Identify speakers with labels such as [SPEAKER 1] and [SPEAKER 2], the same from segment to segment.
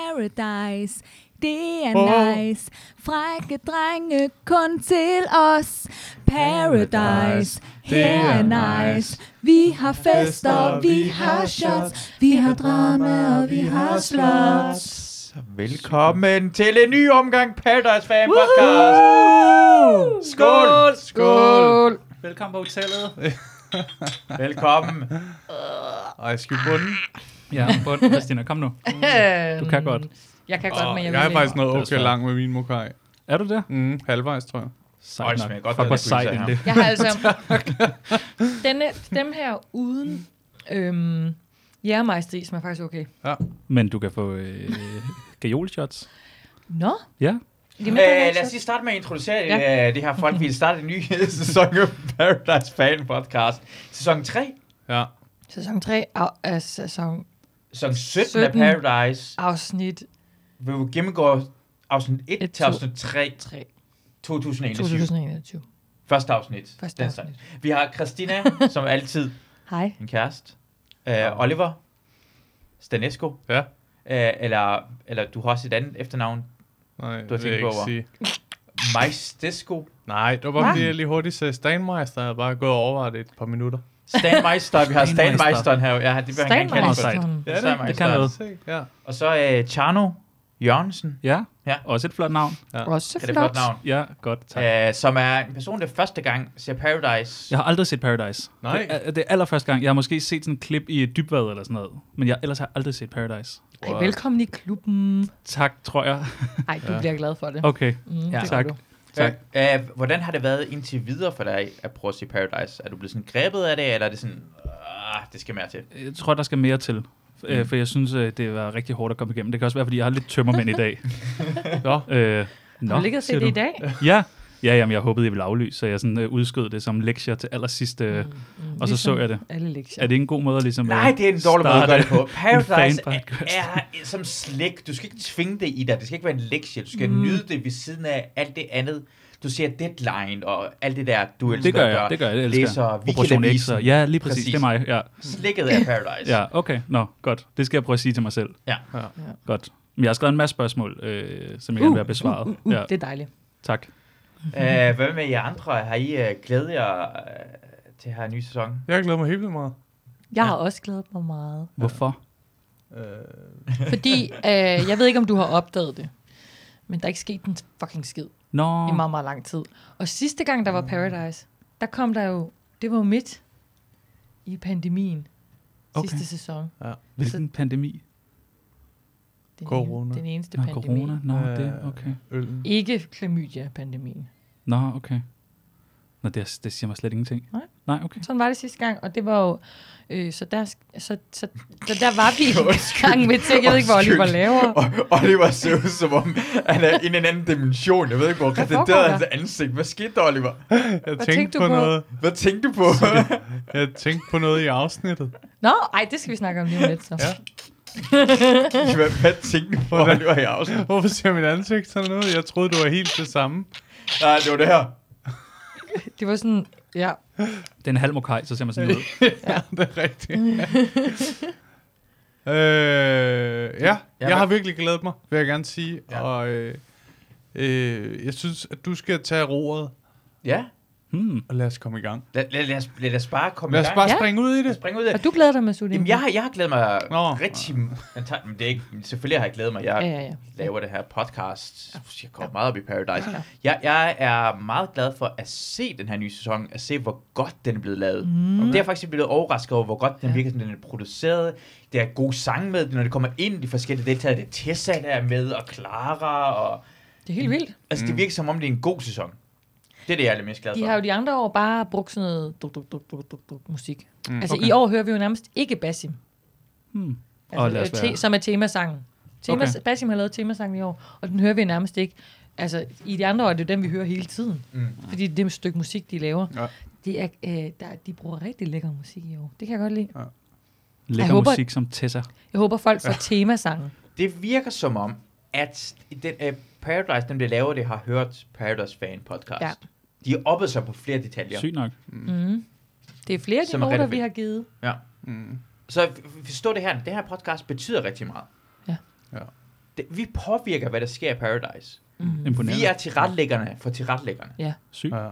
[SPEAKER 1] paradise. Det er
[SPEAKER 2] Wow.
[SPEAKER 1] nice. Frække drenge kun til os. Paradise.
[SPEAKER 2] Det
[SPEAKER 1] Her
[SPEAKER 2] er
[SPEAKER 1] er nice.
[SPEAKER 2] nice.
[SPEAKER 1] Vi har fester, vi har shots. Vi har drama, og vi har slots.
[SPEAKER 2] Velkommen til en ny omgang Paradise Fan Podcast. Skål! Skål!
[SPEAKER 3] Velkommen på hotellet.
[SPEAKER 2] Velkommen. Og jeg skal i bunden.
[SPEAKER 3] Ja, bund. Christina, kom nu. Du kan godt.
[SPEAKER 4] Jeg kan godt,
[SPEAKER 5] Åh,
[SPEAKER 4] men
[SPEAKER 5] jeg,
[SPEAKER 4] jeg,
[SPEAKER 5] er
[SPEAKER 4] vil
[SPEAKER 5] faktisk
[SPEAKER 4] ikke.
[SPEAKER 5] noget
[SPEAKER 3] Det er
[SPEAKER 5] okay
[SPEAKER 3] svært.
[SPEAKER 5] langt med min mokai.
[SPEAKER 3] Er du der?
[SPEAKER 5] Mm, halvvejs, tror jeg.
[SPEAKER 2] Øj,
[SPEAKER 3] Sejt
[SPEAKER 2] det
[SPEAKER 3] nok.
[SPEAKER 2] smager godt,
[SPEAKER 3] Fuck,
[SPEAKER 2] den
[SPEAKER 3] hvor
[SPEAKER 2] der
[SPEAKER 3] sejt
[SPEAKER 2] pizza
[SPEAKER 3] end
[SPEAKER 2] her.
[SPEAKER 3] det.
[SPEAKER 4] Jeg har altså... Denne, dem her uden øhm, jægermejsteri, som er faktisk okay.
[SPEAKER 3] Men du kan få øh, gajolshots.
[SPEAKER 4] Nå,
[SPEAKER 3] Ja.
[SPEAKER 4] det er med
[SPEAKER 2] Øh,
[SPEAKER 4] øh,
[SPEAKER 2] lad os lige starte med at introducere ja. det her folk. Vi starter en ny sæson af Paradise Fan Podcast. Sæson 3,
[SPEAKER 5] Ja.
[SPEAKER 4] Sæson 3 af, af sæson
[SPEAKER 2] sæson 17, 17.
[SPEAKER 4] 17.
[SPEAKER 2] af Paradise.
[SPEAKER 4] afsnit
[SPEAKER 2] Vi vil gennemgå afsnit 1
[SPEAKER 4] Et,
[SPEAKER 2] til
[SPEAKER 4] to.
[SPEAKER 2] afsnit 3,
[SPEAKER 4] 3,
[SPEAKER 2] 2021.
[SPEAKER 4] 2021.
[SPEAKER 2] Første afsnit.
[SPEAKER 4] Første
[SPEAKER 2] Den
[SPEAKER 4] afsnit.
[SPEAKER 2] slags. Vi har Christina, som altid,
[SPEAKER 4] Hej.
[SPEAKER 2] en kæreste. Uh, Oliver. Stanesco.
[SPEAKER 5] Ja.
[SPEAKER 2] Uh, eller, eller du har også et andet efternavn. Du
[SPEAKER 5] Nej,
[SPEAKER 2] har
[SPEAKER 5] det vil jeg
[SPEAKER 2] tænkt
[SPEAKER 5] ikke
[SPEAKER 2] på, hvor-
[SPEAKER 5] sige.
[SPEAKER 2] Majstesco.
[SPEAKER 5] Nej, det var bare fordi, jeg lige hurtigt sagde Steinmeister. Jeg havde bare gået og overvejet det et par minutter.
[SPEAKER 2] Stan Meister. Vi har Stan
[SPEAKER 3] Stanmeister.
[SPEAKER 2] Meister her. Ja, det vil han gerne kalde
[SPEAKER 3] Stanmeister.
[SPEAKER 2] sig.
[SPEAKER 3] sejt.
[SPEAKER 4] Stanmeister.
[SPEAKER 2] det- Steinmeister. det kan
[SPEAKER 3] noget.
[SPEAKER 5] Ja.
[SPEAKER 2] Og så uh, Chano Jørgensen.
[SPEAKER 3] Ja.
[SPEAKER 2] Ja.
[SPEAKER 3] Også et flot navn.
[SPEAKER 4] Også
[SPEAKER 2] Er det et flot
[SPEAKER 4] flot.
[SPEAKER 2] navn?
[SPEAKER 3] Ja, godt. Tak.
[SPEAKER 2] Uh, som er en person, der første gang ser Paradise.
[SPEAKER 3] Jeg har aldrig set Paradise.
[SPEAKER 5] Nej.
[SPEAKER 3] Det er, det er allerførste gang. Jeg har måske set sådan en klip i et dybvad eller sådan noget. Men jeg ellers har jeg aldrig set Paradise.
[SPEAKER 4] Ej, velkommen i klubben.
[SPEAKER 3] Tak, tror jeg.
[SPEAKER 4] Ej, du bliver glad for det.
[SPEAKER 3] Okay.
[SPEAKER 4] Mm,
[SPEAKER 2] Ja.
[SPEAKER 4] det gør
[SPEAKER 3] Tak.
[SPEAKER 4] du.
[SPEAKER 2] Tak. Uh, hvordan har det været indtil videre for dig at prøve at se Paradise? Er du blevet sådan grebet af det, eller er det sådan, ah, det skal mere til?
[SPEAKER 3] Jeg tror, der skal mere til. Mm. For jeg synes, øh, det var rigtig hårdt at komme igennem. Det kan også være, fordi jeg har lidt tømmermænd i dag.
[SPEAKER 5] Nå.
[SPEAKER 3] Øh, nå,
[SPEAKER 4] Har du ligget og
[SPEAKER 3] siger
[SPEAKER 4] set det i dag?
[SPEAKER 3] Ja, ja jamen, jeg håbede, jeg ville aflyse, så jeg sådan, øh, udskød det som lektier til allersidst, øh, mm. og så så jeg det.
[SPEAKER 4] Ligesom Alle lektier.
[SPEAKER 3] Er det en god måde at ligesom...
[SPEAKER 2] Nej, det er en dårlig måde at gøre det på. Paradise er,
[SPEAKER 3] fanpodcast.
[SPEAKER 2] er som slik. Du skal ikke tvinge det i dig. Det skal ikke være en lektie. Du skal mm. nyde det ved siden af alt det andet. Du ser deadline og alt det der, du
[SPEAKER 3] Mm.
[SPEAKER 2] elsker
[SPEAKER 3] Det gør
[SPEAKER 2] at gøre.
[SPEAKER 3] jeg, det gør jeg, det elsker.
[SPEAKER 2] Læser
[SPEAKER 3] Operation X,
[SPEAKER 2] weekendavisen.
[SPEAKER 3] og- Ja, lige præcis,
[SPEAKER 2] Præcis.
[SPEAKER 3] præcis. det er mig. Ja,
[SPEAKER 2] Slikket af Paradise.
[SPEAKER 3] ja okay, nå, godt. Det skal jeg prøve at sige til mig selv.
[SPEAKER 2] Ja.
[SPEAKER 5] Ja.
[SPEAKER 3] Godt. Men jeg har skrevet en masse spørgsmål, øh, som jeg gerne vil have besvaret.
[SPEAKER 4] Uh, uh,
[SPEAKER 3] ja,
[SPEAKER 4] Det er dejligt.
[SPEAKER 3] tak.
[SPEAKER 2] Øh, hvad med jer andre? Har I uh, glædet jer uh, til her nye sæson?
[SPEAKER 5] Jeg glæder mig helt vildt meget.
[SPEAKER 4] Jeg har også glædet mig meget.
[SPEAKER 3] Hvorfor?
[SPEAKER 5] Øh,
[SPEAKER 4] Fordi, øh, jeg ved ikke, om du har opdaget det, men der er ikke sket en fucking skid
[SPEAKER 3] Nå,
[SPEAKER 4] i meget, meget lang tid. Og sidste gang, der var Paradise, der kom der jo, det var jo midt i pandemien.
[SPEAKER 3] Okay.
[SPEAKER 4] Okay. Sidste sæson.
[SPEAKER 3] hvilken pandemi?
[SPEAKER 4] Den
[SPEAKER 5] Corona.
[SPEAKER 4] Ene, den eneste
[SPEAKER 3] Nå,
[SPEAKER 4] pandemi.
[SPEAKER 3] corona? Nå,
[SPEAKER 5] Øh.
[SPEAKER 3] det, okay.
[SPEAKER 5] øllen.
[SPEAKER 4] Ikke klamydia-pandemien.
[SPEAKER 3] Nå, okay. Nå, det, er- det siger mig slet ingenting.
[SPEAKER 4] Nej.
[SPEAKER 3] Nej, okay.
[SPEAKER 4] Sådan var det sidste gang, og det var jo... Øh, så, der, sk- så, så, så der var vi i gang med ting, jeg ved ikke, hvor Oliver laver.
[SPEAKER 2] Oliver ser ud som om, han er i en anden dimension. Jeg ved ikke, hvor
[SPEAKER 4] Hvad foregår retarderet der?
[SPEAKER 2] ansigt. Hvad skete der, Oliver?
[SPEAKER 5] Jeg
[SPEAKER 4] Hvad
[SPEAKER 5] tænkte
[SPEAKER 4] tænkte du
[SPEAKER 5] på
[SPEAKER 4] på?
[SPEAKER 5] noget.
[SPEAKER 2] Hvad tænkte du på?
[SPEAKER 5] Jeg tænkte på noget i afsnittet.
[SPEAKER 4] Nå, ej, det skal vi snakke om lige om lidt, så.
[SPEAKER 5] Ja.
[SPEAKER 2] hvad, hvad tænkte du på, Oliver, i afsnit?
[SPEAKER 5] Hvorfor ser mit ansigt sådan ud? Jeg troede, det var helt det samme.
[SPEAKER 2] Nej, det var det her.
[SPEAKER 4] Det var sådan... Ja,
[SPEAKER 3] Det er en halv mokai, så ser man sådan ud.
[SPEAKER 5] det er rigtigt. øh, ja, jeg har virkelig glædet mig, vil jeg gerne sige.
[SPEAKER 2] Ja.
[SPEAKER 5] Ja. Og øh, øh, jeg synes, at du skal tage roret,
[SPEAKER 2] Ja,
[SPEAKER 3] Hmm.
[SPEAKER 5] og lad os komme i gang.
[SPEAKER 2] lad, lad, lad, os, lad os bare komme
[SPEAKER 5] Lad
[SPEAKER 2] i
[SPEAKER 5] os
[SPEAKER 2] gang.
[SPEAKER 5] bare
[SPEAKER 4] Ja.
[SPEAKER 5] springe ud i
[SPEAKER 2] Lad os
[SPEAKER 5] det.
[SPEAKER 2] springe ud af
[SPEAKER 4] og du glæder dig med, Sulim.
[SPEAKER 2] Jamen, jeg har, jeg har glædet mig Nå.
[SPEAKER 5] Nå.
[SPEAKER 2] rigtig... Men tak, men det er ikke, men selvfølgelig har jeg glædet mig. Jeg
[SPEAKER 4] Ja, ja, ja.
[SPEAKER 2] laver det her podcast. Jeg kommer meget op i Paradise. Jeg, jeg er meget glad for at se den her nye sæson, at se, hvor godt den er blevet lavet. Mm. Det er jeg faktisk blevet overrasket over, hvor godt den virker, som den er produceret. Der er gode sange med, når det kommer ind, de forskellige deltagere. Det er Tessa, der er med, og Clara. Og,
[SPEAKER 4] Det er helt vildt.
[SPEAKER 2] altså, det virker som om, det er en god sæson. Det er det, jeg er lidt mest glad for.
[SPEAKER 4] De har jo de andre år bare brugt sådan noget duk, duk, duk, duk, duk, duk, musik. Mm, altså
[SPEAKER 3] Okay.
[SPEAKER 4] i år hører vi jo nærmest ikke Basim,
[SPEAKER 3] Hmm. Og lad os
[SPEAKER 4] altså, øh, te,
[SPEAKER 3] være.
[SPEAKER 4] som er temasangen. Temas, okay. Basim har lavet temasangen i år, og den hører vi nærmest ikke. Altså i de andre år er det jo den, vi hører hele tiden,
[SPEAKER 2] Mm.
[SPEAKER 4] mm. fordi det er det stykke musik, de laver.
[SPEAKER 5] Ja.
[SPEAKER 4] Ja. De, er, øh, der, de bruger rigtig lækker musik i år. Det kan jeg godt lide.
[SPEAKER 3] Lækker
[SPEAKER 4] Jeg håber-
[SPEAKER 3] musik som Tessa.
[SPEAKER 4] Jeg håber, folk får temasangen.
[SPEAKER 2] Det virker som om, at den, uh, Paradise, dem der laver det, har hørt Paradise Fan Podcast. Ja.
[SPEAKER 4] Ja.
[SPEAKER 2] De har oppet sig på flere detaljer.
[SPEAKER 3] Sygt nok.
[SPEAKER 4] Mm. Det er flere af de
[SPEAKER 2] Som er
[SPEAKER 4] noter,
[SPEAKER 2] rigtig
[SPEAKER 4] vi
[SPEAKER 2] fedt.
[SPEAKER 4] har givet.
[SPEAKER 2] Så f- forstå det her. Det her podcast betyder rigtig meget.
[SPEAKER 4] Ja.
[SPEAKER 5] Ja.
[SPEAKER 2] det, vi påvirker, hvad der sker i Paradise.
[SPEAKER 4] Mm.
[SPEAKER 3] Imponerende.
[SPEAKER 2] Vi er tilretlæggerne for tilretlæggerne.
[SPEAKER 3] Sygt.
[SPEAKER 5] Ja.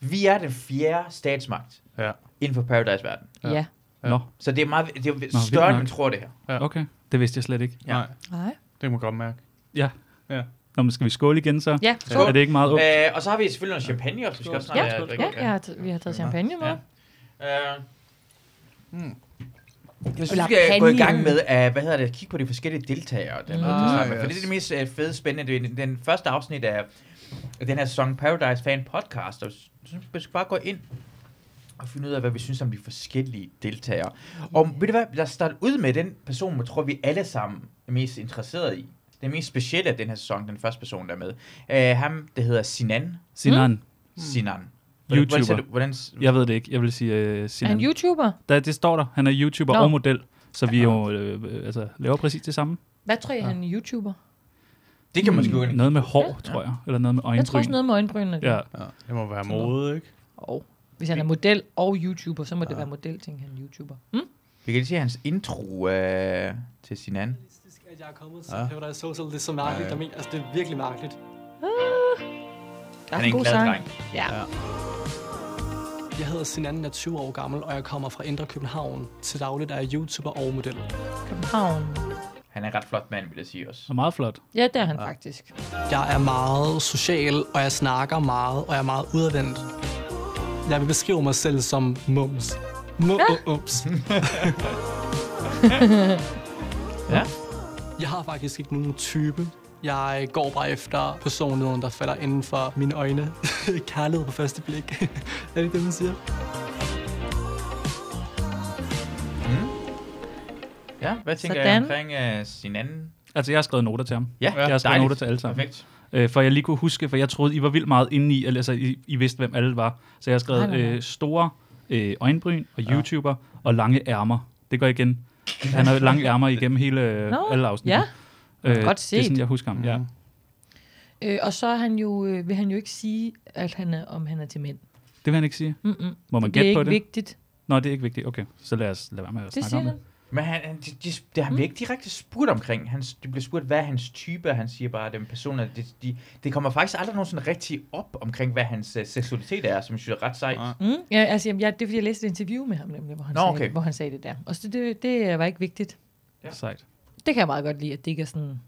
[SPEAKER 2] Vi er den fjerde statsmagt
[SPEAKER 5] Ja.
[SPEAKER 2] inden for Paradise-verden.
[SPEAKER 5] Ja.
[SPEAKER 4] Ja.
[SPEAKER 5] Ja.
[SPEAKER 3] Nå,
[SPEAKER 2] Så det er meget det er jo
[SPEAKER 3] Nå,
[SPEAKER 2] større, end
[SPEAKER 3] vildt
[SPEAKER 2] man
[SPEAKER 3] nok.
[SPEAKER 2] tror det her.
[SPEAKER 3] okay. Det vidste jeg slet ikke.
[SPEAKER 2] Ja.
[SPEAKER 5] Nej,
[SPEAKER 4] Nej.
[SPEAKER 5] det kan man godt mærke.
[SPEAKER 3] Nå, men skal vi skåle igen så?
[SPEAKER 4] Ja,
[SPEAKER 3] Er
[SPEAKER 4] skål.
[SPEAKER 3] det ikke meget ungt?
[SPEAKER 2] Øh, og så har vi selvfølgelig noget champagne også. Vi skal også snart
[SPEAKER 4] Ja,
[SPEAKER 2] have-
[SPEAKER 4] Ja, jeg har t- vi har taget champagne med.
[SPEAKER 2] Ja. Øh,
[SPEAKER 5] Mm.
[SPEAKER 2] Jeg synes,
[SPEAKER 4] Eller
[SPEAKER 2] vi skal gå i gang
[SPEAKER 4] panden.
[SPEAKER 2] med at hvad hedder det, kigge på de forskellige deltagere. Der, mm.
[SPEAKER 5] Ah,
[SPEAKER 2] ah, yes. For det er
[SPEAKER 5] yes.
[SPEAKER 2] det mest øh, fede spændende. Det er den første afsnit af af den her Song Paradise Fan Podcast. Og s- synes, vi skal bare gå ind og finde ud af, hvad vi synes om de forskellige deltagere. Og ved du hvad, lad os starte ud med den person, jeg tror, vi alle sammen er mest interesseret i. Den mest specielle af den her sæson, den første person, der er med. Uh, ham, der hedder Sinan.
[SPEAKER 3] Sinan. Hmm.
[SPEAKER 2] Sinan. Hvordan,
[SPEAKER 3] YouTuber.
[SPEAKER 2] siger du- hvordan, s-
[SPEAKER 3] Jeg ved det ikke. Jeg vil sige uh,
[SPEAKER 4] Er han
[SPEAKER 3] Sinan.
[SPEAKER 4] YouTuber?
[SPEAKER 3] Der, det står der. Han er YouTuber
[SPEAKER 4] Nå.
[SPEAKER 3] og model. Så vi jo øh, øh, altså, laver præcis det samme.
[SPEAKER 4] Hvad tror I, han er YouTuber?
[SPEAKER 2] det kan man sgu ikke.
[SPEAKER 3] Noget med hår, tror jeg. Eller noget med øjenbryn.
[SPEAKER 4] Jeg tror også noget med øjenbrynene.
[SPEAKER 3] Ja.
[SPEAKER 5] Ja. Det må være mode, ikke?
[SPEAKER 4] Og hvis han er model og YouTuber, så må det være model, tænker han er YouTuber. Mm?
[SPEAKER 2] Vi kan lige se hans intro øh, til Sinan.
[SPEAKER 6] realistisk, at jeg er kommet til ja. Paradise Hotel. Det er så mærkeligt. Jeg mener, altså, det er virkelig mærkeligt.
[SPEAKER 4] Der Ah. er,
[SPEAKER 2] Han er en glad
[SPEAKER 4] sang.
[SPEAKER 2] dreng.
[SPEAKER 4] Ja.
[SPEAKER 6] Jeg hedder Sinan, jeg er 20 år gammel, og jeg kommer fra Indre København. Til dagligt er jeg YouTuber og model.
[SPEAKER 4] København.
[SPEAKER 2] Han er en ret flot mand, vil jeg sige også.
[SPEAKER 3] Og meget flot.
[SPEAKER 4] Ja, det er han faktisk.
[SPEAKER 6] Jeg er meget social, og jeg snakker meget, og jeg er meget udadvendt. Jeg vil beskrive mig selv som mums. Mums.
[SPEAKER 2] Ja.
[SPEAKER 6] Jeg har faktisk ikke nogen type. Jeg går bare efter personligheden, der falder inden for mine øjne. Kærlighed på første blik. er det ikke det, man siger?
[SPEAKER 2] Ja, hvad tænker
[SPEAKER 4] Sådan.
[SPEAKER 2] jeg omkring øh, Sinan?
[SPEAKER 3] Altså, jeg har skrevet noter til ham.
[SPEAKER 2] Ja,
[SPEAKER 3] jeg har skrevet
[SPEAKER 2] dejligt.
[SPEAKER 3] noter til alle sammen.
[SPEAKER 2] Perfekt.
[SPEAKER 3] Øh, for jeg lige kunne huske, for jeg troede, I var vildt meget inde i, eller altså, I, I vidste, hvem alle var. Så jeg har skrevet
[SPEAKER 4] Nej, nej, nej.
[SPEAKER 3] øh, store øh, øjenbryn og YouTuber og lange ærmer. Det går igen. Han har lange ærmer igennem hele øh,
[SPEAKER 4] Nå,
[SPEAKER 3] alle afsnit.
[SPEAKER 4] ja.
[SPEAKER 3] øh,
[SPEAKER 4] Godt
[SPEAKER 3] Det
[SPEAKER 4] set.
[SPEAKER 3] er sådan, jeg husker ham. Ja.
[SPEAKER 5] Mm-hmm.
[SPEAKER 4] Øh, og så er han jo, øh, vil han jo ikke sige, at han er, om han er til mænd.
[SPEAKER 3] Det vil han ikke sige.
[SPEAKER 4] Mm-mm.
[SPEAKER 3] Må man
[SPEAKER 4] Det er
[SPEAKER 3] gætte
[SPEAKER 4] ikke
[SPEAKER 3] på det?
[SPEAKER 4] vigtigt.
[SPEAKER 3] Nå, det er ikke vigtigt. Okay, så lad os lade være med at
[SPEAKER 4] Det
[SPEAKER 3] snakke
[SPEAKER 4] siger
[SPEAKER 3] om
[SPEAKER 4] Mm. han.
[SPEAKER 3] det.
[SPEAKER 2] Men han, han, de, de, de, han bliver ikke direkte spurgt omkring. Han, det bliver spurgt, hvad er hans type, og han siger bare, at den person er... Det de, det kommer faktisk aldrig nogensinde rigtig op omkring, hvad hans uh, seksualitet er, som jeg synes er ret sejt.
[SPEAKER 5] Nej.
[SPEAKER 4] Mm? Ja, altså, jamen, jeg, det er fordi, jeg læste et interview med ham nemlig, hvor han,
[SPEAKER 2] Nå,
[SPEAKER 4] sagde,
[SPEAKER 2] okay.
[SPEAKER 4] hvor han sagde det der. Og så det, det var ikke vigtigt.
[SPEAKER 2] Ja.
[SPEAKER 3] Sejt.
[SPEAKER 4] Det kan jeg meget godt lide, at det ikke er sådan...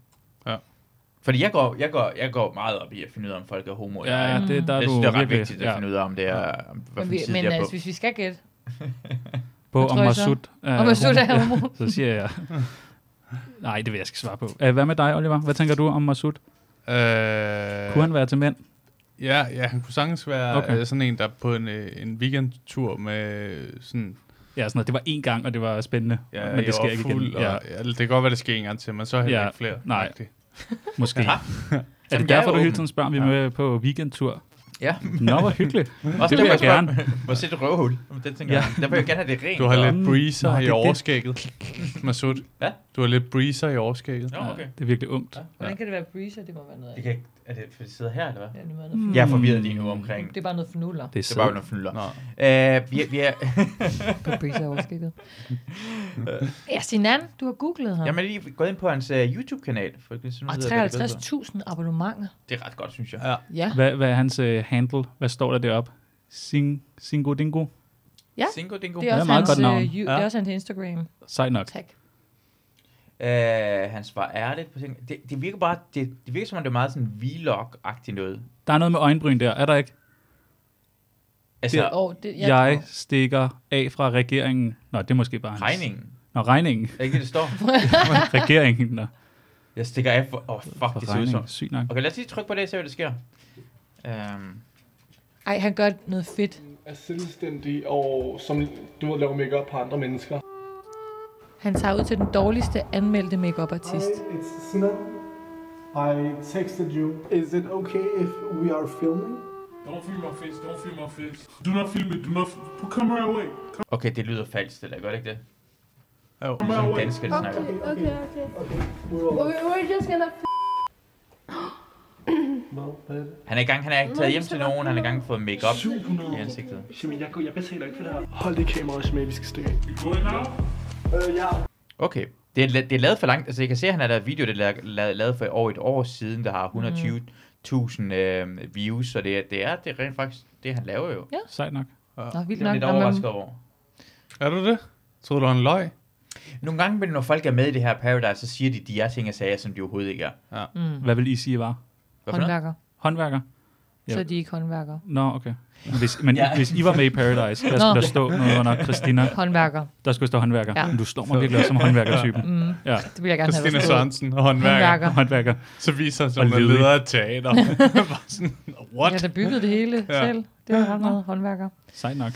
[SPEAKER 2] Fordi jeg går, jeg, går, jeg går meget op i at finde ud af, om folk er homo eller ej.
[SPEAKER 3] Ja, det, der er
[SPEAKER 2] Jeg
[SPEAKER 3] du
[SPEAKER 2] synes, det er ret
[SPEAKER 3] virkelig-
[SPEAKER 2] vigtigt at
[SPEAKER 3] ja.
[SPEAKER 2] finde ud af, om det er... Om, hvad
[SPEAKER 4] Men,
[SPEAKER 2] for
[SPEAKER 4] vi,
[SPEAKER 2] en side
[SPEAKER 4] men
[SPEAKER 2] det er
[SPEAKER 4] altså,
[SPEAKER 2] på.
[SPEAKER 4] hvis vi skal gætte,
[SPEAKER 3] På
[SPEAKER 4] Hvad
[SPEAKER 3] om
[SPEAKER 4] tror I så?
[SPEAKER 3] Masud
[SPEAKER 4] Om Masud er
[SPEAKER 3] homo.
[SPEAKER 4] øh, homo.
[SPEAKER 3] Ja, så siger jeg... Nej, det vil jeg ikke svare på. Uh, hvad med dig, Oliver? Hvad tænker du om Masud?
[SPEAKER 5] Øh,
[SPEAKER 3] Kunne han være til mænd?
[SPEAKER 5] Ja, ja, han kunne sagtens være
[SPEAKER 3] Okay.
[SPEAKER 5] okay. øh, sådan en, der på en, øh, en weekendtur med sådan...
[SPEAKER 3] Ja, sådan noget. Det var én gang, og det var spændende.
[SPEAKER 5] Ja,
[SPEAKER 3] men
[SPEAKER 5] jeg
[SPEAKER 3] det sker
[SPEAKER 5] var
[SPEAKER 3] ikke
[SPEAKER 5] fuld,
[SPEAKER 3] igen.
[SPEAKER 5] Og,
[SPEAKER 3] Ja,
[SPEAKER 5] ja. det kan godt være, det sker en gang til, men så heller
[SPEAKER 3] Ja,
[SPEAKER 5] ikke flere.
[SPEAKER 3] nej.
[SPEAKER 5] Rigtigt.
[SPEAKER 3] måske.
[SPEAKER 2] Ja.
[SPEAKER 3] Er
[SPEAKER 2] Jamen,
[SPEAKER 3] det
[SPEAKER 2] jeg er
[SPEAKER 3] derfor, du hele
[SPEAKER 2] åben.
[SPEAKER 3] tiden spørger, om vi er med på weekendtur?
[SPEAKER 2] Ja.
[SPEAKER 3] Nå, hvor hyggeligt.
[SPEAKER 2] Også
[SPEAKER 3] det vil jeg gerne.
[SPEAKER 2] Hvor sæt et røvhul. Den tænker
[SPEAKER 3] Ja. Mm.
[SPEAKER 2] jeg. Der vil jeg gerne have det rent.
[SPEAKER 5] Du har
[SPEAKER 2] og-
[SPEAKER 5] lidt breezer
[SPEAKER 3] Nå, det
[SPEAKER 5] i
[SPEAKER 3] er det.
[SPEAKER 5] overskægget, Masud.
[SPEAKER 2] Hvad?
[SPEAKER 5] Du har lidt breezer i overskægget.
[SPEAKER 2] Nå, okay.
[SPEAKER 3] Ja, det er virkelig ungt.
[SPEAKER 2] Ja.
[SPEAKER 4] hvordan kan det være breezer? Det må være noget
[SPEAKER 2] Det
[SPEAKER 4] andet.
[SPEAKER 2] kan, ikke- er det, for de sidder her, eller hvad?
[SPEAKER 4] Ja, det må være noget fnuller.
[SPEAKER 2] Jeg er forvirret lige nu omkring.
[SPEAKER 4] Det er bare noget fnuller
[SPEAKER 3] Hmm. Det er
[SPEAKER 2] Det var jo
[SPEAKER 3] sæd.
[SPEAKER 2] noget fnuller.
[SPEAKER 5] Nå.
[SPEAKER 2] Øh, vi, er- vi er,
[SPEAKER 4] på breezer overskikket. ja, Sinan, du har googlet ham.
[SPEAKER 2] jamen, jeg er lige gået ind på hans uh, YouTube-kanal. For, at
[SPEAKER 4] og
[SPEAKER 2] sådan,
[SPEAKER 4] 53.000 abonnementer.
[SPEAKER 2] Det er ret godt, synes jeg.
[SPEAKER 5] Ja.
[SPEAKER 4] Ja,
[SPEAKER 3] Hvad, hvad er hans uh, handle? Hvad står der deroppe? Sing, Singo Dingo?
[SPEAKER 4] Ja.
[SPEAKER 2] Singo dingo.
[SPEAKER 4] det
[SPEAKER 2] Det
[SPEAKER 4] er
[SPEAKER 3] er
[SPEAKER 4] også,
[SPEAKER 3] meget
[SPEAKER 4] hans,
[SPEAKER 3] godt
[SPEAKER 4] øh,
[SPEAKER 3] navn.
[SPEAKER 4] ju- det er også hans Instagram.
[SPEAKER 3] Sejt nok.
[SPEAKER 4] Tak.
[SPEAKER 2] er... øh, han svarer ærligt på ting. Det, det virker bare, det, det virker som om det er meget sådan vlog-agtigt noget.
[SPEAKER 3] Der er noget med øjenbryn der, er der ikke?
[SPEAKER 2] Altså,
[SPEAKER 4] Ja.
[SPEAKER 2] det,
[SPEAKER 4] Og det, jeg,
[SPEAKER 3] Jeg stikker af fra regeringen. Nå, det er måske bare hans.
[SPEAKER 2] regningen.
[SPEAKER 3] Nå, regningen.
[SPEAKER 2] Er det ikke det, det står?
[SPEAKER 3] regeringen. Nå,
[SPEAKER 2] Jeg stikker af for... Åh, oh, fuck,
[SPEAKER 3] for
[SPEAKER 2] det ser ud som.
[SPEAKER 3] regningen. Sygt nok.
[SPEAKER 2] Okay, lad os lige trykke på det, og se, hvad der sker. Øhm,
[SPEAKER 4] ej, han gør noget fedt.
[SPEAKER 7] er selvstændig og som du ved, laver makeup på andre mennesker.
[SPEAKER 4] Han tager ud til den dårligste anmeldte makeup artist
[SPEAKER 7] it's Sinan. I texted you. Is it okay if we are filming?
[SPEAKER 8] Don't feel my face. Don't feel my face. Do not feel me. Do not. F- come right away.
[SPEAKER 2] okay, det lyder falsk, det der. Gør det ikke det?
[SPEAKER 5] Jo.
[SPEAKER 2] Det er sådan dansk, der snakker.
[SPEAKER 9] Okay, okay, okay.
[SPEAKER 7] We will.
[SPEAKER 9] We, we're just gonna
[SPEAKER 7] Hvad? Hvad er det?
[SPEAKER 2] Han er i gang, han er taget hjem til nogen, han er i gang fået makeup i ansigtet.
[SPEAKER 7] Jamen, jeg, jeg betaler ikke for det her. Hold det kamera, Shemay, vi skal stikke af.
[SPEAKER 8] You going now?
[SPEAKER 7] Øh, ja.
[SPEAKER 2] Okay, Det er, la- det er lavet for langt. Altså, jeg kan se, at han har lavet video, det er la- la- lavet for over et år siden, der
[SPEAKER 4] Mhm.
[SPEAKER 2] har 120.000 øh, views, så det er, det er det er rent faktisk det, han laver jo.
[SPEAKER 3] Sejt nok.
[SPEAKER 4] Nå, vildt
[SPEAKER 2] Det er
[SPEAKER 4] nok.
[SPEAKER 2] lidt
[SPEAKER 4] Nå, men-
[SPEAKER 2] overrasket over.
[SPEAKER 5] Er du det? Tror du, han løg?
[SPEAKER 2] Nogle gange, men når folk er med i det her Paradise, så siger de, de er ting og sager, som de overhovedet ikke er.
[SPEAKER 4] Mm.
[SPEAKER 3] Hvad vil I sige var?
[SPEAKER 2] Hvad for noget?
[SPEAKER 4] Håndværker.
[SPEAKER 3] Håndværker?
[SPEAKER 4] Så er de ikke håndværker.
[SPEAKER 3] Nå, okay. Hvis, men
[SPEAKER 2] Ja.
[SPEAKER 3] ja. hvis I var med i Paradise, der
[SPEAKER 4] Nå.
[SPEAKER 3] skulle der stå noget under Christina,
[SPEAKER 4] Håndværker.
[SPEAKER 3] der skulle stå håndværker.
[SPEAKER 4] Ja.
[SPEAKER 3] Ja. Du slår mig virkelig også som håndværkertypen.
[SPEAKER 4] Mm.
[SPEAKER 3] Ja.
[SPEAKER 4] Det vil jeg gerne have,
[SPEAKER 5] Christina
[SPEAKER 4] der stod.
[SPEAKER 5] Sørensen, håndværker.
[SPEAKER 4] Håndværker.
[SPEAKER 3] Håndværker.
[SPEAKER 5] Så viser han sig,
[SPEAKER 3] Og
[SPEAKER 5] at hun er
[SPEAKER 3] ledig.
[SPEAKER 5] leder af et teater. Bare sådan,
[SPEAKER 4] Jeg
[SPEAKER 5] what?
[SPEAKER 4] har da bygget det hele
[SPEAKER 5] Ja.
[SPEAKER 4] selv. Det er ret meget håndværker.
[SPEAKER 3] Sejt nok.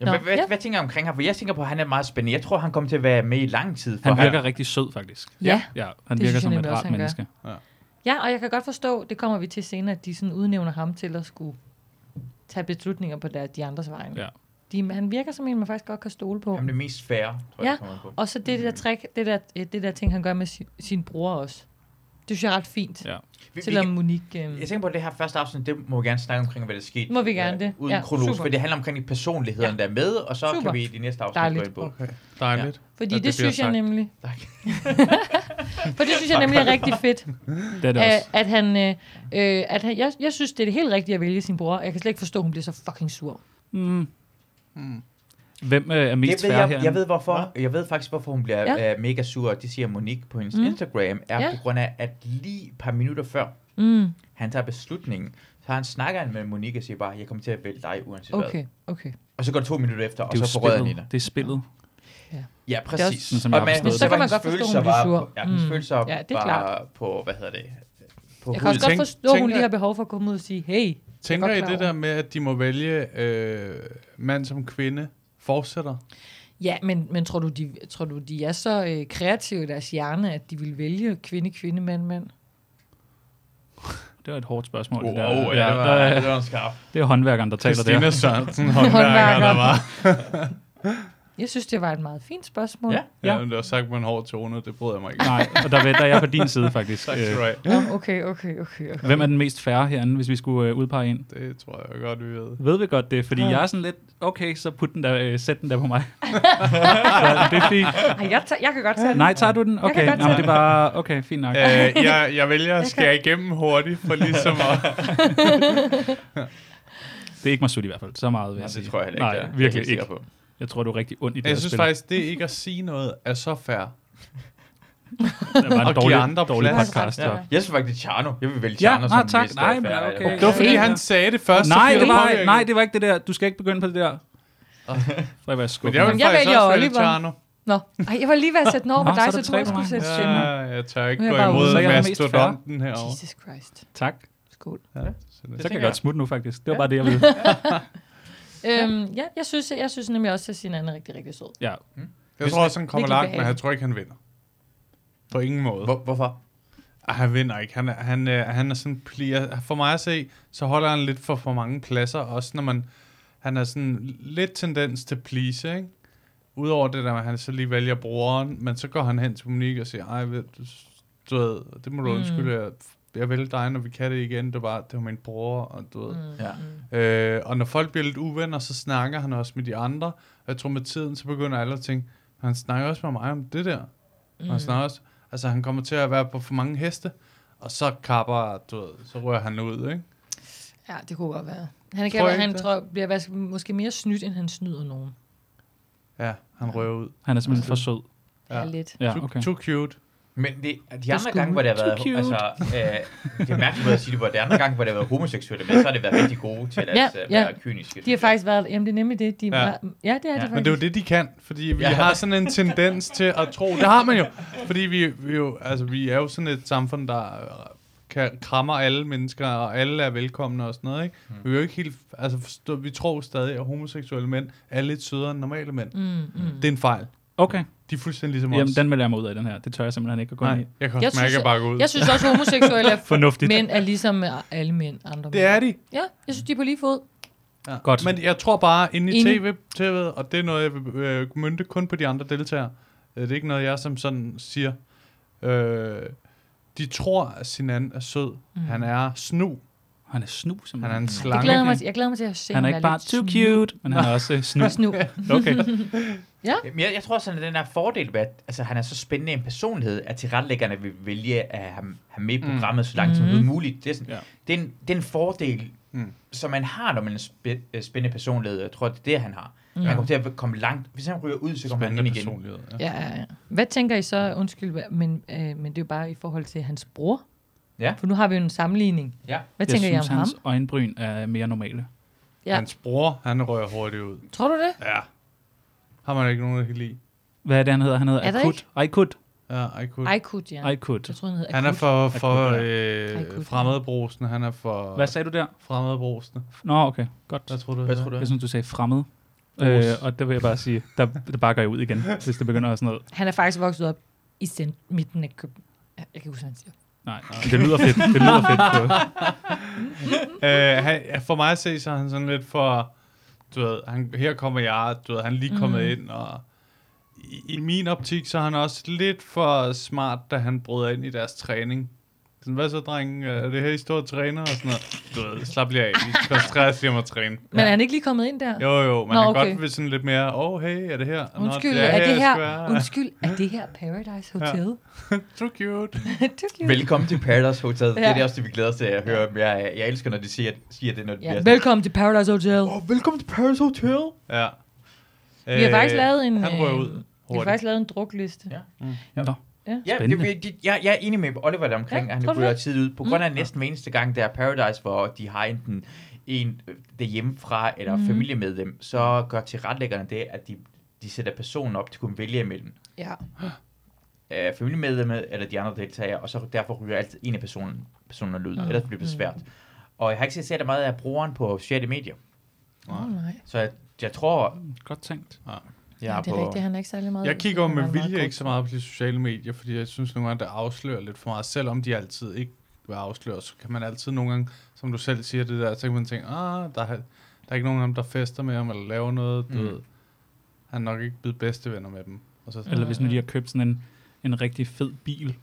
[SPEAKER 2] Jamen,
[SPEAKER 4] Nå,
[SPEAKER 2] hvad, hvad,
[SPEAKER 4] ja.
[SPEAKER 2] hvad tænker jeg omkring ham? For jeg tænker på, at han er meget spændende. Jeg tror, han kommer til at være med i lang tid. For
[SPEAKER 3] Han
[SPEAKER 2] her.
[SPEAKER 3] virker rigtig sød, faktisk.
[SPEAKER 4] Ja.
[SPEAKER 3] Ja, han
[SPEAKER 4] Det
[SPEAKER 3] virker
[SPEAKER 4] synes jeg
[SPEAKER 3] som et
[SPEAKER 4] nemlig også,
[SPEAKER 3] rart
[SPEAKER 4] han gør.
[SPEAKER 3] menneske.
[SPEAKER 4] Ja, og jeg kan godt forstå, det kommer vi til senere, at de sådan udnævner ham til at skulle tage beslutninger på der, de andres vegne.
[SPEAKER 3] Ja.
[SPEAKER 4] De, han virker som en, man faktisk godt kan stole på.
[SPEAKER 2] Jamen, det er mest færre, tror
[SPEAKER 4] Ja.
[SPEAKER 2] jeg, det kommer an på. Mm.
[SPEAKER 4] Og så det der trick, det der, øh, det der ting, han gør med sin, sin bror også. Det synes jeg er ret fint.
[SPEAKER 3] Ja.
[SPEAKER 2] Vi, vi,
[SPEAKER 4] Selvom Monique... Øh,
[SPEAKER 2] jeg tænker på, at det her første afsnit, det må vi gerne snakke omkring, hvad der skete.
[SPEAKER 4] Må vi gerne det?
[SPEAKER 2] Uden
[SPEAKER 4] Ja,
[SPEAKER 2] ja, kronologisk,
[SPEAKER 4] super.
[SPEAKER 2] for det handler omkring de personlighederne, der er med, og så
[SPEAKER 4] Super.
[SPEAKER 2] kan vi i de næste afsnit
[SPEAKER 4] Dejligt.
[SPEAKER 2] gå ind på.
[SPEAKER 5] Okay, dejligt.
[SPEAKER 4] fordi
[SPEAKER 5] Ja,
[SPEAKER 4] det,
[SPEAKER 5] det
[SPEAKER 4] det
[SPEAKER 5] bliver
[SPEAKER 4] synes jeg
[SPEAKER 5] sagt.
[SPEAKER 4] nemlig...
[SPEAKER 2] Tak.
[SPEAKER 4] For det synes jeg nemlig er rigtig fedt.
[SPEAKER 3] Det er det
[SPEAKER 4] at,
[SPEAKER 3] også.
[SPEAKER 4] at han, øh, øh, at han jeg, jeg synes, det er det helt rigtige at vælge sin bror. Jeg kan slet ikke forstå, at hun bliver så fucking sur.
[SPEAKER 3] Mm.
[SPEAKER 5] Hmm.
[SPEAKER 3] Hvem øh, er mest
[SPEAKER 2] Det ved
[SPEAKER 3] færre
[SPEAKER 2] jeg,
[SPEAKER 3] herinde?
[SPEAKER 2] jeg ved hvorfor. Jeg ved faktisk, hvorfor hun bliver
[SPEAKER 4] Ja.
[SPEAKER 2] ja. øh, mega sur. Det siger Monique på hendes
[SPEAKER 4] Mm.
[SPEAKER 2] mm. Instagram, er
[SPEAKER 4] Ja.
[SPEAKER 2] ja. på grund af, at lige et par minutter før,
[SPEAKER 4] Mm,
[SPEAKER 2] han tager beslutningen, så han snakker han med Monique og siger bare, jeg kommer til at vælge dig uanset okay. hvad.
[SPEAKER 4] okay, okay.
[SPEAKER 2] Og så går det to minutter efter, og
[SPEAKER 3] det er
[SPEAKER 2] så
[SPEAKER 3] jo
[SPEAKER 2] forrører han hende.
[SPEAKER 3] spillet. Det er spillet.
[SPEAKER 2] Ja,
[SPEAKER 4] Det er
[SPEAKER 2] præcis.
[SPEAKER 4] også-
[SPEAKER 3] Sådan, som jeg har
[SPEAKER 2] men-
[SPEAKER 3] forstået det.
[SPEAKER 2] men så
[SPEAKER 4] Så kan
[SPEAKER 2] var
[SPEAKER 4] man
[SPEAKER 2] hendes
[SPEAKER 4] godt forstå,
[SPEAKER 2] følelser
[SPEAKER 4] hun blev
[SPEAKER 2] var
[SPEAKER 4] sur.
[SPEAKER 2] På, ja, hendes
[SPEAKER 4] Mm.
[SPEAKER 2] følelser
[SPEAKER 4] Ja, det er
[SPEAKER 2] var
[SPEAKER 4] klart.
[SPEAKER 2] på, hvad hedder det, på
[SPEAKER 4] Jeg kan
[SPEAKER 2] huden.
[SPEAKER 4] også godt
[SPEAKER 5] Tænk-
[SPEAKER 4] forstå, at hun
[SPEAKER 5] tænker-
[SPEAKER 4] lige har behov for at komme ud og sige, hey,
[SPEAKER 5] Tænker
[SPEAKER 4] godt
[SPEAKER 5] I
[SPEAKER 4] klar
[SPEAKER 5] det
[SPEAKER 4] over.
[SPEAKER 5] der med, at de må vælge øh, mand som kvinde fortsætter?
[SPEAKER 4] Ja, men, men tror, du, de, tror du, de er så øh, kreative i deres hjerne, at de vil vælge kvinde, kvinde, mand, mand?
[SPEAKER 3] Det var et hårdt spørgsmål.
[SPEAKER 2] Wow,
[SPEAKER 3] det, der.
[SPEAKER 2] ja, det var,
[SPEAKER 3] der-
[SPEAKER 2] det var en skarp.
[SPEAKER 3] det er håndværkeren, der taler der.
[SPEAKER 5] Christina Sørensen, håndværker,
[SPEAKER 4] Håndværker.
[SPEAKER 5] der var.
[SPEAKER 4] Jeg synes, det var et meget fint spørgsmål.
[SPEAKER 2] Ja.
[SPEAKER 5] Ja, men det var sagt med en hård tone, det bryder jeg mig ikke.
[SPEAKER 3] Nej, og der, ved- der er jeg på din side, faktisk.
[SPEAKER 5] Tak
[SPEAKER 3] Øh,
[SPEAKER 5] skal du have.
[SPEAKER 4] Nå, okay, okay, okay. okay.
[SPEAKER 3] Hvem er den mest færre herinde, hvis vi skulle øh, udpege en?
[SPEAKER 5] Det tror jeg godt, vi ved.
[SPEAKER 3] Ved vi godt det, fordi
[SPEAKER 4] Ja.
[SPEAKER 3] jeg er sådan lidt, okay, så put den der, øh, sæt den der på mig. ja, det er fint.
[SPEAKER 4] Ej, jeg, tager, jeg kan godt tage den.
[SPEAKER 3] Nej, tager du den?
[SPEAKER 4] kan
[SPEAKER 3] Okay,
[SPEAKER 4] godt
[SPEAKER 3] Nå,
[SPEAKER 4] tage
[SPEAKER 3] men det er bare, okay, fint nok.
[SPEAKER 5] Øh, jeg, jeg vælger at skære igennem hurtigt, for ligesom at...
[SPEAKER 3] Det er ikke Masud i hvert fald, så meget vil jeg
[SPEAKER 2] Det
[SPEAKER 3] sige.
[SPEAKER 2] tror jeg heller
[SPEAKER 3] Nej,
[SPEAKER 2] ikke. det er. Det er
[SPEAKER 3] virkelig
[SPEAKER 2] helt sikker
[SPEAKER 3] ikke.
[SPEAKER 2] På.
[SPEAKER 3] Jeg tror, du er rigtig ond i det her
[SPEAKER 5] Jeg synes
[SPEAKER 3] spil.
[SPEAKER 5] faktisk, det ikke at sige noget er så fair.
[SPEAKER 3] det var
[SPEAKER 5] at
[SPEAKER 3] en
[SPEAKER 5] give
[SPEAKER 3] dårlig,
[SPEAKER 5] andre
[SPEAKER 3] dårlig
[SPEAKER 5] plads.
[SPEAKER 3] podcast.
[SPEAKER 4] Ja.
[SPEAKER 3] Ja.
[SPEAKER 2] Jeg synes faktisk, det er Tjerno. Jeg vil vælge
[SPEAKER 3] Ja,
[SPEAKER 2] Tjerno
[SPEAKER 3] nej,
[SPEAKER 2] som
[SPEAKER 3] tak.
[SPEAKER 2] mest
[SPEAKER 3] Nej,
[SPEAKER 2] øh,
[SPEAKER 3] men
[SPEAKER 2] færre.
[SPEAKER 3] okay.
[SPEAKER 5] Det var fordi,
[SPEAKER 3] Ja, ja.
[SPEAKER 5] han sagde det først. så
[SPEAKER 3] Nej,
[SPEAKER 5] blev
[SPEAKER 3] det
[SPEAKER 5] jeg
[SPEAKER 3] var,
[SPEAKER 5] påvirket.
[SPEAKER 3] nej, det var ikke det der. Du skal ikke begynde på det der. Frederik, hvor jeg
[SPEAKER 5] Men
[SPEAKER 3] skuffet.
[SPEAKER 5] jeg
[SPEAKER 3] Jeg
[SPEAKER 5] vil
[SPEAKER 4] Jeg
[SPEAKER 5] faktisk
[SPEAKER 4] vælger
[SPEAKER 5] også vælge
[SPEAKER 4] Oliver.
[SPEAKER 5] Tjerno.
[SPEAKER 4] Nå, Ej, jeg var lige ved at sætte den over
[SPEAKER 3] Nå,
[SPEAKER 4] på dig,
[SPEAKER 3] så er
[SPEAKER 4] så,
[SPEAKER 3] der
[SPEAKER 4] du
[SPEAKER 3] tre
[SPEAKER 4] også
[SPEAKER 3] på
[SPEAKER 4] skulle
[SPEAKER 3] mig.
[SPEAKER 4] sætte stemmen.
[SPEAKER 5] Ja, jeg tør ikke
[SPEAKER 4] Nu er
[SPEAKER 5] gå
[SPEAKER 4] jeg bare ude.
[SPEAKER 5] imod
[SPEAKER 4] Så
[SPEAKER 3] jeg er den mest
[SPEAKER 5] mastodonten herovre.
[SPEAKER 4] Jesus Christ.
[SPEAKER 3] Tak.
[SPEAKER 4] Skål.
[SPEAKER 3] Så kan
[SPEAKER 2] tænker
[SPEAKER 3] jeg
[SPEAKER 2] jeg.
[SPEAKER 3] godt smutte nu, faktisk. Det var
[SPEAKER 4] Ja.
[SPEAKER 3] bare det, jeg ville.
[SPEAKER 4] Øhm, ja, jeg synes, jeg synes nemlig også, at Sinan er rigtig, rigtig sød.
[SPEAKER 3] Ja.
[SPEAKER 2] Mm.
[SPEAKER 5] Mm. Jeg tror også, han kommer
[SPEAKER 4] Virkelig
[SPEAKER 5] langt, men jeg
[SPEAKER 4] behageligt.
[SPEAKER 5] tror ikke, han vinder. På ingen måde.
[SPEAKER 2] Hvor, hvorfor?
[SPEAKER 5] Ej, han vinder ikke. Han, er- han, øh, han er sådan, plier. for mig at se, så holder han lidt for for mange pladser, også når man, han har sådan lidt tendens til please, ikke? Udover det der, at han så lige vælger brugeren, men så går han hen til Monique og siger, ej, ved du, du ved, det må du
[SPEAKER 4] Mm.
[SPEAKER 5] undskylde, jeg, jeg vælger dig, når vi kan det igen, det var, bare, det var min bror, og du ved.
[SPEAKER 4] Mm.
[SPEAKER 2] Ja.
[SPEAKER 5] Øh, og når folk bliver lidt uvenner, så snakker han også med de andre. Og jeg tror med tiden, så begynder alle at tænke, han snakker også med mig om det der. Mm. Han snakker også, altså han kommer til at være på for mange heste. Og så kapper, du ved, så rører han ud, ikke?
[SPEAKER 4] Ja, det kunne godt være. Han,
[SPEAKER 5] Tror
[SPEAKER 4] kan, tror
[SPEAKER 5] I ikke
[SPEAKER 4] han
[SPEAKER 5] det?
[SPEAKER 4] tror, bliver vas- måske mere snydt, end han snyder nogen.
[SPEAKER 5] Ja, han rører ud.
[SPEAKER 3] Han er simpelthen for sød.
[SPEAKER 4] Ja.
[SPEAKER 5] Ja.
[SPEAKER 4] ja lidt.
[SPEAKER 3] Ja,
[SPEAKER 5] Too,
[SPEAKER 3] okay.
[SPEAKER 5] too cute.
[SPEAKER 2] Men det, de andre
[SPEAKER 4] skulle
[SPEAKER 2] gange, hvor det har
[SPEAKER 3] too
[SPEAKER 2] været...
[SPEAKER 3] cute.
[SPEAKER 2] Altså, øh, det er mærkeligt måde at sige det, hvor de andre gange, hvor det har været homoseksuelle med, så har det været rigtig gode til at
[SPEAKER 4] Ja,
[SPEAKER 2] øh,
[SPEAKER 4] ja.
[SPEAKER 2] være kyniske.
[SPEAKER 4] De har faktisk været... Jamen, det er nemlig det. De er
[SPEAKER 5] Ja.
[SPEAKER 4] ja. Meget, ja, det er
[SPEAKER 2] Ja.
[SPEAKER 4] det faktisk.
[SPEAKER 5] Men det er jo det, de kan, fordi vi
[SPEAKER 2] Ja.
[SPEAKER 5] ja. har sådan en tendens til at tro, det har man jo, fordi vi, vi, jo, altså, vi er jo sådan et samfund, der øh, kan, krammer alle mennesker, og alle er velkomne og sådan noget, ikke? Mm. Vi er jo ikke helt, altså forstå, vi tror stadig, at homoseksuelle mænd er lidt sødere end normale mænd. Mm.
[SPEAKER 4] Mm, mm.
[SPEAKER 5] Det er en fejl.
[SPEAKER 3] Okay.
[SPEAKER 5] De er fuldstændig ligesom
[SPEAKER 3] Jamen,
[SPEAKER 5] os.
[SPEAKER 3] den melder jeg mig ud af, den her. Det tør jeg simpelthen ikke at gå ind
[SPEAKER 5] Nej,
[SPEAKER 3] i.
[SPEAKER 5] jeg kan også jeg mærke,
[SPEAKER 4] Jeg synes-
[SPEAKER 5] at jeg bare går ud.
[SPEAKER 4] Jeg synes også, homoseksuelle er
[SPEAKER 3] Fornuftigt.
[SPEAKER 4] mænd er ligesom alle mænd, andre
[SPEAKER 5] det
[SPEAKER 4] mænd.
[SPEAKER 5] er de.
[SPEAKER 4] Ja, jeg synes, de er på lige fod.
[SPEAKER 5] Ja.
[SPEAKER 3] Godt.
[SPEAKER 5] Men jeg tror bare, inde i
[SPEAKER 4] Enig.
[SPEAKER 5] TV, TV'et, og det er noget, jeg vil øh, mynte kun på de andre deltagere. Øh, Det er ikke noget, jeg som sådan siger. Øh, de tror, at Sinan er sød. Mm. Han er snu.
[SPEAKER 3] Han er snu, simpelthen.
[SPEAKER 5] Han er en slange.
[SPEAKER 4] Jeg glæder, mig, til- jeg glæder mig til at se,
[SPEAKER 3] han er
[SPEAKER 4] om
[SPEAKER 3] ikke
[SPEAKER 4] jeg
[SPEAKER 3] bare too
[SPEAKER 4] lidt
[SPEAKER 3] cute, men han er også øh, snu.
[SPEAKER 4] snu.
[SPEAKER 3] Okay.
[SPEAKER 4] Ja.
[SPEAKER 2] Men jeg, jeg tror sådan, at den her fordel ved, at altså, han er så spændende en personlighed, at tilrettelæggerne vil vælge at have have med i programmet så langt som
[SPEAKER 4] Mhm.
[SPEAKER 2] muligt. Det er, sådan,
[SPEAKER 5] Ja.
[SPEAKER 2] det, er en, det er en fordel,
[SPEAKER 5] Mm.
[SPEAKER 2] som man har, når man er en spæ- øh, spændende personlighed. Jeg tror, det er det, han har. Mm. Han kommer til at komme langt. Hvis han ryger ud, så kommer han ind
[SPEAKER 5] Spændende
[SPEAKER 2] igen. Person.
[SPEAKER 5] personlighed. Ja.
[SPEAKER 4] Ja, ja, ja. Hvad tænker I så, undskyld, hva- men, øh, men det er jo bare i forhold til hans bror.
[SPEAKER 2] Ja.
[SPEAKER 4] For nu har vi jo en sammenligning.
[SPEAKER 2] Ja.
[SPEAKER 4] Hvad
[SPEAKER 3] jeg
[SPEAKER 4] tænker
[SPEAKER 3] synes,
[SPEAKER 4] I om ham?
[SPEAKER 3] hans øjenbryn er mere normale.
[SPEAKER 4] Ja.
[SPEAKER 5] Hans bror, han rører hurtigt ud.
[SPEAKER 4] Tror du det?
[SPEAKER 5] Ja. Har man ikke nogen, der kan lide?
[SPEAKER 3] Hvad er det, han hedder? Han hedder
[SPEAKER 4] Er der
[SPEAKER 3] Akut. Akut.
[SPEAKER 5] Ja, I could.
[SPEAKER 4] Aykut, ja.
[SPEAKER 3] Akut.
[SPEAKER 4] Jeg tror, han hedder
[SPEAKER 5] Han er
[SPEAKER 4] Aykut.
[SPEAKER 5] for, for
[SPEAKER 3] Akut,
[SPEAKER 5] øh,
[SPEAKER 4] Akut.
[SPEAKER 5] fremmedbrusende. Han er for
[SPEAKER 3] Hvad sagde du der?
[SPEAKER 5] fremmedbrusende.
[SPEAKER 3] Nå, okay. Godt.
[SPEAKER 5] Hvad tror du?
[SPEAKER 2] Hvad tror du?
[SPEAKER 3] Jeg synes, du sagde fremmed.
[SPEAKER 5] Rus.
[SPEAKER 3] Øh, og der vil jeg bare sige, der, der bakker jeg ud igen, hvis det begynder at sådan noget.
[SPEAKER 4] Han er faktisk vokset op i cent- midten af København. Jeg kan ikke huske, hvad han siger.
[SPEAKER 3] Nej, men det lyder fedt. Det lyder fedt. På.
[SPEAKER 5] Øh, han, ja, for mig at se, så er han sådan lidt for, du ved, han, her kommer jeg, du ved, han er lige kommet mm. ind, og i, i min optik, så er han også lidt for smart, da han bryder ind i deres træning. Sådan, hvad så, drenge? Er det her, I står og træner? Og sådan noget. Du ved, slap lige af. I koncentrerer jer lige om at træne.
[SPEAKER 4] Men er han ikke lige kommet ind der?
[SPEAKER 5] Jo, jo, men Nå,
[SPEAKER 4] Nå,
[SPEAKER 5] han
[SPEAKER 4] okay.
[SPEAKER 5] okay. godt vil sådan lidt mere, åh, oh, hey, er det her? Nå,
[SPEAKER 4] Undskyld,
[SPEAKER 5] er,
[SPEAKER 4] er, det
[SPEAKER 5] jeg
[SPEAKER 4] her,
[SPEAKER 5] skal være."
[SPEAKER 4] undskyld, er det her Paradise Hotel?
[SPEAKER 5] So cute.
[SPEAKER 4] det er cute.
[SPEAKER 2] Velkommen til Paradise Hotel. ja. Det er
[SPEAKER 4] Ja.
[SPEAKER 2] det også, det vi glæder os til at høre. om. Jeg, jeg elsker, når de siger, siger det, når de
[SPEAKER 4] Ja.
[SPEAKER 2] bliver sådan-
[SPEAKER 4] Velkommen til Paradise Hotel.
[SPEAKER 2] Åh, velkommen til Paradise Hotel.
[SPEAKER 5] Ja.
[SPEAKER 4] Vi har faktisk lavet en...
[SPEAKER 5] Han rører
[SPEAKER 4] øh,
[SPEAKER 5] ud
[SPEAKER 4] Vi har
[SPEAKER 5] hurtigt.
[SPEAKER 4] faktisk lavet en drukliste.
[SPEAKER 2] Mm. Ja.
[SPEAKER 3] Nå,
[SPEAKER 2] Ja, det,
[SPEAKER 3] Spændende.
[SPEAKER 2] det, jeg, jeg er enig med Oliver der omkring,
[SPEAKER 4] Ja,
[SPEAKER 2] ja, at
[SPEAKER 4] tror
[SPEAKER 2] han
[SPEAKER 4] du
[SPEAKER 2] ryger
[SPEAKER 4] det? Mm.
[SPEAKER 2] tid ud. På grund af næsten hver eneste gang, der er Paradise, hvor de har enten en øh, derhjemmefra eller
[SPEAKER 4] Mhm.
[SPEAKER 2] mm. familiemedlem, så gør tilretlæggerne det, at de, de sætter personen op, de kunne vælge imellem.
[SPEAKER 4] Ja.
[SPEAKER 2] Øh, familiemedlemmet eller de andre deltagere, og så derfor ryger altid en af personen, personen ud, mm. ellers bliver det svært. Og jeg har ikke set særlig meget af brugeren på sociale medier,
[SPEAKER 4] Åh, nej.
[SPEAKER 2] så jeg, jeg tror,
[SPEAKER 3] godt tænkt.
[SPEAKER 2] jeg er
[SPEAKER 4] det er
[SPEAKER 2] på...
[SPEAKER 4] rigtigt, han er ikke særlig meget...
[SPEAKER 5] Jeg kigger jo
[SPEAKER 4] han er
[SPEAKER 5] med
[SPEAKER 4] meget
[SPEAKER 5] vilje
[SPEAKER 4] god.
[SPEAKER 5] ikke så meget på de sociale medier, fordi jeg synes nogle gange, det afslører lidt for meget. Selvom de altid ikke vil afsløre, så kan man altid nogle gange, som du selv siger det der, så kan man tænke, ah, der er, der er ikke nogen af dem, der fester med ham eller laver noget. Du
[SPEAKER 2] Mm.
[SPEAKER 5] mm. ved, han er nok ikke blevet bedste venner med dem. Og så sådan,
[SPEAKER 3] Eller hvis nu de har købt sådan en, en rigtig fed bil,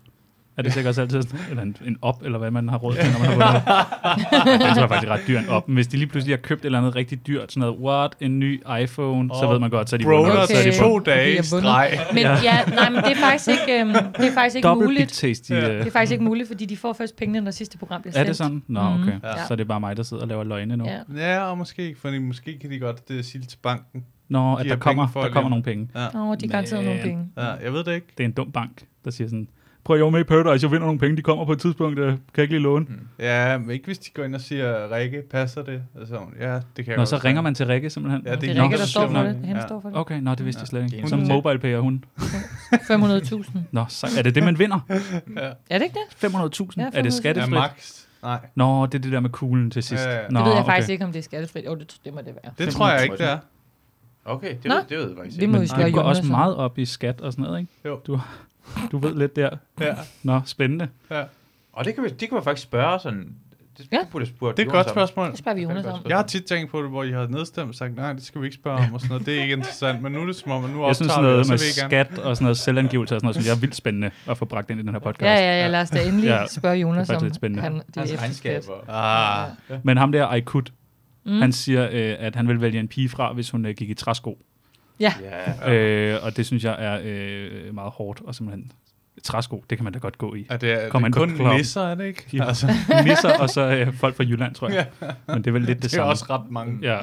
[SPEAKER 3] er det sikkert også altid sådan, eller en, en op, eller hvad man har råd til, når man har vundet. Ej, Den tror jeg faktisk er ret dyr en op. Men hvis de lige pludselig har købt et eller andet rigtig dyrt, sådan noget, what, en ny iPhone, så
[SPEAKER 5] Åh,
[SPEAKER 3] ved man godt, så er de
[SPEAKER 5] Bro,
[SPEAKER 3] vundet.
[SPEAKER 5] okay.
[SPEAKER 3] Så er de
[SPEAKER 5] til
[SPEAKER 4] Okay.
[SPEAKER 5] to
[SPEAKER 3] vundet.
[SPEAKER 5] dage
[SPEAKER 4] Vi
[SPEAKER 5] i
[SPEAKER 4] har vundet.
[SPEAKER 5] streg.
[SPEAKER 4] Men ja, nej, men det er faktisk ikke, øhm, det er faktisk ikke
[SPEAKER 3] Dobbelt big
[SPEAKER 4] muligt.
[SPEAKER 3] taste. i, øh,
[SPEAKER 4] Det er faktisk ikke muligt, fordi de får først pengene, når sidste program bliver
[SPEAKER 3] Er
[SPEAKER 4] sendt.
[SPEAKER 3] det sådan? Nå,
[SPEAKER 4] Mhm.
[SPEAKER 3] okay.
[SPEAKER 5] Ja.
[SPEAKER 3] Så er det bare mig, der sidder og laver løgne nu.
[SPEAKER 4] Ja.
[SPEAKER 5] Ja, og måske ikke, fordi måske kan de godt øh, sige det til banken.
[SPEAKER 3] Nå,
[SPEAKER 5] De
[SPEAKER 3] at
[SPEAKER 5] har
[SPEAKER 3] der
[SPEAKER 5] penge
[SPEAKER 3] kommer,
[SPEAKER 5] for
[SPEAKER 3] der
[SPEAKER 5] at
[SPEAKER 3] kommer
[SPEAKER 5] leve.
[SPEAKER 3] nogle penge.
[SPEAKER 4] Åh, oh, de er garanteret
[SPEAKER 3] Men-
[SPEAKER 4] nogle penge.
[SPEAKER 5] Ja, jeg ved det ikke.
[SPEAKER 3] Det er en dum bank, der siger sådan, prøv at jeg var med i Paradise, jeg vinder nogle penge, de kommer på et tidspunkt, øh, kan jeg ikke lige låne. Mm.
[SPEAKER 5] Ja, men ikke hvis de går ind og siger, Rikke, passer det? Altså, ja, det kan jeg
[SPEAKER 3] Nå,
[SPEAKER 5] godt
[SPEAKER 3] så
[SPEAKER 5] forstå.
[SPEAKER 3] ringer man til Rikke simpelthen.
[SPEAKER 5] Ja, det er
[SPEAKER 4] Det er Rikke,
[SPEAKER 5] Nå,
[SPEAKER 4] der
[SPEAKER 5] så
[SPEAKER 4] står
[SPEAKER 5] siger
[SPEAKER 4] for
[SPEAKER 5] man-
[SPEAKER 4] det. Han
[SPEAKER 5] ja.
[SPEAKER 4] står for det.
[SPEAKER 3] Okay, nå, det vidste jeg slet
[SPEAKER 2] Det er
[SPEAKER 3] ikke.
[SPEAKER 2] en
[SPEAKER 3] Så
[SPEAKER 5] sådan-
[SPEAKER 3] mobile payer hun.
[SPEAKER 4] 500.000.
[SPEAKER 3] Nå, så er det det, man vinder? 500.000?
[SPEAKER 4] Er det ikke det? Ja,
[SPEAKER 3] er det
[SPEAKER 4] 500.000.
[SPEAKER 5] Ja,
[SPEAKER 3] skattefrit?
[SPEAKER 5] max. Nej,
[SPEAKER 3] Nå, det er det der med kuglen til sidst.
[SPEAKER 5] Ja, ja, ja.
[SPEAKER 3] Nå,
[SPEAKER 4] det ved jeg
[SPEAKER 3] okay.
[SPEAKER 4] faktisk ikke, om det er skattefrit. Jo, det, det må det være.
[SPEAKER 5] det tror jeg ikke, det er.
[SPEAKER 2] Okay, det,
[SPEAKER 4] Nå.
[SPEAKER 2] ved, det ved jeg faktisk
[SPEAKER 4] Det
[SPEAKER 2] ikke.
[SPEAKER 4] må
[SPEAKER 3] Men
[SPEAKER 4] vi spørge
[SPEAKER 3] det går
[SPEAKER 4] Jonas
[SPEAKER 3] også
[SPEAKER 4] om.
[SPEAKER 3] meget op i skat og sådan noget, ikke?
[SPEAKER 5] Jo.
[SPEAKER 3] Du, du ved lidt der.
[SPEAKER 5] Ja.
[SPEAKER 3] Nå, spændende.
[SPEAKER 2] Og det kan, vi, det kan man faktisk spørge sådan... Det,
[SPEAKER 4] Ja.
[SPEAKER 2] det burde jeg spurgt
[SPEAKER 5] Det er et
[SPEAKER 2] Jonas
[SPEAKER 5] godt
[SPEAKER 2] om.
[SPEAKER 5] spørgsmål.
[SPEAKER 4] Det spørger vi Jonas om.
[SPEAKER 2] spørgsmål.
[SPEAKER 5] Jeg har tit tænkt på det, hvor I har nedstemt og sagt, nej, det skal vi ikke spørge om og sådan noget. Det er ikke interessant, men nu er det som om, at nu optager
[SPEAKER 3] Jeg synes sådan
[SPEAKER 5] vi, og
[SPEAKER 3] noget
[SPEAKER 5] så
[SPEAKER 3] med
[SPEAKER 5] vil I gerne.
[SPEAKER 3] skat og sådan noget selvangivelse og sådan noget, synes jeg er vildt spændende at få bragt ind i den her podcast.
[SPEAKER 4] Ja, ja, ja, lad os da endelig
[SPEAKER 3] Ja.
[SPEAKER 4] spørge Jonas
[SPEAKER 3] Det er
[SPEAKER 4] om.
[SPEAKER 3] faktisk lidt spændende.
[SPEAKER 4] Han, det
[SPEAKER 2] Hans
[SPEAKER 4] er regnskab.
[SPEAKER 2] Altså, regnskaber.
[SPEAKER 5] Ah,
[SPEAKER 3] Men ham der, Aykut,
[SPEAKER 4] Mm.
[SPEAKER 3] mm. han siger, øh, at han vil vælge en pige fra, hvis hun øh, gik i træsko.
[SPEAKER 2] Ja,
[SPEAKER 3] Øh, og det synes jeg er øh, meget hårdt, og simpelthen træsko, det kan man da godt gå i.
[SPEAKER 5] er det, er
[SPEAKER 3] Kom
[SPEAKER 5] det
[SPEAKER 3] an på
[SPEAKER 5] kun
[SPEAKER 3] klokken.
[SPEAKER 5] nisser, er det ikke?
[SPEAKER 3] Ja.
[SPEAKER 5] Altså,
[SPEAKER 3] Nisser og så øh, folk fra Jylland, tror jeg. Ja. Men det er vel lidt det,
[SPEAKER 5] det er
[SPEAKER 3] samme.
[SPEAKER 5] også ret mange.
[SPEAKER 3] Ja.
[SPEAKER 4] Ja,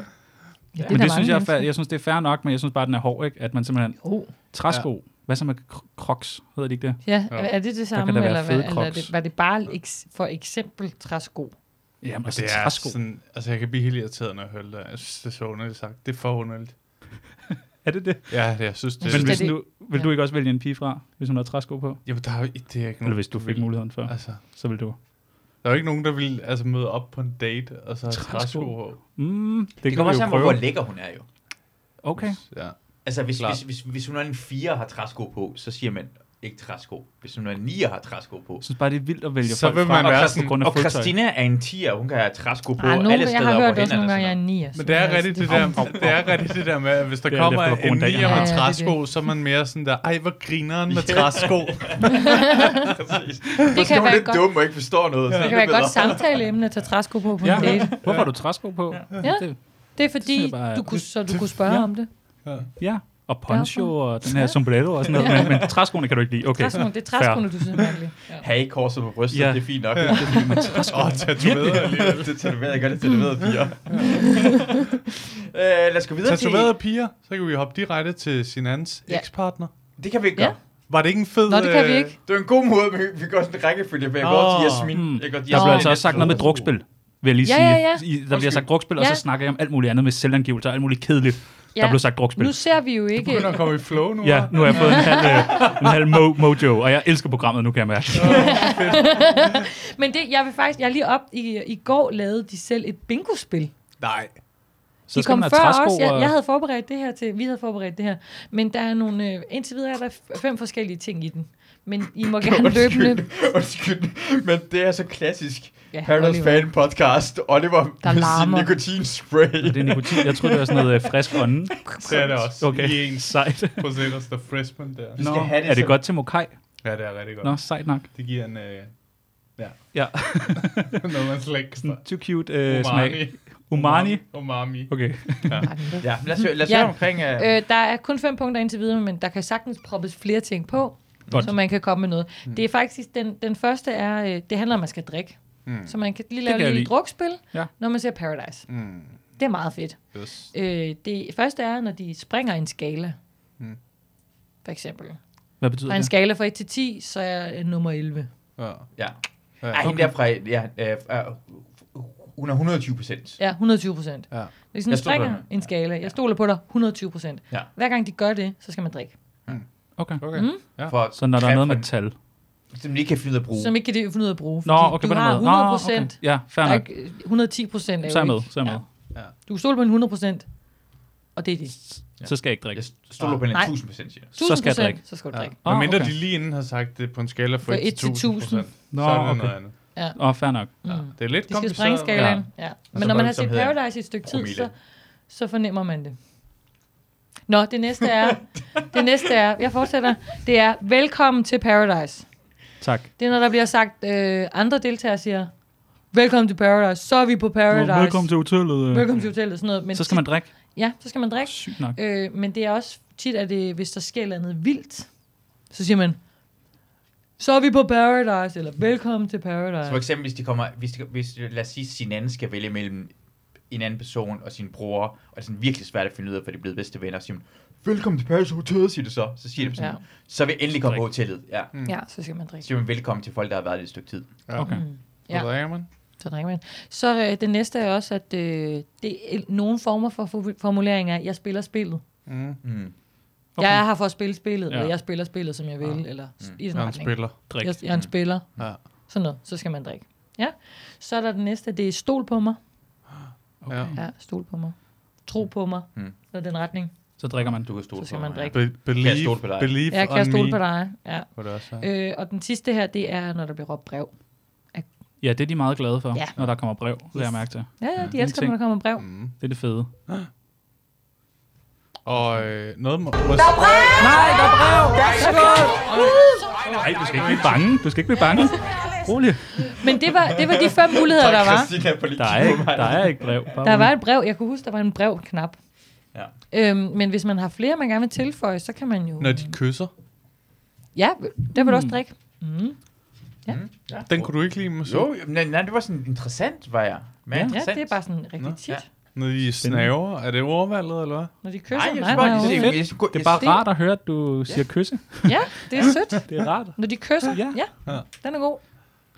[SPEAKER 3] Men
[SPEAKER 4] der
[SPEAKER 3] det synes
[SPEAKER 4] mange
[SPEAKER 3] jeg, er fair,
[SPEAKER 4] mennesker.
[SPEAKER 3] jeg synes, det er fair nok, men jeg synes bare, den er hård, ikke? At man simpelthen...
[SPEAKER 4] Oh.
[SPEAKER 3] Træsko. Hvad så med kr- crocs? Hedder det ikke det?
[SPEAKER 4] Ja, er det det samme,
[SPEAKER 3] der være
[SPEAKER 4] eller, hvad,
[SPEAKER 3] fede
[SPEAKER 4] eller er det,
[SPEAKER 3] crocs.
[SPEAKER 4] var det bare eks- for eksempel træsko?
[SPEAKER 3] Jamen, altså,
[SPEAKER 5] Det er
[SPEAKER 3] træsko.
[SPEAKER 5] sådan, altså jeg kan blive helt irriteret, når jeg hører det. der. Jeg synes, det er så underligt sagt. Det er for underligt.
[SPEAKER 3] Er det det?
[SPEAKER 5] Ja, det, jeg synes, det
[SPEAKER 4] Jeg
[SPEAKER 5] er...
[SPEAKER 3] Men hvis
[SPEAKER 4] synes, det er
[SPEAKER 3] nu, vil du ikke også vælge en pige fra, hvis hun har træsko på?
[SPEAKER 5] Jamen, der er jo det er ikke nogen,
[SPEAKER 3] Eller hvis du
[SPEAKER 5] der
[SPEAKER 3] fik
[SPEAKER 5] vil-
[SPEAKER 3] muligheden før,
[SPEAKER 5] Altså,
[SPEAKER 3] så vil du.
[SPEAKER 5] der er jo ikke nogen, der vil altså, møde op på en date, og så have
[SPEAKER 3] Træsko.
[SPEAKER 5] træsko på.
[SPEAKER 3] Mm, det,
[SPEAKER 2] Det
[SPEAKER 3] kan vi
[SPEAKER 2] kommer også
[SPEAKER 3] jo
[SPEAKER 2] an på, hvor
[SPEAKER 3] prøve.
[SPEAKER 2] lækker hun er jo.
[SPEAKER 3] Okay.
[SPEAKER 5] Ja.
[SPEAKER 2] Altså, hvis,
[SPEAKER 5] Klart.
[SPEAKER 2] hvis, hvis, hvis hun er en 4 og har træsko på, så siger man ikke træsko. Hvis hun er en 9 og har træsko på.
[SPEAKER 3] Jeg synes bare, det er vildt at vælge
[SPEAKER 5] Så
[SPEAKER 3] folk
[SPEAKER 5] vil
[SPEAKER 3] fra,
[SPEAKER 5] man være
[SPEAKER 3] på
[SPEAKER 5] sådan-
[SPEAKER 3] grund af
[SPEAKER 2] Og
[SPEAKER 3] fodtøj.
[SPEAKER 2] Christina er en 10, og hun kan have træsko på
[SPEAKER 4] Ah, nogle,
[SPEAKER 2] alle
[SPEAKER 4] jeg
[SPEAKER 2] steder,
[SPEAKER 4] har hørt
[SPEAKER 2] hvor
[SPEAKER 4] også
[SPEAKER 2] hænderne
[SPEAKER 4] nogle gange, jeg er
[SPEAKER 2] sådan.
[SPEAKER 4] en nier. så
[SPEAKER 5] Men det er,
[SPEAKER 4] altså,
[SPEAKER 5] rigtigt det,
[SPEAKER 4] er-
[SPEAKER 5] der, det er rigtigt det der med, at hvis der
[SPEAKER 3] Det er
[SPEAKER 5] kommer
[SPEAKER 3] lidt for
[SPEAKER 5] en
[SPEAKER 3] rundt af,
[SPEAKER 5] nier
[SPEAKER 3] ja.
[SPEAKER 5] med
[SPEAKER 4] Ja, ja, det er
[SPEAKER 5] træsko, så er man mere sådan der, ej, hvor grineren med træsko.
[SPEAKER 2] Præcis.
[SPEAKER 4] Det kan
[SPEAKER 2] Hun
[SPEAKER 4] være
[SPEAKER 2] er
[SPEAKER 4] et godt,
[SPEAKER 2] dum og ikke forstår noget. så
[SPEAKER 4] det kan
[SPEAKER 2] er
[SPEAKER 4] være et godt
[SPEAKER 2] bedre.
[SPEAKER 4] samtaleemne at tage træsko på på en date.
[SPEAKER 3] Ja. Hvorfor har du træsko på?
[SPEAKER 4] Ja.
[SPEAKER 3] Det,
[SPEAKER 4] Det er fordi,
[SPEAKER 3] Det synes jeg bare er-
[SPEAKER 4] du kunne, så du kunne spørge
[SPEAKER 3] ja.
[SPEAKER 4] om det.
[SPEAKER 3] ja. og poncho og den her sombrero og sådan noget, men, men træskoene kan du ikke lide. Okay,
[SPEAKER 4] Træskoene, det er træskoene, du synes er mærkeligt. Ja.
[SPEAKER 2] Hagekorset på brystet,
[SPEAKER 3] Ja.
[SPEAKER 2] det er fint nok. Det er fint, men
[SPEAKER 5] Åh, tatoveret alligevel.
[SPEAKER 2] det er tatoveret, gør det tatoveret piger. øh, lad os gå videre
[SPEAKER 5] Tatoverede piger, så kan vi hoppe direkte til sin andens
[SPEAKER 4] Ja.
[SPEAKER 5] ekspartner.
[SPEAKER 2] til... Det kan vi ikke
[SPEAKER 4] Ja.
[SPEAKER 2] gøre.
[SPEAKER 5] Var det ikke en fed...
[SPEAKER 4] Nå, det kan vi
[SPEAKER 5] øh,
[SPEAKER 4] ikke.
[SPEAKER 2] Det er en god måde, men vi gør sådan en rækkefølge, for jeg går
[SPEAKER 5] Åh.
[SPEAKER 2] over til Jasmin.
[SPEAKER 4] hmm.
[SPEAKER 3] Mm.
[SPEAKER 2] Jeg går til
[SPEAKER 3] Der blev
[SPEAKER 4] Nå.
[SPEAKER 2] Jasmin.
[SPEAKER 3] altså også sagt noget med drukspil, vil jeg lige
[SPEAKER 4] Ja,
[SPEAKER 3] sige.
[SPEAKER 4] ja, ja.
[SPEAKER 3] I, der bliver sagt drukspil, og
[SPEAKER 4] Ja.
[SPEAKER 3] så snakker jeg om alt muligt andet med selvangivelser og alt muligt kedeligt.
[SPEAKER 4] Ja.
[SPEAKER 3] Der blev sagt drukspil.
[SPEAKER 4] Nu ser vi jo ikke...
[SPEAKER 5] Begynder at komme i flow nu.
[SPEAKER 3] Ja, nu har jeg fået en halv, øh, en halv mo- mojo, og jeg elsker programmet, nu kan jeg mærke.
[SPEAKER 4] Men det, jeg vil faktisk... Jeg lige op i, i går lavede de selv et bingospil.
[SPEAKER 5] Nej.
[SPEAKER 3] Så
[SPEAKER 4] de
[SPEAKER 3] skal
[SPEAKER 4] kom
[SPEAKER 3] man have
[SPEAKER 4] før
[SPEAKER 3] træsko
[SPEAKER 4] os. Jeg,
[SPEAKER 3] og-
[SPEAKER 4] jeg havde forberedt det her til... Vi havde forberedt det her. Men der er nogle... Øh, indtil videre er der f- fem forskellige ting i den. Men I må gerne løbende...
[SPEAKER 2] Undskyld, men det er så klassisk.
[SPEAKER 4] Ja,
[SPEAKER 2] Paradise
[SPEAKER 4] Oliver.
[SPEAKER 2] Fan Podcast, Oliver med
[SPEAKER 4] Der
[SPEAKER 2] sin
[SPEAKER 4] larmer.
[SPEAKER 2] nikotinspray.
[SPEAKER 3] Det er nikotin. Jeg tror det var sådan noget øh, frisk ånden.
[SPEAKER 5] Det er det også.
[SPEAKER 3] Okay.
[SPEAKER 5] I ens
[SPEAKER 3] Sejt.
[SPEAKER 5] procent af freshman der.
[SPEAKER 3] Nå,
[SPEAKER 2] skal have det
[SPEAKER 3] er det
[SPEAKER 2] som-
[SPEAKER 3] godt til Mokai?
[SPEAKER 5] Ja, det er rigtig godt.
[SPEAKER 3] Nå, sejt nok.
[SPEAKER 5] Det giver en... Øh, ja.
[SPEAKER 3] Ja.
[SPEAKER 5] Noget, man slet ikke
[SPEAKER 3] Sådan too cute øh, smag.
[SPEAKER 5] Umami.
[SPEAKER 3] Umani?
[SPEAKER 5] Umami.
[SPEAKER 3] Okay.
[SPEAKER 2] Ja, men lad os, høre- lad os
[SPEAKER 4] Ja.
[SPEAKER 2] høre omkring... Uh...
[SPEAKER 4] Øh, der er kun fem punkter indtil videre, men der kan sagtens proppes flere ting på,
[SPEAKER 3] Godt. Mm.
[SPEAKER 4] så man kan komme med noget. Det er faktisk, den, den første er, øh, det handler om, at man skal drikke. Mm. Så man kan lige lave
[SPEAKER 3] kan jeg
[SPEAKER 4] et lille
[SPEAKER 3] lide.
[SPEAKER 4] drukspil,
[SPEAKER 3] Ja.
[SPEAKER 4] når man ser Paradise. Mm.
[SPEAKER 2] Hmm.
[SPEAKER 4] Det er meget fedt.
[SPEAKER 5] Yes.
[SPEAKER 4] Øh, det første er, når de springer en skala. Mm. For eksempel.
[SPEAKER 3] Hvad betyder
[SPEAKER 4] Og en
[SPEAKER 3] det?
[SPEAKER 4] skala fra 1 til 10, så er jeg øh, nummer 11.
[SPEAKER 5] Ja.
[SPEAKER 2] Ja. Ej, hende der fra... Ja, øh, øh, hun er 120 procent.
[SPEAKER 4] Ja, 120 procent.
[SPEAKER 5] Ja.
[SPEAKER 4] Det er
[SPEAKER 2] Jeg
[SPEAKER 4] sådan, jeg
[SPEAKER 2] stoler på
[SPEAKER 4] springer
[SPEAKER 2] dig.
[SPEAKER 4] en skala. Jeg stoler på dig 120 procent.
[SPEAKER 2] Ja. Mm.
[SPEAKER 4] Hver gang de gør det, så skal man drikke. Mm?
[SPEAKER 3] Okay.
[SPEAKER 5] Okay.
[SPEAKER 2] For
[SPEAKER 3] Så når der er noget med tal.
[SPEAKER 2] Som de ikke kan finde ud af at bruge.
[SPEAKER 4] Som ikke kan det finde ud af at bruge.
[SPEAKER 3] Nå,
[SPEAKER 4] fordi
[SPEAKER 3] okay, på
[SPEAKER 4] du
[SPEAKER 3] den
[SPEAKER 4] har
[SPEAKER 3] måde.
[SPEAKER 4] 100
[SPEAKER 3] Nå,
[SPEAKER 4] procent.
[SPEAKER 3] Okay. Ja, fair
[SPEAKER 4] Der er
[SPEAKER 3] nok.
[SPEAKER 4] ikke, øh, 110 procent er
[SPEAKER 3] Så er jeg
[SPEAKER 4] jo
[SPEAKER 3] med,
[SPEAKER 4] ikke-
[SPEAKER 3] så er jeg med.
[SPEAKER 4] Du kan stole på en 100 procent, og det er det.
[SPEAKER 3] Så skal jeg ikke drikke.
[SPEAKER 2] Jeg stoler på hende
[SPEAKER 4] Nej.
[SPEAKER 2] 1000 procent, siger jeg.
[SPEAKER 4] 1000
[SPEAKER 3] skal jeg drikke.
[SPEAKER 4] Så skal du
[SPEAKER 5] Ja.
[SPEAKER 4] drikke.
[SPEAKER 3] Ah,
[SPEAKER 5] Ah, mindre
[SPEAKER 3] okay.
[SPEAKER 5] de lige inden har sagt det på en skala fra
[SPEAKER 4] Fra
[SPEAKER 5] 1 til 1000 procent,
[SPEAKER 3] Nå,
[SPEAKER 5] så er det
[SPEAKER 3] okay.
[SPEAKER 5] noget andet.
[SPEAKER 3] Åh, oh, fair nok.
[SPEAKER 5] Det er lidt
[SPEAKER 4] Mm. De skal
[SPEAKER 5] kompliceret. Altså
[SPEAKER 4] springe skalaen. Ja.
[SPEAKER 3] Altså,
[SPEAKER 4] Men når
[SPEAKER 2] var
[SPEAKER 4] man
[SPEAKER 2] det,
[SPEAKER 4] har
[SPEAKER 2] som
[SPEAKER 4] set
[SPEAKER 2] hedder
[SPEAKER 4] Paradise i et stykke tid,
[SPEAKER 2] promille.
[SPEAKER 4] så, så fornemmer man det. Nå, det næste er, det næste er, jeg fortsætter, det er, velkommen til Paradise.
[SPEAKER 3] Tak.
[SPEAKER 4] Det er, når der bliver sagt, øh, andre deltagere siger, velkommen til Paradise, så er vi på Paradise.
[SPEAKER 3] Velkommen til hotellet. øh.
[SPEAKER 4] Velkommen til hotellet, sådan noget. Men
[SPEAKER 3] Så skal man drikke.
[SPEAKER 4] tit- Ja, så skal man drikke.
[SPEAKER 3] Sygt nok.
[SPEAKER 4] Øh, men det er også tit, at det, hvis der sker noget vildt, så siger man, så er vi på Paradise, eller velkommen til
[SPEAKER 2] Så for
[SPEAKER 4] Paradise.
[SPEAKER 2] eksempel, hvis de kommer, hvis, de, hvis lad os sige, sin anden skal vælge mellem en anden person og sin bror, og det er sådan virkelig svært at finde ud af, for de er blevet bedste venner, så siger man, velkommen til Paris Hotel, siger det så. Så siger de sådan,
[SPEAKER 4] Ja.
[SPEAKER 2] ja. så er vi endelig kommet på hotellet. Ja.
[SPEAKER 4] Ja, så skal man
[SPEAKER 2] Så
[SPEAKER 4] drikke.
[SPEAKER 2] siger man velkommen til folk, der har været der i et stykke tid.
[SPEAKER 3] Okay.
[SPEAKER 5] Mm. Ja. Mm. Så drikker man.
[SPEAKER 4] Så drikker man. Så øh, det næste er også, at øh, det er nogle former for fu- formuleringer, jeg spiller spillet.
[SPEAKER 2] Mm.
[SPEAKER 4] Okay. Jeg er her for at spille spillet,
[SPEAKER 3] Ja.
[SPEAKER 4] ja. eller jeg spiller spillet, som jeg vil,
[SPEAKER 5] Ah.
[SPEAKER 4] ja. eller mm. i den
[SPEAKER 5] Når han
[SPEAKER 4] retning.
[SPEAKER 5] spiller. Mm.
[SPEAKER 3] Drik.
[SPEAKER 4] Jeg, jeg er en spiller.
[SPEAKER 5] Ja.
[SPEAKER 4] Sådan noget. Så skal man drikke. Ja. Så er der den næste, det er stol på mig.
[SPEAKER 5] Ja.
[SPEAKER 4] Ja, stol på mig. Tro på mig.
[SPEAKER 2] Mm.
[SPEAKER 4] Mm. Noget i den retning.
[SPEAKER 3] Så drikker man.
[SPEAKER 2] Du kan stole
[SPEAKER 4] Så skal
[SPEAKER 2] på
[SPEAKER 4] man
[SPEAKER 2] mig.
[SPEAKER 4] drikke.
[SPEAKER 5] Be-
[SPEAKER 2] Kan jeg
[SPEAKER 5] believe,
[SPEAKER 2] stole på dig?
[SPEAKER 5] believe
[SPEAKER 4] Jeg
[SPEAKER 5] on
[SPEAKER 4] kan stole
[SPEAKER 5] me.
[SPEAKER 4] på dig. Ja.
[SPEAKER 5] Var det også, ja.
[SPEAKER 4] Øh, og den sidste her, det er, når der bliver råbt brev.
[SPEAKER 3] Ja, det er de meget glade for,
[SPEAKER 4] Ja.
[SPEAKER 3] når der kommer brev, lader jeg mærke til.
[SPEAKER 4] Ja, ja, de
[SPEAKER 3] en
[SPEAKER 4] elsker,
[SPEAKER 3] ting.
[SPEAKER 4] når der kommer brev.
[SPEAKER 2] Mm.
[SPEAKER 3] Det er det fede.
[SPEAKER 5] Og øh, noget må... Der er
[SPEAKER 3] Nej, du skal ikke blive bange. Du skal ikke blive bange. Rolig.
[SPEAKER 4] Men det var, det var de fem muligheder, der var.
[SPEAKER 2] Christina på lige
[SPEAKER 3] Der er ikke,
[SPEAKER 2] kigge på mig.
[SPEAKER 3] der er ikke brev. Bare
[SPEAKER 4] Der var
[SPEAKER 3] rolig.
[SPEAKER 4] et brev. Jeg kunne huske, der var en brevknap.
[SPEAKER 2] Ja.
[SPEAKER 4] Øhm, men hvis man har flere, man gerne vil tilføje, så kan man jo...
[SPEAKER 5] Når de kysser.
[SPEAKER 4] Ja, det vil
[SPEAKER 2] Mm.
[SPEAKER 4] du også drikke. Mm.
[SPEAKER 5] Den kunne du ikke lide, måske?
[SPEAKER 2] Jo, jo, men nej, det var sådan interessant, var jeg. Men
[SPEAKER 4] Ja,
[SPEAKER 2] interessant.
[SPEAKER 4] det er bare sådan rigtig tit.
[SPEAKER 2] ja.
[SPEAKER 5] Når de snaver. Er det ordvalget, eller hvad?
[SPEAKER 4] Når de
[SPEAKER 2] Nej,
[SPEAKER 4] kysser.
[SPEAKER 2] jeg
[SPEAKER 4] Nej,
[SPEAKER 2] synes bare,
[SPEAKER 4] nej,
[SPEAKER 2] det,
[SPEAKER 4] nej,
[SPEAKER 2] det,
[SPEAKER 4] nej.
[SPEAKER 2] det, det,
[SPEAKER 3] Det er bare
[SPEAKER 4] Det-
[SPEAKER 3] rart at høre, at du siger kysse.
[SPEAKER 4] Ja, det er sødt.
[SPEAKER 3] Det er rart.
[SPEAKER 4] Når de kysser.
[SPEAKER 3] Ja.
[SPEAKER 4] Ja, den er god.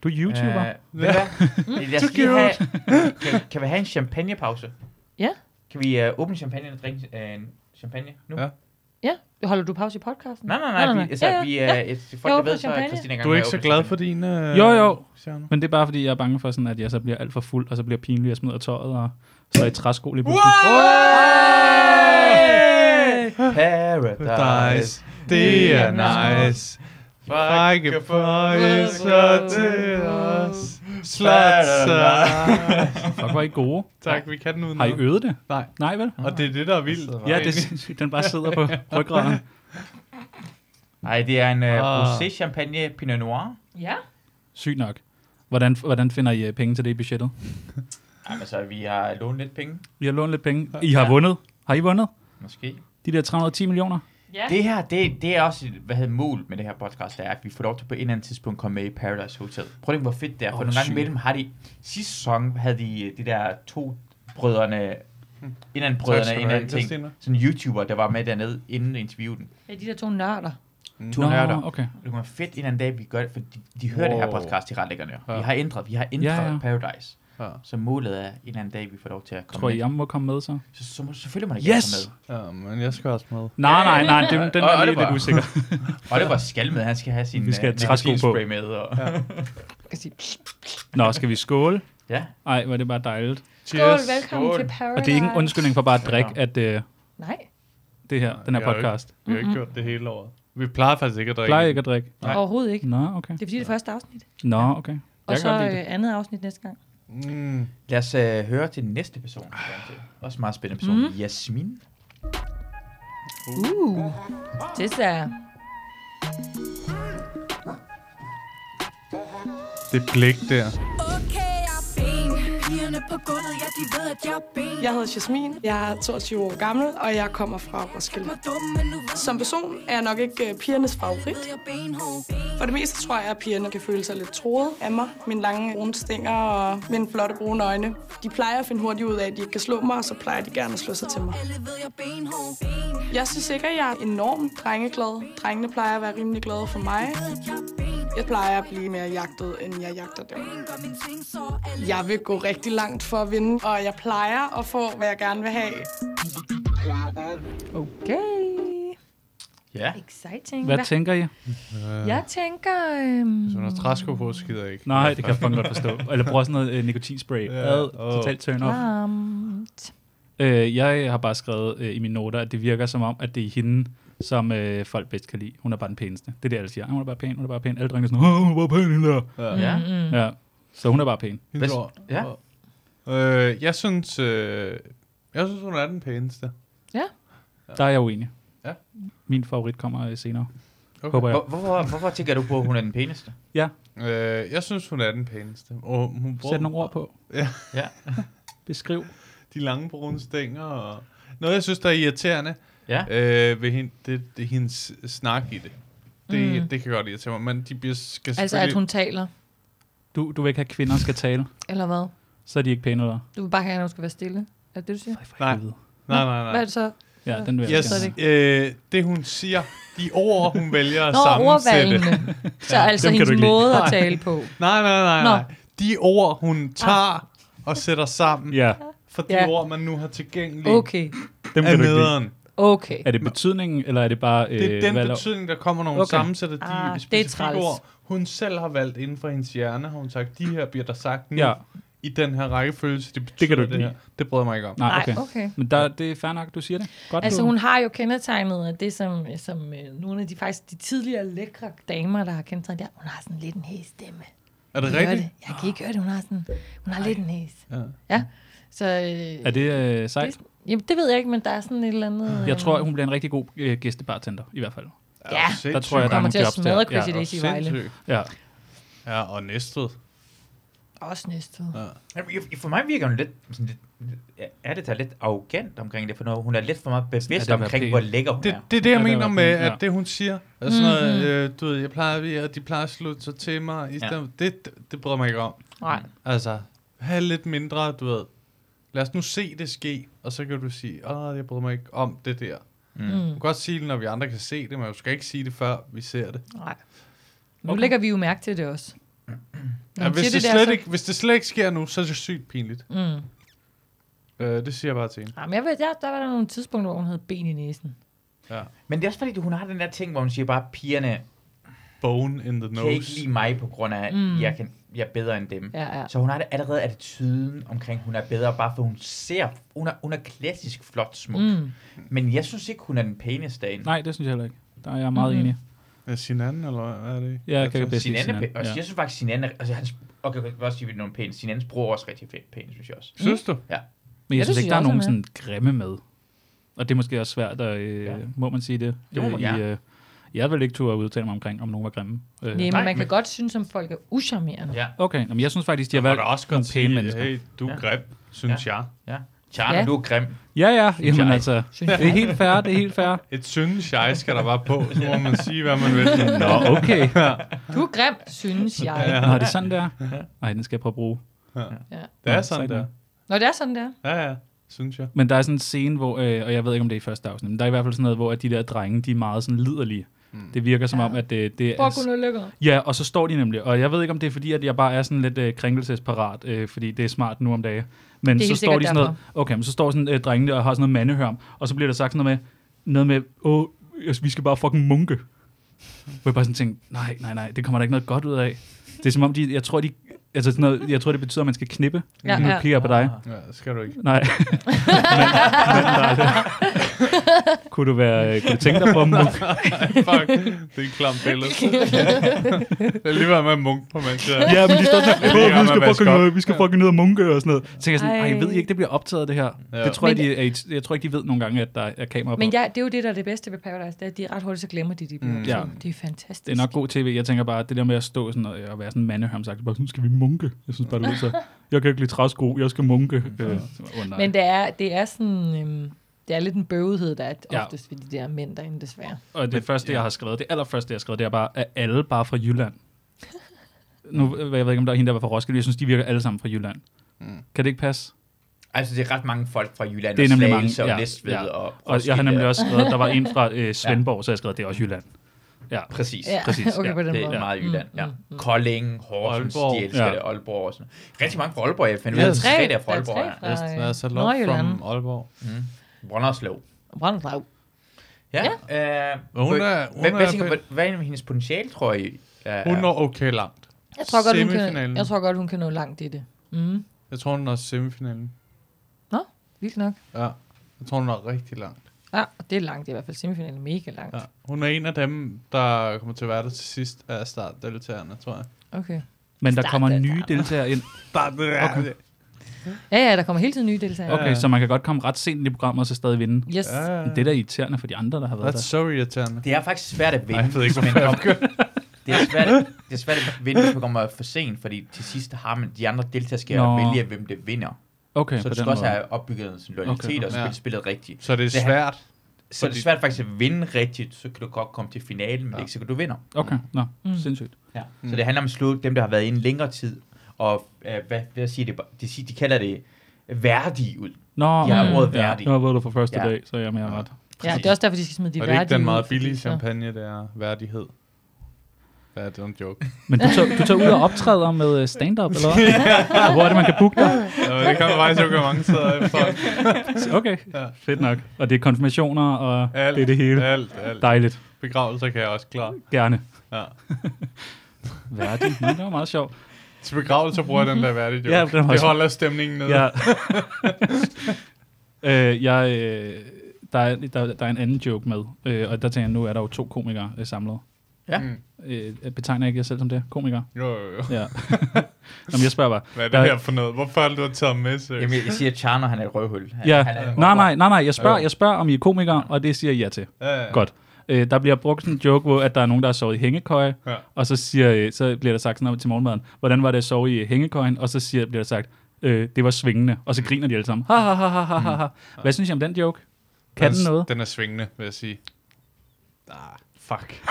[SPEAKER 3] Du er YouTuber.
[SPEAKER 5] Øh,
[SPEAKER 2] Uh, ved du hvad?
[SPEAKER 4] Mm.
[SPEAKER 2] Lad os lige have, kan, kan vi have en champagnepause?
[SPEAKER 4] Ja.
[SPEAKER 2] Kan vi øh, åbne champagne og drikke øh, en champagne nu?
[SPEAKER 5] Ja.
[SPEAKER 4] Ja. Holder du pause i podcasten?
[SPEAKER 2] Nej, nej, nej. Vi, altså,
[SPEAKER 4] Ja, ja,
[SPEAKER 2] vi,
[SPEAKER 4] ja.
[SPEAKER 2] er et, folk, der
[SPEAKER 4] åbner
[SPEAKER 2] ved, så er
[SPEAKER 4] champagne.
[SPEAKER 2] Christina i gang
[SPEAKER 5] Du er
[SPEAKER 2] med at
[SPEAKER 5] ikke så
[SPEAKER 2] åbne
[SPEAKER 5] glad for øh,
[SPEAKER 2] champagne.
[SPEAKER 5] dine...
[SPEAKER 3] Jo, jo.
[SPEAKER 5] Stjerner.
[SPEAKER 3] Men det er bare, fordi jeg er bange for sådan, at jeg så bliver alt for fuld, og så bliver pinlig og smider tøjet, og så er i træsko lige pludselig.
[SPEAKER 2] Paradise.
[SPEAKER 5] Paradise. Det er nice. Frække folk, så til os. Slat sig.
[SPEAKER 3] Fuck, hvor er I gode.
[SPEAKER 5] Tak, vi kan den uden.
[SPEAKER 3] Har I øvet det?
[SPEAKER 5] Nej.
[SPEAKER 3] Nej, vel?
[SPEAKER 5] Og det er det, der er vildt.
[SPEAKER 3] Ja, det er sindssygt. Den bare sidder på ryggraden.
[SPEAKER 2] Nej, det er en uh,
[SPEAKER 5] Ah.
[SPEAKER 2] rosé champagne Pinot Noir.
[SPEAKER 4] Ja.
[SPEAKER 3] Sygt nok. Hvordan, hvordan finder I øh, penge til det i budgettet?
[SPEAKER 2] Jamen, altså, vi har lånt lidt penge,
[SPEAKER 3] Vi har lånt lidt penge. I har vundet. Har I vundet?
[SPEAKER 2] måske.
[SPEAKER 3] De der 310 millioner?
[SPEAKER 4] Ja.
[SPEAKER 2] Det her, det, det er også, et, hvad hedder mål med det her podcast, der er, at vi får lov til på et eller andet tidspunkt at komme med i Paradise Hotel. Prøv lige, hvor fedt det er, for
[SPEAKER 3] Åh,
[SPEAKER 2] nogle gange
[SPEAKER 3] sygt.
[SPEAKER 2] imellem har de, sidste sæson havde de øh, de der to brødrene, en anden
[SPEAKER 5] Tak
[SPEAKER 2] brødrene,
[SPEAKER 5] skal
[SPEAKER 2] en
[SPEAKER 5] du have,
[SPEAKER 2] anden ting,
[SPEAKER 5] Christina.
[SPEAKER 2] sådan en YouTuber, der var med dernede, inden interviewen.
[SPEAKER 4] ja, de der to nørder.
[SPEAKER 2] To
[SPEAKER 3] Nå,
[SPEAKER 2] nørder.
[SPEAKER 3] okay.
[SPEAKER 2] Det kunne være fedt en eller anden dag, vi gør det, for de, de hører det her
[SPEAKER 5] Wow.
[SPEAKER 2] podcast, de retlæggerne. Ja.
[SPEAKER 5] Ja.
[SPEAKER 2] Vi har ændret, vi har ændret
[SPEAKER 3] Ja,
[SPEAKER 2] ja,
[SPEAKER 3] ja.
[SPEAKER 2] ja. Paradise.
[SPEAKER 5] Ja.
[SPEAKER 2] Så målet er en eller anden dag, vi får lov til at komme
[SPEAKER 3] Tror I,
[SPEAKER 2] med.
[SPEAKER 3] jeg må komme med så?
[SPEAKER 2] Så, så må, selvfølgelig må der
[SPEAKER 3] Yes!
[SPEAKER 2] gerne komme
[SPEAKER 5] ja, men jeg skal også med.
[SPEAKER 3] Nej, nej, nej, den, den
[SPEAKER 2] Og-
[SPEAKER 3] er lige
[SPEAKER 2] og det
[SPEAKER 3] lidt
[SPEAKER 2] var-
[SPEAKER 3] usikker.
[SPEAKER 2] med. Og det var Skalmed, han skal have sin
[SPEAKER 3] Vi skal have
[SPEAKER 2] øh,
[SPEAKER 3] træsko på.
[SPEAKER 2] nikotinspray med. Og, ja.
[SPEAKER 3] Nå, skal vi skåle?
[SPEAKER 2] ja.
[SPEAKER 3] Ej, var det bare dejligt.
[SPEAKER 4] Skål, velkommen
[SPEAKER 5] skål.
[SPEAKER 4] til Paradise.
[SPEAKER 3] Og det er ikke en undskyldning for bare at drikke, at øh,
[SPEAKER 4] Nej.
[SPEAKER 3] det her, den her
[SPEAKER 5] Jeg er jo ikke-
[SPEAKER 3] podcast. Mm-hmm.
[SPEAKER 5] Vi har ikke gjort det hele året. Vi plejer faktisk ikke at drikke.
[SPEAKER 3] Plejer ikke at drikke.
[SPEAKER 5] Nej.
[SPEAKER 4] Overhovedet ikke.
[SPEAKER 3] Nå, okay.
[SPEAKER 4] Det er fordi, det er første afsnit.
[SPEAKER 3] Nå, okay.
[SPEAKER 4] Og
[SPEAKER 3] Jeg kan
[SPEAKER 4] så
[SPEAKER 3] godt lide det.
[SPEAKER 4] øh, andet afsnit næste gang.
[SPEAKER 5] Mm.
[SPEAKER 2] Lad os øh, høre til den næste person. vi gerne til. Også en meget spændende person. Mm. Jasmin.
[SPEAKER 4] Uh. Det er...
[SPEAKER 5] Det blik der.
[SPEAKER 1] Okay, jeg er ben. Pigerne på gulvet, ja, de ved, at jeg er ben.
[SPEAKER 9] Jeg hedder Jasmin, jeg er 22 år gammel, og jeg kommer fra Roskilde.
[SPEAKER 1] var dum, men nu ved
[SPEAKER 9] Som person er jeg nok ikke øh, pigernes favorit.
[SPEAKER 1] jeg, jeg er benhård.
[SPEAKER 9] For det meste tror jeg, at pigerne kan føle sig lidt troet af mig. Mine lange brune stænger og mine flotte brune øjne. De plejer at finde hurtigt ud af, at de ikke kan slå mig, og så plejer de gerne at slå sig til mig.
[SPEAKER 1] Alle ved, jeg er benhård.
[SPEAKER 9] Jeg synes ikke, at jeg er enormt drengeglad. Drengene plejer at være rimelig glade for mig. Jeg plejer at blive mere jagtet, end jeg jagter dem. Jeg vil gå rigtig langt for at vinde, og jeg plejer at få, hvad jeg gerne vil have.
[SPEAKER 4] Okay.
[SPEAKER 2] Ja.
[SPEAKER 4] Exciting.
[SPEAKER 3] Hvad tænker I?
[SPEAKER 5] Øh.
[SPEAKER 4] Jeg tænker... Øhm,
[SPEAKER 5] Så når træsko på, skider jeg ikke.
[SPEAKER 3] Nej, det kan jeg fucking godt forstå. Eller bruger sådan noget øh, nikotinspray.
[SPEAKER 5] Ja,
[SPEAKER 3] Ad,
[SPEAKER 5] åh.
[SPEAKER 3] Totalt turn off.
[SPEAKER 4] Ah. varmt.
[SPEAKER 3] Øh, jeg har bare skrevet øh, i mine noter, at det virker som om, at det er hende, som øh, folk bedst kan lide. Hun er bare den pæneste. Det er det, alle siger. "Ah, Hun er bare pæn, hun er bare pæn. Alle drenge er sådan, "Åh, hun er bare pæn, hende der.
[SPEAKER 2] Ja.
[SPEAKER 4] Mm.
[SPEAKER 3] Ja. Så hun er bare pæn.
[SPEAKER 5] Hendes
[SPEAKER 2] Hvad-
[SPEAKER 5] ord.
[SPEAKER 2] ja.
[SPEAKER 5] Øh, jeg synes, øh, jeg synes, hun er den pæneste.
[SPEAKER 3] Der er jeg uenig.
[SPEAKER 5] Ja.
[SPEAKER 3] Min favorit kommer øh, senere.
[SPEAKER 5] Okay.
[SPEAKER 3] Håber jeg.
[SPEAKER 2] Hvor, hvorfor, hvorfor tænker du på, at hun er den pæneste?
[SPEAKER 5] Øh, jeg synes, hun er den pæneste. Og hun bruger
[SPEAKER 3] Sæt nogle ord på.
[SPEAKER 5] Ja.
[SPEAKER 2] Ja.
[SPEAKER 3] Beskriv.
[SPEAKER 5] de lange brune stænger. Og... Noget, jeg synes, der er irriterende
[SPEAKER 2] Ja.
[SPEAKER 5] øh, ved hende, det, det er hendes snak i det. Det,
[SPEAKER 4] Mm.
[SPEAKER 5] mm. det kan godt irritere mig, men de bliver, skal
[SPEAKER 4] Altså, at
[SPEAKER 5] selvfølgelig-
[SPEAKER 4] hun taler,
[SPEAKER 3] Du, du vil ikke have, at kvinder skal tale.
[SPEAKER 4] eller hvad?
[SPEAKER 3] Så er de ikke pæne, eller?
[SPEAKER 4] Du vil bare gerne, at hun skal være stille. Er det det, du siger?
[SPEAKER 5] Nej.
[SPEAKER 3] helvede.
[SPEAKER 5] Nej, nej,
[SPEAKER 4] Hvad er
[SPEAKER 5] nej.
[SPEAKER 4] det så?
[SPEAKER 3] Ja, den vil jeg
[SPEAKER 5] Yes,
[SPEAKER 3] yes. gerne.
[SPEAKER 4] det
[SPEAKER 5] øh, det hun siger, de ord, hun vælger at
[SPEAKER 4] Nå,
[SPEAKER 5] sammensætte.
[SPEAKER 4] ordvalgene. Så altså
[SPEAKER 3] dem kan du ikke
[SPEAKER 4] hendes
[SPEAKER 3] lide.
[SPEAKER 4] måde at
[SPEAKER 5] Nej.
[SPEAKER 4] tale på.
[SPEAKER 5] Nej, nej, nej,
[SPEAKER 4] Nå. Ah.
[SPEAKER 5] nej. De ord, hun tager og sætter sammen
[SPEAKER 3] Ja,
[SPEAKER 5] for de
[SPEAKER 4] Ja.
[SPEAKER 5] ord, man nu har tilgængelige,
[SPEAKER 4] Okay,
[SPEAKER 3] dem
[SPEAKER 5] er
[SPEAKER 3] kan du ikke lide.
[SPEAKER 5] nederen.
[SPEAKER 4] okay.
[SPEAKER 3] Er det betydningen, eller er det bare... Øh,
[SPEAKER 5] Det er
[SPEAKER 3] hvad
[SPEAKER 5] den
[SPEAKER 3] laver-
[SPEAKER 5] betydning, der kommer, når hun
[SPEAKER 3] Okay.
[SPEAKER 5] okay. sammensætter de
[SPEAKER 4] Ah, det er
[SPEAKER 5] ah, specifikke
[SPEAKER 4] træls.
[SPEAKER 5] ord, hun selv har valgt inden for hendes hjerne. Har hun sagt, de her bliver der sagt nu
[SPEAKER 3] Ja.
[SPEAKER 5] ja. i den her rækkefølge, så det betyder
[SPEAKER 3] Det
[SPEAKER 5] det,
[SPEAKER 3] kan du ikke
[SPEAKER 5] det her.
[SPEAKER 3] lide.
[SPEAKER 5] Det bryder jeg mig ikke om.
[SPEAKER 3] Nej,
[SPEAKER 4] Nej,
[SPEAKER 3] okay.
[SPEAKER 4] okay.
[SPEAKER 3] Men der, det er fair nok, du siger det. Godt,
[SPEAKER 4] Altså
[SPEAKER 3] du.
[SPEAKER 4] hun har jo kendetegnet af det, som, som øh, nogle af de faktisk de tidligere lækre damer, der har kendetegnet der, hun har sådan lidt en hæs stemme.
[SPEAKER 5] Er det
[SPEAKER 4] Kan I høre
[SPEAKER 5] rigtigt?
[SPEAKER 4] det? Jeg kan ikke høre det, hun har sådan, hun har lidt en hæs.
[SPEAKER 5] Ja.
[SPEAKER 4] Ja, så øh,
[SPEAKER 3] Er det øh, sejt?
[SPEAKER 4] jamen, det ved jeg ikke, men der er sådan et eller andet... Øh,
[SPEAKER 3] Jeg tror, hun bliver en rigtig god øh, gæstebartender, i hvert fald.
[SPEAKER 4] Ja,
[SPEAKER 5] sindssygt,
[SPEAKER 3] der tror jeg, der er
[SPEAKER 4] kommer
[SPEAKER 3] nogle
[SPEAKER 4] til at
[SPEAKER 3] jobs
[SPEAKER 4] smadre
[SPEAKER 3] der.
[SPEAKER 4] Crazy
[SPEAKER 3] Ja,
[SPEAKER 4] Daisy i
[SPEAKER 5] mand.
[SPEAKER 4] Vejle.
[SPEAKER 5] Sindssygt.
[SPEAKER 3] Ja.
[SPEAKER 5] Ja, og næstved.
[SPEAKER 4] Også næste
[SPEAKER 5] Ja.
[SPEAKER 2] Jamen, jeg- For mig virker hun lidt, sådan lidt ja, er det der lidt arrogant omkring det, for når hun er lidt for meget
[SPEAKER 3] Sådan er
[SPEAKER 2] bevidst
[SPEAKER 3] det at være
[SPEAKER 2] omkring,
[SPEAKER 3] pæn.
[SPEAKER 2] hvor lækker hun
[SPEAKER 5] Det,
[SPEAKER 2] er.
[SPEAKER 5] det er det, jeg
[SPEAKER 3] Ja, det er
[SPEAKER 5] mener
[SPEAKER 3] ret
[SPEAKER 5] med,
[SPEAKER 3] fint, ja.
[SPEAKER 5] at det, hun siger, er sådan
[SPEAKER 4] Mhm.
[SPEAKER 5] noget, øh, du ved, jeg plejer, at de plejer at slutte sig til mig. I
[SPEAKER 2] Ja.
[SPEAKER 5] stedet, det, det, det bryder mig ikke om.
[SPEAKER 4] Nej.
[SPEAKER 5] Altså, have lidt mindre, du ved. Lad os nu se det ske, og så kan du sige, åh, jeg bryder mig ikke om det der. Du
[SPEAKER 4] Mm.
[SPEAKER 5] kan godt sige det, når vi andre kan se det, men du skal ikke sige det, før vi ser det.
[SPEAKER 4] Nej. Nu lægger vi jo mærke til det også. Når
[SPEAKER 5] Ja,
[SPEAKER 4] hun
[SPEAKER 5] hvis,
[SPEAKER 4] siger
[SPEAKER 5] det
[SPEAKER 4] der,
[SPEAKER 5] slet
[SPEAKER 4] så-
[SPEAKER 5] ikke, hvis det slet ikke sker nu, så er det sygt pinligt.
[SPEAKER 4] Mm.
[SPEAKER 5] Uh, det siger jeg bare til hende.
[SPEAKER 4] Jamen, jeg ved, der, der var der nogle tidspunkter, hvor hun havde ben i næsen.
[SPEAKER 2] Men det er også fordi, hun har den der ting, hvor hun siger bare, at pigerne
[SPEAKER 5] Bone in the
[SPEAKER 2] kan ikke
[SPEAKER 5] nose.
[SPEAKER 2] lide mig på grund af, at
[SPEAKER 4] Mm.
[SPEAKER 2] jeg, kan, jeg er bedre end dem. Ja.
[SPEAKER 4] Ja, ja.
[SPEAKER 2] Så hun har det allerede attituden omkring, hun er bedre, bare for hun ser, hun er, hun er klassisk flot smuk. Mm.
[SPEAKER 4] Mm.
[SPEAKER 2] Men jeg synes ikke, hun er den pæneste af hende.
[SPEAKER 3] Nej, det synes jeg heller ikke. Der er jeg meget
[SPEAKER 4] Mhm.
[SPEAKER 3] enig.
[SPEAKER 5] Er sin anden, eller hvad er det? ikke?
[SPEAKER 3] Ja, jeg kan
[SPEAKER 5] Altså,
[SPEAKER 3] bedst lide
[SPEAKER 2] Sin anden,
[SPEAKER 3] Sinan.
[SPEAKER 2] ja.
[SPEAKER 3] Ja.
[SPEAKER 2] Jeg synes faktisk, sin anden, altså hans, okay, jeg vil også sige, at nogen pæn. Sin andens bror er også rigtig fedt pæn, synes jeg også.
[SPEAKER 5] Synes du?
[SPEAKER 3] Mm. Men jeg
[SPEAKER 4] Ja,
[SPEAKER 3] synes
[SPEAKER 4] det
[SPEAKER 3] ikke,
[SPEAKER 4] synes
[SPEAKER 3] der er
[SPEAKER 4] jeg
[SPEAKER 3] nogen
[SPEAKER 4] også,
[SPEAKER 3] sådan grimme med. Og det er måske også svært, at, øh, ja.
[SPEAKER 2] Ja.
[SPEAKER 3] må man sige det?
[SPEAKER 2] Det må
[SPEAKER 3] øh,
[SPEAKER 2] man
[SPEAKER 3] i,
[SPEAKER 2] gerne.
[SPEAKER 3] øh, jeg vil ikke turde udtale mig omkring, om nogen var grimme. Øh,
[SPEAKER 4] Nej, men
[SPEAKER 2] nej,
[SPEAKER 4] man kan
[SPEAKER 2] men-
[SPEAKER 4] godt synes, at folk er uscharmerende.
[SPEAKER 2] Ja.
[SPEAKER 3] Okay, Nå, men jeg synes faktisk, de har
[SPEAKER 5] Jeg
[SPEAKER 3] valgt
[SPEAKER 5] vil også
[SPEAKER 3] nogle
[SPEAKER 5] godt
[SPEAKER 3] pæne
[SPEAKER 5] sige,
[SPEAKER 3] mennesker.
[SPEAKER 5] hey, du er
[SPEAKER 2] Ja.
[SPEAKER 5] grim, synes jeg.
[SPEAKER 2] Ja. Tjana,
[SPEAKER 4] Ja.
[SPEAKER 2] du er grim.
[SPEAKER 3] Ja, ja. Jamen
[SPEAKER 2] jeg.
[SPEAKER 3] altså, det er helt fair, det er helt fair.
[SPEAKER 5] Et synes jeg skal der bare på, så må man sige, hvad man vil.
[SPEAKER 3] Nå, okay.
[SPEAKER 4] Du er grim, synes jeg.
[SPEAKER 3] Nå, er det sådan der? Nej, den skal jeg prøve at bruge.
[SPEAKER 5] Det er
[SPEAKER 3] Nå,
[SPEAKER 5] sådan der.
[SPEAKER 4] Nå, det er sådan der.
[SPEAKER 5] Ja, ja, synes jeg.
[SPEAKER 3] Men der er sådan en scene, hvor, øh, og jeg ved ikke, om det er i første afsnit, men der er i hvert fald sådan noget, hvor at de der drenge, de er meget sådan liderlige. Mm. Det virker som
[SPEAKER 4] Ja.
[SPEAKER 3] om, at øh, det
[SPEAKER 4] Brug
[SPEAKER 3] er...
[SPEAKER 4] kunne lykke.
[SPEAKER 3] Ja, og så står de nemlig, og jeg ved ikke, om det er fordi, at jeg bare er sådan lidt øh, krænkelsesparat, øh, fordi det er smart nu om dagen. Men
[SPEAKER 4] Det er
[SPEAKER 3] så
[SPEAKER 4] helt
[SPEAKER 3] står de
[SPEAKER 4] sikkert
[SPEAKER 3] sådan noget, okay, men så står sådan øh, drengene og har sådan noget mandehørm, og så bliver der sagt sådan noget med, noget med, åh, altså, vi skal bare fucking munke. Hvor jeg bare sådan tænkte, nej, nej, nej, det kommer der ikke noget godt ud af. Det er som om, de, jeg tror, de, altså sådan noget, jeg tror, det betyder, at man skal knippe.
[SPEAKER 4] Ja,
[SPEAKER 3] Ja, nu
[SPEAKER 4] ja.
[SPEAKER 3] piger jeg på dig.
[SPEAKER 5] Ja, det skal du ikke.
[SPEAKER 3] Nej. men, men, nej det. kunne, du være, øh, kunne du tænke dig på at munke?
[SPEAKER 5] Fuck, det er et klamt billede. det er lige været med at munke på, mens jeg...
[SPEAKER 3] Ja, men de står sådan,
[SPEAKER 5] ved ikke,
[SPEAKER 3] "Åh, vi
[SPEAKER 5] om man
[SPEAKER 3] skal,
[SPEAKER 5] vasker
[SPEAKER 3] fucking,
[SPEAKER 5] op."
[SPEAKER 3] øh, vi skal fucking ned og munke og sådan noget. Så tænker jeg sådan,
[SPEAKER 4] Ej.
[SPEAKER 3] ej, ved I ikke, det bliver optaget det her?
[SPEAKER 5] Ja.
[SPEAKER 3] Det tror jeg,
[SPEAKER 4] Men-
[SPEAKER 3] de, er, i- jeg tror ikke, de ved nogle gange, at der er kamera på.
[SPEAKER 4] Men ja, det er jo det, der er det bedste ved Paradise, det er, at de ret hurtigt så glemmer de, de bliver
[SPEAKER 5] Mm.
[SPEAKER 4] mm.
[SPEAKER 3] Ja.
[SPEAKER 4] Det er fantastisk.
[SPEAKER 3] Det er nok god tv. Jeg tænker bare, at det der med at stå sådan og, og være sådan en mandehørm, sagt, bare, nu skal vi munke. Jeg synes bare, det lyder så, jeg kan ikke lide træsko, jeg skal munke. Øh,
[SPEAKER 4] Mhm.
[SPEAKER 3] oh, nej.
[SPEAKER 4] Mm. Men det er, det er sådan... Øhm, det er lidt en bøvethed, der er
[SPEAKER 3] Ja.
[SPEAKER 4] oftest ved de der mænd derinde, desværre.
[SPEAKER 3] Og det første, jeg har skrevet, det allerførste, jeg har skrevet, det er bare, at alle bare fra Jylland. Nu, øh, jeg ved ikke, om der er hende, der var fra Roskilde. Jeg synes, de virker alle sammen fra Jylland. Mm. Kan det ikke passe?
[SPEAKER 2] Altså, det er ret mange folk fra Jylland
[SPEAKER 3] Det er
[SPEAKER 2] og
[SPEAKER 3] nemlig
[SPEAKER 2] Slagelse
[SPEAKER 3] mange,
[SPEAKER 2] og
[SPEAKER 3] ja,
[SPEAKER 2] Næstved
[SPEAKER 3] ja.
[SPEAKER 2] og
[SPEAKER 3] Og jeg har
[SPEAKER 2] Roskilde
[SPEAKER 3] nemlig
[SPEAKER 2] og-
[SPEAKER 3] også skrevet, der var en fra øh, Svendborg, så jeg skrev, det er også Jylland. Ja,
[SPEAKER 2] Præcis.
[SPEAKER 4] Ja,
[SPEAKER 3] Præcis,
[SPEAKER 4] okay,
[SPEAKER 3] ja.
[SPEAKER 4] på den
[SPEAKER 2] Det er
[SPEAKER 4] måde.
[SPEAKER 2] meget Jylland, ja.
[SPEAKER 4] Mm,
[SPEAKER 2] Kolding, Horsens,
[SPEAKER 5] Aalborg.
[SPEAKER 2] de elsker
[SPEAKER 3] Ja.
[SPEAKER 2] det, Aalborg og sådan noget. Rigtig mange fra Aalborg, jeg fandt ud af,
[SPEAKER 5] Yes.
[SPEAKER 2] tre der fra
[SPEAKER 4] der er
[SPEAKER 2] Aalborg, ja. Mm.
[SPEAKER 4] tre fra
[SPEAKER 5] Der er så
[SPEAKER 4] øh,
[SPEAKER 5] lov
[SPEAKER 4] Nordjylland.
[SPEAKER 5] from Aalborg.
[SPEAKER 2] Brønderslev.
[SPEAKER 4] Brønderslev.
[SPEAKER 2] Ja. Øh,
[SPEAKER 5] Og hun er- hun
[SPEAKER 2] hvad, hvad,
[SPEAKER 5] er-
[SPEAKER 2] tænker, hvad, hvad er hendes potentiale, tror I? er-
[SPEAKER 5] Hun når okay langt.
[SPEAKER 4] Jeg tror, godt, hun kan,
[SPEAKER 5] Semifinalen.
[SPEAKER 4] jeg tror godt, hun kan nå langt i det. Mm.
[SPEAKER 5] Jeg tror, hun når semifinalen.
[SPEAKER 4] Vildt nok.
[SPEAKER 5] Ja, jeg tror, hun når rigtig langt.
[SPEAKER 4] Ja, og det er langt i hvert fald. Semifinalen er mega langt.
[SPEAKER 5] Ja. Hun er en af dem, der kommer til at være der til sidst af startdeltagerne, tror jeg.
[SPEAKER 4] Okay.
[SPEAKER 3] Men der
[SPEAKER 4] Start
[SPEAKER 3] kommer
[SPEAKER 4] den
[SPEAKER 3] nye
[SPEAKER 4] der.
[SPEAKER 3] deltagere ind.
[SPEAKER 5] Okay.
[SPEAKER 4] Ja, ja, der kommer hele tiden nye deltagere.
[SPEAKER 3] Okay, så man kan godt komme ret sent ind i programmet og så stadig vinde.
[SPEAKER 4] Yes.
[SPEAKER 5] Ja, ja, ja.
[SPEAKER 3] Men Det er da irriterende for de andre, der har været
[SPEAKER 5] That's so irriterende.
[SPEAKER 2] Det er faktisk svært at vinde.
[SPEAKER 5] Ej, jeg ved ikke,
[SPEAKER 2] hvis man
[SPEAKER 5] hvorfor jeg
[SPEAKER 2] kommer- det er, svært, det er svært at vinde, hvis man kommer for sent, fordi til sidst har man de andre deltagere skal
[SPEAKER 3] Nå.
[SPEAKER 2] vælge, hvem det vinder.
[SPEAKER 3] der. Okay,
[SPEAKER 2] så
[SPEAKER 3] på
[SPEAKER 2] du
[SPEAKER 3] den
[SPEAKER 2] skal også
[SPEAKER 3] måde.
[SPEAKER 2] have opbygget en loyalitet
[SPEAKER 3] Okay.
[SPEAKER 2] okay. og spille
[SPEAKER 5] Ja.
[SPEAKER 2] spillet rigtigt.
[SPEAKER 5] Så det er
[SPEAKER 2] Det er-
[SPEAKER 5] svært.
[SPEAKER 2] Så er det
[SPEAKER 5] Fordi-
[SPEAKER 2] svært faktisk at vinde rigtigt, så kan du godt komme til finalen, men ja.
[SPEAKER 5] Ja.
[SPEAKER 2] ikke sikkert du vinder.
[SPEAKER 3] Okay, nå,
[SPEAKER 4] Mm.
[SPEAKER 3] sindssygt.
[SPEAKER 2] Ja.
[SPEAKER 5] Mm.
[SPEAKER 2] Så det handler om at slå dem, der har været inde længere tid, og øh, hvad, hvad siger det? De, siger, de kalder det værdige ud.
[SPEAKER 3] Nå,
[SPEAKER 2] De har
[SPEAKER 3] mm,
[SPEAKER 2] ordet
[SPEAKER 3] ja.
[SPEAKER 2] værdig.
[SPEAKER 3] Jeg har været der for første
[SPEAKER 2] Ja.
[SPEAKER 3] dag, så jeg er mere ret.
[SPEAKER 4] Ja, det er også derfor, de skal smide de
[SPEAKER 5] Og det er ikke den
[SPEAKER 4] værdige
[SPEAKER 5] meget
[SPEAKER 4] ud, fordi
[SPEAKER 5] billige
[SPEAKER 4] så-
[SPEAKER 5] champagne, det er værdighed. Ja, det er en joke.
[SPEAKER 3] Men du tager, du tager ud og optræder med øh, stand-up, eller hvad? ja. Hvor er det, man kan booke dig?
[SPEAKER 5] ja, men det kommer faktisk jo gøre mange steder. Fuck.
[SPEAKER 3] Okay,
[SPEAKER 5] Ja.
[SPEAKER 3] fedt nok. Og det er konfirmationer, og
[SPEAKER 5] Alt,
[SPEAKER 3] det er det hele.
[SPEAKER 5] Alt, alt.
[SPEAKER 3] Dejligt.
[SPEAKER 5] Begravelser kan jeg også klare.
[SPEAKER 3] Gerne.
[SPEAKER 5] Ja.
[SPEAKER 3] Værdig. Nå, det var meget sjovt.
[SPEAKER 5] Til begravelser bruger jeg den der værdige joke.
[SPEAKER 3] Ja, den har
[SPEAKER 5] det
[SPEAKER 3] jeg-
[SPEAKER 5] holder stemningen nede.
[SPEAKER 3] Ja. øh, jeg, øh, der, er, der, der er en anden joke med, øh, og der tænker jeg, nu er der jo to komikere øh, samlet.
[SPEAKER 2] Ja.
[SPEAKER 5] Mm.
[SPEAKER 3] Øh, betegner jeg ikke jer selv som det? Komiker?
[SPEAKER 5] Jo, jo, jo.
[SPEAKER 3] Ja. Jamen, jeg spørger bare.
[SPEAKER 5] Hvad er
[SPEAKER 3] Der-
[SPEAKER 5] det her for noget? Hvorfor har du har taget med, seriøst?
[SPEAKER 2] Jamen, jeg siger, at Charner, han er et røvhul. Han,
[SPEAKER 3] Ja.
[SPEAKER 2] han er et
[SPEAKER 3] Nej,
[SPEAKER 2] røvhul.
[SPEAKER 3] nej, nej, nej. Jeg spørger,
[SPEAKER 5] Jo.
[SPEAKER 3] jeg spørger om I er komikere, og det siger I ja til.
[SPEAKER 5] Ja, ja.
[SPEAKER 3] Godt. Øh, der bliver brugt sådan en joke, hvor at der er nogen, der har sovet i hængekøje,
[SPEAKER 5] Ja.
[SPEAKER 3] og så, siger, øh, så bliver der sagt sådan noget til morgenmaden, hvordan var det at sove i hængekøjen, og så siger, bliver der sagt, øh, det var svingende, og så griner de alle sammen. Ha, ha, ha, ha, ha, ha, ha.
[SPEAKER 5] Mm.
[SPEAKER 3] Hvad synes I om den joke? Kan den
[SPEAKER 5] er-
[SPEAKER 3] noget?
[SPEAKER 5] Den er svingende, vil jeg sige. Ah, fuck.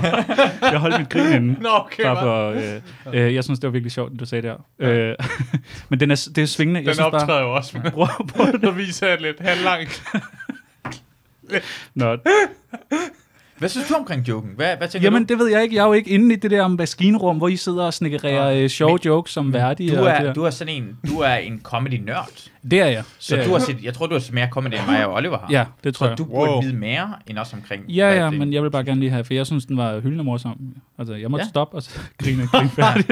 [SPEAKER 3] Jeg holdt mit grin inden.
[SPEAKER 5] Nå, okay,
[SPEAKER 3] Bare
[SPEAKER 5] hva'?
[SPEAKER 3] for, øh, øh, jeg synes, det var virkelig sjovt, det du sagde der. Øh, men den er, det er svingende. jeg
[SPEAKER 5] Den
[SPEAKER 3] synes bare,
[SPEAKER 5] optræder jo også med
[SPEAKER 3] prøv, prøv,
[SPEAKER 5] at vise et lidt halvlangt.
[SPEAKER 3] Nå,
[SPEAKER 2] Hvad synes du omkring joken? Hvad, hvad tænker
[SPEAKER 3] Jamen,
[SPEAKER 2] du?
[SPEAKER 3] det ved jeg ikke. Jeg er jo ikke inde i det der maskinrum, hvor I sidder og snikkerer øh, sjove
[SPEAKER 2] Men-
[SPEAKER 3] jokes som værdige.
[SPEAKER 2] Du
[SPEAKER 3] og det,
[SPEAKER 2] er,
[SPEAKER 3] der.
[SPEAKER 2] du er sådan en, du er en comedy-nørd.
[SPEAKER 3] det er jeg.
[SPEAKER 2] Så
[SPEAKER 3] det er
[SPEAKER 2] du har
[SPEAKER 3] jeg.
[SPEAKER 2] set, jeg tror, du har set mere comedy, end mig og Oliver har.
[SPEAKER 3] Ja, det tror
[SPEAKER 2] Så
[SPEAKER 3] jeg.
[SPEAKER 2] du
[SPEAKER 3] Du...
[SPEAKER 2] burde
[SPEAKER 5] Wow.
[SPEAKER 2] vide mere end os omkring.
[SPEAKER 3] Ja,
[SPEAKER 2] hvad
[SPEAKER 3] ja,
[SPEAKER 2] det-
[SPEAKER 3] men jeg vil bare gerne lige have, for jeg synes, den var hyldende morsom. Altså, jeg måtte
[SPEAKER 2] Ja.
[SPEAKER 3] ja. stoppe og så grine, grine færdigt.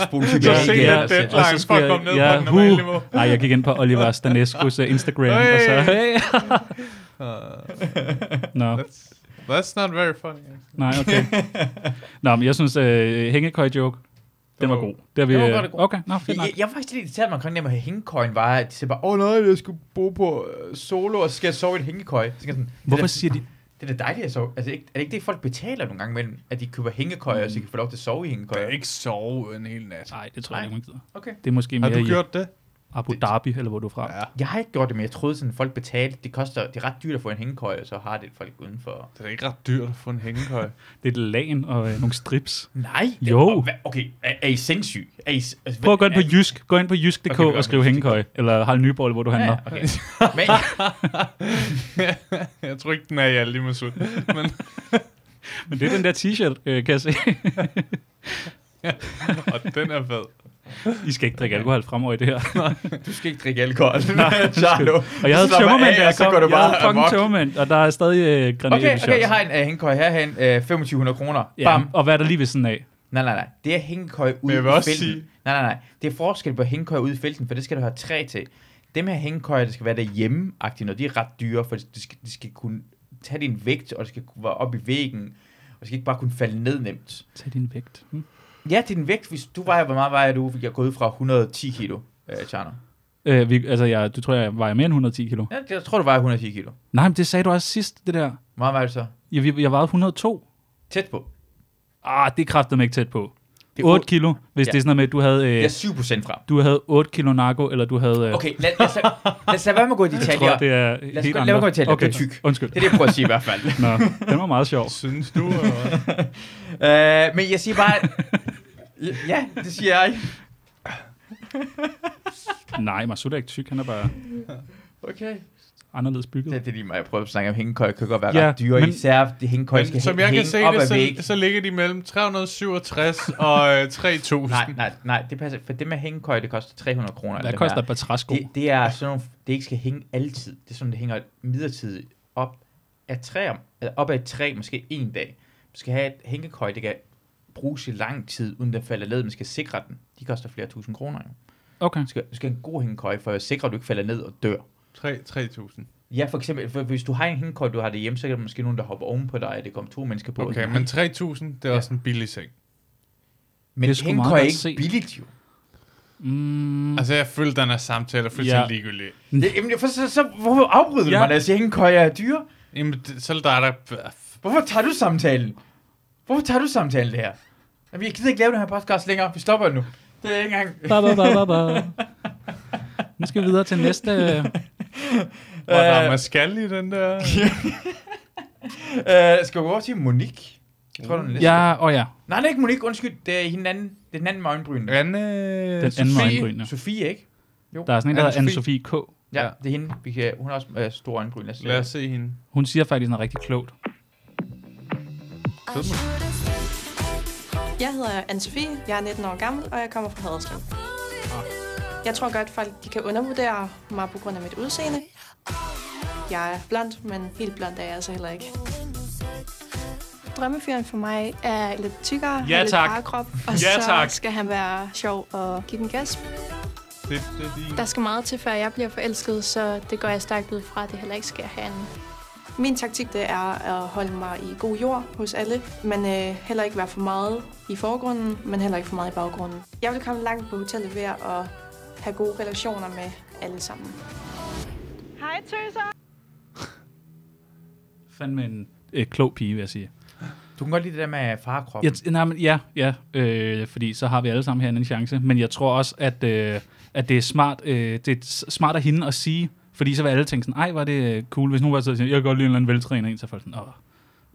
[SPEAKER 2] Spole
[SPEAKER 5] Så
[SPEAKER 2] tilbage
[SPEAKER 5] se
[SPEAKER 2] igen,
[SPEAKER 5] den
[SPEAKER 2] og så-
[SPEAKER 5] deadline. for at komme ned på den normale niveau.
[SPEAKER 3] Nej, jeg gik ind på Oliver Stanescos øh, Instagram, hey. og så... Hey. Nå,
[SPEAKER 5] That's, that's not very funny.
[SPEAKER 3] nej, okay. Nå, men jeg synes, øh, hængekøj-joke, den var god. Det er vi,
[SPEAKER 2] Den var
[SPEAKER 3] øh,
[SPEAKER 2] godt og god.
[SPEAKER 3] Okay, nå, fedt nok.
[SPEAKER 2] Jeg, jeg, jeg var faktisk lidt irriteret mig omkring det med hængekøjen, var, at de siger bare, åh oh, nej, jeg skulle bo på øh, solo, og så skal jeg sove i et hængekøj. Så skal jeg sådan,
[SPEAKER 3] Hvorfor
[SPEAKER 2] det, er
[SPEAKER 3] siger de...
[SPEAKER 2] da- det er da dejligt at sove. Altså, ikke- er det ikke det, folk betaler nogle gange mellem, at de køber hængekøjer, og så de kan få lov til at sove i hængekøjer?
[SPEAKER 5] ikke sove en hel nat.
[SPEAKER 3] Mm. Nej, det tror jeg ikke,
[SPEAKER 2] Nej.
[SPEAKER 3] man gider.
[SPEAKER 2] Okay.
[SPEAKER 3] Det er måske mere...
[SPEAKER 5] Har du
[SPEAKER 3] i-
[SPEAKER 5] gjort det?
[SPEAKER 3] Abu Dhabi, eller hvor du er fra.
[SPEAKER 5] Ja.
[SPEAKER 2] Jeg har ikke gjort det, men jeg troede sådan, folk betalte. Det koster, det er ret dyrt at få en hængekøje, og så har det folk udenfor.
[SPEAKER 5] Det er da ikke ret dyrt at få en hængekøj.
[SPEAKER 3] Det er et lagen og øh, nogle strips.
[SPEAKER 2] Nej. det-
[SPEAKER 3] Jo.
[SPEAKER 2] og hvad- Okay, er, er I sindssyge? Er I, s- altså,
[SPEAKER 3] Prøv at gå ind
[SPEAKER 2] er-
[SPEAKER 3] på Jysk. Gå ind på jysk.dk
[SPEAKER 2] Okay, godt.
[SPEAKER 3] og skriv hængekøj. Eller Harald Nyborg, eller hvor du handler.
[SPEAKER 2] Ja, okay. Men,
[SPEAKER 5] jeg tror ikke, den er i alle lige sut. Men,
[SPEAKER 3] Men det er den der t-shirt, øh, kan jeg se.
[SPEAKER 5] og den er fed.
[SPEAKER 3] I skal ikke drikke alkohol fremover i det her.
[SPEAKER 2] du skal ikke drikke alkohol. Nej, Charlo.
[SPEAKER 3] Og jeg havde
[SPEAKER 2] Du slapper
[SPEAKER 3] tømmermænd,
[SPEAKER 2] af,
[SPEAKER 3] da
[SPEAKER 2] og
[SPEAKER 3] jeg
[SPEAKER 2] så
[SPEAKER 3] kom.
[SPEAKER 2] går du
[SPEAKER 3] Jeg
[SPEAKER 2] bare
[SPEAKER 3] havde fucking
[SPEAKER 2] amok.
[SPEAKER 3] tømmermænd, og der er stadig øh, granater
[SPEAKER 2] Okay,
[SPEAKER 3] i
[SPEAKER 2] okay,
[SPEAKER 3] shots.
[SPEAKER 2] jeg har en uh, hængekøj herhen. Uh, 2500 kroner.
[SPEAKER 3] Ja,
[SPEAKER 2] Bam.
[SPEAKER 3] og hvad er der lige ved siden af?
[SPEAKER 2] Nej, nej, nej. Det er hængekøj ude i
[SPEAKER 5] jeg vil
[SPEAKER 2] felten.
[SPEAKER 5] også sige-
[SPEAKER 2] Nej, nej, nej. Det er forskel på hængekøj ude i felten, for det skal du have tre til. Dem her hængekøjer, der skal være derhjemme noget, de er ret dyre, for det skal, de skal kunne tage din vægt, og det skal kunne være op i væggen, og det skal ikke bare kunne falde ned nemt.
[SPEAKER 3] Tag din vægt. Hm?
[SPEAKER 2] Ja, din vægt, hvis du vejer, hvor meget vejer du? Jeg er gået ud fra 110 kilo, øh, Tjerno.
[SPEAKER 3] Øh, vi, altså, jeg, du tror, jeg vejer mere end 110 kilo.
[SPEAKER 2] Ja, jeg tror, du vejer 110 kilo. Hvor
[SPEAKER 3] Nej, men det sagde du også sidst, det der.
[SPEAKER 2] meget vejer du så?
[SPEAKER 3] Jeg, jeg, jeg vejede 102.
[SPEAKER 2] Tæt på.
[SPEAKER 3] Ah, det kræftede mig ikke tæt på.
[SPEAKER 2] Det
[SPEAKER 3] 8 kilo, hvis
[SPEAKER 2] Ja.
[SPEAKER 3] ja. det er sådan noget med, at du havde, øh,
[SPEAKER 2] Jeg er 7 procent frem.
[SPEAKER 3] du havde 8 kilo narko, eller du havde... Øh,
[SPEAKER 2] Okay, lad, lad, os, lad, lad os lade være med at gå i
[SPEAKER 3] jeg tror,
[SPEAKER 2] detaljer.
[SPEAKER 3] det er
[SPEAKER 2] os
[SPEAKER 3] helt
[SPEAKER 2] gå- lad
[SPEAKER 3] andre.
[SPEAKER 2] mig gå i detaljer.
[SPEAKER 3] okay.
[SPEAKER 2] Du er tyk.
[SPEAKER 3] Undskyld.
[SPEAKER 2] Det er det, jeg prøver at sige i hvert fald.
[SPEAKER 3] Nå, den var meget sjov.
[SPEAKER 5] Synes du? eller hvad?
[SPEAKER 2] Øh, men jeg siger bare... ja, det siger jeg.
[SPEAKER 3] Nej, Masud er ikke tyk, han er bare
[SPEAKER 2] Okay.
[SPEAKER 3] anderledes bygget.
[SPEAKER 2] Det, det er lige mig, jeg prøver at snakke om hængekøj. Kan godt være
[SPEAKER 3] Ja,
[SPEAKER 2] ret dyre, men,
[SPEAKER 3] men-
[SPEAKER 2] især det hængekøj skal
[SPEAKER 5] Men, som jeg
[SPEAKER 2] hænge
[SPEAKER 5] kan se
[SPEAKER 2] op
[SPEAKER 5] det,
[SPEAKER 2] ad væggen.
[SPEAKER 5] så, så ligger de mellem 367 og øh, 3000.
[SPEAKER 2] Nej, nej, nej, det passer. For det med hængekøj, det koster 300 kroner.
[SPEAKER 3] Hvad
[SPEAKER 2] eller
[SPEAKER 3] koster
[SPEAKER 2] mere.
[SPEAKER 3] et par træsko?
[SPEAKER 2] det, det er sådan nogle, det ikke skal hænge altid. Det er sådan, det hænger midlertidigt op af træer, eller op af et træ, måske en dag. Man skal have et hængekøj, det kan bruges i lang tid, uden den falder ned. Man skal sikre den. De koster flere tusind kroner. Jo.
[SPEAKER 3] Okay.
[SPEAKER 2] Du, skal, du skal have en god hængekøj, for at sikre, at du ikke falder ned og dør.
[SPEAKER 5] 3, 3000.
[SPEAKER 2] Ja, for eksempel, for hvis du har en hængekøj, du har det hjemme, så er der måske nogen, der hopper oven på dig, at det kommer to mennesker på.
[SPEAKER 5] Okay, men 3000, det er også en billig seng.
[SPEAKER 2] men
[SPEAKER 3] Det er sgu meget
[SPEAKER 2] hængekøj er
[SPEAKER 3] godt
[SPEAKER 2] ikke
[SPEAKER 3] set.
[SPEAKER 2] billigt, jo.
[SPEAKER 3] Mm,
[SPEAKER 5] Altså, jeg følte, den her samtale er fuldstændig ligegyldig.
[SPEAKER 2] Det, jamen, for, så, så, hvorfor afbryder du
[SPEAKER 3] Ja.
[SPEAKER 2] mig, når jeg siger, hængekøj er dyre?
[SPEAKER 5] Jamen, det, så er der, der...
[SPEAKER 2] Hvorfor tager du samtalen? Hvorfor tager du samtalen det her? Jamen, jeg gider ikke lave den her podcast længere. Vi stopper nu. Det er ikke engang...
[SPEAKER 3] ba, ba, ba, ba, ba. Nu skal vi videre til næste... øh.
[SPEAKER 5] Hvor der er
[SPEAKER 2] Øh.
[SPEAKER 5] mascal i den der...
[SPEAKER 2] Øh, skal vi gå over til Monique? Jeg tror, du er den næste.
[SPEAKER 3] Ja, og ja.
[SPEAKER 2] Nej, det er ikke Monique. Undskyld. Det er hende anden. Det er den anden med øjenbrynene.
[SPEAKER 5] Anne... Den
[SPEAKER 3] Den anden med øjenbrynene.
[SPEAKER 2] Sofie, ikke?
[SPEAKER 3] Der er sådan en, der hedder
[SPEAKER 5] Anne-Sophie.
[SPEAKER 3] Anne-Sophie K.
[SPEAKER 2] Ja,
[SPEAKER 5] Ja.
[SPEAKER 2] det er hende. Vi kan, hun har også øh, store øjenbryn. Lad os,
[SPEAKER 5] Lad os se hende.
[SPEAKER 3] Hun siger faktisk noget rigtig klogt.
[SPEAKER 10] Jeg hedder Anne-Sophie, jeg er 19 år gammel, og jeg kommer fra Haderslev.
[SPEAKER 1] Ah.
[SPEAKER 10] Jeg tror godt, folk de kan undervurdere mig på grund af mit udseende. Jeg er blond, men helt blond er jeg altså heller ikke. Drømmefyren for mig er lidt tykkere,
[SPEAKER 3] Ja,
[SPEAKER 10] har lidt
[SPEAKER 3] tak.
[SPEAKER 10] barkrop, og
[SPEAKER 3] Ja,
[SPEAKER 10] så
[SPEAKER 3] tak.
[SPEAKER 10] skal han være sjov og give den gas.
[SPEAKER 5] Det, det er din.
[SPEAKER 10] Der skal meget til, før jeg bliver forelsket, så det går jeg stærkt ud fra, at det heller ikke sker herinde. Min taktik det er at holde mig i god jord hos alle, men øh, heller ikke være for meget i forgrunden, men heller ikke for meget i baggrunden. Jeg vil komme langt på hotellet ved at have gode relationer med alle sammen.
[SPEAKER 3] Fandme en øh, klog pige, vil jeg sige.
[SPEAKER 2] Du kan godt lide det der med farkroppen.
[SPEAKER 3] Jeg, t- nej, men ja, ja øh, fordi så har vi alle sammen herinde en chance. Men jeg tror også, at, øh, at det er smart, øh, det er s- smart af hende at sige, fordi så vil alle tænke sådan, ej, var det øh, cool, hvis nu var så jeg kan godt lide en eller anden veltræner en, så er folk sådan, åh,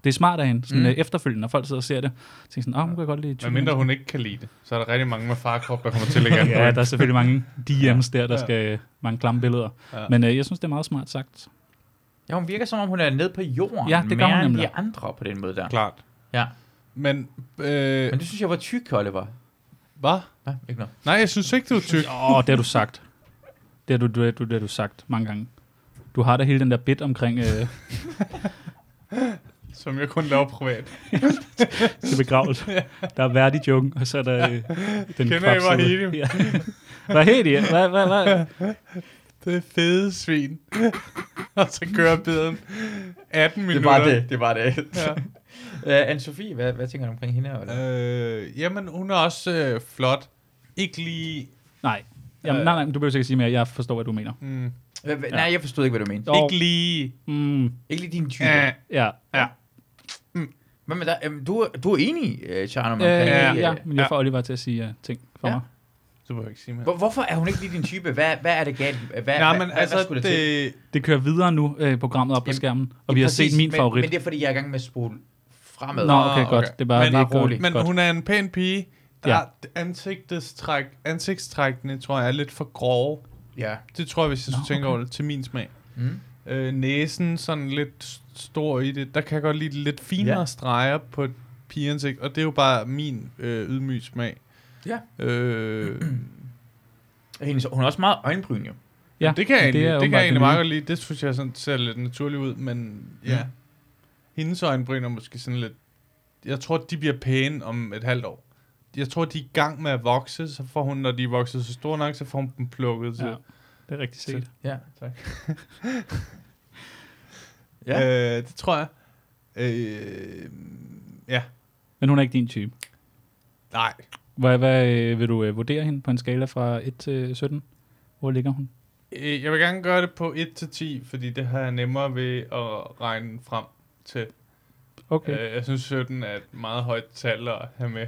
[SPEAKER 3] det er smart af hende. Sådan,
[SPEAKER 2] Mm.
[SPEAKER 3] mm. øh, efterfølgende, når folk sidder og ser det, tænker sådan, åh, hun kan godt lide
[SPEAKER 5] Hvad
[SPEAKER 3] tykke
[SPEAKER 5] mindre
[SPEAKER 3] mennesker."
[SPEAKER 5] hun ikke kan lide det, så er der rigtig mange med farkrop, der kommer til at lægge
[SPEAKER 3] Ja,
[SPEAKER 5] an
[SPEAKER 3] der er selvfølgelig mange DM's der, der
[SPEAKER 5] Ja.
[SPEAKER 3] skal mange klamme billeder.
[SPEAKER 5] Ja.
[SPEAKER 3] Men øh, jeg synes, det er meget smart sagt.
[SPEAKER 2] Ja, hun virker som om, hun er nede på jorden.
[SPEAKER 3] Ja, det gør
[SPEAKER 2] mere
[SPEAKER 3] hun
[SPEAKER 2] end
[SPEAKER 3] nemlig.
[SPEAKER 2] de andre på den måde der.
[SPEAKER 5] Klart.
[SPEAKER 2] Ja.
[SPEAKER 5] Men, øh,
[SPEAKER 2] Men du synes, jeg var tyk, Oliver.
[SPEAKER 5] hvad?
[SPEAKER 2] Hva? Ikke noget.
[SPEAKER 5] Nej, jeg synes ikke, du er tyk.
[SPEAKER 3] Åh, oh, det har du sagt. Det har du, det, du, det har du sagt mange gange. Du har da hele den der bit omkring øh,
[SPEAKER 5] Som jeg kun laver privat.
[SPEAKER 3] til begravelse. Der er værdig joken, og så er der øh, den
[SPEAKER 5] Kender I Vahidi?
[SPEAKER 3] Ja. Vahidi? Hvad, hvad, hvad?
[SPEAKER 5] Det er fede svin. og så kører beden 18 minutter.
[SPEAKER 2] Det var det. Det var det.
[SPEAKER 5] Ja.
[SPEAKER 2] øh, Anne-Sophie, hvad, hvad tænker du omkring hende? Eller?
[SPEAKER 5] Øh, jamen, hun er også øh, flot. Ikke lige...
[SPEAKER 3] Nej. Jamen, nej, nej, men du behøver ikke sige mere. Jeg forstår, hvad du mener.
[SPEAKER 5] Mm,
[SPEAKER 2] Hvad- hvad- Nej, jeg forstod ikke, hvad du mente.
[SPEAKER 3] Jo.
[SPEAKER 5] Ikke lige...
[SPEAKER 3] Mm,
[SPEAKER 2] Ikke lige din type. Mm.
[SPEAKER 5] Ja,
[SPEAKER 3] ja.
[SPEAKER 2] Men, men der, øhm, du, er- du er enig, øh, Charno,
[SPEAKER 3] Øh,
[SPEAKER 2] omkring
[SPEAKER 3] ja,
[SPEAKER 2] det, øh,
[SPEAKER 3] ja, men jeg får Oliver til at sige uh, ting for
[SPEAKER 2] Ja.
[SPEAKER 3] mig.
[SPEAKER 2] Så
[SPEAKER 5] Du behøver ikke sige mere.
[SPEAKER 2] Hvor, hvorfor er hun ikke lige din type? Hvad, hvad er det galt? Hvad,
[SPEAKER 5] Nej,
[SPEAKER 2] hvad,
[SPEAKER 5] men
[SPEAKER 2] hvad, hvad
[SPEAKER 5] altså,
[SPEAKER 2] skulle der til?
[SPEAKER 5] det,
[SPEAKER 3] Det kører videre nu, øh, programmet op på skærmen, og vi har set min
[SPEAKER 2] men,
[SPEAKER 3] favorit.
[SPEAKER 2] Men det er, fordi jeg er i gang med at spole fremad.
[SPEAKER 3] Nå, okay, godt. Det er bare
[SPEAKER 5] Men-
[SPEAKER 3] lige godt.
[SPEAKER 2] roligt.
[SPEAKER 5] Men
[SPEAKER 3] Godt.
[SPEAKER 5] hun er en pæn pige. Der
[SPEAKER 3] Ja.
[SPEAKER 5] ja. ansigtstræk, ansigtstrækkene, tror jeg, er lidt for grove.
[SPEAKER 2] Ja.
[SPEAKER 5] Det tror jeg, hvis jeg skulle tænke over det, til min smag.
[SPEAKER 2] Mm.
[SPEAKER 5] Øh, næsen sådan lidt s- stor i det. Der kan jeg godt lide lidt finere
[SPEAKER 2] Ja.
[SPEAKER 5] ja. streger på et pigeansigt, og det er jo bare min øh, ydmyge smag.
[SPEAKER 2] Ja.
[SPEAKER 5] Øh,
[SPEAKER 2] Hendes, hun er også meget øjenbryn, jo.
[SPEAKER 3] Ja,
[SPEAKER 5] det kan jeg egentlig,
[SPEAKER 3] er
[SPEAKER 5] det det kan
[SPEAKER 3] åbenbart
[SPEAKER 5] jeg egentlig
[SPEAKER 3] nye.
[SPEAKER 5] meget godt lide. Det synes jeg sådan, ser lidt naturligt ud, men ja. Mm. Hendes øjenbryn er måske sådan lidt... Jeg tror, de bliver pæne om et halvt år. Jeg tror, de er i gang med at vokse, så får hun, når de er vokset så store nok, så får hun dem plukket til.
[SPEAKER 3] Ja, det er rigtig set.
[SPEAKER 2] Ja.
[SPEAKER 5] Tak.
[SPEAKER 2] Ja.
[SPEAKER 5] ja. Øh, det tror jeg. Øh, ja.
[SPEAKER 3] Men hun er ikke din type.
[SPEAKER 5] Nej.
[SPEAKER 3] Hvad, hvad øh, vil du øh, vurdere hende på en skala fra 1 til 17? Hvor ligger hun?
[SPEAKER 5] Øh, Jeg vil gerne gøre det på 1-10, fordi det har jeg nemmere ved at regne frem til.
[SPEAKER 3] Okay.
[SPEAKER 5] Okay. Øh, jeg synes 17 er et meget højt tal at have med.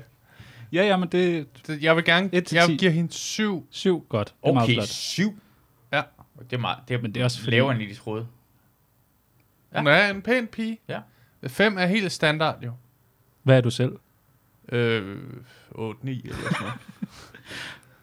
[SPEAKER 3] Ja, ja, men det er
[SPEAKER 5] Det- Jeg vil gerne...
[SPEAKER 3] Et til
[SPEAKER 5] Jeg
[SPEAKER 3] ti.
[SPEAKER 5] giver hende 7.
[SPEAKER 3] 7 godt. Det er meget
[SPEAKER 2] Okay,
[SPEAKER 3] flot.
[SPEAKER 2] syv.
[SPEAKER 5] Ja.
[SPEAKER 2] Det er meget, det er,
[SPEAKER 3] Men det er også fordi-
[SPEAKER 2] lavere end i de troede. Ja.
[SPEAKER 5] Hun er en pæn pige.
[SPEAKER 2] Ja.
[SPEAKER 5] 5 er helt standard, jo.
[SPEAKER 3] Hvad er du selv?
[SPEAKER 5] Øh, 8, 9 eller sådan noget.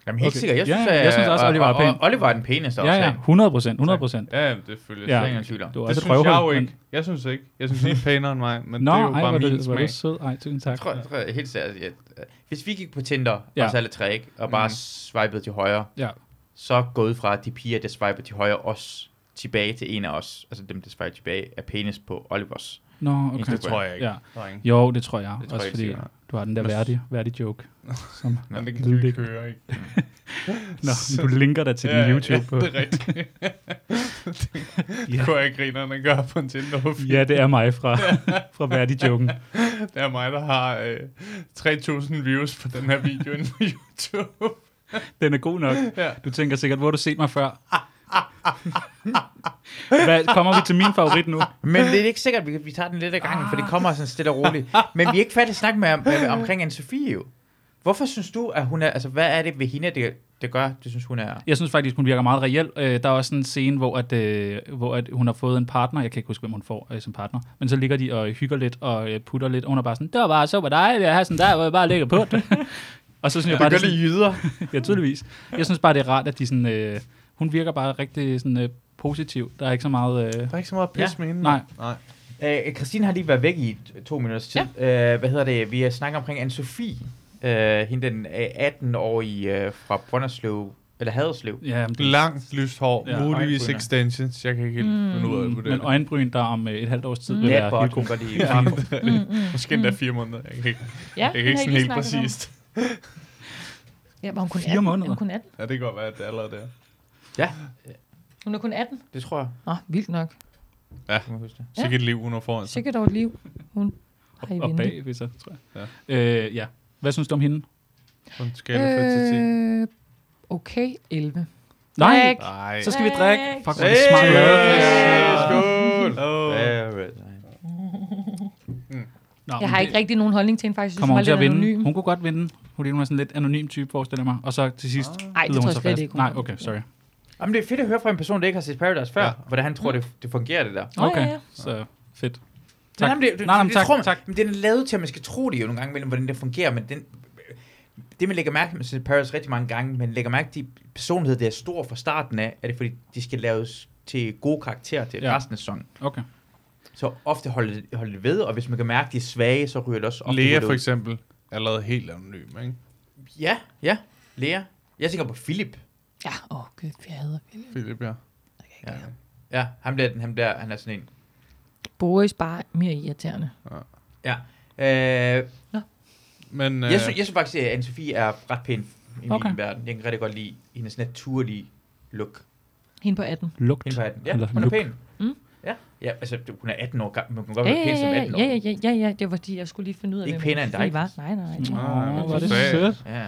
[SPEAKER 2] Jamen helt
[SPEAKER 3] Okay.
[SPEAKER 2] okay. sikkert. Jeg
[SPEAKER 3] Ja,
[SPEAKER 2] synes,
[SPEAKER 3] ja, jeg synes også,
[SPEAKER 2] og-
[SPEAKER 3] Oliver er
[SPEAKER 2] og- og-
[SPEAKER 3] pæn.
[SPEAKER 2] Oliver er den pæneste
[SPEAKER 3] Ja,
[SPEAKER 2] også.
[SPEAKER 3] ja,
[SPEAKER 2] ikke?
[SPEAKER 3] 100 procent, 100 procent.
[SPEAKER 5] Ja, men det følger
[SPEAKER 3] Ja.
[SPEAKER 2] Der er ingen tvivl om.
[SPEAKER 3] Du er
[SPEAKER 5] Det
[SPEAKER 3] også
[SPEAKER 5] synes jeg jo
[SPEAKER 3] røvhul,
[SPEAKER 5] ikke. Jeg synes ikke. Jeg synes, I er pænere end mig, men
[SPEAKER 3] Nå,
[SPEAKER 5] det er
[SPEAKER 3] ej,
[SPEAKER 5] jo bare
[SPEAKER 3] hvor
[SPEAKER 5] min
[SPEAKER 3] du, hvor du
[SPEAKER 5] smag.
[SPEAKER 3] sød. Ej, tusind tak.
[SPEAKER 2] Jeg tror, jeg tror jeg helt seriøst, at øh, hvis vi gik på Tinder,
[SPEAKER 3] Ja. Mhm.
[SPEAKER 2] ja. og så alle tre, ikke, og bare
[SPEAKER 5] Mm.
[SPEAKER 2] mm. swipede til højre,
[SPEAKER 3] Ja.
[SPEAKER 2] så gå ud fra, at de piger, der swiper til højre, også tilbage til en af os, altså dem, der swiper tilbage, er pænest på Olivers.
[SPEAKER 3] Nå, okay.
[SPEAKER 5] Det tror jeg ikke.
[SPEAKER 3] Ja.
[SPEAKER 5] drenge.
[SPEAKER 3] Jo, det tror jeg.
[SPEAKER 2] Det tror
[SPEAKER 3] også
[SPEAKER 2] jeg
[SPEAKER 3] fordi
[SPEAKER 2] ikke,
[SPEAKER 3] du har den der
[SPEAKER 5] Men-
[SPEAKER 3] værdige, værdige joke. Som,
[SPEAKER 5] Men det kan du ikke høre, ikke?
[SPEAKER 2] Mm.
[SPEAKER 3] Nå, men du linker dig til din YouTube. på.
[SPEAKER 5] Ja, det er rigtigt.
[SPEAKER 3] Ja.
[SPEAKER 5] det kunne jeg ikke grine, når gør på en tinder ja.
[SPEAKER 3] Ja, det er mig fra, fra værdig-joken.
[SPEAKER 5] Det er mig, der har øh, 3.000 views på den her video inde på YouTube.
[SPEAKER 3] Den er god nok.
[SPEAKER 5] Ja.
[SPEAKER 3] Du tænker sikkert, hvor har du set mig før? Hvad, kommer vi til min favorit nu?
[SPEAKER 2] Men det er ikke sikkert, at vi, vi tager den lidt af gangen,
[SPEAKER 3] Ah.
[SPEAKER 2] for det kommer sådan stille og roligt. Men vi er ikke færdig at snakke med, med, omkring Anne-Sophie jo. Hvorfor synes du, at hun er, altså hvad er det ved hende, det, det gør, du synes, hun er?
[SPEAKER 3] Jeg synes faktisk, hun virker meget reelt. Øh, der er også sådan en scene, hvor, at, øh, hvor at hun har fået en partner. Jeg kan ikke huske, hvem hun får øh, som partner. Men så ligger de og hygger lidt og øh, putter lidt. Og hun er bare sådan, det var bare super dejligt at have sådan der, hvor jeg bare ligger på det. og så synes jeg bare, det, er sådan,
[SPEAKER 2] jyder.
[SPEAKER 3] ja, tydeligvis. Jeg synes bare, det er rart, at de sådan, øh, hun virker bare rigtig sådan, øh, positiv. Der er ikke så meget... Øh,
[SPEAKER 5] Der er ikke så meget pis
[SPEAKER 2] Ja.
[SPEAKER 5] ja. med hende.
[SPEAKER 3] Nej.
[SPEAKER 5] Nej.
[SPEAKER 2] Øh, Christine har lige været væk i t- to minutters tid. Ja. Øh, hvad hedder det? Vi har snakket omkring Anne-Sophie. Øh, hende den øh, 18-årige øh, fra Brønderslev, eller Haderslev.
[SPEAKER 3] ja, men, det,
[SPEAKER 5] Langt lyst hår,
[SPEAKER 3] Ja.
[SPEAKER 5] ja, muligvis
[SPEAKER 2] Øjenbryner.
[SPEAKER 5] extensions. Jeg kan ikke helt finde ud af det på
[SPEAKER 3] men
[SPEAKER 5] det.
[SPEAKER 3] øjenbryn, der om øh, et halvt års tid
[SPEAKER 4] Mm.
[SPEAKER 3] vil
[SPEAKER 2] Ja,
[SPEAKER 3] være
[SPEAKER 2] godt.
[SPEAKER 3] helt
[SPEAKER 2] Hun
[SPEAKER 3] god. Mm,
[SPEAKER 2] går lige frem.
[SPEAKER 5] Måske endda fire måneder. Jeg kan ikke,
[SPEAKER 4] Ja,
[SPEAKER 5] jeg kan
[SPEAKER 4] den
[SPEAKER 5] ikke
[SPEAKER 4] har I
[SPEAKER 5] sådan
[SPEAKER 4] lige
[SPEAKER 5] helt
[SPEAKER 4] snakket om.
[SPEAKER 5] præcist.
[SPEAKER 4] Ja, var hun kun
[SPEAKER 3] Fire
[SPEAKER 4] 18?
[SPEAKER 3] måneder.
[SPEAKER 4] Er Hun, kun 18?
[SPEAKER 5] Ja, det kan godt være, at det er allerede der.
[SPEAKER 4] hun er kun 18?
[SPEAKER 2] Det tror jeg.
[SPEAKER 4] Nå, vildt nok.
[SPEAKER 2] Kan man huske det?
[SPEAKER 4] Ja.
[SPEAKER 5] Sikke et liv, hun har foran sig.
[SPEAKER 4] Sikkert over et liv. Hun har i
[SPEAKER 3] Og
[SPEAKER 4] vente.
[SPEAKER 3] bag, hvis jeg, tror jeg. Ja. Øh, ja. Hvad synes du om hende?
[SPEAKER 5] På en skala fra 10.
[SPEAKER 4] Øh, okay, 11.
[SPEAKER 3] Nej,
[SPEAKER 4] Drik.
[SPEAKER 5] Nej.
[SPEAKER 3] så skal vi drikke.
[SPEAKER 4] Drik.
[SPEAKER 3] Fuck, hvor er det smart.
[SPEAKER 5] Skål!
[SPEAKER 2] Very nice.
[SPEAKER 3] Nå,
[SPEAKER 4] Jeg
[SPEAKER 3] men
[SPEAKER 4] har
[SPEAKER 3] det-
[SPEAKER 4] ikke rigtig nogen holdning til hende, faktisk. Jeg
[SPEAKER 3] Kommer hun
[SPEAKER 4] synes,
[SPEAKER 3] til
[SPEAKER 4] hun
[SPEAKER 3] at
[SPEAKER 4] var lidt
[SPEAKER 3] vinde?
[SPEAKER 4] anonym.
[SPEAKER 3] Hun kunne godt vinde, fordi hun er sådan lidt anonym type, forestiller jeg mig. Og så til sidst...
[SPEAKER 4] Nej, det
[SPEAKER 3] bider hun
[SPEAKER 4] tror jeg
[SPEAKER 3] sig
[SPEAKER 4] slet
[SPEAKER 3] fast.
[SPEAKER 4] ikke. hun
[SPEAKER 3] Nej,
[SPEAKER 4] gør.
[SPEAKER 3] okay, sorry.
[SPEAKER 2] Jamen, det er fedt at høre fra en person, der ikke har set Paradise før,
[SPEAKER 5] Ja.
[SPEAKER 2] ja. hvordan han tror, det, det fungerer, det der.
[SPEAKER 4] Nå,
[SPEAKER 3] Okay,
[SPEAKER 4] ja, ja.
[SPEAKER 3] så fedt.
[SPEAKER 2] Nej,
[SPEAKER 3] Tak.
[SPEAKER 2] nej, men det, det,
[SPEAKER 3] Nej, nej, men
[SPEAKER 2] det,
[SPEAKER 3] tak,
[SPEAKER 2] tror man,
[SPEAKER 3] tak.
[SPEAKER 2] Men den er lavet til, at man skal tro det jo nogle gange imellem, hvordan det fungerer, men den, det, man lægger mærke til Paris rigtig mange gange, man lægger mærke til, at personlighed, der er stor fra starten af, er det fordi, de skal laves til gode karakterer til
[SPEAKER 3] Ja.
[SPEAKER 2] ja. resten af sæsonen.
[SPEAKER 3] Okay.
[SPEAKER 2] Så ofte holder det, holder det ved, og hvis man kan mærke, at de er svage, så ryger det også ofte
[SPEAKER 5] Lea
[SPEAKER 2] hurtigt
[SPEAKER 5] for
[SPEAKER 2] ud.
[SPEAKER 5] eksempel er allerede helt anonym, ikke?
[SPEAKER 2] Ja, ja. Lea. Jeg tænker på Philip.
[SPEAKER 4] Ja, åh, oh, gud, jeg hader Philip.
[SPEAKER 5] Philip, ja.
[SPEAKER 2] Ja, ja ham, der, ham der, han er sådan en.
[SPEAKER 4] Boris bare mere irriterende.
[SPEAKER 2] Ja. Øh,
[SPEAKER 5] Men øh,
[SPEAKER 2] jeg, synes, jeg synes faktisk, at Anne-Sophie er ret pæn i
[SPEAKER 3] Okay.
[SPEAKER 2] okay. min verden. Jeg kan rigtig godt lide hendes naturlige look.
[SPEAKER 4] Hende på 18.
[SPEAKER 3] Lugt.
[SPEAKER 2] Hende på 18. Ja,
[SPEAKER 3] Eller
[SPEAKER 2] hun er
[SPEAKER 3] look.
[SPEAKER 2] pæn.
[SPEAKER 4] Mm.
[SPEAKER 2] Ja. ja, altså du- hun er 18 år gammel, men hun kan godt
[SPEAKER 4] Ja,
[SPEAKER 2] være pæn
[SPEAKER 4] ja,
[SPEAKER 2] som
[SPEAKER 4] ja,
[SPEAKER 2] 18 år.
[SPEAKER 4] ja, ja, ja, ja, ja, det var fordi, jeg skulle lige finde ud af,
[SPEAKER 2] Ikke
[SPEAKER 4] hvem
[SPEAKER 2] pænere end
[SPEAKER 4] Sofie
[SPEAKER 2] dig.
[SPEAKER 4] var. Nej, nej, nej.
[SPEAKER 3] Åh, hvor er det
[SPEAKER 5] Sag.
[SPEAKER 3] sødt.
[SPEAKER 2] ja.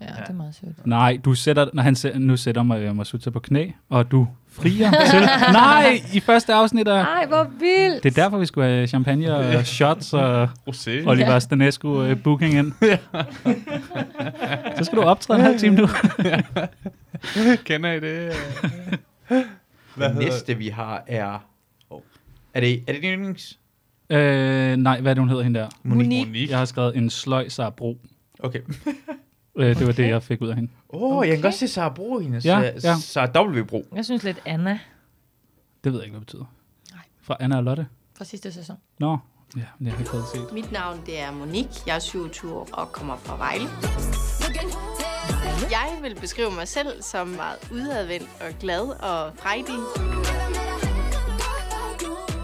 [SPEAKER 4] Ja, det er meget sødt.
[SPEAKER 3] Nej, du sætter, når han sæ- nu sætter mig, Masuta på knæ, og du frier til... Nej, i første afsnit af...
[SPEAKER 4] Nej, hvor vildt.
[SPEAKER 3] Det er derfor, vi skulle have champagne og shots og
[SPEAKER 5] Rosé.
[SPEAKER 3] Oliver
[SPEAKER 4] Ja.
[SPEAKER 3] Stanescu øh, booking ind. Så skal du optræde en halv time nu.
[SPEAKER 5] Kender I det? Hvad
[SPEAKER 2] Hvad
[SPEAKER 5] hedder-
[SPEAKER 2] næste, vi har, er... Oh. Er det, er det din yndlings?
[SPEAKER 3] øh, nej, hvad er det, hun hedder hende der?
[SPEAKER 2] Monique.
[SPEAKER 5] Monique.
[SPEAKER 3] Jeg har skrevet en sløj Sarah Bro.
[SPEAKER 2] Okay.
[SPEAKER 3] Øh, det var
[SPEAKER 4] Okay.
[SPEAKER 3] det, jeg fik ud af hende.
[SPEAKER 2] Åh, oh, okay. jeg kan
[SPEAKER 4] Okay.
[SPEAKER 2] godt se Sara Bro i hendes. øh,
[SPEAKER 3] Ja,
[SPEAKER 2] Ja, ja.
[SPEAKER 3] ja.
[SPEAKER 2] Sara W. Bro.
[SPEAKER 4] Jeg synes lidt Anna
[SPEAKER 3] Det ved jeg ikke, hvad det betyder.
[SPEAKER 11] Nej.
[SPEAKER 3] Fra Anna og Lotte.
[SPEAKER 4] fra sidste sæson.
[SPEAKER 3] Nå, ja, men jeg har ikke fået set.
[SPEAKER 11] Mit navn det er Monique. Jeg er 27 år og kommer fra Vejle. Jeg vil beskrive mig selv som meget udadvendt og glad og frejdig.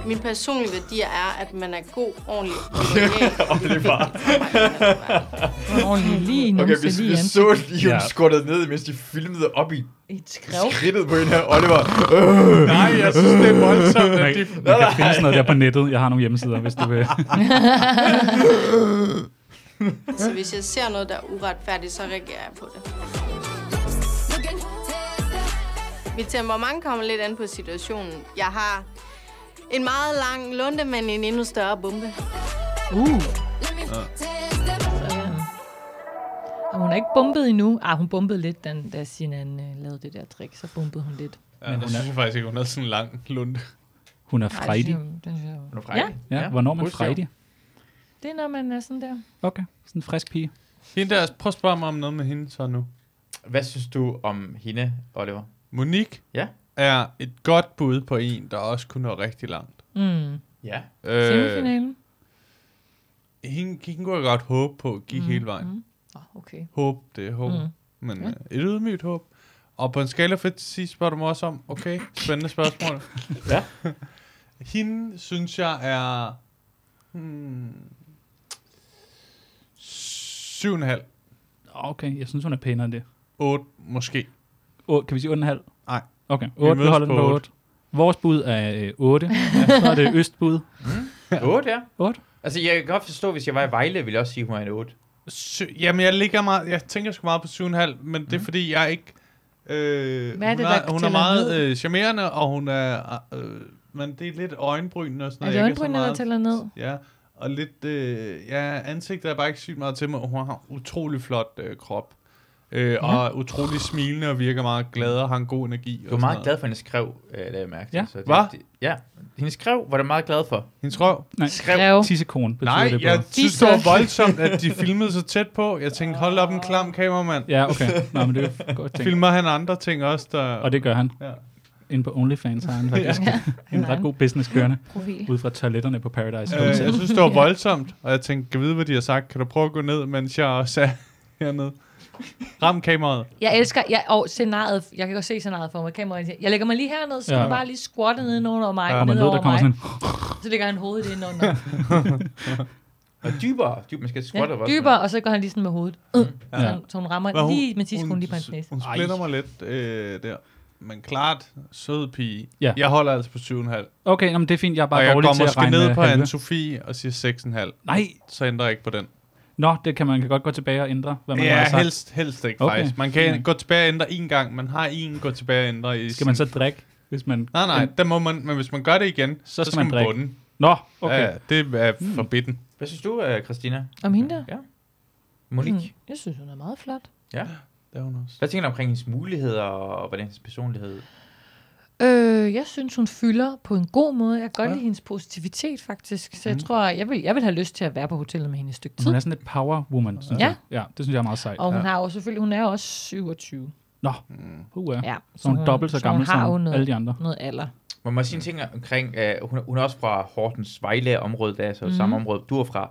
[SPEAKER 11] Min personlige værdi er, at man er god, ordentlig og lojal.
[SPEAKER 4] Ordentligt lige nu,
[SPEAKER 2] Okay,
[SPEAKER 4] så
[SPEAKER 2] vi,
[SPEAKER 4] lige
[SPEAKER 2] vi
[SPEAKER 4] igen.
[SPEAKER 2] så lige, hun
[SPEAKER 3] Ja.
[SPEAKER 2] ja. skortede ned, mens de filmede op i
[SPEAKER 4] Et skrev.
[SPEAKER 2] kridtet på hende her. Oliver, øh,
[SPEAKER 5] Nej, jeg synes, det er voldsomt.
[SPEAKER 3] Man,
[SPEAKER 5] at de-
[SPEAKER 3] man kan finde sådan noget der på nettet. Jeg har nogle hjemmesider, hvis du vil.
[SPEAKER 11] Så hvis jeg ser noget, der er uretfærdigt, så reagerer jeg på det. Mit temperament kommer lidt an på situationen. Jeg har en meget lang lunde, men en endnu større bombe.
[SPEAKER 4] Uh. Og hun er ikke bumpet endnu. Ah, hun bumpede lidt, da, da Sinan øh, lavede det der trick. Så bumpede hun lidt.
[SPEAKER 5] Ja, der synes jeg faktisk ikke, hun havde sådan en lang lunde.
[SPEAKER 3] Hun er
[SPEAKER 4] Ej,
[SPEAKER 3] frejdig.
[SPEAKER 4] Den, den, synes jeg var-
[SPEAKER 2] nu er ja.
[SPEAKER 3] Ja, hvornår er man
[SPEAKER 2] Fuldstændig.
[SPEAKER 3] frejdig?
[SPEAKER 4] det er, når man er sådan der.
[SPEAKER 3] Okay, sådan en frisk pige.
[SPEAKER 5] Hende der, prøv at spørge mig om noget med hende så nu.
[SPEAKER 2] Hvad synes du om hende, Oliver?
[SPEAKER 5] Monique
[SPEAKER 2] Ja.
[SPEAKER 5] er et godt bud på en, der også kunne nå rigtig langt. Øh,
[SPEAKER 4] Mm.
[SPEAKER 2] Ja.
[SPEAKER 4] Semifinalen.
[SPEAKER 5] hende, hende kunne jeg godt håbe på gik hele vejen. Mm.
[SPEAKER 4] Åh, okay.
[SPEAKER 5] Håb, det er håb.
[SPEAKER 4] Mm.
[SPEAKER 5] Mm. Men øh, et ydmygt håb. Og på en skala fra til sidst spørger du mig også om, okay, spændende spørgsmål.
[SPEAKER 2] Ja.
[SPEAKER 5] hende synes jeg er... Hmm, syv og en halv.
[SPEAKER 3] Okay, jeg synes, hun er pænere end det.
[SPEAKER 5] Otte, måske.
[SPEAKER 3] 8, kan vi sige 8,5?
[SPEAKER 5] Nej.
[SPEAKER 3] Okay, 8, vi
[SPEAKER 5] mødes
[SPEAKER 3] holder den
[SPEAKER 5] på
[SPEAKER 3] på
[SPEAKER 5] otte.
[SPEAKER 3] 8. Vores bud er øh, 8, ja, så er det Østbud.
[SPEAKER 2] 8, Mm. ja.
[SPEAKER 3] Otte.
[SPEAKER 2] Altså, jeg kan godt forstå, hvis jeg var i Vejle, ville jeg også sige, hun er en 8.
[SPEAKER 5] Sy- Jamen, jeg ligger meget, jeg tænker sgu meget på 7,5, men
[SPEAKER 2] Mhm.
[SPEAKER 5] det er fordi, jeg er ikke... Øh,
[SPEAKER 4] Hvad er det,
[SPEAKER 5] hun, er,
[SPEAKER 4] der
[SPEAKER 5] hun er
[SPEAKER 4] tæller
[SPEAKER 5] meget
[SPEAKER 4] ned?
[SPEAKER 5] øh, charmerende, og hun er... Øh, men det er lidt øjenbrynene og sådan
[SPEAKER 4] Er
[SPEAKER 5] noget.
[SPEAKER 4] det
[SPEAKER 5] jeg ikke så
[SPEAKER 4] øjenbrynene, der
[SPEAKER 5] meget-
[SPEAKER 4] tæller ned?
[SPEAKER 5] Ja, og lidt... Øh, ja, ansigtet er bare ikke sygt meget til mig. Hun har en utrolig flot øh, krop. Øh, ja. Og er utrolig smilende og virker meget glad og har en god energi.
[SPEAKER 2] Du var meget glad for hendes skrev, øh, lavede jeg mærke til.
[SPEAKER 3] Ja.
[SPEAKER 2] Så
[SPEAKER 5] Hva?
[SPEAKER 2] det, det, ja, hendes skrev var du meget glad for.
[SPEAKER 5] Hendes røv?
[SPEAKER 3] Nej,
[SPEAKER 4] Skrev.
[SPEAKER 3] tissekone betyder
[SPEAKER 5] Nej,
[SPEAKER 3] det på.
[SPEAKER 5] jeg synes, det
[SPEAKER 4] Fisen.
[SPEAKER 5] var voldsomt, at de filmede så tæt på. Jeg tænkte, hold op en klam kameramand.
[SPEAKER 3] Ja, okay. Nå, men det er jo godt tænkt.
[SPEAKER 5] Filmer han andre ting også, der...
[SPEAKER 3] Og det gør han.
[SPEAKER 5] Ja.
[SPEAKER 3] Inde på OnlyFans har han faktisk
[SPEAKER 4] Ja,
[SPEAKER 3] en ret god business kørende.
[SPEAKER 4] profil.
[SPEAKER 3] Ud fra toiletterne på Paradise
[SPEAKER 5] Øh,
[SPEAKER 3] Hotel.
[SPEAKER 5] jeg synes, det var voldsomt, og jeg tænkte, kan vide, hvad de har sagt. Kan du prøve at gå ned, mens jeg også er hernede? Ram kameraet.
[SPEAKER 4] Jeg elsker, jeg, og scenariet, jeg kan godt se scenariet for mig. Kameraet, siger, jeg lægger mig lige herned, så
[SPEAKER 3] Ja.
[SPEAKER 4] ja. du bare lige squatte ned over mig,
[SPEAKER 5] Ja,
[SPEAKER 4] ja,
[SPEAKER 3] Og man
[SPEAKER 4] ned
[SPEAKER 3] ved, der
[SPEAKER 4] over mig.
[SPEAKER 3] kommer sådan
[SPEAKER 4] Så lægger han hovedet ind under.
[SPEAKER 2] Og dybere. Dyb, man skal squatte
[SPEAKER 4] ja,
[SPEAKER 2] også.
[SPEAKER 4] dybere, og så går han lige sådan med hovedet. Øh,
[SPEAKER 3] Ja.
[SPEAKER 4] så, så, hun rammer
[SPEAKER 5] Hvad, hun-
[SPEAKER 4] lige med tidskolen lige på hans
[SPEAKER 5] s-
[SPEAKER 4] næse.
[SPEAKER 5] Hun
[SPEAKER 3] Ej.
[SPEAKER 5] splitter mig lidt øh, der. Men klart, sød pige.
[SPEAKER 3] Ja.
[SPEAKER 5] Jeg holder altså på 7,5.
[SPEAKER 3] en- Okay, nå, men det er fint. Jeg er
[SPEAKER 5] Og
[SPEAKER 3] bare
[SPEAKER 5] jeg
[SPEAKER 3] dårlig
[SPEAKER 5] går
[SPEAKER 3] til at
[SPEAKER 5] måske
[SPEAKER 3] regne
[SPEAKER 5] ned på
[SPEAKER 3] halve.
[SPEAKER 5] Anne-Sophie og siger 6,5.
[SPEAKER 3] Nej,
[SPEAKER 5] Så ændrer jeg ikke på den.
[SPEAKER 3] nå, det kan man kan godt gå tilbage og ændre, hvad man har
[SPEAKER 5] Ja,
[SPEAKER 3] sagt.
[SPEAKER 5] helst, helst ikke
[SPEAKER 3] Okay.
[SPEAKER 5] okay. faktisk. Man kan
[SPEAKER 3] Ja.
[SPEAKER 5] gå tilbage og ændre en gang. Man har en gå tilbage og ændre i
[SPEAKER 3] Skal man
[SPEAKER 5] sin-
[SPEAKER 3] så drikke, hvis man...
[SPEAKER 5] Nej, nej, der må man, men hvis man gør det igen, så,
[SPEAKER 3] skal
[SPEAKER 5] skal
[SPEAKER 3] man
[SPEAKER 5] man, man
[SPEAKER 3] drikke.
[SPEAKER 5] bruge den.
[SPEAKER 3] Nå,
[SPEAKER 5] Okay.
[SPEAKER 3] okay. Mm.
[SPEAKER 5] Ja, det er forbidden.
[SPEAKER 2] Hvad synes du, øh, Christina?
[SPEAKER 4] Om hende der?
[SPEAKER 2] Ja. Monique?
[SPEAKER 4] Mm, jeg synes, hun er meget flot.
[SPEAKER 2] Ja.
[SPEAKER 5] Det er hun også.
[SPEAKER 2] Hvad tænker du omkring hendes muligheder og hvordan hendes personlighed?
[SPEAKER 4] Øh, jeg synes, hun fylder på en god måde. Jeg kan godt
[SPEAKER 5] Ja.
[SPEAKER 4] ja. lide hendes positivitet, faktisk. Så jeg tror, jeg vil, jeg vil have lyst til at være på hotellet med hende et stykke tid.
[SPEAKER 3] Hun er sådan lidt power woman, synes
[SPEAKER 4] Ja.
[SPEAKER 3] jeg. Ja, det synes jeg er meget sejt.
[SPEAKER 4] Og hun har jo selvfølgelig, hun er også 27.
[SPEAKER 3] Nå,
[SPEAKER 2] Mm.
[SPEAKER 3] uh, ja.
[SPEAKER 4] Ja,
[SPEAKER 3] Så hun er dobbelt så gammel
[SPEAKER 4] hun har jo
[SPEAKER 3] som
[SPEAKER 4] noget,
[SPEAKER 3] alle de andre.
[SPEAKER 4] noget alder.
[SPEAKER 2] Man må sige en ting omkring, øh, hun, hun er også fra Hortens Vejle-område, der er så mm. samme
[SPEAKER 4] Mhm.
[SPEAKER 2] område, du er fra.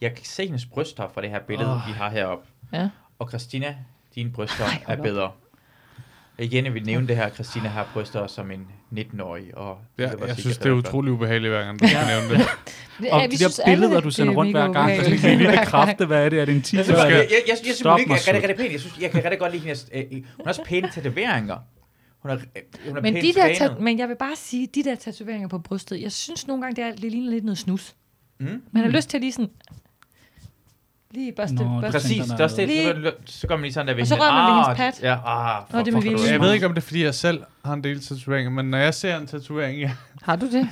[SPEAKER 2] Jeg kan se hendes bryster fra det her billede, oh. vi har heroppe.
[SPEAKER 4] Ja.
[SPEAKER 2] Og Christina, dine bryster
[SPEAKER 4] Ej,
[SPEAKER 2] Ej,
[SPEAKER 4] hold
[SPEAKER 2] er
[SPEAKER 4] op.
[SPEAKER 2] bedre. Igen, jeg vil nævne det her, Christina har bryster som en 19-årig. Og
[SPEAKER 5] Ja,
[SPEAKER 2] var
[SPEAKER 5] jeg
[SPEAKER 2] sikkert
[SPEAKER 5] synes, det er
[SPEAKER 2] rigtig flot.
[SPEAKER 5] utrolig ubehageligt, hver gang du skal nævne det.
[SPEAKER 3] Og de der billeder, du sender rundt hver gang, der skal lige bekræfte, hvad er det? Er det en
[SPEAKER 2] Jeg
[SPEAKER 3] 10
[SPEAKER 2] synes,
[SPEAKER 3] eller
[SPEAKER 2] jeg,
[SPEAKER 3] er
[SPEAKER 2] jeg,
[SPEAKER 3] det?
[SPEAKER 2] jeg, jeg synes,
[SPEAKER 3] Stop
[SPEAKER 2] hun ikke
[SPEAKER 3] mig,
[SPEAKER 2] er rigtig,
[SPEAKER 3] slut.
[SPEAKER 2] rigtig pæn. Jeg, synes, jeg kan rigtig godt lide hendes... Øh, øh, hun har også pæne tatoveringer. Hun er, øh, hun er
[SPEAKER 4] Men,
[SPEAKER 2] pænt
[SPEAKER 4] de der
[SPEAKER 2] trænet.
[SPEAKER 4] ta- men jeg vil bare sige, de der tatoveringer på brystet, jeg synes nogle gange, det, er, det ligner lidt noget snus.
[SPEAKER 2] Mm.
[SPEAKER 4] Man har lyst til at lige sådan... Lige børste,
[SPEAKER 2] Nå,
[SPEAKER 4] børste.
[SPEAKER 2] Præcis, det er også det.
[SPEAKER 4] Lige,
[SPEAKER 2] Så, gør- så gør man lige sådan der ved
[SPEAKER 4] Og så
[SPEAKER 2] hende.
[SPEAKER 4] rører man ved
[SPEAKER 2] Ah,
[SPEAKER 4] hendes pat.
[SPEAKER 2] Ja, ah,
[SPEAKER 4] Nå, det er med vilje.
[SPEAKER 5] Jeg ved ikke, om det er, fordi jeg selv har en del tatoveringer, men når jeg ser en tatovering, ja,
[SPEAKER 4] har du det?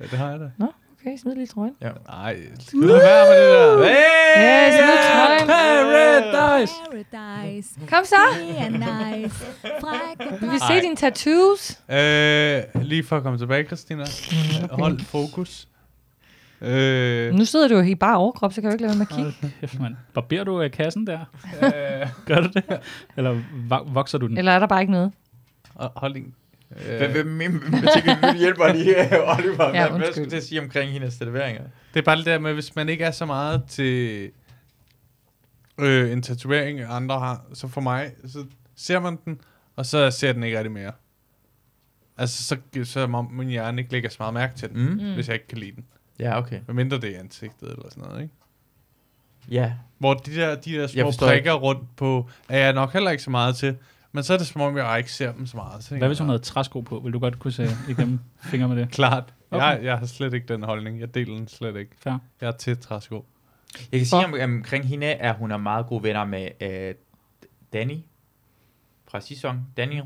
[SPEAKER 5] ja det har jeg da.
[SPEAKER 4] Nå, okay, smid lige trøjen.
[SPEAKER 2] Ja.
[SPEAKER 5] Nej, skal du lade være med det der?
[SPEAKER 4] Hey, smid trøjen.
[SPEAKER 5] Paradise!
[SPEAKER 1] Paradise.
[SPEAKER 4] Kom så.
[SPEAKER 1] Det er nice. Frække
[SPEAKER 4] Vi vil se dine tattoos.
[SPEAKER 5] Øh, lige for at komme tilbage, Christina. Øh, Hold fokus. Øh,
[SPEAKER 4] Nu sidder du jo i bare overkrop, så kan du ikke lade være med at kigge.
[SPEAKER 3] Kæft, mand. Barberer du øh, kassen der?
[SPEAKER 5] Øh.
[SPEAKER 3] Gør du det? Eller vo- vokser du den? Øh.
[SPEAKER 4] Eller er der bare ikke noget?
[SPEAKER 5] Og hold din...
[SPEAKER 2] Hvem, hvem, hvem, hvem, jeg tænker, vi hjælper lige øh, Oliver.
[SPEAKER 4] Ja,
[SPEAKER 2] Ja, hvad, hvad
[SPEAKER 4] undskyld.
[SPEAKER 2] skulle det sige omkring hendes tatoveringer?
[SPEAKER 5] Det er bare det der med, hvis man ikke er så meget til øh, en tatovering, andre har, så for mig, så ser man den, og så ser den ikke rigtig mere. Altså, så, så er mon- min hjerne ikke lægger så meget mærke til den,
[SPEAKER 2] Mm.
[SPEAKER 5] mm. hvis jeg ikke kan lide den.
[SPEAKER 2] Ja, okay.
[SPEAKER 5] Hvad mindre det er i ansigtet eller sådan noget, ikke?
[SPEAKER 2] Ja.
[SPEAKER 5] Hvor de der, de der små
[SPEAKER 2] forstår
[SPEAKER 5] prikker rundt på, er jeg nok heller ikke så meget til, men så er det som om, jeg ikke ser dem så meget. Så
[SPEAKER 3] Hvad hvis hun havde træsko på? Vil du godt kunne se igennem fingre med det?
[SPEAKER 5] Klart.
[SPEAKER 3] Okay.
[SPEAKER 5] Okay. Jeg, jeg har slet ikke den holdning. Jeg deler den slet ikke.
[SPEAKER 3] Fair.
[SPEAKER 5] Jeg er til træsko.
[SPEAKER 2] Jeg kan sige om, omkring hende, at hun er meget gode venner med øh, Danny fra sæson. Daniel.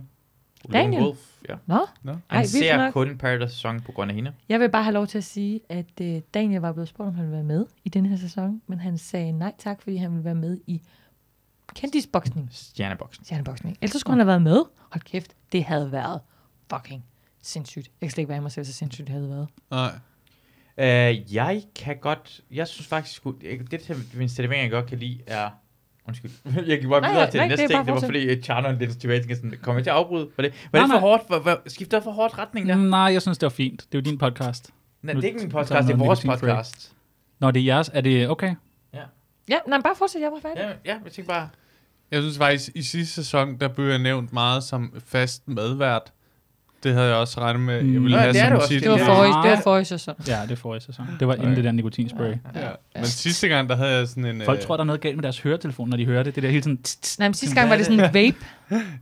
[SPEAKER 4] Daniel?
[SPEAKER 2] Wolf, ja.
[SPEAKER 4] Nå?
[SPEAKER 2] No.
[SPEAKER 4] Nå.
[SPEAKER 2] Han
[SPEAKER 4] Ej, vildt
[SPEAKER 2] ser
[SPEAKER 4] nok.
[SPEAKER 2] kun Paradise sæson på grund af hende.
[SPEAKER 4] Jeg vil bare have lov til at sige, at øh, Daniel var blevet spurgt, om han ville være med i den her sæson, men han sagde nej tak, fordi han ville være med i kendisboksning.
[SPEAKER 2] Stjerneboksen.
[SPEAKER 4] Stjerneboksning. Ellers så skulle han have været med. Hold kæft, det havde været fucking sindssygt. Jeg kan slet ikke være i mig selv, så sindssygt det havde været.
[SPEAKER 5] Nej.
[SPEAKER 2] Øh, jeg kan godt... Jeg synes faktisk... sgu- jeg- Det til min tatovering, jeg godt kan lide, er... Undskyld. Jeg gik bare
[SPEAKER 4] Nej,
[SPEAKER 2] videre
[SPEAKER 4] nej,
[SPEAKER 2] til
[SPEAKER 4] nej,
[SPEAKER 2] den næste
[SPEAKER 4] det er bare
[SPEAKER 2] ting. Det var
[SPEAKER 4] fortsæt.
[SPEAKER 2] fordi, at Charlon lidt tilbage tænkte sådan, kommer jeg til at afbryde? Var det, var
[SPEAKER 3] Nej,
[SPEAKER 2] det
[SPEAKER 3] nej.
[SPEAKER 2] for hårdt? Var, var, skifter jeg for hårdt retning der?
[SPEAKER 3] Nej, jeg synes, det var fint. Det er jo din podcast.
[SPEAKER 2] Nej, det er ikke min
[SPEAKER 3] Nu tager
[SPEAKER 2] podcast, det er
[SPEAKER 3] noget
[SPEAKER 2] vores
[SPEAKER 3] nikotin-break.
[SPEAKER 2] podcast.
[SPEAKER 3] Nå, det er jeres. Er det okay?
[SPEAKER 4] Ja, nej, men bare fortsæt, jeg var færdig.
[SPEAKER 2] Ja, ja, jeg tænkte bare...
[SPEAKER 5] Jeg synes faktisk, i sidste sæson, der blev jeg nævnt meget som fast medvært. Det havde jeg også regnet med, jeg ville
[SPEAKER 3] Nå,
[SPEAKER 5] have
[SPEAKER 3] det er
[SPEAKER 5] som
[SPEAKER 3] du også.
[SPEAKER 5] titel.
[SPEAKER 4] Det var forrige, det var forrige sæson.
[SPEAKER 3] Ja, det er forrige sæson. Det var inden det der nikotinspray.
[SPEAKER 5] Ja. Men sidste gang, der havde jeg sådan en... øh,
[SPEAKER 3] Folk tror, der er noget galt med deres høretelefon, når de hører det. Det der hele sådan... tss, tss.
[SPEAKER 4] Nej, men sidste gang var det sådan en vape,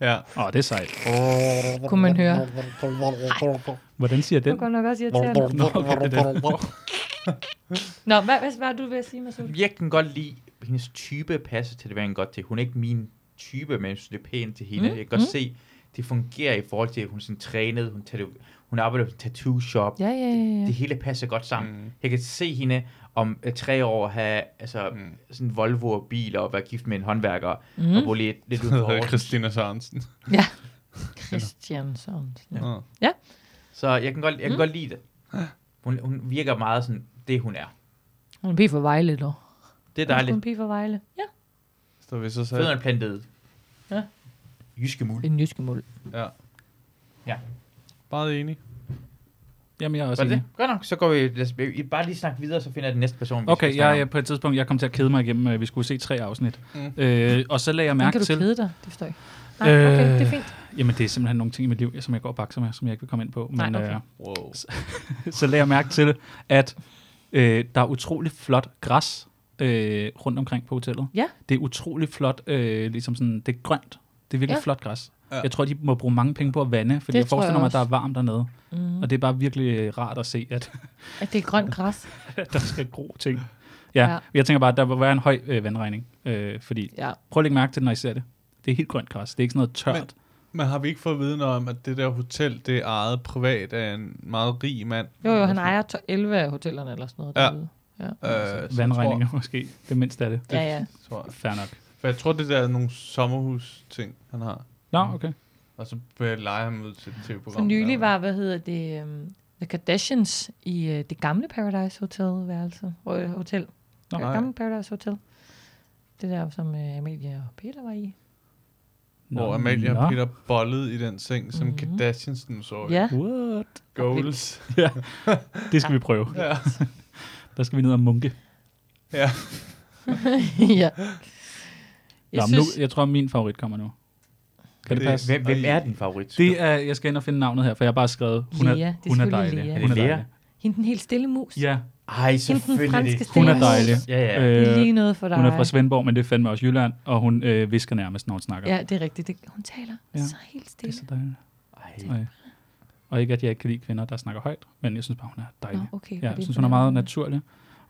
[SPEAKER 5] Ja.
[SPEAKER 3] Åh, oh, det er sejt.
[SPEAKER 4] kunne man høre.
[SPEAKER 3] Hvordan siger
[SPEAKER 4] Det
[SPEAKER 3] den?
[SPEAKER 4] var godt nok også irriterende.
[SPEAKER 3] Nå, okay, det er den.
[SPEAKER 4] Nå, hvad, hvad, hvad er du ved at sige, Masoud?
[SPEAKER 2] Jeg kan godt lide, hendes type passer til det, hvad godt til. Hun er ikke min type, men jeg synes, det er pænt til hende.
[SPEAKER 4] Mm,
[SPEAKER 2] Jeg kan godt se, det fungerer i forhold til, at hun sådan trænede, hun, tato- hun arbejder på en tattoo shop.
[SPEAKER 4] Ja, ja, ja, ja.
[SPEAKER 2] Det hele passer godt sammen.
[SPEAKER 5] Mm.
[SPEAKER 2] Jeg kan se hende om øh, tre år have altså,
[SPEAKER 5] Mm.
[SPEAKER 2] sådan en Volvo og bil og være gift med en håndværker
[SPEAKER 4] Mm.
[SPEAKER 2] og bo lidt, lidt ud
[SPEAKER 5] Det
[SPEAKER 2] for
[SPEAKER 5] hedder
[SPEAKER 2] Aarhus.
[SPEAKER 5] Christina Sørensen.
[SPEAKER 4] Ja. Christian Sørensen.
[SPEAKER 5] Ja.
[SPEAKER 4] Ja. Mm.
[SPEAKER 2] Så jeg kan godt, jeg kan godt lide det. Hun, hun virker meget sådan, det hun er.
[SPEAKER 4] Hun er en pige for Vejle, dog.
[SPEAKER 2] Det er
[SPEAKER 4] Hun er sgu
[SPEAKER 2] dejligt.
[SPEAKER 4] en pige for Vejle. Ja.
[SPEAKER 5] Står vi så selv.
[SPEAKER 2] Fødderne plantet.
[SPEAKER 4] Ja.
[SPEAKER 2] Jyske mul.
[SPEAKER 4] En jyske mul.
[SPEAKER 5] Ja.
[SPEAKER 2] Ja.
[SPEAKER 5] Meget enig.
[SPEAKER 3] Jamen, jeg er også
[SPEAKER 2] Var det
[SPEAKER 3] enig.
[SPEAKER 2] det? Godt nok, så går vi, lad os, I bare lige snakke videre, så finder jeg den næste person. vi skal
[SPEAKER 3] Okay,
[SPEAKER 2] snakke
[SPEAKER 3] jeg,
[SPEAKER 2] om.
[SPEAKER 3] jeg, på et tidspunkt, jeg kom til at kede mig igennem, øh, vi skulle se tre afsnit.
[SPEAKER 5] Mm.
[SPEAKER 3] Øh, og så lagde jeg
[SPEAKER 4] Hvordan
[SPEAKER 3] mærke
[SPEAKER 4] kan du
[SPEAKER 3] til... Øh.
[SPEAKER 4] kede dig? Det forstår jeg ikke. Nej, okay, det er fint.
[SPEAKER 3] Jamen, det er simpelthen nogle ting i mit liv, som jeg går og bakser med, som jeg ikke vil komme ind på. Men,
[SPEAKER 4] Nej, okay.
[SPEAKER 5] Wow.
[SPEAKER 3] øh, så lagde jeg mærke til, at øh, der er utrolig flot græs øh, rundt omkring på hotellet.
[SPEAKER 4] Ja.
[SPEAKER 3] Det er utrolig flot, øh, ligesom sådan, det er grønt. Det er virkelig
[SPEAKER 4] Ja.
[SPEAKER 3] ja. flot græs.
[SPEAKER 5] Ja.
[SPEAKER 3] Ja. Jeg tror, de må bruge mange penge på at vande, fordi
[SPEAKER 4] Det
[SPEAKER 3] det jeg
[SPEAKER 4] tror jeg
[SPEAKER 3] forestiller mig, at
[SPEAKER 4] også.
[SPEAKER 3] der er varmt dernede.
[SPEAKER 4] Mhm.
[SPEAKER 3] Mm. Og det er bare virkelig øh, rart at se, at
[SPEAKER 4] At det er grønt græs.
[SPEAKER 3] der skal gro ting. Ja,
[SPEAKER 4] Ja.
[SPEAKER 3] ja. jeg tænker bare, at der vil være en høj øh, vandregning. Øh, fordi,
[SPEAKER 4] Ja.
[SPEAKER 3] prøv at lægge mærke til det, når I ser det. Det er helt grønt græs. Det er ikke sådan noget tørt. Men,
[SPEAKER 5] Men har vi ikke fået viden om, at det der hotel, det er ejet privat af en meget rig mand?
[SPEAKER 4] Jo, jo, han ejer to- 11 af hotellerne eller sådan noget.
[SPEAKER 5] Ja.
[SPEAKER 4] derude. Ja.
[SPEAKER 5] Øh, så
[SPEAKER 3] Vandregninger måske. Det mindste af det.
[SPEAKER 4] Ja, ja.
[SPEAKER 5] Tror, tror jeg.
[SPEAKER 3] Fair nok.
[SPEAKER 5] For jeg tror, det der er nogle sommerhus-ting, han har.
[SPEAKER 3] Nå, okay.
[SPEAKER 5] Og så øh, leger han ud til et tv-program.
[SPEAKER 4] For nylig
[SPEAKER 5] eller-
[SPEAKER 4] var, hvad hedder det, um, The Kardashians i uh, det gamle Paradise Hotel værelse. Øh, hotel.
[SPEAKER 3] Nå,
[SPEAKER 4] det
[SPEAKER 5] nej.
[SPEAKER 4] gamle Paradise Hotel. Det der, som uh, Amelia og Peter var i.
[SPEAKER 5] Hvor Amalie og Peter bollede i den seng, som mm-hmm. Kardashians nu så. i.
[SPEAKER 4] Mhm. Ja.
[SPEAKER 3] What?
[SPEAKER 5] Goals.
[SPEAKER 3] Ja, det skal vi prøve.
[SPEAKER 5] Ja.
[SPEAKER 3] Der skal vi ned og munke.
[SPEAKER 5] ja.
[SPEAKER 4] ja. Jeg
[SPEAKER 3] Nå,
[SPEAKER 4] synes,
[SPEAKER 3] synes... nu, jeg tror, min favorit kommer nu. Kan det,
[SPEAKER 5] Det-
[SPEAKER 3] det passe?
[SPEAKER 2] Hvem, hvem er din favorit?
[SPEAKER 3] Det er, jeg skal ind og finde navnet her, for jeg har bare skrevet, hun er,
[SPEAKER 4] Lea. Det er
[SPEAKER 3] hun er
[SPEAKER 4] selvfølgelig
[SPEAKER 3] dejlig.
[SPEAKER 4] Lea. Er det
[SPEAKER 3] Hun er
[SPEAKER 2] Lea?
[SPEAKER 3] dejlig.
[SPEAKER 4] hende den helt stille mus.
[SPEAKER 3] Ja,
[SPEAKER 2] Ej, selvfølgelig.
[SPEAKER 4] franske
[SPEAKER 2] det.
[SPEAKER 4] sten.
[SPEAKER 3] hun er dejlig. Øh,
[SPEAKER 2] Ja, ja.
[SPEAKER 4] Det er lige noget for dig.
[SPEAKER 3] hun er fra Svendborg, men det er fandme også Jylland, og hun øh, visker nærmest, når hun snakker.
[SPEAKER 4] Ja, det er rigtigt. Det, hun taler ja.
[SPEAKER 3] Ja.
[SPEAKER 4] så helt
[SPEAKER 3] Det er
[SPEAKER 4] stille.
[SPEAKER 3] så dejligt.
[SPEAKER 2] Ej,
[SPEAKER 3] Og, og ikke, at jeg ikke kan lide kvinder, der snakker højt, men jeg synes bare, hun er dejlig.
[SPEAKER 4] Nå, okay.
[SPEAKER 3] Ja,
[SPEAKER 4] fordi
[SPEAKER 3] jeg synes, hun er meget naturlig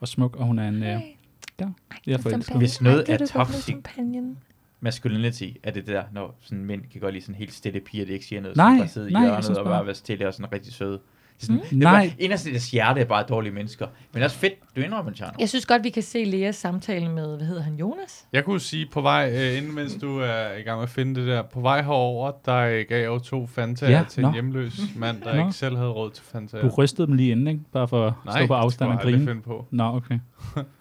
[SPEAKER 3] og smuk, og hun er en, øh,
[SPEAKER 4] Hej.
[SPEAKER 3] Ja, jeg forelsker.
[SPEAKER 2] Hvis noget er toxic
[SPEAKER 4] toxic. Companion.
[SPEAKER 2] masculinity, er det det der, når sådan mænd kan godt lide sådan helt stille piger, det ikke siger noget,
[SPEAKER 3] Nej,
[SPEAKER 2] så bare sidde
[SPEAKER 3] nej,
[SPEAKER 2] i
[SPEAKER 3] jeg
[SPEAKER 2] hjørnet
[SPEAKER 3] synes
[SPEAKER 2] og
[SPEAKER 3] bare-
[SPEAKER 2] bare være stille og sådan rigtig søde. Det er Sådan,
[SPEAKER 3] Mm.
[SPEAKER 2] det er bare-
[SPEAKER 3] Nej.
[SPEAKER 2] Inderst i deres hjerte er bare dårlige mennesker. Men det er også fedt, du indrømmer, Tjerno.
[SPEAKER 4] Jeg synes godt, vi kan se Leas samtale med, hvad hedder han, Jonas?
[SPEAKER 5] Jeg kunne sige på vej, øh, inden mens du er i gang med at finde det der, på vej herover, der øh, gav jeg jo to Fantaer ja,
[SPEAKER 3] Ja,
[SPEAKER 5] til en
[SPEAKER 3] nå.
[SPEAKER 5] hjemløs mand, der
[SPEAKER 3] Nå.
[SPEAKER 5] ikke selv havde råd til Fantaer.
[SPEAKER 3] Du rystede dem lige inden, ikke? Bare for at
[SPEAKER 5] Nej,
[SPEAKER 3] stå
[SPEAKER 5] det
[SPEAKER 3] på
[SPEAKER 5] kunne
[SPEAKER 3] afstand
[SPEAKER 5] jeg
[SPEAKER 3] og
[SPEAKER 5] aldrig
[SPEAKER 3] grine.
[SPEAKER 5] finde på.
[SPEAKER 3] Nå, okay.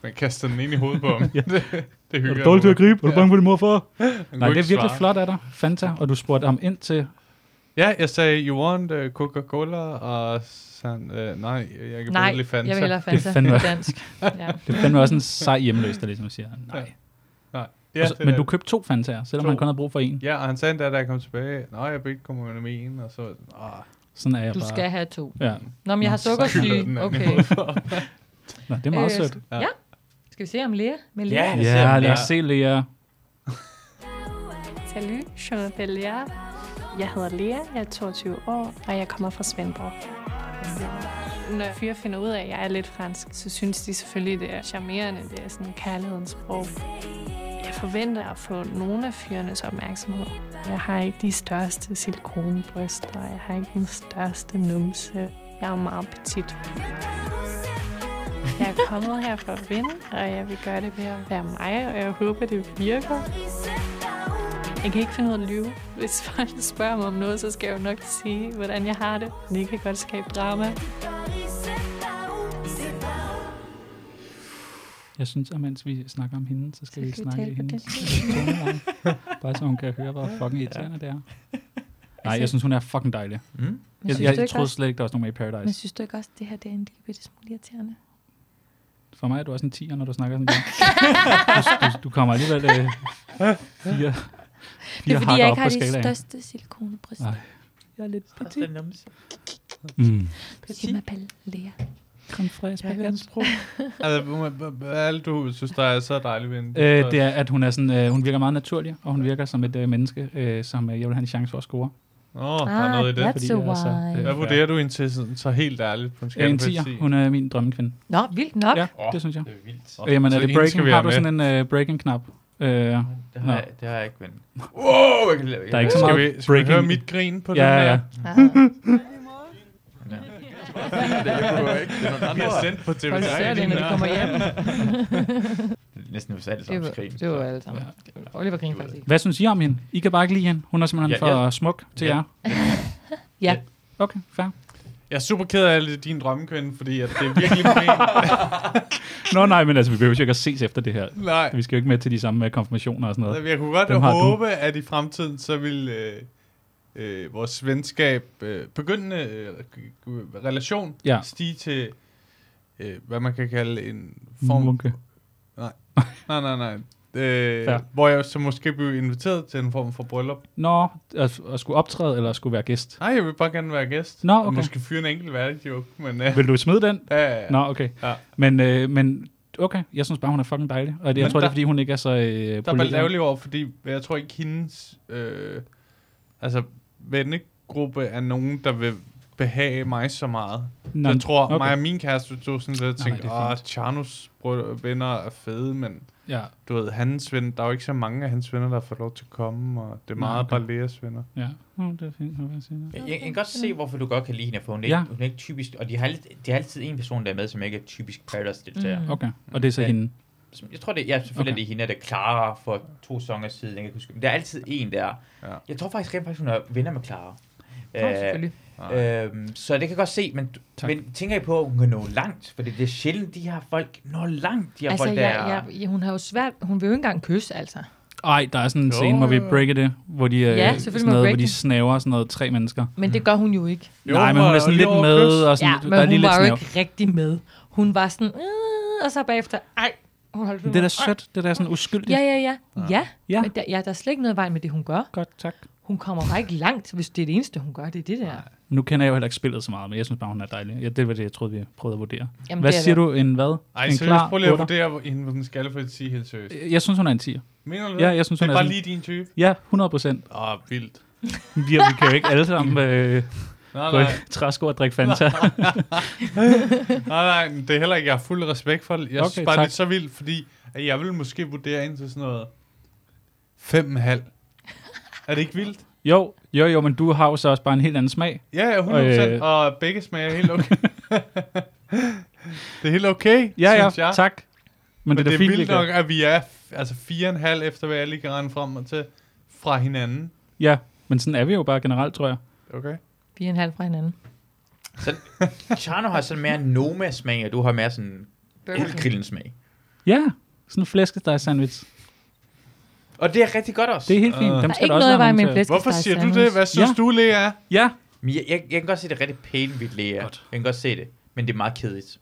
[SPEAKER 5] Man kaster den ind i hovedet på ham.
[SPEAKER 3] Ja.
[SPEAKER 5] ja. det, det
[SPEAKER 3] Er
[SPEAKER 5] hygger
[SPEAKER 3] du dårlig til at gribe? Er du
[SPEAKER 5] Ja.
[SPEAKER 3] bange for din mor for?
[SPEAKER 5] Han kunne
[SPEAKER 3] Nej, det er
[SPEAKER 5] ikke
[SPEAKER 3] virkelig
[SPEAKER 5] svare.
[SPEAKER 3] flot af dig, Fanta, og du spurgte ham ind til...
[SPEAKER 5] Ja, jeg sagde, you want uh, Coca-Cola, og sådan, uh, nej, jeg kan
[SPEAKER 4] Nej,
[SPEAKER 5] bedre lide Fanta.
[SPEAKER 4] jeg vil hellere
[SPEAKER 3] Det
[SPEAKER 4] Fanta.
[SPEAKER 3] er fandme,
[SPEAKER 4] Dansk. Ja.
[SPEAKER 3] det er fandme også en sej hjemløs, der ligesom siger, nej.
[SPEAKER 5] nej.
[SPEAKER 3] Ja, så,
[SPEAKER 5] det
[SPEAKER 3] men
[SPEAKER 5] er
[SPEAKER 3] du
[SPEAKER 5] det.
[SPEAKER 3] købte to Fantaer, selvom
[SPEAKER 5] To.
[SPEAKER 3] han kun havde brug for en.
[SPEAKER 5] Ja, og han sagde endda, da jeg kom tilbage, nej, jeg blev ikke kommet med en, og så, var jeg sådan, ah.
[SPEAKER 3] Sådan er jeg
[SPEAKER 4] Du
[SPEAKER 3] bare.
[SPEAKER 4] skal have to.
[SPEAKER 3] Ja.
[SPEAKER 4] Nå, men jeg har
[SPEAKER 3] så-
[SPEAKER 4] sukkersyge.
[SPEAKER 5] Den anden
[SPEAKER 4] Okay. Øh,
[SPEAKER 5] måde.
[SPEAKER 3] Nå, det er meget sødt.
[SPEAKER 4] Ja. Skal vi se om Lea? Med
[SPEAKER 3] Ja,
[SPEAKER 4] Lea?
[SPEAKER 2] lad os se, om
[SPEAKER 3] lad os
[SPEAKER 2] Lea-
[SPEAKER 3] se, Lea.
[SPEAKER 12] Salut, je m'appelle Lea. Jeg hedder Lea, jeg er 22 år, og jeg kommer fra Svendborg. Når fyre finder ud af, at jeg er lidt fransk, så synes de selvfølgelig, det er charmerende. Det er sådan kærlighedens sprog. Jeg forventer at få nogle af fyrenes opmærksomhed. Jeg har ikke de største silikonebryster, jeg har ikke den største numse. Jeg er meget petit. Jeg er kommet her for at vinde, og jeg vil gøre det ved at være mig, og jeg håber, det virker. Jeg kan ikke finde ud af at lyve. Hvis folk spørger mig om noget, så skal jeg jo nok sige, hvordan jeg har det. Men det kan godt skabe drama.
[SPEAKER 3] Jeg synes, at mens vi snakker om hende, så skal, vi
[SPEAKER 12] skal vi
[SPEAKER 3] snakke
[SPEAKER 12] tale
[SPEAKER 3] i
[SPEAKER 12] på
[SPEAKER 3] hendes
[SPEAKER 12] dansk.
[SPEAKER 3] toneleje. Bare så hun kan høre, hvor fucking irriterende det er. Nej, jeg synes, hun er fucking dejlig.
[SPEAKER 2] Mm.
[SPEAKER 3] Jeg,
[SPEAKER 4] synes du
[SPEAKER 3] jeg
[SPEAKER 4] ikke
[SPEAKER 3] troede
[SPEAKER 4] også-
[SPEAKER 3] slet ikke, der var sådan nogen med i
[SPEAKER 4] Men
[SPEAKER 3] Paradise.
[SPEAKER 4] synes du ikke også, at det her det er en lille bitte smule irriterende?
[SPEAKER 3] For mig er du også en 10'er, når du snakker sådan der. Du, du, du kommer alligevel øh, fire,
[SPEAKER 4] Det
[SPEAKER 3] fire
[SPEAKER 4] er fordi, jeg
[SPEAKER 3] hakker op
[SPEAKER 4] ikke
[SPEAKER 3] på
[SPEAKER 4] har de
[SPEAKER 3] skalaen.
[SPEAKER 4] største silikonebryster.
[SPEAKER 3] Nej.
[SPEAKER 4] Jeg er lidt petit.
[SPEAKER 3] Mm.
[SPEAKER 4] Je m'appelle Lea.
[SPEAKER 3] Kom fra
[SPEAKER 5] Altså, hvad- hvad- hvad er det, du synes, der er så dejligt ved hende?
[SPEAKER 3] Øh, det er, at hun, er sådan, øh, hun virker meget naturlig, og hun virker som et øh, menneske, øh, som øh, jeg vil have en chance for at score.
[SPEAKER 5] Nå, der er noget i det.
[SPEAKER 3] Fordi jeg er så, øh,
[SPEAKER 5] Hvad vurderer du hende til sådan, så helt ærligt på
[SPEAKER 3] Ja,
[SPEAKER 5] en skala
[SPEAKER 3] en
[SPEAKER 5] på 10?
[SPEAKER 3] 10'er. Hun er min drømmekvinde.
[SPEAKER 4] Nå, vildt nok.
[SPEAKER 3] Ja, det synes jeg.
[SPEAKER 2] Det er vildt.
[SPEAKER 3] Øh, Jamen,
[SPEAKER 5] Så
[SPEAKER 3] er det
[SPEAKER 5] hende skal
[SPEAKER 3] breaking?
[SPEAKER 5] vi
[SPEAKER 3] Har
[SPEAKER 5] have
[SPEAKER 3] du
[SPEAKER 5] med.
[SPEAKER 3] sådan en uh, breaking-knap? Øh,
[SPEAKER 2] Det
[SPEAKER 3] nå.
[SPEAKER 2] har, jeg, det har jeg ikke vendt. Wow, jeg kan lave.
[SPEAKER 3] Der er ikke så
[SPEAKER 5] Skal
[SPEAKER 3] meget
[SPEAKER 5] vi- skal vi
[SPEAKER 3] breaking-
[SPEAKER 5] høre mit grin på
[SPEAKER 3] ja,
[SPEAKER 5] den her?
[SPEAKER 3] Ja,
[SPEAKER 5] Vi har sendt på TV3.
[SPEAKER 4] Folk ser det, når de kommer hjem.
[SPEAKER 2] Det er Næsten hos alle
[SPEAKER 4] det,
[SPEAKER 2] sammen
[SPEAKER 4] var,
[SPEAKER 2] skrigen.
[SPEAKER 4] det var alle sammen. Oliver griner faktisk ikke.
[SPEAKER 3] Hvad synes I om hende? I kan bare ikke lide hende. Hun er simpelthen
[SPEAKER 2] Ja,
[SPEAKER 3] for
[SPEAKER 2] ja.
[SPEAKER 3] smuk til
[SPEAKER 2] Ja.
[SPEAKER 3] jer.
[SPEAKER 4] Ja.
[SPEAKER 3] Okay, fair.
[SPEAKER 5] Jeg er super ked af alle dine drømmekvinde, fordi at det er virkelig men.
[SPEAKER 3] Nå nej, men altså, vi behøver jo ikke at ses efter det her.
[SPEAKER 5] Nej. Altså,
[SPEAKER 3] Vi skal jo ikke med til de samme øh, konfirmationer og sådan noget.
[SPEAKER 5] Jeg kunne godt
[SPEAKER 3] Dem har du.
[SPEAKER 5] håbe, at i fremtiden, så vil øh, øh, vores venskab, øh, begyndende øh, relation,
[SPEAKER 3] Ja.
[SPEAKER 5] stige til, øh, hvad man kan kalde en form...
[SPEAKER 3] Munke.
[SPEAKER 5] Nej, nej, nej, nej. Øh,
[SPEAKER 3] Fair.
[SPEAKER 5] hvor jeg så måske blev inviteret til en form for bryllup.
[SPEAKER 3] Nå, at, at skulle optræde eller at skulle være gæst.
[SPEAKER 5] Nej, jeg vil bare gerne være gæst.
[SPEAKER 3] Nå,
[SPEAKER 5] Og
[SPEAKER 3] okay.
[SPEAKER 5] måske fyre en enkelt værdigjoke, men... Øh,
[SPEAKER 3] Vil du smide den?
[SPEAKER 5] Ja, ja, ja.
[SPEAKER 3] Nå, okay.
[SPEAKER 5] Ja.
[SPEAKER 3] Men, øh, men okay, jeg synes bare, hun er fucking dejlig. Og det, jeg
[SPEAKER 5] Men
[SPEAKER 3] tror, det
[SPEAKER 5] der-
[SPEAKER 3] er, fordi hun ikke er så... Øh,
[SPEAKER 5] Der er
[SPEAKER 3] politisk.
[SPEAKER 5] ærgerlig over, fordi jeg tror ikke, hendes øh, altså, vennegruppe er nogen, der vil behage mig så meget.
[SPEAKER 3] Nå,
[SPEAKER 5] Nå, jeg tror, okay.
[SPEAKER 3] okay.
[SPEAKER 5] mig og min kæreste tog sådan lidt og
[SPEAKER 3] Nej,
[SPEAKER 5] tænkte,
[SPEAKER 3] det er
[SPEAKER 5] åh,
[SPEAKER 3] fint."
[SPEAKER 5] Charnos brød- venner er fede, men
[SPEAKER 3] Ja.
[SPEAKER 5] du ved, hans venner, der er jo ikke så mange af hans venner, der får lov til at komme, og det
[SPEAKER 3] Nej,
[SPEAKER 5] er meget
[SPEAKER 3] okay.
[SPEAKER 5] okay. bare Leas venner.
[SPEAKER 3] Ja, Nå, det er fint. Hvad siger jeg?
[SPEAKER 2] Jeg, jeg, jeg kan godt se, hvorfor du godt kan lide hende, for hun er,
[SPEAKER 3] Ja.
[SPEAKER 2] ja. hun er ikke typisk, og de har, alt- de har altid en person, der er med, som ikke er typisk Paradise-deltager.
[SPEAKER 4] Mm.
[SPEAKER 3] Okay, og det er så
[SPEAKER 2] Ja.
[SPEAKER 3] hende.
[SPEAKER 2] Som- Jeg tror, det, ja, selvfølgelig
[SPEAKER 3] Okay.
[SPEAKER 2] okay. er det hende, der er Clara for to sæsoner siden. Jeg kan ikke huske. Men der er altid en der.
[SPEAKER 5] Ja.
[SPEAKER 2] Ja. Jeg tror faktisk rent faktisk, hun er venner med Clara.
[SPEAKER 4] Nå, selvfølgelig.
[SPEAKER 2] Øhm, så det kan jeg godt se, men,
[SPEAKER 3] Tak.
[SPEAKER 2] men tænker I på, at hun kan nå langt? For det er sjældent, de her folk når langt, de her altså,
[SPEAKER 4] Altså,
[SPEAKER 2] folk,
[SPEAKER 4] jeg,
[SPEAKER 2] der er...
[SPEAKER 4] jeg, jeg, hun har jo svært... Hun vil jo ikke engang kysse, altså.
[SPEAKER 3] Ej, der er sådan en scene, hvor vi breaker det, hvor de,
[SPEAKER 4] Ja,
[SPEAKER 3] ja,
[SPEAKER 4] selvfølgelig
[SPEAKER 3] sådan
[SPEAKER 4] må vi
[SPEAKER 3] noget,
[SPEAKER 4] breake
[SPEAKER 3] hvor de
[SPEAKER 4] det.
[SPEAKER 3] snaver sådan noget tre mennesker.
[SPEAKER 4] Men
[SPEAKER 2] Mm.
[SPEAKER 4] det gør hun jo ikke.
[SPEAKER 3] Jo, Nej, men hun er sådan lidt med, og sådan,
[SPEAKER 4] Ja, men
[SPEAKER 3] der er lige
[SPEAKER 4] hun
[SPEAKER 3] lidt
[SPEAKER 4] var jo
[SPEAKER 3] snav.
[SPEAKER 4] ikke rigtig med. Hun var sådan... "Øh," Og så bagefter... Ej, hun holdt
[SPEAKER 3] Det er da sødt, det er da sådan uskyldigt.
[SPEAKER 4] Ja, ja, ja. Ja,
[SPEAKER 3] Ja.
[SPEAKER 4] ja. Men der, ja, der er slet ikke noget vej med det, hun gør.
[SPEAKER 3] Godt, tak.
[SPEAKER 4] Hun kommer bare ikke langt, hvis det er det eneste, hun gør. Det er det der.
[SPEAKER 3] Nu kender jeg jo heller ikke spillet så meget, men jeg synes bare, hun er dejlig. Ja, det var det, jeg troede, vi prøvede at vurdere.
[SPEAKER 4] Jamen,
[SPEAKER 3] hvad
[SPEAKER 4] det er
[SPEAKER 3] siger
[SPEAKER 4] det.
[SPEAKER 3] du? En hvad?
[SPEAKER 5] Ej,
[SPEAKER 3] en
[SPEAKER 5] seriøst, prøv lige at
[SPEAKER 3] otter?
[SPEAKER 5] vurdere hvor- hende på den skalle for at sige helt seriøst.
[SPEAKER 3] Jeg synes, hun er en 10'er.
[SPEAKER 5] Mener du det?
[SPEAKER 3] Ja, jeg synes,
[SPEAKER 5] det
[SPEAKER 3] hun
[SPEAKER 5] er
[SPEAKER 3] er
[SPEAKER 5] bare
[SPEAKER 3] sådan-
[SPEAKER 5] lige din type.
[SPEAKER 3] Ja, 100 procent.
[SPEAKER 5] Åh, oh, vildt.
[SPEAKER 3] Vi, vi kan jo ikke alle sammen øh,
[SPEAKER 5] Nej,
[SPEAKER 3] gå i
[SPEAKER 5] nej.
[SPEAKER 3] træsko og drikke Fanta.
[SPEAKER 5] nej, nej, men det er heller ikke, jeg har fuld respekt for det. Jeg okay,
[SPEAKER 3] Okay,
[SPEAKER 5] synes bare,
[SPEAKER 3] tak.
[SPEAKER 5] det er så vildt, fordi at Jeg vil måske vurdere ind til sådan noget 5,5. Er det ikke vildt?
[SPEAKER 3] Jo, jo, jo, men du har jo så også bare en helt anden smag.
[SPEAKER 5] Ja, ja, 100%. Og,
[SPEAKER 3] øh,
[SPEAKER 5] og begge smager helt okay. det er helt okay,
[SPEAKER 3] Ja, ja,
[SPEAKER 5] synes jeg.
[SPEAKER 3] tak. Men det er da
[SPEAKER 5] det er
[SPEAKER 3] fint,
[SPEAKER 5] vildt
[SPEAKER 3] det gør.
[SPEAKER 5] nok, at vi er f- altså fire og en halv efter, hvad jeg lige kan rende frem og til fra hinanden.
[SPEAKER 3] ja, men sådan er vi jo bare generelt, tror jeg.
[SPEAKER 5] Okay.
[SPEAKER 4] Vi er en halv fra hinanden.
[SPEAKER 2] Så, Chano har sådan mere Noma-smag, og du har mere sådan
[SPEAKER 4] Burger King.
[SPEAKER 2] elgrillen-smeg.
[SPEAKER 3] Ja, sådan en flæskesteg sandwich.
[SPEAKER 2] Og det er rigtig godt også. Øh.
[SPEAKER 3] Det er helt fint. Dem Der er skal ikke der også noget i være vejen med nogen en til. flæskesteg Hvorfor siger du sandwich. det? Hvad synes
[SPEAKER 2] du,
[SPEAKER 5] Lea?
[SPEAKER 3] Ja.
[SPEAKER 2] Men jeg, jeg, jeg kan godt se, det er rigtig pænt ved Lea. Godt. Jeg kan godt se det, men det er meget kedeligt.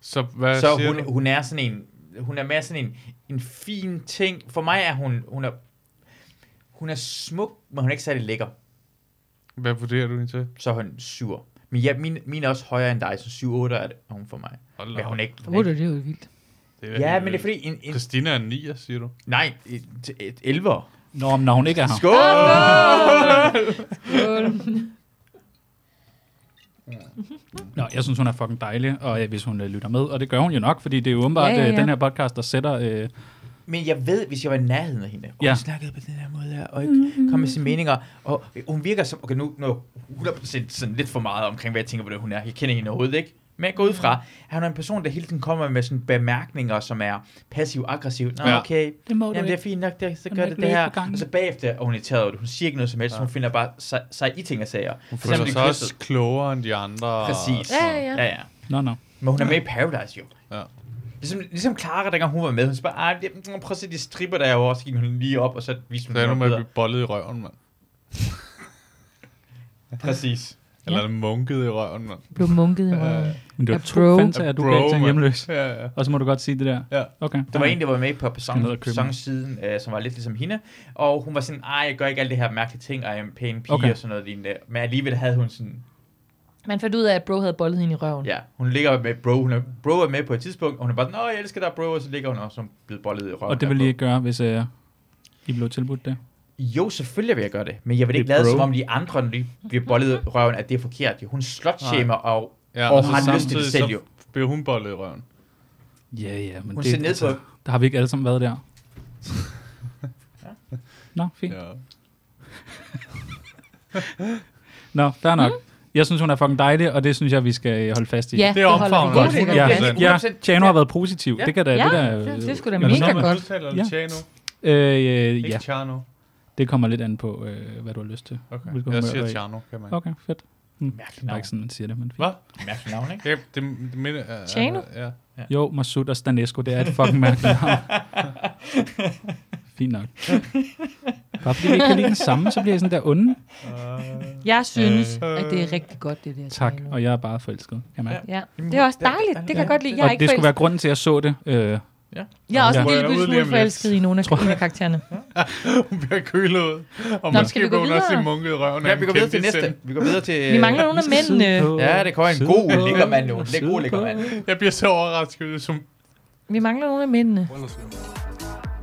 [SPEAKER 5] Så hvad
[SPEAKER 2] Så
[SPEAKER 5] siger
[SPEAKER 2] hun,
[SPEAKER 5] du?
[SPEAKER 2] hun er sådan en, hun er mere sådan en, en fin ting. For mig er hun, hun er, hun er smuk, men hun er ikke særlig lækker.
[SPEAKER 5] Hvad vurderer du hende til?
[SPEAKER 2] Så er hun sur. Men ja, min, min er også højere end dig, så 7-8 er det- er hun for mig. men hun er ikke... Hun er ikke
[SPEAKER 4] det er jo vildt.
[SPEAKER 5] Det øh,
[SPEAKER 2] Ja, men det er fordi en- en-
[SPEAKER 5] Christina er en 9'er, siger du?
[SPEAKER 2] Nej, et, et 11'er.
[SPEAKER 3] Nå, men når hun ikke er her. Nå, jeg synes, hun er fucking dejlig, og øh, hvis hun øh, lytter med, og det gør hun jo nok, fordi det er jo åbenbart
[SPEAKER 2] Ja, ja,
[SPEAKER 3] øh,
[SPEAKER 2] ja.
[SPEAKER 3] den her podcast, der sætter... Øh,
[SPEAKER 2] Men jeg ved, hvis jeg var i nærheden af hende, og
[SPEAKER 3] Ja.
[SPEAKER 2] ja. hun snakkede på den her måde her, og ikke
[SPEAKER 3] Mm-hmm.
[SPEAKER 2] kom med sine meninger, og hun virker som, okay, nu, nu er hun 100% sådan lidt for meget omkring, hvad jeg tænker, hvordan hun er. Jeg kender hende overhovedet ikke. Men jeg går ud fra, at hun er en person, der hele tiden kommer med sådan bemærkninger, som er passiv-aggressiv. Nå,
[SPEAKER 3] Ja.
[SPEAKER 2] ja. okay,
[SPEAKER 3] Det må du
[SPEAKER 2] Jamen, det er
[SPEAKER 3] ikke.
[SPEAKER 2] fint nok, det, så
[SPEAKER 3] Du
[SPEAKER 2] gør
[SPEAKER 3] må
[SPEAKER 2] det
[SPEAKER 3] ikke
[SPEAKER 2] det
[SPEAKER 3] løbe
[SPEAKER 2] her.
[SPEAKER 3] på gangen.
[SPEAKER 2] Og så bagefter er hun irriteret over det. Hun siger ikke noget som helst, ja. hun finder bare sig, sig i ting og sager.
[SPEAKER 5] Hun
[SPEAKER 2] Selvom
[SPEAKER 5] føler
[SPEAKER 2] de kyssede.
[SPEAKER 5] sig også klogere end de andre.
[SPEAKER 2] Præcis.
[SPEAKER 5] Og-
[SPEAKER 2] Ja, ja. Ja, ja.
[SPEAKER 3] Nå, nå.
[SPEAKER 2] Men hun er med i Paradise, jo.
[SPEAKER 5] Ja.
[SPEAKER 2] Ligesom, ligesom Clara, dengang hun var med, hun spørger, "Ej, det- prøv at se de stripper, der er over, så gik hun lige op, og så viste hun
[SPEAKER 5] Så er du
[SPEAKER 2] nogle
[SPEAKER 5] med at
[SPEAKER 2] billeder."
[SPEAKER 5] blive bollet i røven, mand.
[SPEAKER 2] Præcis.
[SPEAKER 5] Eller
[SPEAKER 3] Ja.
[SPEAKER 5] ja. munket i røven, mand.
[SPEAKER 4] Blev munket i røven.
[SPEAKER 3] Øh, men det er
[SPEAKER 4] Ja,
[SPEAKER 3] jo to
[SPEAKER 4] bro.
[SPEAKER 3] fantager, du
[SPEAKER 5] Bro,
[SPEAKER 3] gav til en
[SPEAKER 5] mand.
[SPEAKER 3] hjemløs.
[SPEAKER 5] Ja, ja.
[SPEAKER 3] Og så må du godt sige det der.
[SPEAKER 5] Ja.
[SPEAKER 3] Okay.
[SPEAKER 2] Der var en, der var med på
[SPEAKER 3] Skal ned og købe
[SPEAKER 2] sang siden, øh, som var lidt ligesom hende, og hun var sådan, ej, jeg gør ikke alle det her mærkelige ting, og jeg er en pæn pige
[SPEAKER 3] Okay.
[SPEAKER 2] okay. og sådan noget lignende. Men alligevel havde hun sådan,
[SPEAKER 4] Man fandt ud af, at bro havde bollet hende i røven.
[SPEAKER 2] ja, hun ligger med bro, hun er, bro er med på et tidspunkt, og hun er bare sådan, åh, jeg elsker dig, bro, og så ligger hun også som blevet bollet i røven.
[SPEAKER 3] Og det
[SPEAKER 2] af
[SPEAKER 3] vil
[SPEAKER 2] bro.
[SPEAKER 3] I ikke gøre, hvis øh, I blev tilbudt det.
[SPEAKER 2] Jo, selvfølgelig vil jeg gøre det, men jeg vil
[SPEAKER 3] Det er
[SPEAKER 2] ikke lade
[SPEAKER 3] bro.
[SPEAKER 2] som om de andre, når de bliver bollet i røven, at det er forkert. Jo, Hun slotshamer og,
[SPEAKER 5] Ja,
[SPEAKER 2] og,
[SPEAKER 5] og så
[SPEAKER 2] har lyst til det
[SPEAKER 5] samtidig
[SPEAKER 2] selv
[SPEAKER 5] så
[SPEAKER 2] jo.
[SPEAKER 5] Bliver hun bollet i røven?
[SPEAKER 3] Ja, ja, men
[SPEAKER 2] Hun ser ned på-
[SPEAKER 3] der har vi ikke alle sammen været der. Nå, fint.
[SPEAKER 5] Ja.
[SPEAKER 3] Nå, fair nok. Jeg synes, hun er fucking dejlig, og det synes jeg, vi skal øh, holde fast i.
[SPEAKER 4] Mm. Ja, Det er det holder vi omfavnet.
[SPEAKER 3] Godt.
[SPEAKER 4] fast i.
[SPEAKER 3] Ja,
[SPEAKER 4] 100%.
[SPEAKER 3] ja,
[SPEAKER 4] 100%.
[SPEAKER 3] Tjano har været positiv.
[SPEAKER 4] Ja.
[SPEAKER 3] Det kan da,
[SPEAKER 4] Ja,
[SPEAKER 3] det der,
[SPEAKER 4] det- det er sgu da
[SPEAKER 5] mega godt.
[SPEAKER 3] Eller
[SPEAKER 5] Eller Tjano?
[SPEAKER 3] Øh, øh,
[SPEAKER 5] Ikke
[SPEAKER 3] ja.
[SPEAKER 5] Tjano.
[SPEAKER 3] Det kommer lidt an på, øh, hvad du har lyst til.
[SPEAKER 5] Okay.
[SPEAKER 3] Hvilket
[SPEAKER 5] Jeg
[SPEAKER 3] humør
[SPEAKER 5] siger
[SPEAKER 3] du er i.
[SPEAKER 5] Tjano, kan man.
[SPEAKER 3] Okay, fedt. Hmm.
[SPEAKER 2] Mærkeligt
[SPEAKER 3] Det er
[SPEAKER 2] navn.
[SPEAKER 3] ikke sådan, man siger det, men fint.
[SPEAKER 5] Hvad?
[SPEAKER 2] Mærkeligt navn, ikke?
[SPEAKER 5] Ja, det, det minder... Uh,
[SPEAKER 4] Tjano?
[SPEAKER 5] Ja. ja.
[SPEAKER 3] Jo, Masud og Stanesco, det er et fucking mærkeligt navn. Fint nok. Bare fordi vi ikke kan lide den samme, så bliver jeg sådan der onde.
[SPEAKER 4] Jeg synes,
[SPEAKER 5] Øh.
[SPEAKER 3] Øh.
[SPEAKER 4] at det er rigtig godt, det der.
[SPEAKER 3] Tak, og jeg er bare forelsket. Kan man?
[SPEAKER 4] Ja, det er også dejligt. Det kan jeg godt lide. Jeg er
[SPEAKER 3] og
[SPEAKER 4] ikke
[SPEAKER 3] det skulle være
[SPEAKER 4] forelsket.
[SPEAKER 3] grunden til, at jeg så det. Øh,
[SPEAKER 2] Ja.
[SPEAKER 4] Jeg er også en
[SPEAKER 3] Ja.
[SPEAKER 4] lille bitte smule forelsket i nogle af en af karaktererne.
[SPEAKER 5] Hun bliver kølet ud. Og
[SPEAKER 4] Nå,
[SPEAKER 5] Nå,
[SPEAKER 4] skal
[SPEAKER 5] måske
[SPEAKER 4] vi gå
[SPEAKER 5] bliver hun også
[SPEAKER 4] videre?
[SPEAKER 5] i munket i røven.
[SPEAKER 2] Ja, vi går videre til næste. Vi går videre til...
[SPEAKER 4] Vi mangler nogle af mændene.
[SPEAKER 2] Ja, det kommer en god liggermand nu. Det er god liggermand.
[SPEAKER 5] Jeg bliver så overrasket, som...
[SPEAKER 4] Vi mangler nogle af mændene.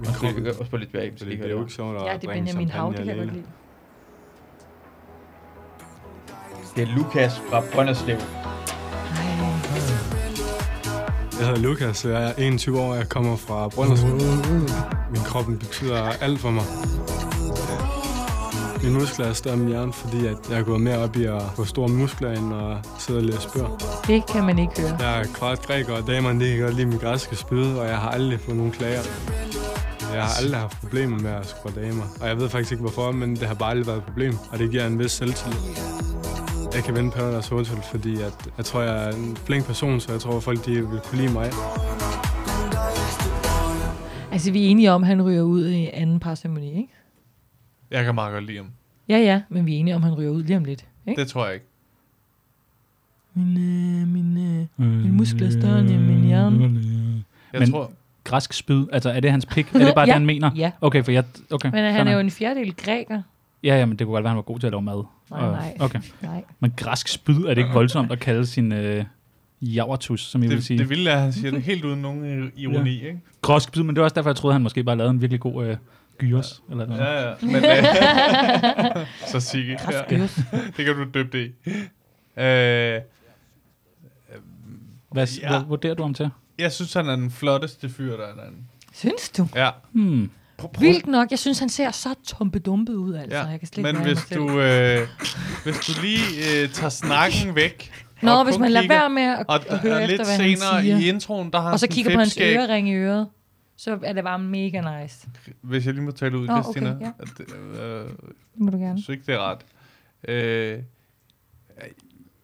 [SPEAKER 2] Vi kan også på lidt bag.
[SPEAKER 13] Fordi det er jo ikke sjovt at
[SPEAKER 4] Ja, det er Benjamin Hav, det kan jeg godt lide.
[SPEAKER 2] Det er Lukas fra Brønderslev.
[SPEAKER 13] Jeg hedder Lukas, og jeg er 21 år, og jeg kommer fra Brønderslev. Min krop den betyder alt for mig. Mine muskler er større end min hjerne, fordi at jeg er gået mere op i at få store muskler end at sidde og læse bøger.
[SPEAKER 4] Det kan man ikke høre.
[SPEAKER 13] Jeg er kvart græker, og damerne de kan godt lide mit græske spyd, og jeg har aldrig fået nogen klager. Jeg har aldrig haft problemer med at skulle damer, og jeg ved faktisk ikke hvorfor, men det har bare aldrig været et problem, og det giver en vis selvtillid. Jeg kan vinde Paradise Hotel, fordi at, jeg tror, jeg er en flink person, så jeg tror, folk de vil kunne lide mig.
[SPEAKER 4] Altså, vi er enige om, at han ryger ud i anden parsemoni, ikke?
[SPEAKER 5] Jeg kan meget godt lide ham.
[SPEAKER 4] Ja, ja, men vi er enige om, at han ryger ud lige om lidt. Ikke?
[SPEAKER 5] Det tror jeg ikke.
[SPEAKER 4] Min, øh, min, øh, min muskler er større end min hjerne.
[SPEAKER 5] Jeg
[SPEAKER 3] men
[SPEAKER 5] tror-
[SPEAKER 3] græsk spyd, altså er det hans pik? Er det bare
[SPEAKER 4] Ja.
[SPEAKER 3] det, han mener?
[SPEAKER 4] Ja.
[SPEAKER 3] Okay, for jeg... Okay,
[SPEAKER 4] Men
[SPEAKER 3] fair
[SPEAKER 4] han er jo
[SPEAKER 3] nok.
[SPEAKER 4] en fjerdedel græker.
[SPEAKER 3] Ja, ja, men det kunne godt være, han var god til at lave mad.
[SPEAKER 4] Nej,
[SPEAKER 3] Og-
[SPEAKER 4] nej.
[SPEAKER 3] Okay.
[SPEAKER 4] Nej.
[SPEAKER 3] Men græsk spyd, er det ikke voldsomt at kalde sin øh, javertus, som I vil
[SPEAKER 5] Det,
[SPEAKER 3] sige?
[SPEAKER 5] det vilde er, at han siger det helt uden nogen i- ironi, ikke?
[SPEAKER 3] Græsk spyd, men det var også derfor, jeg troede, han måske bare lavede en virkelig god øh, gyros. Ja. Eller noget.
[SPEAKER 5] Ja, ja. Men, øh, så sikke. Ja.
[SPEAKER 3] Græsk
[SPEAKER 5] Det kan du døbe det i. Øh,
[SPEAKER 3] Hvad, ja. hvad vurderer du ham til?
[SPEAKER 5] jeg synes, han er den flotteste fyr, der er derinde.
[SPEAKER 4] Synes du?
[SPEAKER 5] Ja.
[SPEAKER 3] Hmm.
[SPEAKER 4] Vildt nok, jeg synes, han ser så tompedumpet ud, altså.
[SPEAKER 5] Ja,
[SPEAKER 4] Jeg kan slet
[SPEAKER 5] men
[SPEAKER 4] ikke være i
[SPEAKER 5] hvis
[SPEAKER 4] mig selv.
[SPEAKER 5] du, øh, hvis du lige øh, tager snakken væk...
[SPEAKER 4] Nå,
[SPEAKER 5] og
[SPEAKER 4] hvis
[SPEAKER 5] kun
[SPEAKER 4] man lader
[SPEAKER 5] kigger-
[SPEAKER 4] være med at-
[SPEAKER 5] og,
[SPEAKER 4] at høre
[SPEAKER 5] og
[SPEAKER 4] efter,
[SPEAKER 5] lidt
[SPEAKER 4] hvad han
[SPEAKER 5] senere
[SPEAKER 4] siger.
[SPEAKER 5] i introen, der har han
[SPEAKER 4] Og så
[SPEAKER 5] sådan
[SPEAKER 4] kigger på hans
[SPEAKER 5] fedtskæg.
[SPEAKER 4] ørering i øret, så er det bare mega nice.
[SPEAKER 5] Hvis jeg lige må tale ud,
[SPEAKER 4] Nå, okay,
[SPEAKER 5] Christina.
[SPEAKER 4] ja.
[SPEAKER 5] at, øh,
[SPEAKER 4] Må du gerne.
[SPEAKER 5] Jeg synes ikke, det er ret. Øh,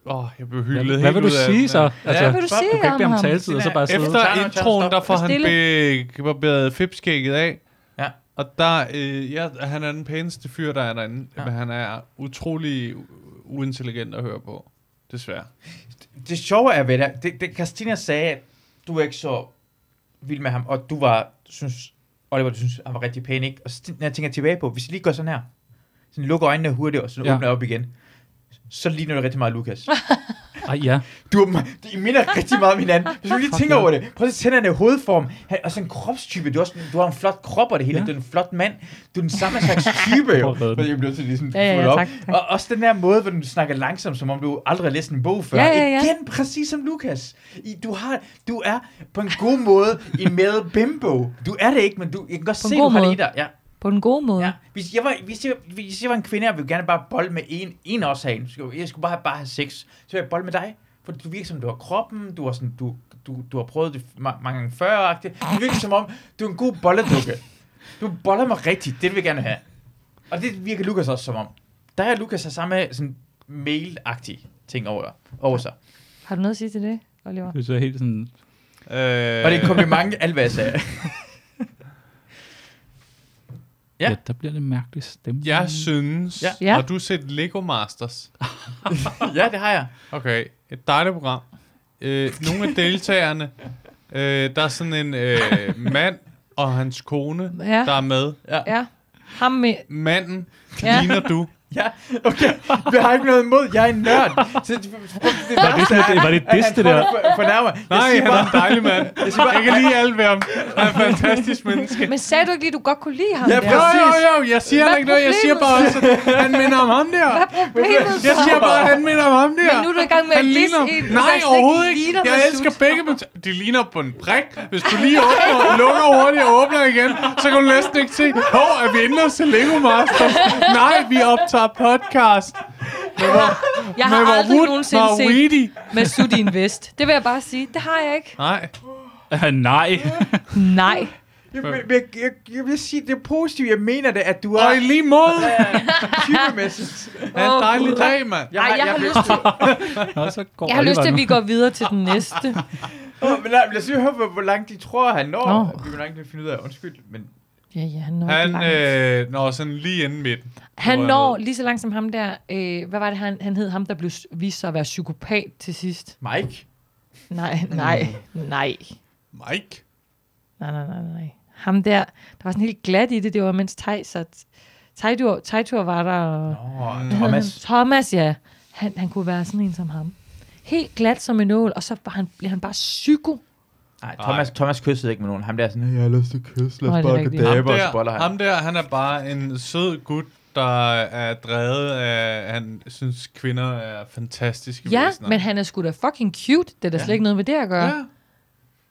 [SPEAKER 5] åh, jeg blev hyldet
[SPEAKER 3] Hvad-
[SPEAKER 5] helt
[SPEAKER 3] hvad vil
[SPEAKER 5] ud
[SPEAKER 3] du
[SPEAKER 5] af-
[SPEAKER 3] sige så? Altså, Hvad vil du
[SPEAKER 5] for-
[SPEAKER 3] sige du kan ikke om bede om ham? taletid, og så bare sidde-
[SPEAKER 5] Efter
[SPEAKER 3] Stop, stop,
[SPEAKER 5] introen,
[SPEAKER 3] stop.
[SPEAKER 5] der får han
[SPEAKER 3] Stille.
[SPEAKER 5] be- barberet fipskægget af.
[SPEAKER 2] Ja.
[SPEAKER 5] Og der, øh, ja, han er den pæneste fyr, der er derinde.
[SPEAKER 2] Ja.
[SPEAKER 5] Ja. Men han er utrolig u- uintelligent at høre på. Desværre.
[SPEAKER 2] det sjove er ved det, det, det Christina sagde, at du er ikke så vild med ham, og du var, synes, Oliver, du synes, han var rigtig pæn, ikke? Og så, når jeg tænker tilbage på, hvis jeg lige gør sådan her, sådan lukker øjnene hurtigt, og så
[SPEAKER 3] Ja.
[SPEAKER 2] ja. åbner jeg op igen, så ligner det rigtig meget Lukas.
[SPEAKER 3] Ej, ja.
[SPEAKER 2] Du, er me- I minder rigtig meget om hinanden. Hvis du lige
[SPEAKER 3] Fuck
[SPEAKER 2] tænker
[SPEAKER 3] ja.
[SPEAKER 2] over det. Prøv at se tænderne i hovedform. Han, og sådan en kropstype. Du, er også, du har en flot krop og det hele.
[SPEAKER 3] Ja.
[SPEAKER 2] Du er en flot mand. Du er den samme slags type. jo.
[SPEAKER 3] Prøv at redde den.
[SPEAKER 2] Men jeg bliver til lige sådan
[SPEAKER 3] Ja, ja,
[SPEAKER 2] fuldt
[SPEAKER 3] ja,
[SPEAKER 2] ligesom op.
[SPEAKER 3] tak, tak.
[SPEAKER 2] Og også den der måde, hvor du snakker langsomt, som om du aldrig har læst en bog før.
[SPEAKER 3] Ja, ja, ja.
[SPEAKER 2] Igen, præcis som Lukas. I, du, har, du er på en god måde en male bimbo. Du er det ikke, men du, jeg kan godt
[SPEAKER 4] På en
[SPEAKER 2] se,
[SPEAKER 4] god
[SPEAKER 2] du har det i
[SPEAKER 4] måde.
[SPEAKER 2] dig. Ja.
[SPEAKER 4] På den gode måde.
[SPEAKER 2] Ja. Hvis jeg, var, hvis, jeg, hvis jeg var en kvinde, og ville gerne bare bolle med en, en årsag, så skulle- jeg skulle bare, have- bare have sex, så ville jeg bolle med dig. For du virker som, du har kroppen, du har, sådan, du, du, du har prøvet det ma- mange gange før, -agtigt. det virker som om, du er en god bolledukke. Du boller mig rigtigt, det vil jeg gerne have. Og det virker Lukas også som om. Der er Lukas har samme sådan mail-agtig ting over, over sig.
[SPEAKER 4] Har du noget at sige til det, Oliver?
[SPEAKER 3] Det er så helt sådan...
[SPEAKER 5] Øh, var
[SPEAKER 2] Og det er en kompliment, alt hvad jeg sagde.
[SPEAKER 3] Ja. ja, der bliver det mærkeligt stemme.
[SPEAKER 5] Jeg synes...
[SPEAKER 3] Ja.
[SPEAKER 5] Ja.
[SPEAKER 3] Ja.
[SPEAKER 5] Har du set Lego Masters?
[SPEAKER 2] ja, det har jeg.
[SPEAKER 5] Okay, et dejligt program. Øh, nogle af deltagerne... øh, der er sådan en øh, mand og hans kone,
[SPEAKER 4] Ja.
[SPEAKER 5] ja. der er med.
[SPEAKER 4] Ja. Ham med...
[SPEAKER 5] Manden
[SPEAKER 4] Ja.
[SPEAKER 5] ja. ligner du.
[SPEAKER 2] Ja, okay. Jeg har ikke noget imod, jeg er en nørd. Så det, det, det
[SPEAKER 5] Var det sådan et- var det et diss, det der?
[SPEAKER 2] Fornærmer. Jeg
[SPEAKER 5] Nej,
[SPEAKER 2] siger
[SPEAKER 5] han er en dejlig mand.
[SPEAKER 2] Jeg, siger bare,
[SPEAKER 5] Jeg kan lide alt ved ham. Han er en fantastisk menneske.
[SPEAKER 4] Men sagde du ikke lige, du godt kunne lide ham
[SPEAKER 5] Ja,
[SPEAKER 4] der?
[SPEAKER 5] præcis. Jo, jo, jo, jeg siger
[SPEAKER 4] Hvad
[SPEAKER 5] heller ikke noget. Jeg siger bare
[SPEAKER 4] problemet?
[SPEAKER 5] også, at han minder om ham der.
[SPEAKER 4] Hvad er problemet
[SPEAKER 5] Jeg
[SPEAKER 4] så?
[SPEAKER 5] siger bare, at han minder om ham der.
[SPEAKER 4] Men nu er du i gang med
[SPEAKER 5] han
[SPEAKER 4] at disse
[SPEAKER 5] ligner...
[SPEAKER 4] en, der slet
[SPEAKER 5] Nej,
[SPEAKER 4] ikke
[SPEAKER 5] overhovedet ikke.
[SPEAKER 4] ligner
[SPEAKER 5] Jeg
[SPEAKER 4] Masud.
[SPEAKER 5] elsker begge dem. De ligner på en prik. Hvis du lige åbner, lukker hurtigt og åbner igen, så kan du næsten ikke se, hov, er vi inde hos Lego Masters? Nej, vi optager podcast.
[SPEAKER 4] Jeg har
[SPEAKER 5] Men hvor
[SPEAKER 4] aldrig
[SPEAKER 5] wood-
[SPEAKER 4] nogensinde
[SPEAKER 5] hvor weedy.
[SPEAKER 4] set med Sudin Vest. Det vil jeg bare sige. Det har jeg ikke.
[SPEAKER 5] Nej.
[SPEAKER 3] Nej.
[SPEAKER 4] Nej.
[SPEAKER 2] jeg, jeg, jeg, jeg, jeg vil sige, det er positivt. Jeg mener det, at du er...
[SPEAKER 5] Og i lige måde.
[SPEAKER 2] Typemæssigt.
[SPEAKER 5] Ha' en dejlig dag, mand.
[SPEAKER 4] Ej, jeg har lyst til-
[SPEAKER 3] Nå, så går
[SPEAKER 4] Jeg har lyst
[SPEAKER 3] Oliver
[SPEAKER 4] til, at
[SPEAKER 3] nu.
[SPEAKER 4] vi går videre til den næste.
[SPEAKER 2] Åh, Men lad, lad os lige høre, hvor, hvor langt de tror, han når.
[SPEAKER 4] Nå.
[SPEAKER 2] Vi vil nok ikke finde ud af, undskyld. Men
[SPEAKER 4] Ja, ja, han når
[SPEAKER 5] Han
[SPEAKER 4] ikke langt.
[SPEAKER 5] øh, når sådan lige inden midten.
[SPEAKER 4] Han
[SPEAKER 5] Tror jeg,
[SPEAKER 4] når lige så langt som ham der, øh, hvad var det, han, han hed? Ham, der blev s- vist sig at være psykopat til sidst.
[SPEAKER 2] Mike?
[SPEAKER 4] Nej, nej, nej.
[SPEAKER 5] Mike?
[SPEAKER 4] Nej, nej, nej, nej. Ham der, der var sådan helt glat i det, det var mens Thijs og... Tejtur, Tejtur var der, og...
[SPEAKER 5] øh,
[SPEAKER 2] Nå,
[SPEAKER 4] Hvad hed
[SPEAKER 2] Thomas.
[SPEAKER 4] han? Thomas, ja. Han, han kunne være sådan en som ham. Helt glat som en nål, og så var han, blev han bare psyko.
[SPEAKER 2] Nej, Thomas, Thomas kyssede ikke med nogen. Ham der er sådan, jeg har lyst til at kysse, lad
[SPEAKER 4] Nej,
[SPEAKER 2] os
[SPEAKER 4] det er
[SPEAKER 2] bare
[SPEAKER 4] rigtigt.
[SPEAKER 5] Ham
[SPEAKER 2] kadaver, og så boller
[SPEAKER 5] der,
[SPEAKER 2] han.
[SPEAKER 5] ham der, han er bare en sød gut, der er drevet af, han synes, kvinder er fantastiske
[SPEAKER 4] Ja,
[SPEAKER 5] væsener.
[SPEAKER 4] men han er sgu da fucking cute. Det er der
[SPEAKER 5] Ja.
[SPEAKER 4] slet ikke noget med det at gøre.
[SPEAKER 5] Ja.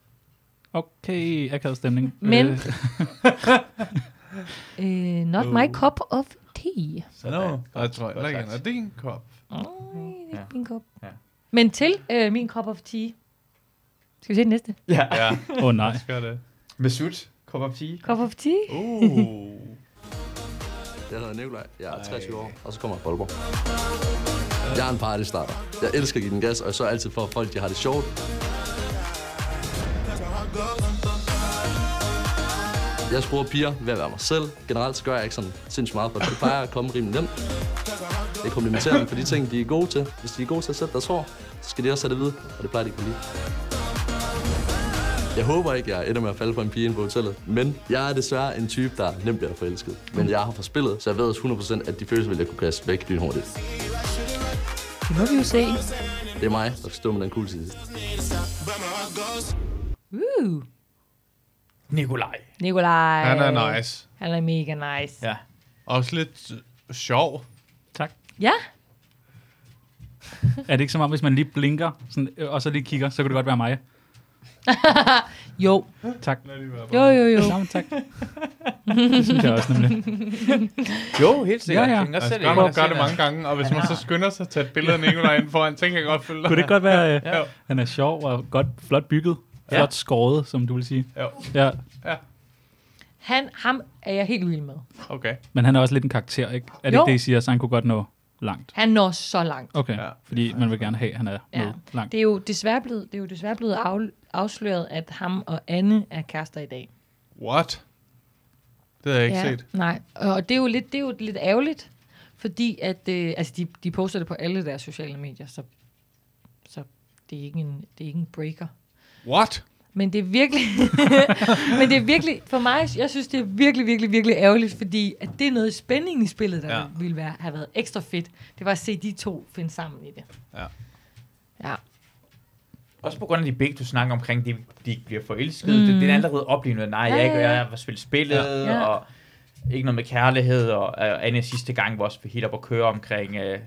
[SPEAKER 3] Okay, akavet stemning.
[SPEAKER 4] Men-
[SPEAKER 3] Øh,
[SPEAKER 4] Øh, not my cup of tea.
[SPEAKER 5] Nå, og jeg tror heller ikke, han er din kop.
[SPEAKER 4] Ja. Min kop. Men til øh, min cup of tea. Skal vi se den næste?
[SPEAKER 2] Ja.
[SPEAKER 5] Ja.
[SPEAKER 3] Åh, nej.
[SPEAKER 5] Gør det.
[SPEAKER 2] Mesut, cup of tea.
[SPEAKER 4] Cup of tea?
[SPEAKER 14] Jeg hedder Nikolaj, jeg er 23 år, og så kommer jeg fra Aalborg. Jeg er en partystarter. Jeg elsker at give den gas, og jeg sørger altid for, at folk de har det sjovt. Jeg skruer piger ved at være mig selv. Generelt så gør jeg ikke sådan sindssygt meget, for det plejer at komme rimelig nemt. Jeg komplimenterer dem for de ting, de er gode til. Hvis de er gode til at sætte deres hår, så skal de også have det videre, og det plejer de at kunne lide. Jeg håber ikke, jeg ender med at falde for en pige inde på hotellet, men jeg er desværre en type, der nemt bliver forelsket. Men jeg har forspillet, så jeg ved også 100% at de følelser vil jeg kunne kaste væk lynhurtigt.
[SPEAKER 4] Det må vi jo se.
[SPEAKER 14] Det er mig, der skal stå med den kugle side.
[SPEAKER 4] Uh,
[SPEAKER 2] Nikolaj.
[SPEAKER 4] Nikolaj.
[SPEAKER 5] Han er nice.
[SPEAKER 4] Han er mega nice.
[SPEAKER 2] Ja.
[SPEAKER 5] Også lidt øh, sjov.
[SPEAKER 3] Tak.
[SPEAKER 4] Ja,
[SPEAKER 3] er det ikke som om, hvis man lige blinker, sådan, øh, og så lige kigger, så kan det godt være mig?
[SPEAKER 4] jo.
[SPEAKER 3] Tak.
[SPEAKER 4] Jo, jo, jo.
[SPEAKER 3] Nå, men tak. Det synes jeg også nemlig.
[SPEAKER 2] Jo, helt sikkert.
[SPEAKER 3] Ja, ja.
[SPEAKER 2] Jeg kan godt
[SPEAKER 5] Altså,
[SPEAKER 2] selv-
[SPEAKER 5] Godt
[SPEAKER 2] jeg
[SPEAKER 5] nok
[SPEAKER 2] kan godt
[SPEAKER 5] gør det
[SPEAKER 2] se
[SPEAKER 5] mange
[SPEAKER 2] det.
[SPEAKER 5] gange, og hvis
[SPEAKER 2] Han
[SPEAKER 5] man så
[SPEAKER 2] har-
[SPEAKER 5] skynder sig at tage et billede af Nikolaj ind foran, så kan jeg godt følge
[SPEAKER 3] Kunne det ikke godt være, øh,
[SPEAKER 5] Ja.
[SPEAKER 3] han er sjov og godt, flot bygget?
[SPEAKER 5] Ja.
[SPEAKER 3] Flot skåret, som du vil sige.
[SPEAKER 5] Jo.
[SPEAKER 3] Ja.
[SPEAKER 4] Han, ham er jeg helt vild med.
[SPEAKER 5] Okay.
[SPEAKER 3] Men han er også lidt en karakter, ikke? Er det
[SPEAKER 4] Jo.
[SPEAKER 3] ikke det, I siger, så han kunne godt nå langt?
[SPEAKER 4] Han når så langt.
[SPEAKER 3] Okay, ja. fordi man vil gerne have, at han er
[SPEAKER 4] Ja.
[SPEAKER 3] nået langt.
[SPEAKER 4] Det er jo desværre blevet, det er jo desværre blevet af, afsløret, at ham og Anne er kærester i dag.
[SPEAKER 5] What? Det har jeg ikke ja. set.
[SPEAKER 4] Nej, og det er jo lidt, det er jo lidt ærgerligt, fordi at, øh, altså de, de poster det på alle deres sociale medier, så, så det, er ikke en, det er ikke en breaker.
[SPEAKER 5] What?
[SPEAKER 4] Men det er virkelig, men det er virkelig, for mig, jeg synes, det er virkelig, virkelig, virkelig ærgerligt, fordi at det er noget spænding i spillet, der
[SPEAKER 5] Ja.
[SPEAKER 4] ja. ville være, have været ekstra fedt. Det var at se de to finde sammen i det.
[SPEAKER 5] Ja.
[SPEAKER 4] Ja.
[SPEAKER 2] Også på grund af de begge, du snakker omkring, de, de bliver forelskede. Mm. Det, det er allerede oplevet, nej,
[SPEAKER 4] Ja,
[SPEAKER 2] jeg, ikke,
[SPEAKER 4] ja, ja.
[SPEAKER 2] jeg har spillet spillet,
[SPEAKER 4] Ja. Ja.
[SPEAKER 2] ja. og ikke noget med kærlighed, og uh, Anne sidste gang var også helt op at køre omkring, uh,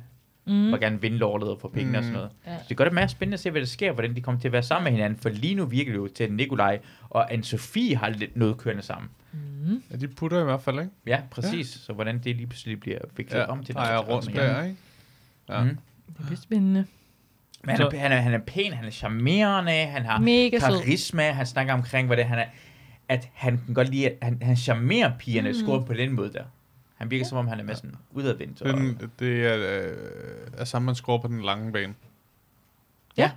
[SPEAKER 4] Mm.
[SPEAKER 2] mm. hvor gerne vinde lortet og få penge mm. og sådan noget.
[SPEAKER 4] Ja.
[SPEAKER 2] Ja. Så det gør det meget spændende at se, hvad der sker, hvordan de kommer til at være sammen med hinanden, for lige nu virker det jo til, at Nikolaj og Anne-Sophie har lidt noget kørende sammen.
[SPEAKER 4] Mm.
[SPEAKER 5] Ja, de putter i hvert fald, ikke?
[SPEAKER 2] Ja, præcis. Ja. Så hvordan det lige pludselig bliver fikset
[SPEAKER 5] Ja,
[SPEAKER 2] om til
[SPEAKER 5] drejer rundt der, ikke?
[SPEAKER 2] Ja. Mm.
[SPEAKER 4] Det er spændende.
[SPEAKER 2] Men han, er, han, er, han er pæn, han er charmerende, han har
[SPEAKER 4] Mega sød.
[SPEAKER 2] karisma, han snakker omkring, hvordan han er, at han kan godt lide, at han, han charmerer pigerne
[SPEAKER 4] Mm.
[SPEAKER 2] mm. skåret på den måde der. Han virker som om, han er med sådan udadvendt. og-
[SPEAKER 5] Den, det er, øh, er samme, man skruer på den lange bane.
[SPEAKER 4] Ja.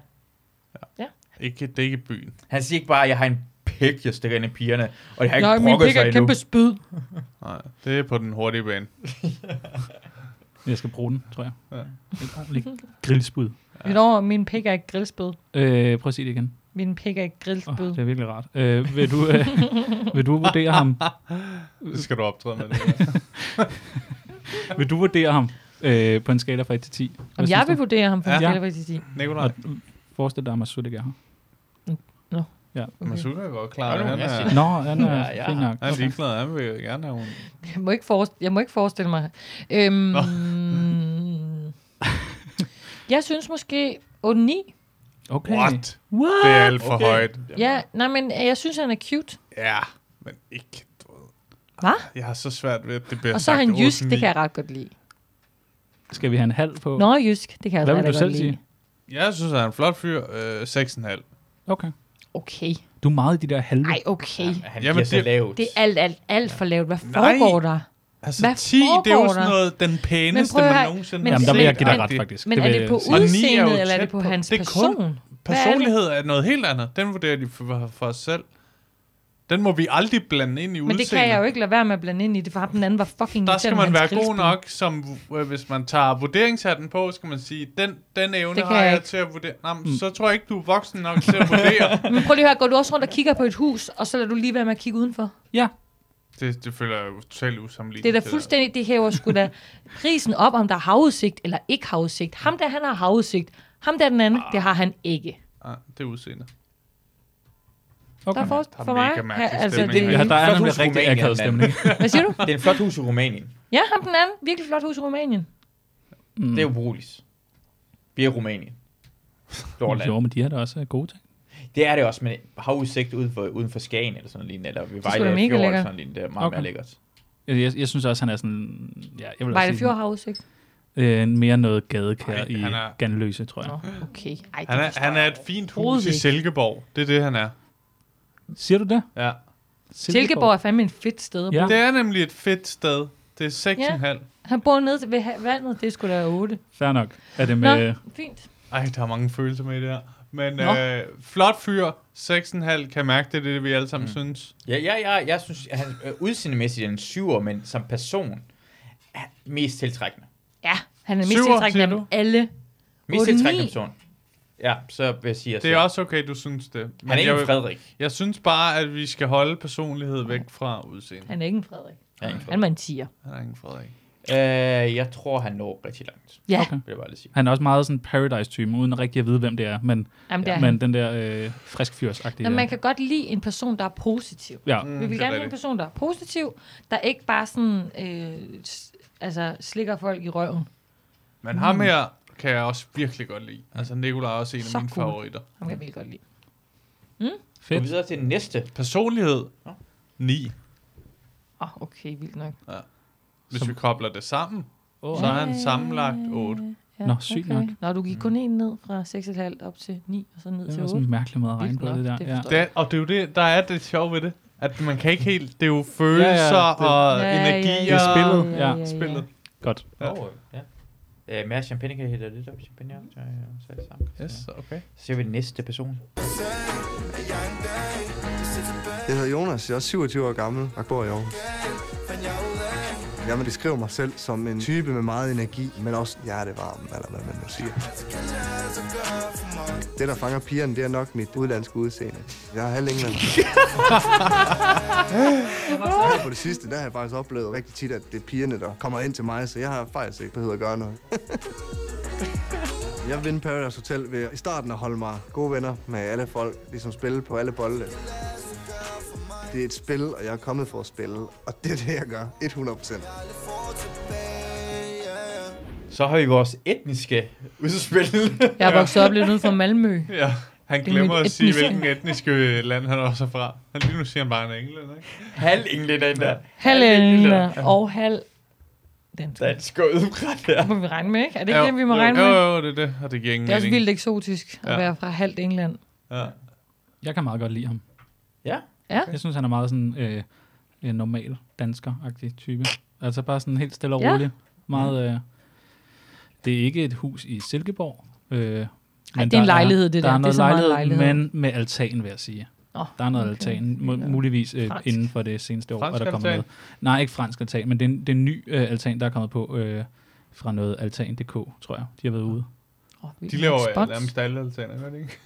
[SPEAKER 5] ja.
[SPEAKER 4] Ja.
[SPEAKER 5] Ikke, det er ikke byen.
[SPEAKER 2] Han siger ikke bare, at jeg har en pik, jeg stikker ind i pigerne, og jeg har ikke
[SPEAKER 4] Nå, min
[SPEAKER 2] brokket
[SPEAKER 4] pik er
[SPEAKER 2] sig
[SPEAKER 4] et
[SPEAKER 2] endnu.
[SPEAKER 4] kæmpe spyd.
[SPEAKER 5] Nej, det er på den hurtige bane.
[SPEAKER 3] Jeg skal bruge den, tror jeg.
[SPEAKER 5] Ja.
[SPEAKER 3] Et ordentligt grillsbud.
[SPEAKER 4] Ja. Når min pik er et grillspyd.
[SPEAKER 3] Øh, prøv at sige det igen.
[SPEAKER 4] Min pik er et grillspyd.
[SPEAKER 3] Det er virkelig rart. Øh, vil, du, øh, vil du vurdere ham?
[SPEAKER 5] Så skal du optræde med det.
[SPEAKER 3] vil du vurdere ham øh, på en skala fra 1 til 10? Hvad
[SPEAKER 4] Om jeg
[SPEAKER 3] synes
[SPEAKER 4] vil
[SPEAKER 3] du?
[SPEAKER 4] vurdere ham på en Ja. skala fra 1 til 10?
[SPEAKER 5] Nikolaj.
[SPEAKER 3] Og Forestil dig, at Masud ikke er her.
[SPEAKER 4] Nå.
[SPEAKER 3] Ja.
[SPEAKER 5] Okay. Masud er godt klar.
[SPEAKER 3] Ja,
[SPEAKER 5] Han
[SPEAKER 3] jeg
[SPEAKER 5] er,
[SPEAKER 3] siger- Nå, han er
[SPEAKER 5] Ja, ja.
[SPEAKER 3] fin nok.
[SPEAKER 5] Han er
[SPEAKER 3] Okay.
[SPEAKER 5] ligeglad, han vil gerne have hun.
[SPEAKER 4] Jeg må ikke, forestille, jeg må ikke forestille mig. Øhm, jeg synes måske 8-9.
[SPEAKER 3] Okay.
[SPEAKER 5] What?
[SPEAKER 4] What?
[SPEAKER 5] Det er alt for okay. højt.
[SPEAKER 4] Ja, nej, men øh, jeg synes, han er cute.
[SPEAKER 5] Ja, men ikke... du ved.
[SPEAKER 4] Hvad?
[SPEAKER 5] Jeg har så svært ved, at det bliver
[SPEAKER 4] Og så er
[SPEAKER 5] sagt
[SPEAKER 4] han jysk,
[SPEAKER 5] 8-9.
[SPEAKER 4] det kan jeg ret godt lide.
[SPEAKER 3] Skal vi have en halv på?
[SPEAKER 4] Nå, jysk, det kan jeg
[SPEAKER 3] Hvad vil
[SPEAKER 4] rigtig
[SPEAKER 3] du
[SPEAKER 4] godt
[SPEAKER 3] selv
[SPEAKER 4] lide.
[SPEAKER 3] sige?
[SPEAKER 5] Jeg synes, han er en flot fyr. Øh, 6,5.
[SPEAKER 3] Okay.
[SPEAKER 4] Okay.
[SPEAKER 3] Du er meget i de der halve.
[SPEAKER 4] Ej, okay.
[SPEAKER 2] Han
[SPEAKER 5] Jamen, giver sig det- lavt.
[SPEAKER 4] Det er alt, alt, alt for lavt. Hvad foregår der?
[SPEAKER 5] Altså,
[SPEAKER 4] Hvad
[SPEAKER 5] 10, det er jo
[SPEAKER 4] foregår
[SPEAKER 5] sådan
[SPEAKER 4] der?
[SPEAKER 5] noget, den pæneste,
[SPEAKER 4] prøv at høre,
[SPEAKER 5] man nogensinde
[SPEAKER 4] men-
[SPEAKER 3] Jamen, der vil jeg give dig ret,
[SPEAKER 5] Men-
[SPEAKER 3] faktisk.
[SPEAKER 4] Men
[SPEAKER 3] Det
[SPEAKER 4] er
[SPEAKER 3] vil
[SPEAKER 4] det
[SPEAKER 3] jeg
[SPEAKER 4] på
[SPEAKER 3] sige.
[SPEAKER 5] Og ni er jo
[SPEAKER 4] udseendet, eller er
[SPEAKER 5] tæt
[SPEAKER 4] det på hans
[SPEAKER 5] det er kun-
[SPEAKER 4] person? Hvad er det?
[SPEAKER 5] Personlighed er noget helt andet. Den vurderer de for, for os selv. Den må vi aldrig blande ind i
[SPEAKER 4] Men det kan jeg jo ikke lade være med at blande ind i det, for ham den anden var fucking
[SPEAKER 5] Der
[SPEAKER 4] irriterende
[SPEAKER 5] skal
[SPEAKER 4] med
[SPEAKER 5] man være
[SPEAKER 4] hans
[SPEAKER 5] god
[SPEAKER 4] grillspyd.
[SPEAKER 5] nok, som øh, hvis man tager vurderingshatten på, skal man sige, den, den evne
[SPEAKER 4] Det kan
[SPEAKER 5] har
[SPEAKER 4] jeg
[SPEAKER 5] jeg
[SPEAKER 4] ikke.
[SPEAKER 5] til at vurdere. Nå,
[SPEAKER 3] Mm.
[SPEAKER 5] men så tror jeg ikke, du er voksen nok til at vurdere.
[SPEAKER 4] Men prøv lige at høre, går du også rundt og kigger på et hus, og så lader du lige være med at kigge udenfor?
[SPEAKER 3] Ja.
[SPEAKER 5] det, det føler jeg jo totalt
[SPEAKER 4] Det er
[SPEAKER 5] usammenlignet.
[SPEAKER 4] da fuldstændig, det hæver sgu da prisen op, om der er havudsigt eller ikke havudsigt. Ham der, han har havudsigt. Ham der, den anden, det har han ikke.
[SPEAKER 5] Ah, det er udseende.
[SPEAKER 4] Okay. Der er for,
[SPEAKER 5] Der er
[SPEAKER 4] for
[SPEAKER 5] mega
[SPEAKER 4] mig,
[SPEAKER 5] mærkelig
[SPEAKER 4] altså,
[SPEAKER 5] stemning
[SPEAKER 4] det,
[SPEAKER 5] herinde. Ja, der er
[SPEAKER 2] Flot
[SPEAKER 5] nemlig
[SPEAKER 2] hus i
[SPEAKER 5] rigtig
[SPEAKER 2] Rumænien,
[SPEAKER 5] akavet
[SPEAKER 2] den anden.
[SPEAKER 5] stemning.
[SPEAKER 4] Hvad siger du?
[SPEAKER 2] Det er en flot hus i Rumænien.
[SPEAKER 4] ja, ham den anden, virkelig flot hus i Rumænien.
[SPEAKER 3] Mm.
[SPEAKER 2] Det er ubrugeligt. Vi er i Rumænien. Lort land.
[SPEAKER 3] Jo, men de er da også øh, gode ting.
[SPEAKER 2] Det er det også, men har udsigt uden for, uden for Skagen eller sådan noget lignende, eller ved
[SPEAKER 4] sgu da
[SPEAKER 2] Vejle
[SPEAKER 4] mega
[SPEAKER 2] Fjord eller
[SPEAKER 4] lækkert.
[SPEAKER 2] sådan noget lignende. Det er meget okay. mere lækkert.
[SPEAKER 3] Jeg, jeg, jeg synes også, han er sådan... Ja, jeg vil også
[SPEAKER 4] Vejle
[SPEAKER 3] sige
[SPEAKER 4] Fjord
[SPEAKER 3] sådan-
[SPEAKER 4] har udsigt.
[SPEAKER 3] Øh, mere noget gadekær Ej, i
[SPEAKER 5] han er-
[SPEAKER 3] Ganløse, tror jeg.
[SPEAKER 4] Okay, ej, det
[SPEAKER 5] Han er,
[SPEAKER 4] forstår
[SPEAKER 5] han
[SPEAKER 4] jeg
[SPEAKER 5] er et fint hus
[SPEAKER 4] overhovedet
[SPEAKER 5] i
[SPEAKER 4] ikke.
[SPEAKER 5] Silkeborg. Det er det, han er.
[SPEAKER 3] Siger du det?
[SPEAKER 5] Ja.
[SPEAKER 4] Silkeborg er fandme et fedt sted at bo.
[SPEAKER 5] Ja. Det er nemlig et fedt sted. Det er 6,5. Ja.
[SPEAKER 4] Han bor nede ved ha- vandet, det skulle da 8.
[SPEAKER 3] Fair nok. Er det med...
[SPEAKER 4] Nå, fint.
[SPEAKER 5] Ej, der er mange følelser med i det her. Men
[SPEAKER 4] Nå.
[SPEAKER 5] øh, flot fyr, 6,5, kan mærke det, er det vi alle sammen mm. synes.
[SPEAKER 2] Ja, ja, ja, jeg synes, at han øh, udseendemæssigt er en syver, men som person er han mest tiltrækkende.
[SPEAKER 4] Ja, han er mest
[SPEAKER 5] Syver,
[SPEAKER 4] tiltrækkende
[SPEAKER 5] siger
[SPEAKER 4] af dem alle.
[SPEAKER 2] Mest
[SPEAKER 4] Otte,
[SPEAKER 2] tiltrækkende
[SPEAKER 4] ni.
[SPEAKER 2] person. Ja, så vil jeg sige, at
[SPEAKER 5] Det er også okay, du synes det. Men
[SPEAKER 2] er ikke
[SPEAKER 5] jeg
[SPEAKER 2] en
[SPEAKER 5] vil-
[SPEAKER 2] Frederik.
[SPEAKER 5] Jeg synes bare, at vi skal holde personlighed væk fra udseende.
[SPEAKER 4] Han er ikke en Frederik.
[SPEAKER 2] Han er ikke en Frederik.
[SPEAKER 4] Han var en tiger.
[SPEAKER 5] Han er ingen Frederik.
[SPEAKER 2] Øh, jeg tror, han når rigtig langt.
[SPEAKER 4] Ja.
[SPEAKER 2] Okay. Vil jeg bare lige sige.
[SPEAKER 3] Han er også meget sådan Paradise-typen, uden rigtig at vide, hvem det er. Men,
[SPEAKER 4] Jamen, det er
[SPEAKER 3] men
[SPEAKER 4] han.
[SPEAKER 3] den der øh, frisk fyrsagtige...
[SPEAKER 4] Når man kan godt lide en person, der er positiv.
[SPEAKER 3] Ja. Mm,
[SPEAKER 4] Vi vil
[SPEAKER 3] det er
[SPEAKER 4] gerne have en
[SPEAKER 3] rigtigt.
[SPEAKER 4] person, der er positiv, der ikke bare sådan, øh, s- altså slikker folk i røven.
[SPEAKER 5] Men ham
[SPEAKER 4] Mm.
[SPEAKER 5] her kan jeg også virkelig godt lide. Altså, Nicolaj er også en af mine favoritter.
[SPEAKER 4] Ham kan jeg virkelig godt lide. Mm.
[SPEAKER 2] Fedt. Gå videre til næste.
[SPEAKER 5] Personlighed. 9.
[SPEAKER 4] Åh, oh, okay, vildt nok.
[SPEAKER 5] Ja. Hvis Som... vi kobler det sammen,
[SPEAKER 4] Åh.
[SPEAKER 5] oh. så er han
[SPEAKER 4] Ja.
[SPEAKER 5] sammenlagt 8.
[SPEAKER 4] Ja, Nå, du gik kun en ned fra 6,5 op til 9, og så ned
[SPEAKER 3] Det
[SPEAKER 4] til 8.
[SPEAKER 3] var sådan en mærkelig måde at regne
[SPEAKER 4] Vildt
[SPEAKER 3] på
[SPEAKER 4] nok,
[SPEAKER 3] det der, ja.
[SPEAKER 4] forstår jeg.
[SPEAKER 5] Det, og det er jo det, der er det sjove ved det. At man kan ikke helt... Det er jo følelser ja, ja,
[SPEAKER 3] det-
[SPEAKER 5] og
[SPEAKER 3] Ja, ja,
[SPEAKER 5] energier.
[SPEAKER 3] ja, ja, ja, Spillet, ja. ja, ja.
[SPEAKER 5] Spillet.
[SPEAKER 3] Godt.
[SPEAKER 2] Ja. Oh, ja. Øh, mere champagne kan hælde lidt op i champagne. og Så, øh, så er det sammen.
[SPEAKER 5] Yes, okay.
[SPEAKER 2] Så ser vi den næste person.
[SPEAKER 15] Jeg hedder Jonas, jeg er 27 år gammel og bor i Aarhus. Jeg vil beskrive mig selv som en type med meget energi, men også hjertevarm, eller hvad man nu siger. Det, der fanger pigerne, det er nok mit udlandske udseende. Jeg er halv england. Her på det sidste, der har jeg faktisk oplevet rigtig tit, at det er pigerne, der kommer ind til mig, så jeg har faktisk ikke behøvet at gøre noget. Jeg vinder Paradise Hotel ved i starten at holde mig gode venner med alle folk, ligesom spille på alle bolde. Det er et spil, og jeg er kommet for at spille, og det er det, jeg gør 100%.
[SPEAKER 2] Så har vi vores etniske udspil.
[SPEAKER 4] Jeg er vokset op lidt uden for Malmø.
[SPEAKER 5] Ja, han
[SPEAKER 4] Det er
[SPEAKER 5] glemmer
[SPEAKER 4] mit
[SPEAKER 5] at sige,
[SPEAKER 4] etniske-
[SPEAKER 5] hvilken etniske land han også er fra. Han lige nu siger han bare en englænder, ikke?
[SPEAKER 2] Halv englænder, den der.
[SPEAKER 4] Halv englænder og halv... Dansk.
[SPEAKER 2] Dansk og udbræt, ja.
[SPEAKER 4] Det må vi regne med, ikke? Er det ikke det, vi må regne med?
[SPEAKER 5] Jo, jo, det er det, og det giver ingen
[SPEAKER 4] Det er også
[SPEAKER 5] mening.
[SPEAKER 4] vildt eksotisk at
[SPEAKER 5] Ja.
[SPEAKER 4] være fra halvt England.
[SPEAKER 5] Ja.
[SPEAKER 3] Jeg kan meget godt lide ham.
[SPEAKER 2] Ja?
[SPEAKER 4] Ja.
[SPEAKER 3] Jeg synes, han er meget sådan øh, en normal dansker-agtig type. Altså bare sådan helt stille og
[SPEAKER 4] Ja.
[SPEAKER 3] rolig. Meget, øh, det er ikke et hus i Silkeborg. Øh, men
[SPEAKER 4] det
[SPEAKER 3] der
[SPEAKER 4] er en lejlighed, det
[SPEAKER 3] Der
[SPEAKER 4] der.
[SPEAKER 3] er
[SPEAKER 4] Det er
[SPEAKER 3] noget
[SPEAKER 4] så meget
[SPEAKER 3] lejlighed,
[SPEAKER 4] lejlighed.
[SPEAKER 3] men med altan, vil jeg sige.
[SPEAKER 4] Nå,
[SPEAKER 3] der er noget
[SPEAKER 4] okay.
[SPEAKER 3] okay. altan, mu- muligvis øh,
[SPEAKER 4] Fransk.
[SPEAKER 3] inden for det seneste år,
[SPEAKER 4] Fransk
[SPEAKER 3] hvor der kommer
[SPEAKER 4] altan?
[SPEAKER 3] noget. Nej, ikke fransk altan, men det er en, det er en ny øh, altan, der er kommet på øh, fra noget altan.dk, tror jeg. De har været ude.
[SPEAKER 4] Oh,
[SPEAKER 5] De laver Spots. nærmest alle altaner, gør de ikke?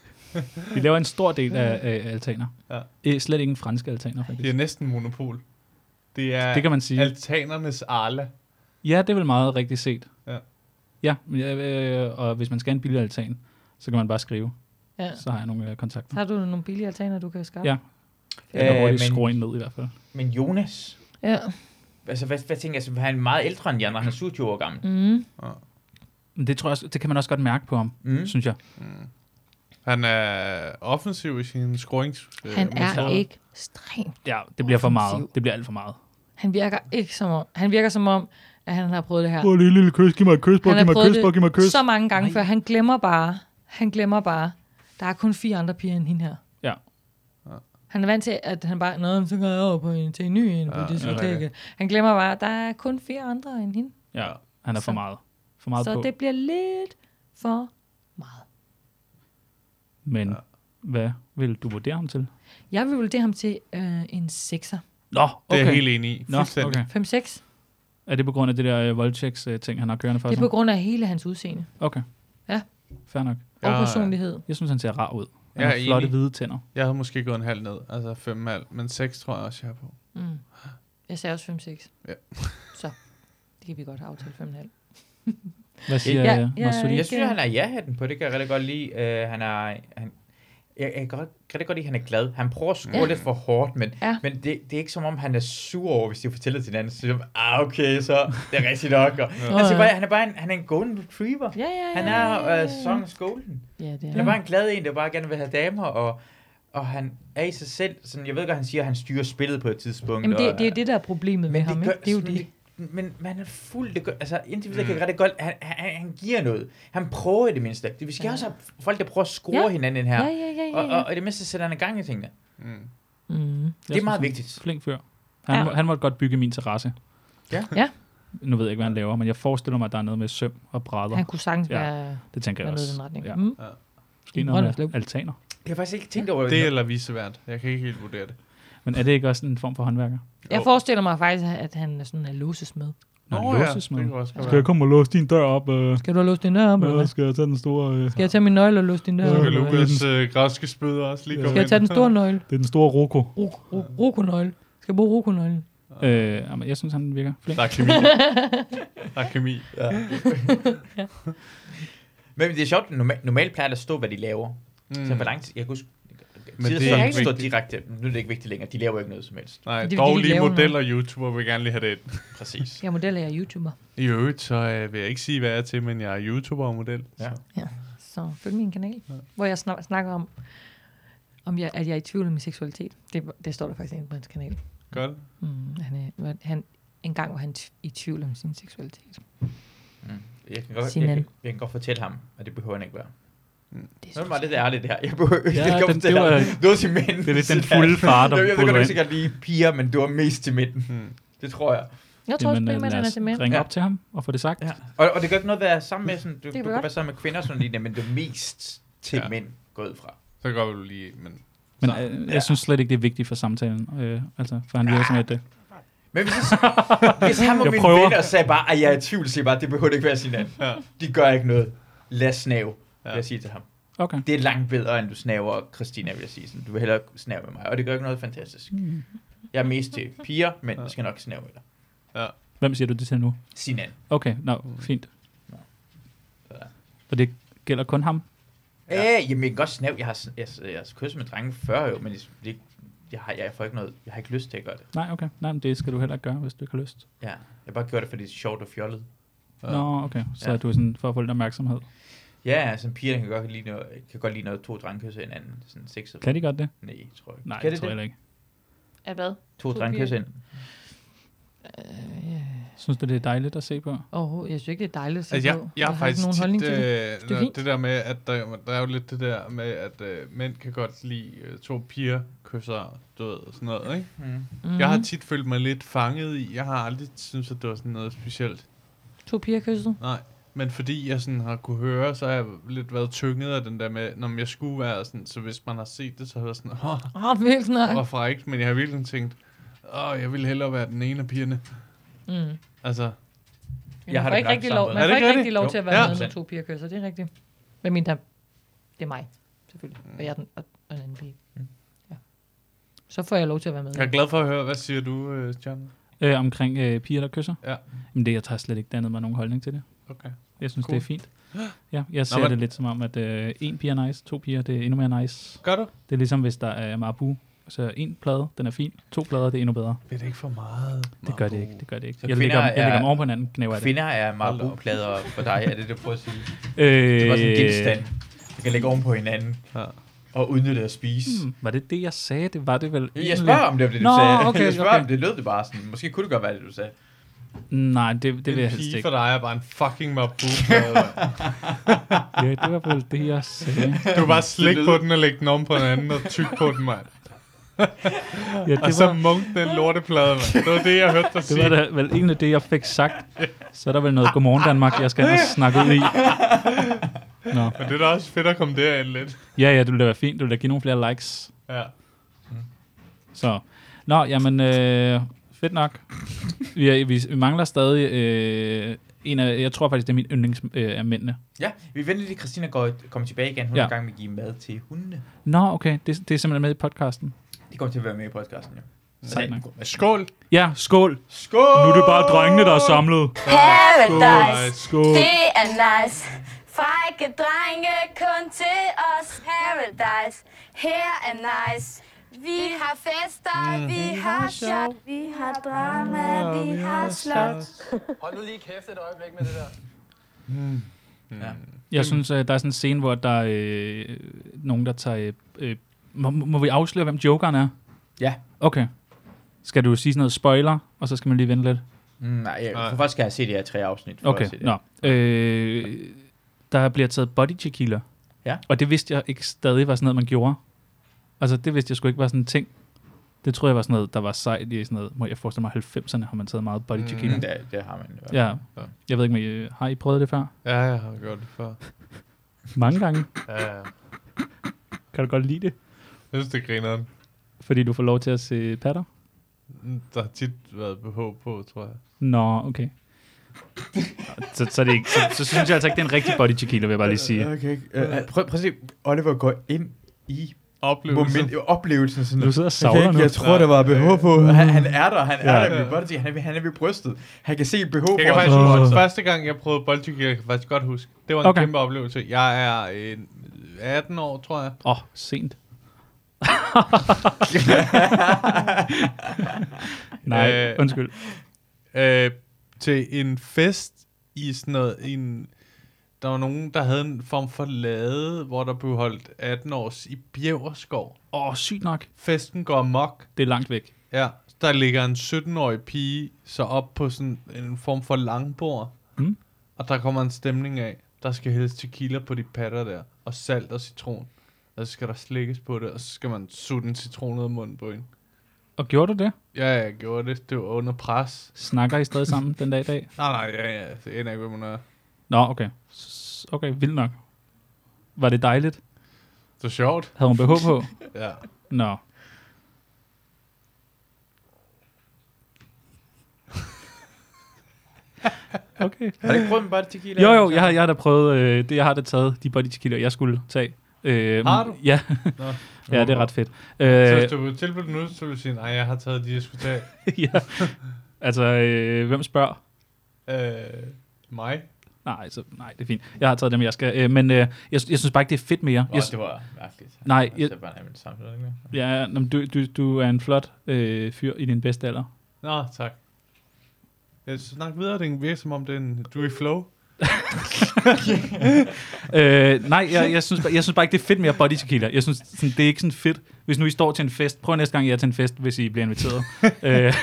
[SPEAKER 3] Vi laver en stor del af øh, altaner.
[SPEAKER 5] Ja.
[SPEAKER 3] Ja. Slet ingen franske altaner, faktisk.
[SPEAKER 5] Det er næsten monopol. Det er
[SPEAKER 3] Det kan man sige.
[SPEAKER 5] altanernes arle.
[SPEAKER 3] Ja, det er vel meget rigtigt set.
[SPEAKER 5] Ja.
[SPEAKER 3] Ja, men jeg, øh, og hvis man skal have en billig altan, så kan man bare skrive.
[SPEAKER 4] Ja.
[SPEAKER 3] Så har jeg nogle øh, kontakter.
[SPEAKER 4] Så har du nogle billige altaner, du kan skaffe.
[SPEAKER 3] Ja. Jeg kan hurtigt skrue en ned i hvert fald.
[SPEAKER 2] Men Jonas,
[SPEAKER 4] Ja.
[SPEAKER 2] altså, hvad, hvad tænker jeg, så han er meget ældre end jer, når han er 27 år gammel.
[SPEAKER 4] Mm.
[SPEAKER 3] Men det, tror jeg, også- det kan man også godt mærke på ham,
[SPEAKER 2] Mm.
[SPEAKER 3] mm. synes jeg.
[SPEAKER 5] Han er offensiv i sin scorings. øh,
[SPEAKER 4] Han er
[SPEAKER 5] metoder.
[SPEAKER 4] ikke ekstremt.
[SPEAKER 3] Ja, det bliver for meget.
[SPEAKER 4] Offensiv.
[SPEAKER 3] Det bliver alt for meget.
[SPEAKER 4] Han virker ikke som om... Han virker som om, at han har prøvet det her.
[SPEAKER 3] Åh, lille, lille kys, giv mig et kys, bare
[SPEAKER 4] han
[SPEAKER 3] giv
[SPEAKER 4] har
[SPEAKER 3] mig et
[SPEAKER 4] prøvet
[SPEAKER 3] kys, bare giv mig et kys.
[SPEAKER 4] det så mange gange før. Han glemmer bare. Han glemmer bare. Der er kun fire andre piger end hende her.
[SPEAKER 3] Ja.
[SPEAKER 4] Han er vant til, at han bare... Nå, men så går jeg over på en, til en ny en på
[SPEAKER 3] Ja,
[SPEAKER 4] ja, det
[SPEAKER 3] ja,
[SPEAKER 4] ja,
[SPEAKER 3] ja.
[SPEAKER 4] Han glemmer bare, at der er kun fire andre end hende.
[SPEAKER 3] Ja, han er for
[SPEAKER 4] Så-
[SPEAKER 3] meget. For meget
[SPEAKER 4] så
[SPEAKER 3] på.
[SPEAKER 4] det bliver lidt for...
[SPEAKER 3] Men ja. hvad vil du vurdere ham til?
[SPEAKER 4] Jeg vil vurdere ham til øh, en sekser.
[SPEAKER 3] Nå,
[SPEAKER 5] Det er
[SPEAKER 3] okay.
[SPEAKER 5] jeg helt enig i.
[SPEAKER 3] Nå,
[SPEAKER 5] Fuldstændig.
[SPEAKER 3] okay.
[SPEAKER 4] 5-6.
[SPEAKER 3] Er det på grund af det der øh, voldtægts-ting, han har kørende for
[SPEAKER 4] Det er
[SPEAKER 3] sig?
[SPEAKER 4] på grund af hele hans udseende.
[SPEAKER 3] Okay.
[SPEAKER 4] Ja.
[SPEAKER 3] Fair nok.
[SPEAKER 4] Og
[SPEAKER 2] Ah.
[SPEAKER 4] Ja. personlighed.
[SPEAKER 3] Jeg synes, han ser rar ud. Han
[SPEAKER 5] Jeg
[SPEAKER 3] har
[SPEAKER 5] er
[SPEAKER 3] flotte
[SPEAKER 5] enig.
[SPEAKER 3] hvide tænder.
[SPEAKER 5] Jeg havde måske gået en halv ned, altså fem og en halv, men seks tror jeg også, jeg er på.
[SPEAKER 4] Mm. Jeg sagde også 5-6.
[SPEAKER 5] Ja.
[SPEAKER 4] Så det kan vi godt aftale 5,5.
[SPEAKER 3] Hvad siger
[SPEAKER 4] Ja,
[SPEAKER 3] ja,
[SPEAKER 4] ja,
[SPEAKER 3] Masudi?
[SPEAKER 2] Jeg synes, han har ja-hatten på. Det kan jeg rigtig godt lide. Uh, han er... Han, jeg, jeg kan godt, rigtig godt lide, at han er glad. Han prøver at skrue
[SPEAKER 4] Ja.
[SPEAKER 2] ja. lidt for hårdt, men,
[SPEAKER 4] Ja.
[SPEAKER 2] men det, det, er ikke som om, han er sur over, hvis de fortæller til hinanden. Så siger han, ah, okay, så det er rigtigt nok. Og,
[SPEAKER 4] Ja.
[SPEAKER 2] altså, bare, han er bare en, han er en golden retriever.
[SPEAKER 4] Ja, ja,
[SPEAKER 2] Han
[SPEAKER 4] ja, ja,
[SPEAKER 2] er
[SPEAKER 4] ja,
[SPEAKER 2] uh,
[SPEAKER 4] ja.
[SPEAKER 2] songens golden.
[SPEAKER 4] Ja, det er
[SPEAKER 2] han er
[SPEAKER 4] han.
[SPEAKER 2] bare en glad en, der bare gerne vil have damer, og, og han er i sig selv. Sådan, jeg ved godt, han siger, at han styrer spillet på et tidspunkt.
[SPEAKER 4] Jamen,
[SPEAKER 2] og,
[SPEAKER 4] det, det er jo det, der er problemet med ham,
[SPEAKER 2] gør-
[SPEAKER 4] ikke? Det er jo
[SPEAKER 2] men
[SPEAKER 4] det.
[SPEAKER 2] det- Men man er fuld, det gør, altså individuelt kan jeg rigtig godt, han, han, han giver noget. Han prøver i det mindste. Det, vi skal ja. også have folk, der prøver at score
[SPEAKER 4] Ja.
[SPEAKER 2] ja. hinanden her.
[SPEAKER 4] Ja, ja, ja, ja,
[SPEAKER 2] Og,
[SPEAKER 4] ja.
[SPEAKER 2] og, og i det mindste sætter han i gang i tingene.
[SPEAKER 5] Mm.
[SPEAKER 4] Mm.
[SPEAKER 2] Det er meget vigtigt.
[SPEAKER 3] Flink fyr. Han,
[SPEAKER 2] Ja.
[SPEAKER 3] ja. han måtte godt bygge min terrasse.
[SPEAKER 2] Ja.
[SPEAKER 4] Ja.
[SPEAKER 3] Nu ved jeg ikke, hvad han laver, men jeg forestiller mig, at der er noget med søm og brædder.
[SPEAKER 4] Han kunne sagtens
[SPEAKER 3] ja,
[SPEAKER 4] være-
[SPEAKER 3] Det tænker jeg
[SPEAKER 4] være noget i
[SPEAKER 3] også.
[SPEAKER 4] den retning.
[SPEAKER 3] Ja.
[SPEAKER 4] Mm.
[SPEAKER 3] Mm.
[SPEAKER 4] Ja.
[SPEAKER 3] Måske
[SPEAKER 4] I
[SPEAKER 3] noget med
[SPEAKER 4] Brønderslev.
[SPEAKER 3] altaner.
[SPEAKER 2] Det har jeg faktisk ikke tænkt over.
[SPEAKER 5] Det eller vicevært. Jeg kan ikke helt vurdere det.
[SPEAKER 3] Men er det ikke også en form for håndværker?
[SPEAKER 4] Jeg forestiller mig faktisk, at han er sådan en låsesmed.
[SPEAKER 3] Nå,
[SPEAKER 5] Nå,
[SPEAKER 3] Nå
[SPEAKER 5] ja,
[SPEAKER 3] låses med.
[SPEAKER 5] det kan også godt
[SPEAKER 2] Altså,
[SPEAKER 3] Skal jeg komme og låse din dør op? Øh?
[SPEAKER 4] Skal du have låst din dør op, eller hvad?
[SPEAKER 3] skal jeg tage den store... Øh?
[SPEAKER 4] Skal jeg tage min nøgle og låse din dør?
[SPEAKER 5] Så
[SPEAKER 4] op,
[SPEAKER 5] kan
[SPEAKER 4] eller hvad?
[SPEAKER 5] Lukas øh, græske spyder også lige komme
[SPEAKER 4] Skal jeg tage
[SPEAKER 5] ind.
[SPEAKER 4] den store nøgle?
[SPEAKER 3] øh, Det er den store Roko.
[SPEAKER 4] Ro- ro- Rokonøgle. Skal jeg bruge rokonøglen?
[SPEAKER 3] Øh, jamen, jeg synes, han virker flink.
[SPEAKER 5] Der er kemi. Der er kemi.
[SPEAKER 2] Ja. Men det er sjovt, normalt, normalt plejer der at stå, hvad de laver.
[SPEAKER 5] Mm.
[SPEAKER 2] Mm. Så for lang tid, jeg kunne huske,
[SPEAKER 5] Men
[SPEAKER 2] Men
[SPEAKER 5] det er
[SPEAKER 2] det
[SPEAKER 5] ikke
[SPEAKER 2] ikke stå
[SPEAKER 5] vigtigt.
[SPEAKER 2] direkte, nu er det ikke vigtigt længere, de laver ikke noget som helst.
[SPEAKER 5] Nej,
[SPEAKER 4] Det er,
[SPEAKER 5] dog
[SPEAKER 4] fordi de
[SPEAKER 5] lige
[SPEAKER 4] laver
[SPEAKER 5] modeller og YouTuber vil gerne lige have det ind.
[SPEAKER 2] Præcis.
[SPEAKER 4] Jeg er model, og jeg er YouTuber.
[SPEAKER 5] I øvrigt, så øh, vil jeg ikke sige, hvad jeg er til, men jeg er YouTuber og model.
[SPEAKER 2] Ja.
[SPEAKER 4] Så følg min kanal, hvor jeg snak- snakker om om jeg, at jeg er i tvivl om min seksualitet. Det, det står der faktisk inde på hans kanal.
[SPEAKER 5] Gør det?
[SPEAKER 4] Mm, han, er, hvor han, en gang var han tv- i tvivl om sin seksualitet.
[SPEAKER 2] Jeg kan, godt,
[SPEAKER 4] Sin
[SPEAKER 2] jeg,
[SPEAKER 4] anden.
[SPEAKER 2] kan, jeg kan godt fortælle ham, og det behøver han ikke være. Mm.
[SPEAKER 4] Det
[SPEAKER 2] er meget lidt ærligt det her. Jeg behøver ikke
[SPEAKER 3] Ja,
[SPEAKER 2] ja,
[SPEAKER 3] den-
[SPEAKER 2] komme til
[SPEAKER 3] det var-
[SPEAKER 2] dig. Det var til mænd.
[SPEAKER 3] det er lidt den fulde far, der
[SPEAKER 2] Jeg ved
[SPEAKER 3] bryder
[SPEAKER 2] godt, du
[SPEAKER 3] ind.
[SPEAKER 2] sikkert lige piger, men du var mest til mænd.
[SPEAKER 5] Hmm.
[SPEAKER 2] Mm. Det tror jeg.
[SPEAKER 4] Jeg tror også, primært, han er til mænd.
[SPEAKER 3] øh, ringe op til ham og få det sagt. Ja.
[SPEAKER 2] Og, og det gør ikke noget at være sammen med, sådan, du,
[SPEAKER 4] Det
[SPEAKER 2] du
[SPEAKER 4] kan
[SPEAKER 2] kan
[SPEAKER 4] godt.
[SPEAKER 2] være sammen med kvinder og sådan lige, men det er mest til ja. mænd gået fra.
[SPEAKER 5] Så kan godt du lige, men...
[SPEAKER 3] Men øh, jeg synes slet ikke, det er vigtigt for samtalen. Øh, altså, for han virker som, at det...
[SPEAKER 2] Men hvis, hvis han og
[SPEAKER 3] Jeg
[SPEAKER 2] mine
[SPEAKER 3] prøver.
[SPEAKER 2] venner sagde bare, at jeg er i tvivl, siger bare, det behøver det ikke være sin anden.
[SPEAKER 5] Ja.
[SPEAKER 2] De gør ikke noget. Lad snave, vil jeg sige til ham.
[SPEAKER 3] Okay.
[SPEAKER 2] Det er langt bedre, end du snaver Christina, vil jeg sige. Sådan, du vil hellere snave med mig, og det gør ikke noget fantastisk.
[SPEAKER 3] Mm.
[SPEAKER 2] Jeg er mest til piger, men jeg skal nok snave med dig.
[SPEAKER 3] Hvem siger du det til nu?
[SPEAKER 2] Sinan.
[SPEAKER 3] Okay, nå, fint. Og det gælder kun ham?
[SPEAKER 2] Ja. Øh, jamen, jeg kan godt snave. Jeg har, s- jeg, jeg, jeg kysset med drenge før jo, men det, det, jeg, har, jeg får ikke noget, jeg har ikke lyst til at gøre det.
[SPEAKER 3] Nej, okay. Nej, men det skal du heller ikke gøre, hvis du ikke har lyst.
[SPEAKER 2] Ja, jeg bare gør det, fordi det er sjovt og fjollet.
[SPEAKER 3] Nå, okay. Så
[SPEAKER 2] ja.
[SPEAKER 3] ja. du er sådan for at få lidt opmærksomhed.
[SPEAKER 2] Ja, altså en pige, der kan godt lide noget, kan godt lide noget to drenge kysser hinanden. Sådan sexet.
[SPEAKER 3] Kan de godt det?
[SPEAKER 2] Nej, tror jeg ikke.
[SPEAKER 3] Nej,
[SPEAKER 2] kan
[SPEAKER 3] det tror jeg heller ikke.
[SPEAKER 4] Af hvad?
[SPEAKER 2] To drenge kysser ind.
[SPEAKER 3] Synes du, det er dejligt at se på?
[SPEAKER 4] Overhovedet, Øh, jeg synes ikke, det er dejligt at se
[SPEAKER 3] Altså, jeg-
[SPEAKER 4] på.
[SPEAKER 5] Jeg har faktisk
[SPEAKER 4] nogen
[SPEAKER 5] tit,
[SPEAKER 4] holdning til
[SPEAKER 5] øh,
[SPEAKER 4] det. Det er fint.
[SPEAKER 5] det der med, at der, der er jo lidt det der med, at øh, mænd kan godt lide øh, to piger kysser, du ved, og sådan noget, ikke?
[SPEAKER 2] Mm.
[SPEAKER 5] Jeg har
[SPEAKER 4] Mhm.
[SPEAKER 5] tit følt mig lidt fanget i, jeg har aldrig synes at det var sådan noget specielt.
[SPEAKER 4] To piger kysset.
[SPEAKER 5] Nej, men fordi jeg sådan har kunne høre, så har jeg lidt været tynget af den der med, når jeg skulle være sådan, så hvis man har set det, så har jeg været sådan, åh,
[SPEAKER 4] Åh, vildt nok.
[SPEAKER 5] hvor frækt, men jeg har virkelig tænkt, åh, jeg ville hellere være den ene af pigerne.
[SPEAKER 4] Mm.
[SPEAKER 5] Altså,
[SPEAKER 4] Men man får ikke rigtig lov, man får ikke rigtig lov til at være med, når to piger kysser. Det er rigtigt. Men min der, det er mig, selvfølgelig.
[SPEAKER 2] Mm.
[SPEAKER 4] Og jeg er den, og, og den anden pige. Ja. Så får jeg lov til at være med.
[SPEAKER 5] Jeg er glad for at høre, hvad siger du, øh, John?
[SPEAKER 3] Øh, omkring øh, piger, der kysser?
[SPEAKER 5] Ja.
[SPEAKER 3] Men det, jeg tager slet ikke dannet mig nogen holdning til det.
[SPEAKER 5] Okay.
[SPEAKER 3] Jeg synes,
[SPEAKER 5] Cool.
[SPEAKER 3] cool. det er fint. Ja, jeg ser
[SPEAKER 5] Nå,
[SPEAKER 3] Nå,
[SPEAKER 5] men-
[SPEAKER 3] det lidt som om, at øh, en pige er nice, to piger, det er endnu mere nice.
[SPEAKER 5] Gør du?
[SPEAKER 3] Det er ligesom, hvis der er Marabu. Så en plade, den er fin. To plader, det er endnu bedre.
[SPEAKER 5] Bliver det ikke for meget?
[SPEAKER 3] Det gør det ikke, det gør det ikke.
[SPEAKER 2] Så
[SPEAKER 3] jeg lægger,
[SPEAKER 2] kvinder
[SPEAKER 3] dem- jeg lægger
[SPEAKER 2] er-
[SPEAKER 3] dem oven på hinanden, knæver af det.
[SPEAKER 2] Kvinder er marabouplader for dig, er det det, du prøver at sige?
[SPEAKER 3] Øh,
[SPEAKER 2] det var sådan en genstand. Du kan lægge oven på hinanden.
[SPEAKER 5] Ja.
[SPEAKER 2] Og udnytte at spise.
[SPEAKER 3] Hmm, var det det, jeg sagde? Det var det vel
[SPEAKER 2] Jeg
[SPEAKER 3] egentlig?
[SPEAKER 2] spørger om det, var det du
[SPEAKER 3] Nå,
[SPEAKER 2] sagde.
[SPEAKER 3] okay,
[SPEAKER 2] jeg spørger
[SPEAKER 3] okay.
[SPEAKER 2] om det lød det bare sådan. Måske kunne det godt være det, du sagde.
[SPEAKER 3] Nej, det, det vil jeg
[SPEAKER 5] en
[SPEAKER 3] helst
[SPEAKER 5] pige
[SPEAKER 3] ikke.
[SPEAKER 5] for dig er bare en fucking mabu.
[SPEAKER 3] Ja, det var vel det, jeg sagde.
[SPEAKER 5] du kan bare slik på den og lægge den om på den anden og tyk på den, mand. ja,
[SPEAKER 3] det
[SPEAKER 5] og så
[SPEAKER 3] var-
[SPEAKER 5] munk den lorteplade, mand. Det var det, jeg hørte dig
[SPEAKER 3] Det
[SPEAKER 5] sige.
[SPEAKER 3] var da vel egentlig det, jeg fik sagt. Så er der vel noget Godmorgen Danmark, jeg skal have snakket ud i. Nå.
[SPEAKER 5] Men det er da også fedt at komme derind lidt.
[SPEAKER 3] Ja, ja, det ville da være fint. Det ville da give nogle flere likes.
[SPEAKER 5] Ja.
[SPEAKER 3] Så. Nå, jamen, øh, fedt nok. Vi, er, vi, vi mangler stadig øh, en af, jeg tror faktisk, det er min yndlings øh, af mændene.
[SPEAKER 2] Ja, vi venter lige, at Christina går, kommer tilbage igen. Hun ja.
[SPEAKER 3] Ja.
[SPEAKER 2] er i gang med at give mad til hundene.
[SPEAKER 3] Nå, okay, det, det er simpelthen med i podcasten.
[SPEAKER 2] De kommer til at være med i podcasten, ja.
[SPEAKER 3] Sejt
[SPEAKER 2] Ja,
[SPEAKER 3] nok.
[SPEAKER 2] god mad.
[SPEAKER 5] Skål!
[SPEAKER 3] Ja, skål!
[SPEAKER 2] Skål!
[SPEAKER 3] Nu er det bare drengene, der er samlet.
[SPEAKER 16] Paradise.
[SPEAKER 3] Skål!
[SPEAKER 16] Det er nice. Frække drenge kun til os. Paradise. Her er nice. Vi har fester,
[SPEAKER 1] Mm.
[SPEAKER 16] vi har shot, vi har drama, vi har slot.
[SPEAKER 6] Hold nu lige kæft et øjeblik med det der.
[SPEAKER 5] Mm.
[SPEAKER 2] Ja.
[SPEAKER 3] Hmm. Jeg synes, øh, der er sådan en scene, hvor der er øh, nogen, der tager... øh, Øh, må, må vi afsløre, hvem jokeren er?
[SPEAKER 2] Ja.
[SPEAKER 3] Okay. Skal du sige sådan noget spoiler, og så skal man lige vente lidt?
[SPEAKER 2] Mm, nej, jeg tror faktisk, jeg har set det her tre afsnit. for
[SPEAKER 3] Okay,
[SPEAKER 2] at se det.
[SPEAKER 3] nå. Øh, der bliver taget body tequila.
[SPEAKER 2] Ja.
[SPEAKER 3] Og det vidste jeg ikke stadig var sådan noget, man gjorde. Altså, det vidste jeg sgu ikke var sådan en ting. Det tror jeg var sådan noget, der var sejt i sådan noget. Må jeg forestille mig, 90'erne har man taget meget body
[SPEAKER 5] Mm,
[SPEAKER 3] tequila.
[SPEAKER 2] det- det har man i hvert fald.
[SPEAKER 3] Ja.
[SPEAKER 5] Ja.
[SPEAKER 3] ja. Jeg ved ikke, men øh, har I prøvet det før?
[SPEAKER 5] Ja, jeg har gjort det før.
[SPEAKER 3] Mange gange.
[SPEAKER 5] Ja, ja.
[SPEAKER 3] Kan du godt lide det?
[SPEAKER 5] Jeg synes, det griner.
[SPEAKER 3] Fordi du får lov til at se patter?
[SPEAKER 5] Der har tit været BH på, tror jeg.
[SPEAKER 3] Nå, okay. så, så, er det ikke, så, så synes jeg altså ikke, det er en rigtig body tequila, vil jeg bare lige sige.
[SPEAKER 2] Okay, øh, prøv, prøv at se, Oliver går ind i
[SPEAKER 5] oplevelsen.
[SPEAKER 2] Moment, oplevelsen sådan
[SPEAKER 3] Du sidder og
[SPEAKER 2] Jeg
[SPEAKER 3] savler
[SPEAKER 2] kan ikke-
[SPEAKER 3] nu. Mm.
[SPEAKER 2] Jeg tror, der var BH på. Han, han er der, han er
[SPEAKER 3] Ja.
[SPEAKER 2] der med body, han er, ved- han er ved brystet. Han kan se BH på.
[SPEAKER 5] Jeg kan faktisk
[SPEAKER 2] og-
[SPEAKER 5] huske, første gang jeg prøvede boldtyk, jeg kan faktisk godt huske. Det var en okay.
[SPEAKER 3] Okay.
[SPEAKER 5] kæmpe oplevelse. Jeg er øh, 18 år, tror jeg.
[SPEAKER 3] Åh, oh, sent. Nej,
[SPEAKER 5] Øh,
[SPEAKER 3] undskyld.
[SPEAKER 5] Øh, til en fest i sådan noget, i en der var nogen, der havde en form for lade, hvor der blev holdt 18 års i Bjæverskov.
[SPEAKER 3] Åh, oh, sygt nok.
[SPEAKER 5] Festen går mok.
[SPEAKER 3] Det er langt væk.
[SPEAKER 5] Ja, der ligger en 17-årig pige så op på sådan en form for langbord.
[SPEAKER 3] Mm.
[SPEAKER 5] Og der kommer en stemning af, der skal hældes tequila på de patter der, og salt og citron. Og så skal der slikkes på det, og så skal man sutte en citron ud af munden på en.
[SPEAKER 3] Og gjorde du det?
[SPEAKER 5] Ja, jeg gjorde det. Det var under pres.
[SPEAKER 3] Snakker I stadig sammen den dag i dag?
[SPEAKER 5] Nej, nej, ja, ja. Det ender ikke, hvad man er.
[SPEAKER 3] Nå, okay. S- Okay, vildt nok. Var det dejligt?
[SPEAKER 5] Det var sjovt.
[SPEAKER 3] Havde hun BH på?
[SPEAKER 5] Ja.
[SPEAKER 3] Nå. Okay.
[SPEAKER 2] Har du ikke prøvet med bare tequila?
[SPEAKER 3] Jo, jo, jeg har, jeg har da prøvet, øh, det, jeg har da taget de body tequila, jeg skulle tage. Øh,
[SPEAKER 5] Har du?
[SPEAKER 3] Ja.
[SPEAKER 5] Nå.
[SPEAKER 3] ja, det er ret fedt.
[SPEAKER 5] Så
[SPEAKER 3] Øh,
[SPEAKER 5] hvis du kunne tilbyde den ud, så ville du sige, nej, jeg har taget de, jeg skulle tage.
[SPEAKER 3] ja. Altså, øh, hvem spørger?
[SPEAKER 5] øh, mig?
[SPEAKER 3] Nej, så, nej, det er fint. Jeg har taget dem, jeg skal. Øh, men øh, jeg, jeg synes bare ikke, det er fedt mere.
[SPEAKER 2] Åh,
[SPEAKER 3] Jeg,
[SPEAKER 2] det var mærkeligt.
[SPEAKER 3] Nej,
[SPEAKER 2] jeg...
[SPEAKER 3] jeg-
[SPEAKER 2] Det var en sammenligning. ikke?
[SPEAKER 3] Ja, nå, men du, du, du er en flot øh, fyr i din bedste alder.
[SPEAKER 5] Nå, tak. Jeg snak videre, det virker som om, det er en, du er i flow.
[SPEAKER 3] øh, nej, jeg, jeg, synes, bare- jeg synes bare ikke, det er fedt mere body tequila. Jeg synes, sådan, det er ikke sådan fedt. Hvis nu I står til en fest, prøv næste gang, I er til en fest, hvis I bliver inviteret. øh, så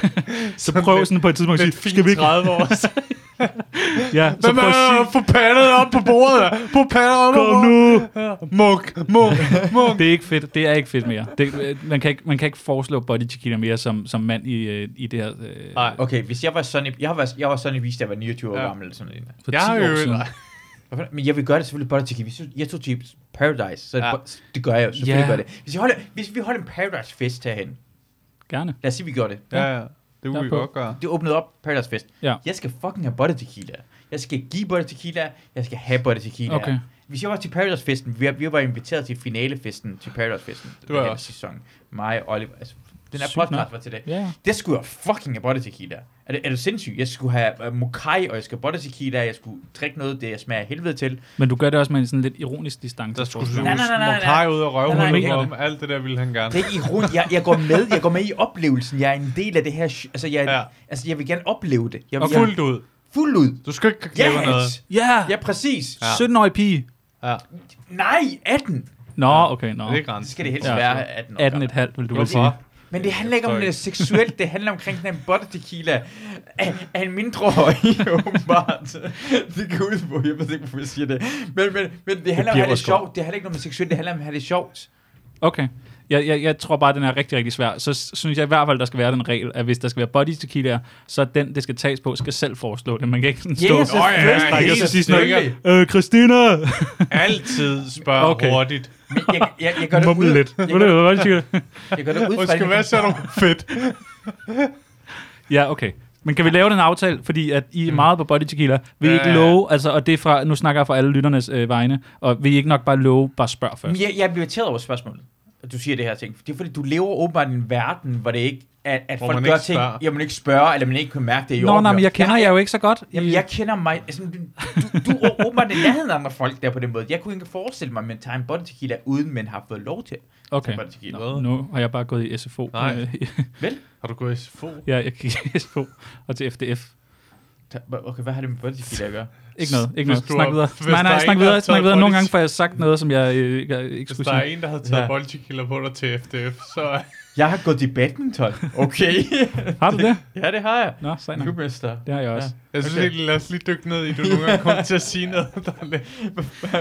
[SPEAKER 5] Sådan
[SPEAKER 3] prøv
[SPEAKER 5] lidt-
[SPEAKER 3] sådan på et tidspunkt at
[SPEAKER 5] lidt
[SPEAKER 3] sige,
[SPEAKER 5] fint
[SPEAKER 3] skal vi ikke?
[SPEAKER 5] 30 år.
[SPEAKER 3] ja, så
[SPEAKER 5] Hvem
[SPEAKER 3] prøv at
[SPEAKER 5] er
[SPEAKER 3] sige,
[SPEAKER 5] på pandet op på bordet? På pandet op på
[SPEAKER 3] Kom
[SPEAKER 5] bordet.
[SPEAKER 3] nu!
[SPEAKER 5] Muk, muk, muk.
[SPEAKER 3] Det er ikke fedt, det er ikke fedt mere. Det, øh, man, kan ikke, man kan ikke foreslå body tequila mere som, som mand i, øh, i det her... Øh,
[SPEAKER 2] Nej, okay, hvis jeg var Sonny, jeg var, jeg var Sonny Beast, da jeg var 29 år gammel, eller sådan noget.
[SPEAKER 3] For Jeg 10 har år jo- siden. nej.
[SPEAKER 2] Hvorfor- Men jeg vil gøre det selvfølgelig bare til Hvis jeg- jeg tog til Paradise, så ja. det gør jeg jo, selvfølgelig
[SPEAKER 3] Ja.
[SPEAKER 2] gør jeg det. Hvis, jeg holder, hvis vi holder en Paradise-fest herhen,
[SPEAKER 3] gerne.
[SPEAKER 2] lad os sige, vi gør det.
[SPEAKER 5] Ja, ja. Det kunne vi
[SPEAKER 3] Derpå.
[SPEAKER 5] godt gøre.
[SPEAKER 2] Det åbnede op Paradise Fest.
[SPEAKER 3] Ja.
[SPEAKER 2] Jeg skal fucking have butter tequila. Jeg skal give butter tequila. Jeg skal have butter tequila.
[SPEAKER 3] Okay.
[SPEAKER 2] Hvis jeg var til Paradise Festen, vi, vi var inviteret til finalefesten til Paradise Festen.
[SPEAKER 5] Det var jeg
[SPEAKER 2] her
[SPEAKER 5] også.
[SPEAKER 2] Sæson. Mig og Oliver. Altså, den her
[SPEAKER 3] Sygt nok.
[SPEAKER 2] podcast var til det.
[SPEAKER 3] Ja, ja.
[SPEAKER 2] Det skulle jeg fucking have butter tequila. Er det, er det sindssygt? Jeg skulle have uh, mokai, og jeg skal have butter tequila. Jeg skulle drikke noget, det jeg smager af helvede til.
[SPEAKER 3] Men du gør det også med en sådan lidt ironisk distance. Der skulle
[SPEAKER 5] Du nej, ud af
[SPEAKER 3] Nej, nej,
[SPEAKER 5] røvhullet på
[SPEAKER 3] nej.
[SPEAKER 5] ham. Alt det der ville han gerne.
[SPEAKER 2] Det er ikke ironisk. Jeg, jeg, går med. Jeg går med i oplevelsen. Jeg er en del af det her. sh- Altså, jeg, ja. altså, jeg vil gerne opleve det. Jeg,
[SPEAKER 5] Og
[SPEAKER 2] jeg,
[SPEAKER 5] fuldt ud.
[SPEAKER 2] Fuld ud.
[SPEAKER 5] Du skal ikke glemme noget.
[SPEAKER 3] Ja,
[SPEAKER 2] ja, præcis.
[SPEAKER 5] Ja.
[SPEAKER 3] 17-årig pige.
[SPEAKER 5] Ja.
[SPEAKER 2] Nej, 18.
[SPEAKER 3] Nå, okay, nå.
[SPEAKER 5] Det er grænsen.
[SPEAKER 2] Så skal det helst være 18 år
[SPEAKER 3] 18 et halvt, vil du
[SPEAKER 5] Hvorfor?
[SPEAKER 3] sige.
[SPEAKER 2] Men det handler ikke om øh,
[SPEAKER 5] forstår
[SPEAKER 2] noget seksuelt, det handler omkring den her butter tequila af, af en mindreårig, åbenbart. Det kan ud på, jeg ved ikke, hvorfor jeg siger det. Men, men, men det handler om at have det
[SPEAKER 3] Bjæverskov.
[SPEAKER 2] sjovt, det handler ikke om noget seksuelt, det handler om at have det sjovt.
[SPEAKER 3] Okay. Jeg, jeg, jeg tror bare, den er rigtig, rigtig svær. Så s- synes jeg i hvert fald, der skal være den regel, at hvis der skal være body tequila, så er den, det skal tages på, skal selv foreslå det. Man kan ikke sådan stå
[SPEAKER 2] Ja, ja,
[SPEAKER 3] og
[SPEAKER 2] selvfølgelig.
[SPEAKER 3] strække og så
[SPEAKER 2] Helt
[SPEAKER 3] sige sådan
[SPEAKER 2] selvfølgelig.
[SPEAKER 3] noget. Øh, Christina!
[SPEAKER 5] Altid spørg
[SPEAKER 3] Okay.
[SPEAKER 5] okay. hurtigt.
[SPEAKER 2] Men jeg, jeg, jeg gør det
[SPEAKER 3] Mumle
[SPEAKER 2] ud,
[SPEAKER 3] lidt.
[SPEAKER 2] Jeg
[SPEAKER 3] Ved du, hvad
[SPEAKER 2] gør,
[SPEAKER 3] body tequila?
[SPEAKER 2] jeg gør det ud fra...
[SPEAKER 5] Undskyld, hvad så du? Fedt.
[SPEAKER 3] Ja, okay. Men kan vi lave den aftale, fordi at
[SPEAKER 2] Mm.
[SPEAKER 3] I er meget på body tequila. Vil I
[SPEAKER 5] Ja,
[SPEAKER 3] ikke
[SPEAKER 5] ja.
[SPEAKER 3] love, altså, og det er fra, nu snakker jeg fra alle lytternes øh, vegne, og vil I ikke nok bare love, bare spørg først?
[SPEAKER 2] Men jeg, jeg bliver irriteret over spørgsmålet, at du siger det her ting. Det er fordi, du lever åbenbart i en verden, hvor det ikke at, at
[SPEAKER 5] Hvor
[SPEAKER 2] folk
[SPEAKER 5] man
[SPEAKER 2] gør
[SPEAKER 5] ikke
[SPEAKER 2] ting,
[SPEAKER 5] spørger.
[SPEAKER 2] jeg man ikke spørger, eller man ikke kan mærke det i
[SPEAKER 3] Nå, nej, men jeg kender
[SPEAKER 2] jeg,
[SPEAKER 3] jer jo ikke så godt.
[SPEAKER 2] Jamen, jeg kender mig... Altså, du, du, du er åbenbart i nærheden af andre folk der på den måde. Jeg kunne ikke forestille mig, at man tager en body tequila, uden man har fået lov til at tage
[SPEAKER 3] Okay,
[SPEAKER 2] en body tequila.
[SPEAKER 3] Nå, nu har jeg bare gået i SFO.
[SPEAKER 5] Nej.
[SPEAKER 3] Øh,
[SPEAKER 2] Vel?
[SPEAKER 5] Har du gået i SFO?
[SPEAKER 3] ja, jeg gik i SFO og til FDF.
[SPEAKER 2] Ta- Okay, hvad har det med body tequila at gøre?
[SPEAKER 3] Ikke noget, ikke noget.
[SPEAKER 5] Hvis du
[SPEAKER 3] Snak
[SPEAKER 5] har-
[SPEAKER 3] videre.
[SPEAKER 5] hvis
[SPEAKER 3] Nej,
[SPEAKER 5] der
[SPEAKER 3] nej,
[SPEAKER 5] er
[SPEAKER 3] snak
[SPEAKER 5] en, der
[SPEAKER 3] videre.
[SPEAKER 5] har
[SPEAKER 3] Snak
[SPEAKER 5] taget
[SPEAKER 3] videre. Nogle
[SPEAKER 5] body-
[SPEAKER 3] gange får jeg sagt noget, som jeg øh, ikke, ikke
[SPEAKER 5] Hvis
[SPEAKER 3] skulle
[SPEAKER 5] der er
[SPEAKER 3] sige.
[SPEAKER 5] en, der havde taget
[SPEAKER 3] Ja.
[SPEAKER 5] ja. boldtekiller på dig til FDF, så...
[SPEAKER 2] Jeg har gået i badminton. Okay.
[SPEAKER 3] Har du det?
[SPEAKER 2] ja, det har jeg.
[SPEAKER 3] Nå, sej nok.
[SPEAKER 2] Klubmester.
[SPEAKER 3] Det har jeg også.
[SPEAKER 5] Jeg synes
[SPEAKER 2] Okay.
[SPEAKER 5] ikke, lad os lige dykke ned i, du nogle gange kommer til at sige noget, der er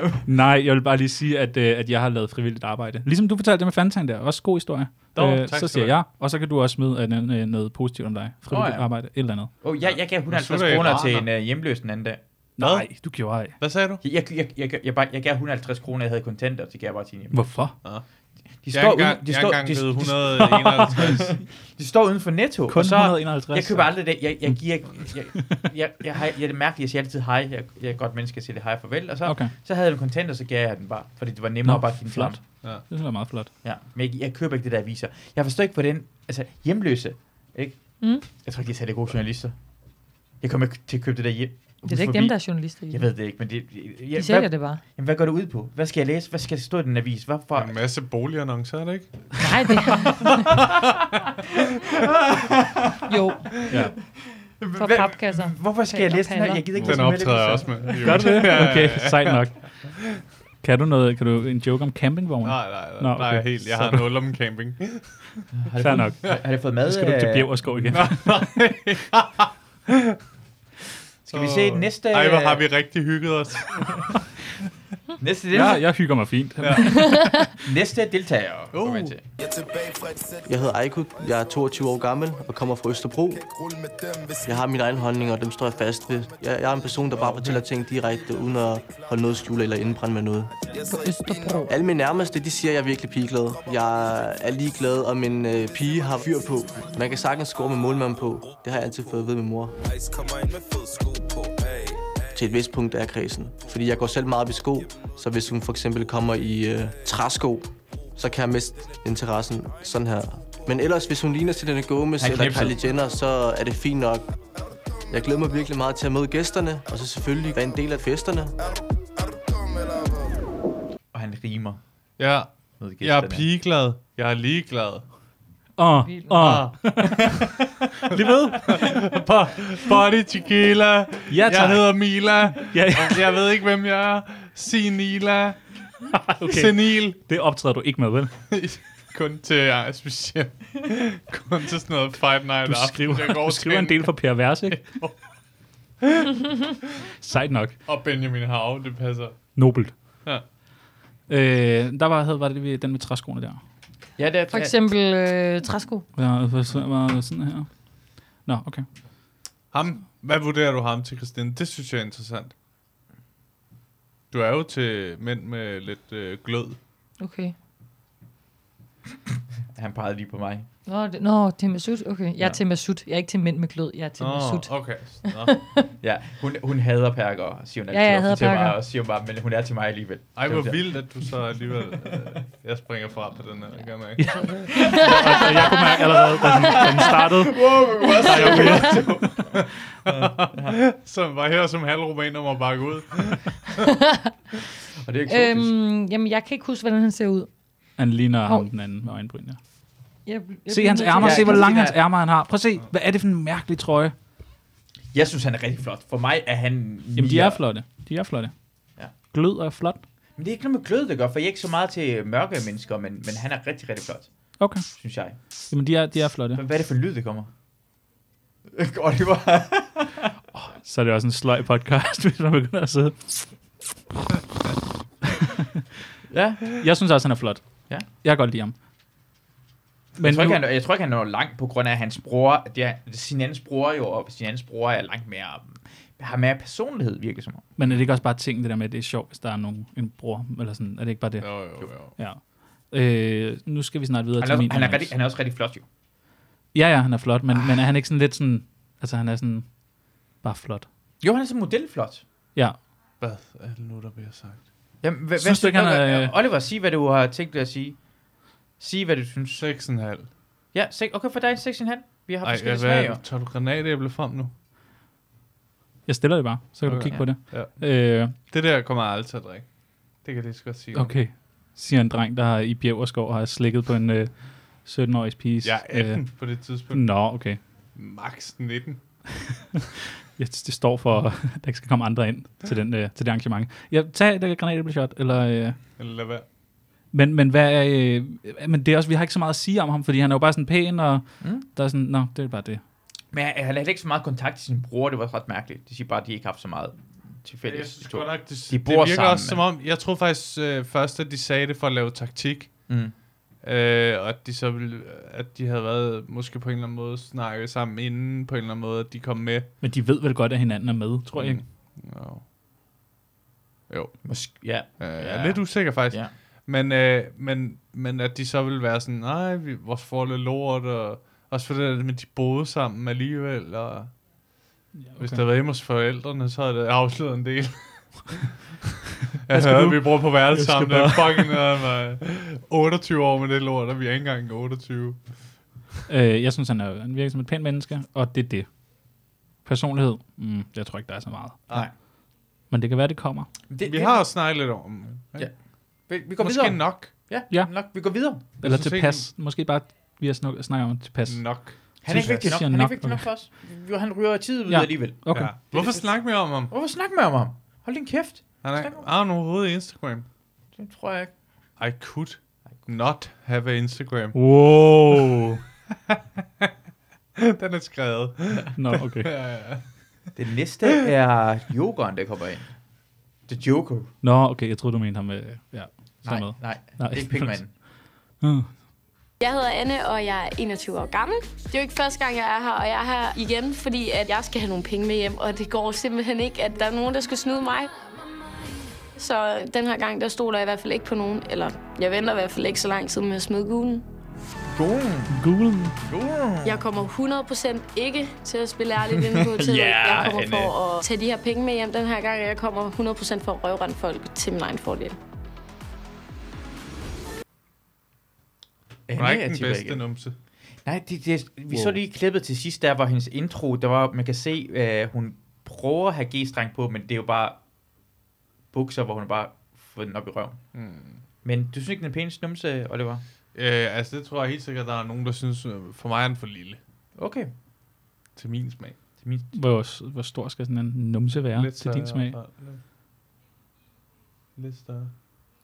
[SPEAKER 5] lidt...
[SPEAKER 3] Nej, jeg vil bare lige sige, at, øh, at jeg har lavet frivilligt arbejde. Ligesom du fortalte det med Fantan der. Også god historie. Øh,
[SPEAKER 5] Nå, tak
[SPEAKER 3] så
[SPEAKER 5] skal
[SPEAKER 3] siger
[SPEAKER 5] du have.
[SPEAKER 3] jeg, og så kan du også smide øh, noget- øh, noget positivt om dig. Frivilligt
[SPEAKER 2] Nå, ja.
[SPEAKER 3] arbejde, et eller andet.
[SPEAKER 2] Oh, jeg, jeg gav
[SPEAKER 5] slutter
[SPEAKER 2] 150
[SPEAKER 5] jeg i
[SPEAKER 2] kroner til en
[SPEAKER 5] baraner.
[SPEAKER 2] uh, hjemløs den anden dag.
[SPEAKER 3] Nej, du gjorde ej.
[SPEAKER 5] Hvad sagde du?
[SPEAKER 2] Jeg, jeg, jeg, jeg, jeg, bare, jeg gav 150 kroner, jeg havde kontanter, og det gav jeg bare til en hjemløs.
[SPEAKER 3] Hvorfor?
[SPEAKER 2] De
[SPEAKER 5] Jeg er
[SPEAKER 2] står,
[SPEAKER 5] engang-
[SPEAKER 2] uden, de,
[SPEAKER 5] jeg er
[SPEAKER 2] står,
[SPEAKER 5] engang
[SPEAKER 2] de,
[SPEAKER 5] blevet
[SPEAKER 2] de,
[SPEAKER 5] 151.
[SPEAKER 2] de, de står uden for netto.
[SPEAKER 3] Kun
[SPEAKER 2] og så,
[SPEAKER 3] 151,
[SPEAKER 2] Jeg køber
[SPEAKER 3] så.
[SPEAKER 2] aldrig det. Jeg,
[SPEAKER 3] Mm.
[SPEAKER 2] jeg giver... ikke- Jeg, jeg, jeg, jeg, har- jeg, det er mærkeligt, jeg siger altid hej. Jeg, jeg er et godt menneske, jeg siger det hej og farvel. Og så,
[SPEAKER 3] Okay.
[SPEAKER 2] så havde jeg en kontant, og så gav jeg den bare. Fordi det var nemmere
[SPEAKER 3] Nå,
[SPEAKER 2] at bare give den til
[SPEAKER 3] flot.
[SPEAKER 2] ham.
[SPEAKER 5] Ja.
[SPEAKER 3] Det synes jeg er meget flot.
[SPEAKER 2] Ja, men jeg, jeg køber ikke det der aviser. Jeg forstår ikke, hvordan... Altså, hjemløse, ikke?
[SPEAKER 4] Mm.
[SPEAKER 2] Jeg tror ikke, de er særlig gode journalister. Jeg kommer ikke til at købe det der hjem.
[SPEAKER 4] Det er da ikke dem, der er journalister.
[SPEAKER 2] Jeg ved det ikke, men det... Jeg,
[SPEAKER 4] De sælger det bare.
[SPEAKER 2] Jamen, hvad går det ud på? Hvad skal jeg læse? Hvad skal jeg stå i den avis? Hvorfor?
[SPEAKER 5] En masse boligannoncer, er det ikke?
[SPEAKER 4] Nej, det... jo.
[SPEAKER 3] Ja.
[SPEAKER 4] For papkasser.
[SPEAKER 2] Hvorfor skal jeg læse den her? Jeg gider ikke
[SPEAKER 5] Den
[SPEAKER 2] læse
[SPEAKER 5] optræder jeg også med.
[SPEAKER 3] Gør du det?
[SPEAKER 5] Ja, ja, ja.
[SPEAKER 3] Okay, sejt nok. Kan du noget? Kan du en joke om campingvogn?
[SPEAKER 5] Nej, nej, nej, nej, helt. Jeg har en hul om camping.
[SPEAKER 2] Har det
[SPEAKER 3] Fair
[SPEAKER 2] fået-
[SPEAKER 3] nok.
[SPEAKER 2] har det fået mad,
[SPEAKER 3] Så skal du ikke til
[SPEAKER 2] øh,
[SPEAKER 3] Bjæverskov igen.
[SPEAKER 2] Skal vi se
[SPEAKER 5] Så-
[SPEAKER 2] næste...
[SPEAKER 5] Ej, hvor har vi rigtig hygget os.
[SPEAKER 2] Næste
[SPEAKER 3] Ja,
[SPEAKER 2] deltager.
[SPEAKER 3] jeg hygger mig fint. Ja.
[SPEAKER 2] næste deltager. Uh.
[SPEAKER 17] Jeg hedder Aykut, jeg er 22 år gammel og kommer fra Østerbro. Jeg har mine egne holdninger, og dem står jeg fast ved. Jeg, jeg er en person, der bare fortæller ting direkte, uden at holde noget skjult eller indbrænde med noget.
[SPEAKER 4] Østerbro.
[SPEAKER 17] Alle mine nærmeste, de siger, at jeg er virkelig pigeglad. Jeg er ligeglad, om en øh, pige har fyr på. Man kan sagtens score med målmanden på. Det har jeg altid fået at vide af min mor. Til et vist punkt er jeg kredsen. Fordi jeg går selv meget op i sko, så hvis hun for eksempel kommer i øh, træsko, så kan jeg miste interessen sådan her. Men ellers, hvis hun ligner Selena Gomez
[SPEAKER 2] Han
[SPEAKER 17] eller
[SPEAKER 2] knipsede.
[SPEAKER 17] Kylie Jenner, så er det fint nok. Jeg glæder mig virkelig meget til at møde gæsterne, og så selvfølgelig være en del af festerne.
[SPEAKER 2] Og han rimer.
[SPEAKER 5] Ja.
[SPEAKER 2] Med gæsterne.
[SPEAKER 5] Jeg er pigeglad. Jeg er ligeglad. Ah.
[SPEAKER 3] Åh, åh. Lige ved.
[SPEAKER 5] Body tequila. Ja,
[SPEAKER 3] Ja,
[SPEAKER 5] jeg
[SPEAKER 3] tak.
[SPEAKER 5] hedder Mila.
[SPEAKER 3] Ja.
[SPEAKER 5] Jeg ved ikke, hvem jeg er. Sinila.
[SPEAKER 3] Okay.
[SPEAKER 5] Senil.
[SPEAKER 3] Det optræder du ikke med, vel?
[SPEAKER 5] Kun til, ja, specielt. Kun til sådan noget Five Night
[SPEAKER 3] Du skriver, du skriver en del for pervers, ikke? Sejt nok.
[SPEAKER 5] Og Benjamin Hav, det passer.
[SPEAKER 3] Nobelt.
[SPEAKER 5] Ja.
[SPEAKER 3] Øh, der var, havde- var det vi- den med træskoene der.
[SPEAKER 2] Ja, det er,
[SPEAKER 4] For eksempel øh, træsko.
[SPEAKER 3] Ja, for så var det sådan her. Nå, okay.
[SPEAKER 5] Ham, hvad vurderer du ham til, Christine? Det synes jeg er interessant. Du er jo til mænd med lidt øh, glød.
[SPEAKER 4] Okay.
[SPEAKER 2] Han pegede lige på mig.
[SPEAKER 4] Nå, det, nå, til Masud. Okay, jeg er
[SPEAKER 2] Ja.
[SPEAKER 4] til Masud. Jeg er ikke til mænd med glød. Jeg er til
[SPEAKER 2] Nå,
[SPEAKER 4] Masud.
[SPEAKER 5] okay.
[SPEAKER 2] ja, hun, hun hader perker, siger hun
[SPEAKER 4] Ja,
[SPEAKER 2] altid.
[SPEAKER 4] jeg
[SPEAKER 2] ofte
[SPEAKER 4] hader
[SPEAKER 2] til
[SPEAKER 4] perker.
[SPEAKER 2] Mig, og siger hun bare, men hun er til mig alligevel.
[SPEAKER 5] Ej, hvor
[SPEAKER 2] Så-
[SPEAKER 5] vildt, at du så alligevel... Øh, jeg springer fra på den her, det gør man ikke.
[SPEAKER 2] Ja.
[SPEAKER 3] Og Altså, jeg kunne mærke allerede, da den, da den startede.
[SPEAKER 5] Wow, vi var
[SPEAKER 3] der er jeg
[SPEAKER 5] seriøse.
[SPEAKER 3] mere.
[SPEAKER 5] som var her som halvromaner må bakke ud.
[SPEAKER 2] og det er
[SPEAKER 4] Øhm, jamen, jeg kan ikke huske, hvordan han ser ud.
[SPEAKER 3] Han ligner
[SPEAKER 4] Hov.
[SPEAKER 3] ham den anden med øjenbryn, ja.
[SPEAKER 4] Jeg,
[SPEAKER 3] Se hans ærmer, se hvor lange hans ærmer han har. Prøv at se, hvad er det for en mærkelig trøje?
[SPEAKER 2] Jeg synes, han er rigtig flot. For mig er han...
[SPEAKER 3] Jamen, de
[SPEAKER 2] nier.
[SPEAKER 3] er flotte. De er flotte.
[SPEAKER 2] Ja.
[SPEAKER 3] Glød er flot.
[SPEAKER 2] Men det er ikke noget med glød, det gør, for jeg er ikke så meget til mørke mennesker, men, men han er rigtig, rigtig flot,
[SPEAKER 3] Okay.
[SPEAKER 2] synes jeg.
[SPEAKER 3] Jamen, de er, de er flotte.
[SPEAKER 2] Hvad er det for en lyd, det kommer? Oliver.
[SPEAKER 3] Så er det også en sløj podcast, hvis man begynder at sidde.
[SPEAKER 2] ja.
[SPEAKER 3] Jeg synes også, han er flot.
[SPEAKER 2] Ja.
[SPEAKER 3] Jeg kan godt lide ham.
[SPEAKER 2] Men jeg, tror ikke,
[SPEAKER 3] nu-
[SPEAKER 2] han, jeg tror ikke, han når langt på grund af, at hans bror, det er, sin andens bror jo, og sin andens bror er langt mere, har mere personlighed, virker som om.
[SPEAKER 3] Men er det ikke også bare ting, det der med, at det er sjovt, hvis der er nogen, en bror, eller sådan? Er det ikke bare det?
[SPEAKER 5] Jo, jo, jo.
[SPEAKER 3] Ja. Øh, nu skal vi snart videre
[SPEAKER 2] Han
[SPEAKER 3] til
[SPEAKER 2] er,
[SPEAKER 3] min.
[SPEAKER 2] han, er
[SPEAKER 3] anmeldelse.
[SPEAKER 2] rigtig, han er også rigtig flot, jo.
[SPEAKER 3] Ja, ja, han er flot, men, men er han ikke sådan lidt sådan... Altså, han er sådan... Bare flot.
[SPEAKER 2] Jo, han er sådan modelflot.
[SPEAKER 3] Ja.
[SPEAKER 5] Hvad er det nu, der bliver sagt?
[SPEAKER 2] Jamen, hvad,
[SPEAKER 3] Synes du
[SPEAKER 2] hvad,
[SPEAKER 3] ikke, han
[SPEAKER 2] hvad,
[SPEAKER 3] er-
[SPEAKER 2] Oliver, sig hvad du har tænkt dig at sige. Sig hvad du synes.
[SPEAKER 5] 6,5.
[SPEAKER 2] Ja, sek- okay, for dig er det 6,5. Vi har
[SPEAKER 5] Ej,
[SPEAKER 2] forskellige
[SPEAKER 5] hvad,
[SPEAKER 2] smager.
[SPEAKER 5] er- tager du granatæble frem nu?
[SPEAKER 3] Jeg stiller det bare, så kan okay,
[SPEAKER 5] Okay.
[SPEAKER 3] du kigge
[SPEAKER 5] Ja.
[SPEAKER 3] på det.
[SPEAKER 5] Ja.
[SPEAKER 3] Øh,
[SPEAKER 5] Det der kommer jeg aldrig til at drikke. Det kan jeg lige så godt sige.
[SPEAKER 3] okay, siger en dreng, der har i Bjæverskov har slikket på en øh, 17-årig pige.
[SPEAKER 5] Jeg er 18 på det tidspunkt.
[SPEAKER 3] Nå, okay.
[SPEAKER 5] Max 19.
[SPEAKER 3] Jeg, det står for, at der ikke skal komme andre ind til, den, øh, til det arrangement. Ja, tag det granatæbleshot, eller... Øh,
[SPEAKER 5] Eller lad være.
[SPEAKER 3] men, men hvad er, øh, men det er også, vi har ikke så meget at sige om ham, fordi han er jo bare sådan pæn, og
[SPEAKER 2] Mm.
[SPEAKER 3] mm. der er sådan, nå, det er bare det.
[SPEAKER 2] Men han han havde ikke så meget kontakt til sin bror, det var ret mærkeligt. Det siger bare, at de ikke har haft så meget til fælles.
[SPEAKER 5] Jeg synes
[SPEAKER 2] de to.
[SPEAKER 5] godt nok, det,
[SPEAKER 2] de
[SPEAKER 5] det
[SPEAKER 2] bor
[SPEAKER 5] virker
[SPEAKER 2] sammen.
[SPEAKER 5] også som om, jeg troede faktisk øh, først, at de sagde det for at lave taktik.
[SPEAKER 2] Mm.
[SPEAKER 5] Øh, og at de så ville, at de havde været måske på en eller anden måde snakket sammen inden, på en eller anden måde, at de kom med.
[SPEAKER 3] Men de ved vel godt, at hinanden er med, tror jeg ikke?
[SPEAKER 5] Mm. No. Jo.
[SPEAKER 2] Måske, ja.
[SPEAKER 5] Øh, jeg
[SPEAKER 2] Ja.
[SPEAKER 5] er lidt usikker faktisk.
[SPEAKER 2] Ja.
[SPEAKER 5] Men, øh, men, men at de så ville være sådan, nej, vi, vores forhold er lort, og også for det, der med, at de boede sammen alligevel, og ja, okay. hvis der var hjemme hos forældrene, så havde det afsløret en del.
[SPEAKER 3] Hvad
[SPEAKER 5] jeg
[SPEAKER 3] skal
[SPEAKER 5] hørte,
[SPEAKER 3] du?
[SPEAKER 5] vi bor på værelse
[SPEAKER 3] Jeg skal
[SPEAKER 5] sammen, der
[SPEAKER 3] bare-
[SPEAKER 5] fucking noget, 28 år med det lort, og vi er ikke engang 28.
[SPEAKER 3] Øh, jeg synes, han, er, han virker som et pænt menneske, og det er det. Personlighed, mm, jeg tror ikke, der er så meget.
[SPEAKER 2] Nej.
[SPEAKER 3] Men det kan være, det kommer.
[SPEAKER 2] Det,
[SPEAKER 5] Vi
[SPEAKER 2] det-
[SPEAKER 5] har også snakket lidt om det, ikke?
[SPEAKER 2] Ja. Vi, vi går
[SPEAKER 5] Måske
[SPEAKER 2] videre.
[SPEAKER 5] nok.
[SPEAKER 2] Ja,
[SPEAKER 3] Ja.
[SPEAKER 2] nok. Vi går videre.
[SPEAKER 3] Eller
[SPEAKER 5] synes
[SPEAKER 3] tilpas. Måske bare, vi har snakket om tilpas.
[SPEAKER 5] Nok.
[SPEAKER 2] Han er ikke vigtig nok. Han er ikke vigtig nok for os. Jo, han ryger tid ud
[SPEAKER 5] Ja.
[SPEAKER 2] alligevel.
[SPEAKER 5] Okay. Ja. Hvorfor snakker vi om ham?
[SPEAKER 2] Hvorfor snakker vi om ham? Hold din kæft.
[SPEAKER 5] Han er, har han overhovedet Instagram?
[SPEAKER 2] Det tror jeg ikke.
[SPEAKER 5] I could not have an Instagram.
[SPEAKER 3] Wow.
[SPEAKER 5] Den er skrevet.
[SPEAKER 3] Nå, okay.
[SPEAKER 5] ja, ja.
[SPEAKER 2] Det næste er yogeren, der kommer ind. The Joker.
[SPEAKER 3] Nå, okay, jeg troede, du mente ham med... Ja,
[SPEAKER 2] Nej,
[SPEAKER 3] sådan noget.
[SPEAKER 2] nej, det er Pigman.
[SPEAKER 3] Hmm.
[SPEAKER 11] Jeg hedder Anne, og jeg er 21 år gammel. Det er jo ikke første gang, jeg er her, og jeg er her igen, fordi at jeg skal have nogle penge med hjem, og det går simpelthen ikke, at der er nogen, der skal snyde mig. Så den her gang, der stoler jeg i hvert fald ikke på nogen, eller jeg venter i hvert fald ikke så lang tid med at smide gulen.
[SPEAKER 2] Gulen.
[SPEAKER 3] Gulen.
[SPEAKER 2] Uh.
[SPEAKER 11] Jeg kommer 100% ikke til at spille ærligt inde på hotellet.
[SPEAKER 2] Ja,
[SPEAKER 11] jeg kommer for
[SPEAKER 2] Anne.
[SPEAKER 11] at tage de her penge med hjem den her gang, og jeg kommer 100% for at røvrende folk til min egen fordel.
[SPEAKER 5] Hun er ikke den bedste numse.
[SPEAKER 2] Nej, det, det, vi wow.
[SPEAKER 5] Wow.
[SPEAKER 2] så lige klippet til sidst, der var hendes intro, der var, man kan se, øh, hun prøver at have G-streng på, men det er jo bare bukser, hvor hun har bare får den op i røven.
[SPEAKER 5] Mm.
[SPEAKER 2] Men Hmm. du synes ikke, den er pæneste numse, Oliver?
[SPEAKER 5] Øh, altså, det tror jeg helt sikkert, der er nogen, der synes, øh, for mig er den for lille.
[SPEAKER 2] Okay.
[SPEAKER 5] Til min smag.
[SPEAKER 2] Til min
[SPEAKER 3] Hvor, hvor stor skal sådan en numse være Lidt til din
[SPEAKER 5] større i
[SPEAKER 3] smag?
[SPEAKER 5] hvert fald. Lidt- Lidt større.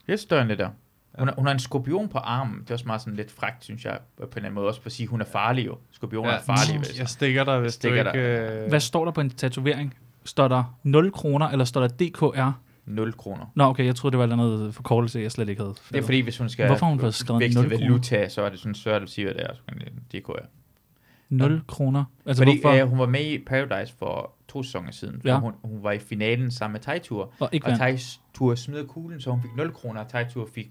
[SPEAKER 2] Det er større end det der. Hun, har, hun har en skorpion på armen. Det er også meget sådan lidt fragt, synes jeg, på en eller anden måde. Også for at sige, hun er farlig jo. Skorpioner
[SPEAKER 5] Ja,
[SPEAKER 2] er farlige.
[SPEAKER 5] jeg
[SPEAKER 2] vel?
[SPEAKER 5] stikker dig, hvis du ikke, øh,
[SPEAKER 3] Hvad står der på en tatovering? Står der 0 kroner, eller står der DKR?
[SPEAKER 2] 0 kroner.
[SPEAKER 3] Nå, okay, jeg troede, det var et eller andet forkortelse, jeg slet ikke havde.
[SPEAKER 2] Det er fordi, hvis hun skal
[SPEAKER 3] Hvorfor har hun fået skrevet 0
[SPEAKER 2] veksle
[SPEAKER 3] kroner?
[SPEAKER 2] valuta, så er det sådan svært at sige, hvad det er. Så kan det, det kunne jeg.
[SPEAKER 3] 0 kroner?
[SPEAKER 2] Altså, Fordi øh, hun var med i Paradise for to sæsoner siden. Ja.
[SPEAKER 3] Ja.
[SPEAKER 2] Hun, hun var i finalen sammen med Tejtur.
[SPEAKER 3] Og ikke
[SPEAKER 2] og
[SPEAKER 3] vandt.
[SPEAKER 2] Tejtur smed kuglen, så hun fik 0 kroner, og Tejtur fik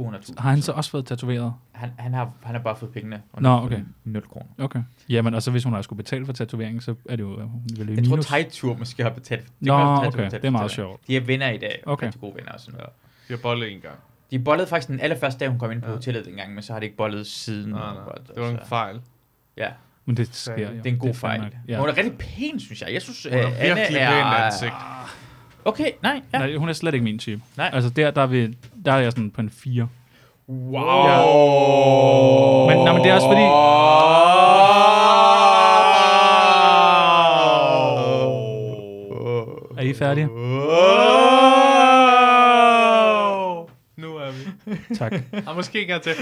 [SPEAKER 2] 200.000.
[SPEAKER 3] Har han så også fået tatoveret?
[SPEAKER 2] Han, han, har, han har bare fået pengene. og
[SPEAKER 3] Nå,
[SPEAKER 2] hun har fået
[SPEAKER 3] okay.
[SPEAKER 2] 0 kroner.
[SPEAKER 3] Okay. Jamen, og så hvis hun har skulle betale for tatoveringen, så er det jo... øh, Hun vil
[SPEAKER 2] Jeg tror, Tejtur måske har betalt. Det
[SPEAKER 3] Nå,
[SPEAKER 2] kan også Teitur
[SPEAKER 3] okay.
[SPEAKER 2] betale
[SPEAKER 3] Det er meget
[SPEAKER 2] for tatoveringen.
[SPEAKER 3] sjovt.
[SPEAKER 2] De er venner i dag.
[SPEAKER 3] Okay.
[SPEAKER 2] Okay. Rigtig gode venner og sådan noget.
[SPEAKER 5] De har bollet en gang.
[SPEAKER 2] De bollede faktisk den allerførste dag, hun kom ind på ja. hotellet dengang, men så har de ikke bollet siden.
[SPEAKER 5] Nej, nej. Det var en fejl.
[SPEAKER 2] Ja.
[SPEAKER 3] Men det sker jo.
[SPEAKER 2] Det er en god
[SPEAKER 3] Det er fair
[SPEAKER 2] fejl.
[SPEAKER 3] nok.
[SPEAKER 2] Ja.
[SPEAKER 3] Ja.
[SPEAKER 2] Hun er rigtig pæn, synes jeg. Jeg synes,
[SPEAKER 3] Hun er
[SPEAKER 2] øh, Anna
[SPEAKER 3] virkelig
[SPEAKER 2] er...
[SPEAKER 3] pæn ansigt.
[SPEAKER 2] Okay, nej. Ja.
[SPEAKER 3] Ja. Nej, hun er slet ikke min type.
[SPEAKER 2] Nej.
[SPEAKER 3] Altså, der, der, er vi, der er jeg sådan på en 4.
[SPEAKER 2] Wow.
[SPEAKER 3] Men, nej, men det er også fordi... Er I færdige?
[SPEAKER 5] Nu er vi.
[SPEAKER 3] Tak.
[SPEAKER 5] Og måske ikke til.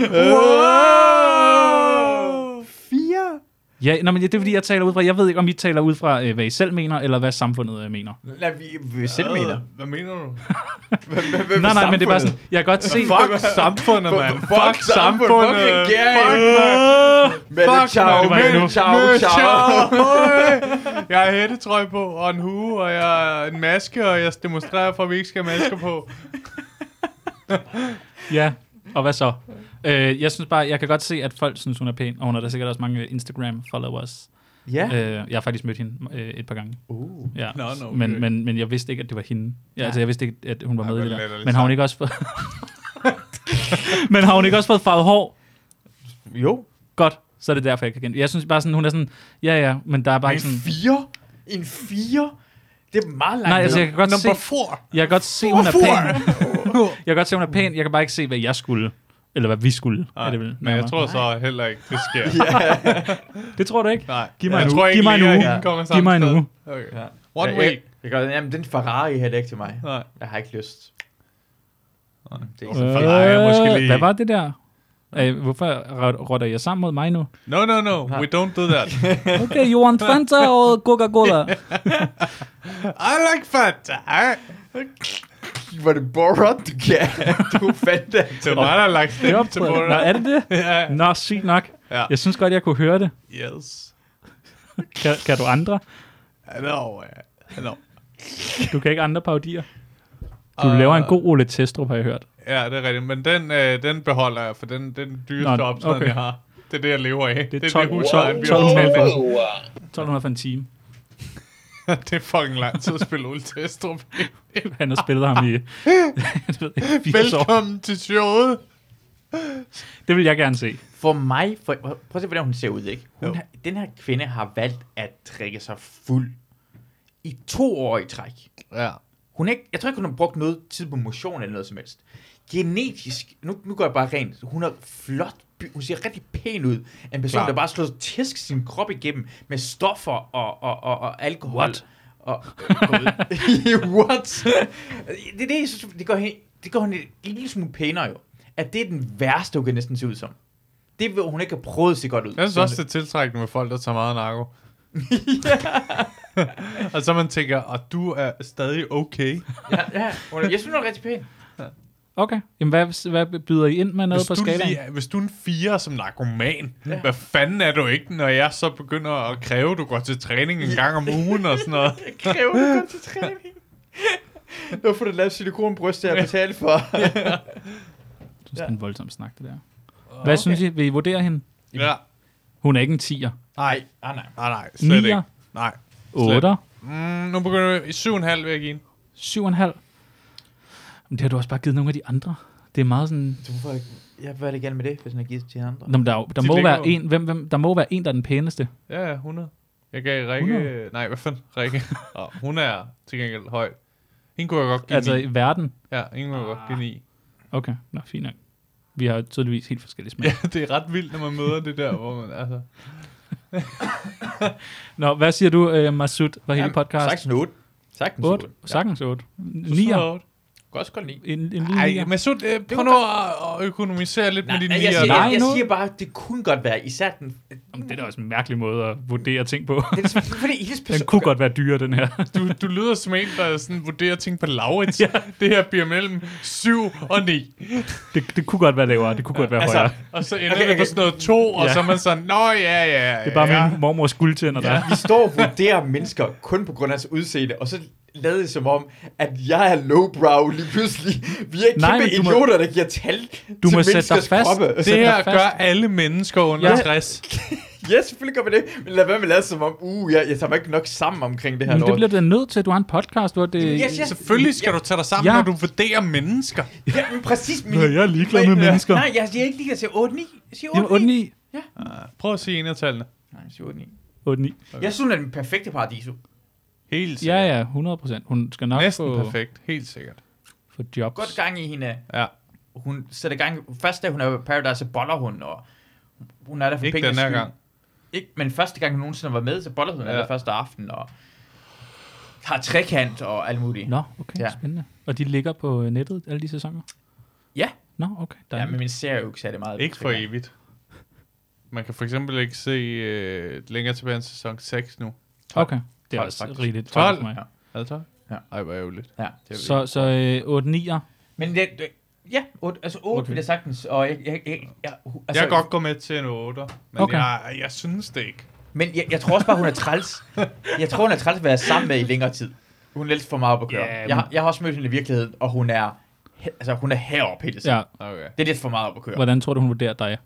[SPEAKER 2] Fire?
[SPEAKER 3] Ja, nej, men det er fordi, jeg taler ud fra... Jeg ved ikke, om I taler ud fra, øh, hvad I selv mener, eller hvad samfundet øh, mener.
[SPEAKER 2] Lad vi, vi selv
[SPEAKER 5] Hvad?
[SPEAKER 2] mener.
[SPEAKER 5] Hvad mener du?
[SPEAKER 3] nej, nej, men det er bare sådan, jeg kan godt se...
[SPEAKER 5] Fuck samfundet, mand.
[SPEAKER 3] Fuck
[SPEAKER 5] Fuck
[SPEAKER 3] samfundet.
[SPEAKER 5] samfundet.
[SPEAKER 3] Fuck
[SPEAKER 5] Fuck,
[SPEAKER 2] Mette
[SPEAKER 5] Fuck,
[SPEAKER 2] Chau,
[SPEAKER 5] mand.
[SPEAKER 2] Mette
[SPEAKER 5] Mette
[SPEAKER 2] Chau,
[SPEAKER 5] Mette
[SPEAKER 2] Chau.
[SPEAKER 5] Chau. Øj. Jeg har hættetrøje på, og en hue, og jeg har en maske, og jeg demonstrerer for, at vi ikke skal have masker på.
[SPEAKER 3] Ja, og hvad så? Øh, jeg synes bare, jeg kan godt se, at folk synes, hun er pæn, og hun har da sikkert også mange Instagram-followers.
[SPEAKER 2] Ja.
[SPEAKER 3] Øh, jeg har faktisk mødt hende øh, et par gange.
[SPEAKER 2] Uh.
[SPEAKER 3] Ja.
[SPEAKER 5] Nå, nå, okay.
[SPEAKER 3] men, men, men jeg vidste ikke, at det var hende. Ja,
[SPEAKER 5] Nej.
[SPEAKER 3] altså, jeg vidste ikke, at hun var
[SPEAKER 5] Ej,
[SPEAKER 3] med i
[SPEAKER 5] hvor
[SPEAKER 3] det der.
[SPEAKER 5] latterligt
[SPEAKER 3] Men har hun
[SPEAKER 5] sagt.
[SPEAKER 3] ikke også fået... men har hun ikke også fået farvet hår?
[SPEAKER 2] Jo.
[SPEAKER 3] Godt, så er det derfor, jeg kan kende. Jeg synes bare sådan, hun er sådan, ja ja, men der er bare
[SPEAKER 2] En
[SPEAKER 3] ikke sådan...
[SPEAKER 2] fire? En fire? Det er meget langt
[SPEAKER 3] Nej, altså,
[SPEAKER 2] ned.
[SPEAKER 3] jeg kan godt se...
[SPEAKER 2] Number four.
[SPEAKER 3] Jeg kan godt se, hun er pæn. jeg kan godt se, hun er pæn. Jeg kan bare ikke se, hvad jeg skulle. Eller hvad vi skulle.
[SPEAKER 5] Nej,
[SPEAKER 3] er det vel,
[SPEAKER 5] men jeg
[SPEAKER 3] nærmere.
[SPEAKER 5] tror så heller ikke, det sker.
[SPEAKER 3] Det tror du ikke?
[SPEAKER 5] Nej.
[SPEAKER 3] Giv mig
[SPEAKER 5] jeg
[SPEAKER 3] en uge.
[SPEAKER 5] tror ikke,
[SPEAKER 3] Giv mig en
[SPEAKER 5] Lea
[SPEAKER 3] uge.
[SPEAKER 5] og hende kommer
[SPEAKER 3] Giv
[SPEAKER 5] samme
[SPEAKER 3] mig en
[SPEAKER 5] sted.
[SPEAKER 3] uge.
[SPEAKER 5] Okay.
[SPEAKER 2] Ja.
[SPEAKER 5] One
[SPEAKER 2] ja,
[SPEAKER 5] week.
[SPEAKER 2] Jeg, jeg, gør, jamen, den Ferrari heller ikke til mig.
[SPEAKER 5] Nej.
[SPEAKER 2] Jeg har ikke lyst.
[SPEAKER 5] Nej.
[SPEAKER 2] Det er ikke sådan
[SPEAKER 3] Øh,
[SPEAKER 2] Ferrari.
[SPEAKER 5] måske lige-
[SPEAKER 3] Hvad var det der? Øh, hvorfor rot- rotter jeg sammen mod mig nu?
[SPEAKER 5] No, no, no. We don't do that.
[SPEAKER 3] Okay, you want Fanta og Coca-Cola?
[SPEAKER 5] I like Fanta.
[SPEAKER 2] Var det Borat, du kan? Du fandt det.
[SPEAKER 5] Det var mig, der har lagt
[SPEAKER 3] Det
[SPEAKER 5] stemme til
[SPEAKER 3] optræder. Nå, er det det?
[SPEAKER 5] Ja.
[SPEAKER 3] Nå, sygt nok.
[SPEAKER 5] Ja.
[SPEAKER 3] Jeg synes godt, jeg kunne høre det.
[SPEAKER 5] Yes.
[SPEAKER 3] Kan, kan du andre?
[SPEAKER 5] Hello. uh, Hello.
[SPEAKER 3] Du kan ikke andre parodier. Du
[SPEAKER 5] Øh.
[SPEAKER 3] laver en god Ole Testrup, har jeg hørt.
[SPEAKER 5] Ja, det er rigtigt. Men den, øh, den beholder jeg, for den, den dyreste
[SPEAKER 3] Nå,
[SPEAKER 5] optræden,
[SPEAKER 3] okay.
[SPEAKER 5] jeg har. Det er det, jeg lever af.
[SPEAKER 3] Det er
[SPEAKER 5] det,
[SPEAKER 3] 12
[SPEAKER 5] hus,
[SPEAKER 3] wow.
[SPEAKER 5] han bliver
[SPEAKER 3] 1200
[SPEAKER 5] optaget af.
[SPEAKER 3] for, 1200 for en time.
[SPEAKER 5] det er fucking lang tid at spille Ole Testrup.
[SPEAKER 3] Han har spillet ham i jeg ved ikke, 80 år.
[SPEAKER 5] Velkommen til showet.
[SPEAKER 3] Det vil jeg gerne se.
[SPEAKER 2] For mig, for, prøv at se, hvordan hun ser ud, ikke? Hun har, den her kvinde har valgt at drikke sig fuld i to år i træk.
[SPEAKER 5] Ja.
[SPEAKER 2] Hun er ikke, jeg tror ikke, hun har brugt noget tid på motion eller noget som helst. Genetisk, nu, nu går jeg bare rent, hun er flot, by- hun ser rigtig pæn ud. En person,
[SPEAKER 5] Klar.
[SPEAKER 2] der bare slår tæsk sin krop igennem med stoffer og, og, og, og alkohol. What? Og, What? det er det, jeg synes, det går, hende- det går hende en lille smule pænere jo. At det er den værste, hun kan næsten se ud som. Det vil hun ikke have prøvet at se godt ud.
[SPEAKER 5] Jeg synes også, det er tiltrækkende med folk, der tager meget narko. og så man tænker, og du er stadig okay.
[SPEAKER 2] ja, hun er- jeg synes, hun er rigtig pæn.
[SPEAKER 3] Okay. Jamen, hvad, hvad byder I ind med noget
[SPEAKER 5] Hvis
[SPEAKER 3] på
[SPEAKER 5] du,
[SPEAKER 3] skalaen?
[SPEAKER 5] lige, er- hvis du er en fire som narkoman, ja. hvad fanden er du ikke, når jeg så begynder at kræve, at du går til træning en gang om ugen og sådan noget?
[SPEAKER 2] kræver, du går til træning. Nu får du lavet silikonbryst til at betale for.
[SPEAKER 3] Jeg synes, det er en voldsom snak, det der. Hvad okay. synes I? Vil I vurdere hende?
[SPEAKER 5] Ja.
[SPEAKER 3] Hun er ikke en 10'er.
[SPEAKER 5] Nej,
[SPEAKER 2] Ah,
[SPEAKER 5] nej, nej, nej, nej slet
[SPEAKER 3] Nier.
[SPEAKER 5] ikke. Nej. slet
[SPEAKER 3] Otter.
[SPEAKER 5] ikke. Mm, nu begynder vi. I syv og en halv vil jeg give en.
[SPEAKER 3] 7,5. Men det har du også bare givet nogle af de andre. Det er meget sådan...
[SPEAKER 2] Så hvorfor ikke? Jeg vil det gerne med det, hvis hun har givet til andre.
[SPEAKER 3] Nå, men der, er jo- der,
[SPEAKER 5] De
[SPEAKER 3] må
[SPEAKER 5] ligger
[SPEAKER 3] være
[SPEAKER 5] jo.
[SPEAKER 3] en, hvem, hvem, der må være en, der er den pæneste.
[SPEAKER 5] Ja, ja, 100. Jeg gav Rikke...
[SPEAKER 3] 100?
[SPEAKER 5] Nej, hvad fanden? Rikke. Nå, hun er til gengæld høj. Hende kunne jeg godt give
[SPEAKER 3] Altså
[SPEAKER 5] ni.
[SPEAKER 3] i verden.
[SPEAKER 5] Ja, hende kunne jeg godt give ni.
[SPEAKER 2] Ah.
[SPEAKER 3] Okay, nå, fint nok. Vi har tydeligvis helt forskellige smag.
[SPEAKER 5] Ja, det er ret vildt, når man møder det der, hvor man... Altså.
[SPEAKER 3] Nå, hvad siger du, øh, Masud, for hele
[SPEAKER 2] Jamen,
[SPEAKER 3] podcasten?
[SPEAKER 2] sagtens en otte. Sagtens
[SPEAKER 3] Otte?
[SPEAKER 2] otte, ja.
[SPEAKER 3] Sagtens 8.
[SPEAKER 5] Du slår
[SPEAKER 3] 9'er.
[SPEAKER 5] otte.
[SPEAKER 2] Godt skal lide. Ah.
[SPEAKER 3] En, en lille
[SPEAKER 5] Ej,
[SPEAKER 3] nier.
[SPEAKER 5] men så øh, prøv nu at, at økonomisere lidt
[SPEAKER 2] Nej,
[SPEAKER 5] med
[SPEAKER 2] jeg,
[SPEAKER 5] dine
[SPEAKER 2] jeg,
[SPEAKER 5] nier.
[SPEAKER 2] siger, jeg, jeg
[SPEAKER 5] nu.
[SPEAKER 2] siger bare, at det kunne godt være, især den...
[SPEAKER 3] Jamen, det er da også en mærkelig måde at vurdere ting på.
[SPEAKER 2] Det er fordi, hendes
[SPEAKER 3] den
[SPEAKER 2] person...
[SPEAKER 3] kunne godt være dyre, den her.
[SPEAKER 5] Du, du lyder som en, der sådan vurderer ting på Laurits. ja. Det her bliver mellem 7 og 9.
[SPEAKER 3] Det, det kunne godt være lavere, det kunne godt være
[SPEAKER 5] Altså,
[SPEAKER 3] højere.
[SPEAKER 5] og så ender okay, det på sådan noget 2, og
[SPEAKER 3] Ja.
[SPEAKER 5] så er man sådan, nå ja, ja,
[SPEAKER 3] Det er bare
[SPEAKER 5] ja.
[SPEAKER 3] min mormors guldtænder, der
[SPEAKER 2] Ja,
[SPEAKER 3] er.
[SPEAKER 2] vi står og vurderer mennesker kun på grund af hans udseende, og så lader det som om, at jeg er lowbrow lige pludselig. Vi er
[SPEAKER 3] Nej,
[SPEAKER 2] kæmpe
[SPEAKER 3] men du må-
[SPEAKER 2] idioter, der giver tal
[SPEAKER 3] Du
[SPEAKER 2] til
[SPEAKER 3] må sætte dig
[SPEAKER 2] menneskers
[SPEAKER 3] fast.
[SPEAKER 2] kroppe.
[SPEAKER 3] Det
[SPEAKER 5] Det
[SPEAKER 3] Sæt
[SPEAKER 5] her
[SPEAKER 3] dig fast.
[SPEAKER 5] gør alle mennesker under
[SPEAKER 3] Ja.
[SPEAKER 5] ja. 60.
[SPEAKER 2] Ja, selvfølgelig gør man det, men lad være med at lade som om, uh, jeg, jeg tager mig ikke nok sammen omkring det her
[SPEAKER 3] Men det
[SPEAKER 2] lort.
[SPEAKER 3] bliver du da nødt til, at du har en podcast, hvor det...
[SPEAKER 2] Yes, yes.
[SPEAKER 5] Øh, Selvfølgelig skal du tage dig sammen,
[SPEAKER 3] Ja.
[SPEAKER 5] ja. når du vurderer mennesker.
[SPEAKER 2] Ja, men præcis. Men,
[SPEAKER 3] Nå, jeg er ligeglad med
[SPEAKER 2] men-
[SPEAKER 3] mennesker.
[SPEAKER 2] Nej, jeg siger ikke lige at sige 8-9. Jeg siger 8-9.
[SPEAKER 3] Jamen, 8, 9.
[SPEAKER 5] Prøv at sige en af tallene.
[SPEAKER 2] Nej, jeg siger 8-9.
[SPEAKER 3] 8, 9.
[SPEAKER 2] Jeg synes, hun er den perfekte paradiso.
[SPEAKER 5] Helt sikkert.
[SPEAKER 3] Ja, ja, 100 procent. Hun skal nok
[SPEAKER 5] Næsten
[SPEAKER 3] få,
[SPEAKER 5] perfekt. Helt sikkert.
[SPEAKER 3] få jobs.
[SPEAKER 2] Godt gang i hende.
[SPEAKER 5] Ja.
[SPEAKER 2] Hun sætter gang. Først da hun er på Paradise, så boller hun, og hun er der for
[SPEAKER 5] Ikke
[SPEAKER 2] pengenes
[SPEAKER 5] den her
[SPEAKER 2] skyld.
[SPEAKER 5] gang.
[SPEAKER 2] Ikke, men første gang hun nogensinde var med, så boller hun ja.
[SPEAKER 5] Ja.
[SPEAKER 2] der første aften, og har trekant og alt muligt.
[SPEAKER 3] Nå, okay,
[SPEAKER 2] Ja.
[SPEAKER 3] ja. spændende. Og de ligger på øh, nettet, alle de sæsoner?
[SPEAKER 2] Ja.
[SPEAKER 3] Nå, okay. Der
[SPEAKER 2] Ja,
[SPEAKER 3] er
[SPEAKER 2] men min serie er jo ikke særlig meget.
[SPEAKER 5] Ikke for
[SPEAKER 2] trekant.
[SPEAKER 5] evigt. Man kan for eksempel ikke se øh, længere tilbage end sæson 6 nu.
[SPEAKER 3] okay, det er
[SPEAKER 2] 12
[SPEAKER 3] også
[SPEAKER 2] faktisk.
[SPEAKER 3] rigeligt.
[SPEAKER 5] 12?
[SPEAKER 3] for mig.
[SPEAKER 5] Er det 12?
[SPEAKER 2] Ja.
[SPEAKER 5] Ej, hvor ærgerligt.
[SPEAKER 2] Ja, det er
[SPEAKER 3] Så, så øh, 8 9'er.
[SPEAKER 2] Men det, det- ja, otte, altså 8 okay.
[SPEAKER 3] Okay.
[SPEAKER 2] vil jeg sagtens, og jeg, jeg, jeg, jeg,
[SPEAKER 5] Altså,
[SPEAKER 2] altså,
[SPEAKER 5] jeg kan godt gå med til en 8,
[SPEAKER 3] Okay.
[SPEAKER 5] men okay. jeg, jeg synes det ikke.
[SPEAKER 2] Men jeg, jeg tror også bare, hun er træls. Jeg tror, hun er træls at være sammen med i længere tid. Hun er lidt for meget op at køre.
[SPEAKER 3] Ja,
[SPEAKER 2] Yeah,
[SPEAKER 3] men-
[SPEAKER 2] jeg, har- jeg har også mødt hende i virkeligheden, og hun er, he- altså, hun er heroppe hele tiden.
[SPEAKER 3] Ja.
[SPEAKER 5] Okay.
[SPEAKER 2] Det er lidt for meget op at køre.
[SPEAKER 3] Hvordan tror du, hun vurderer dig?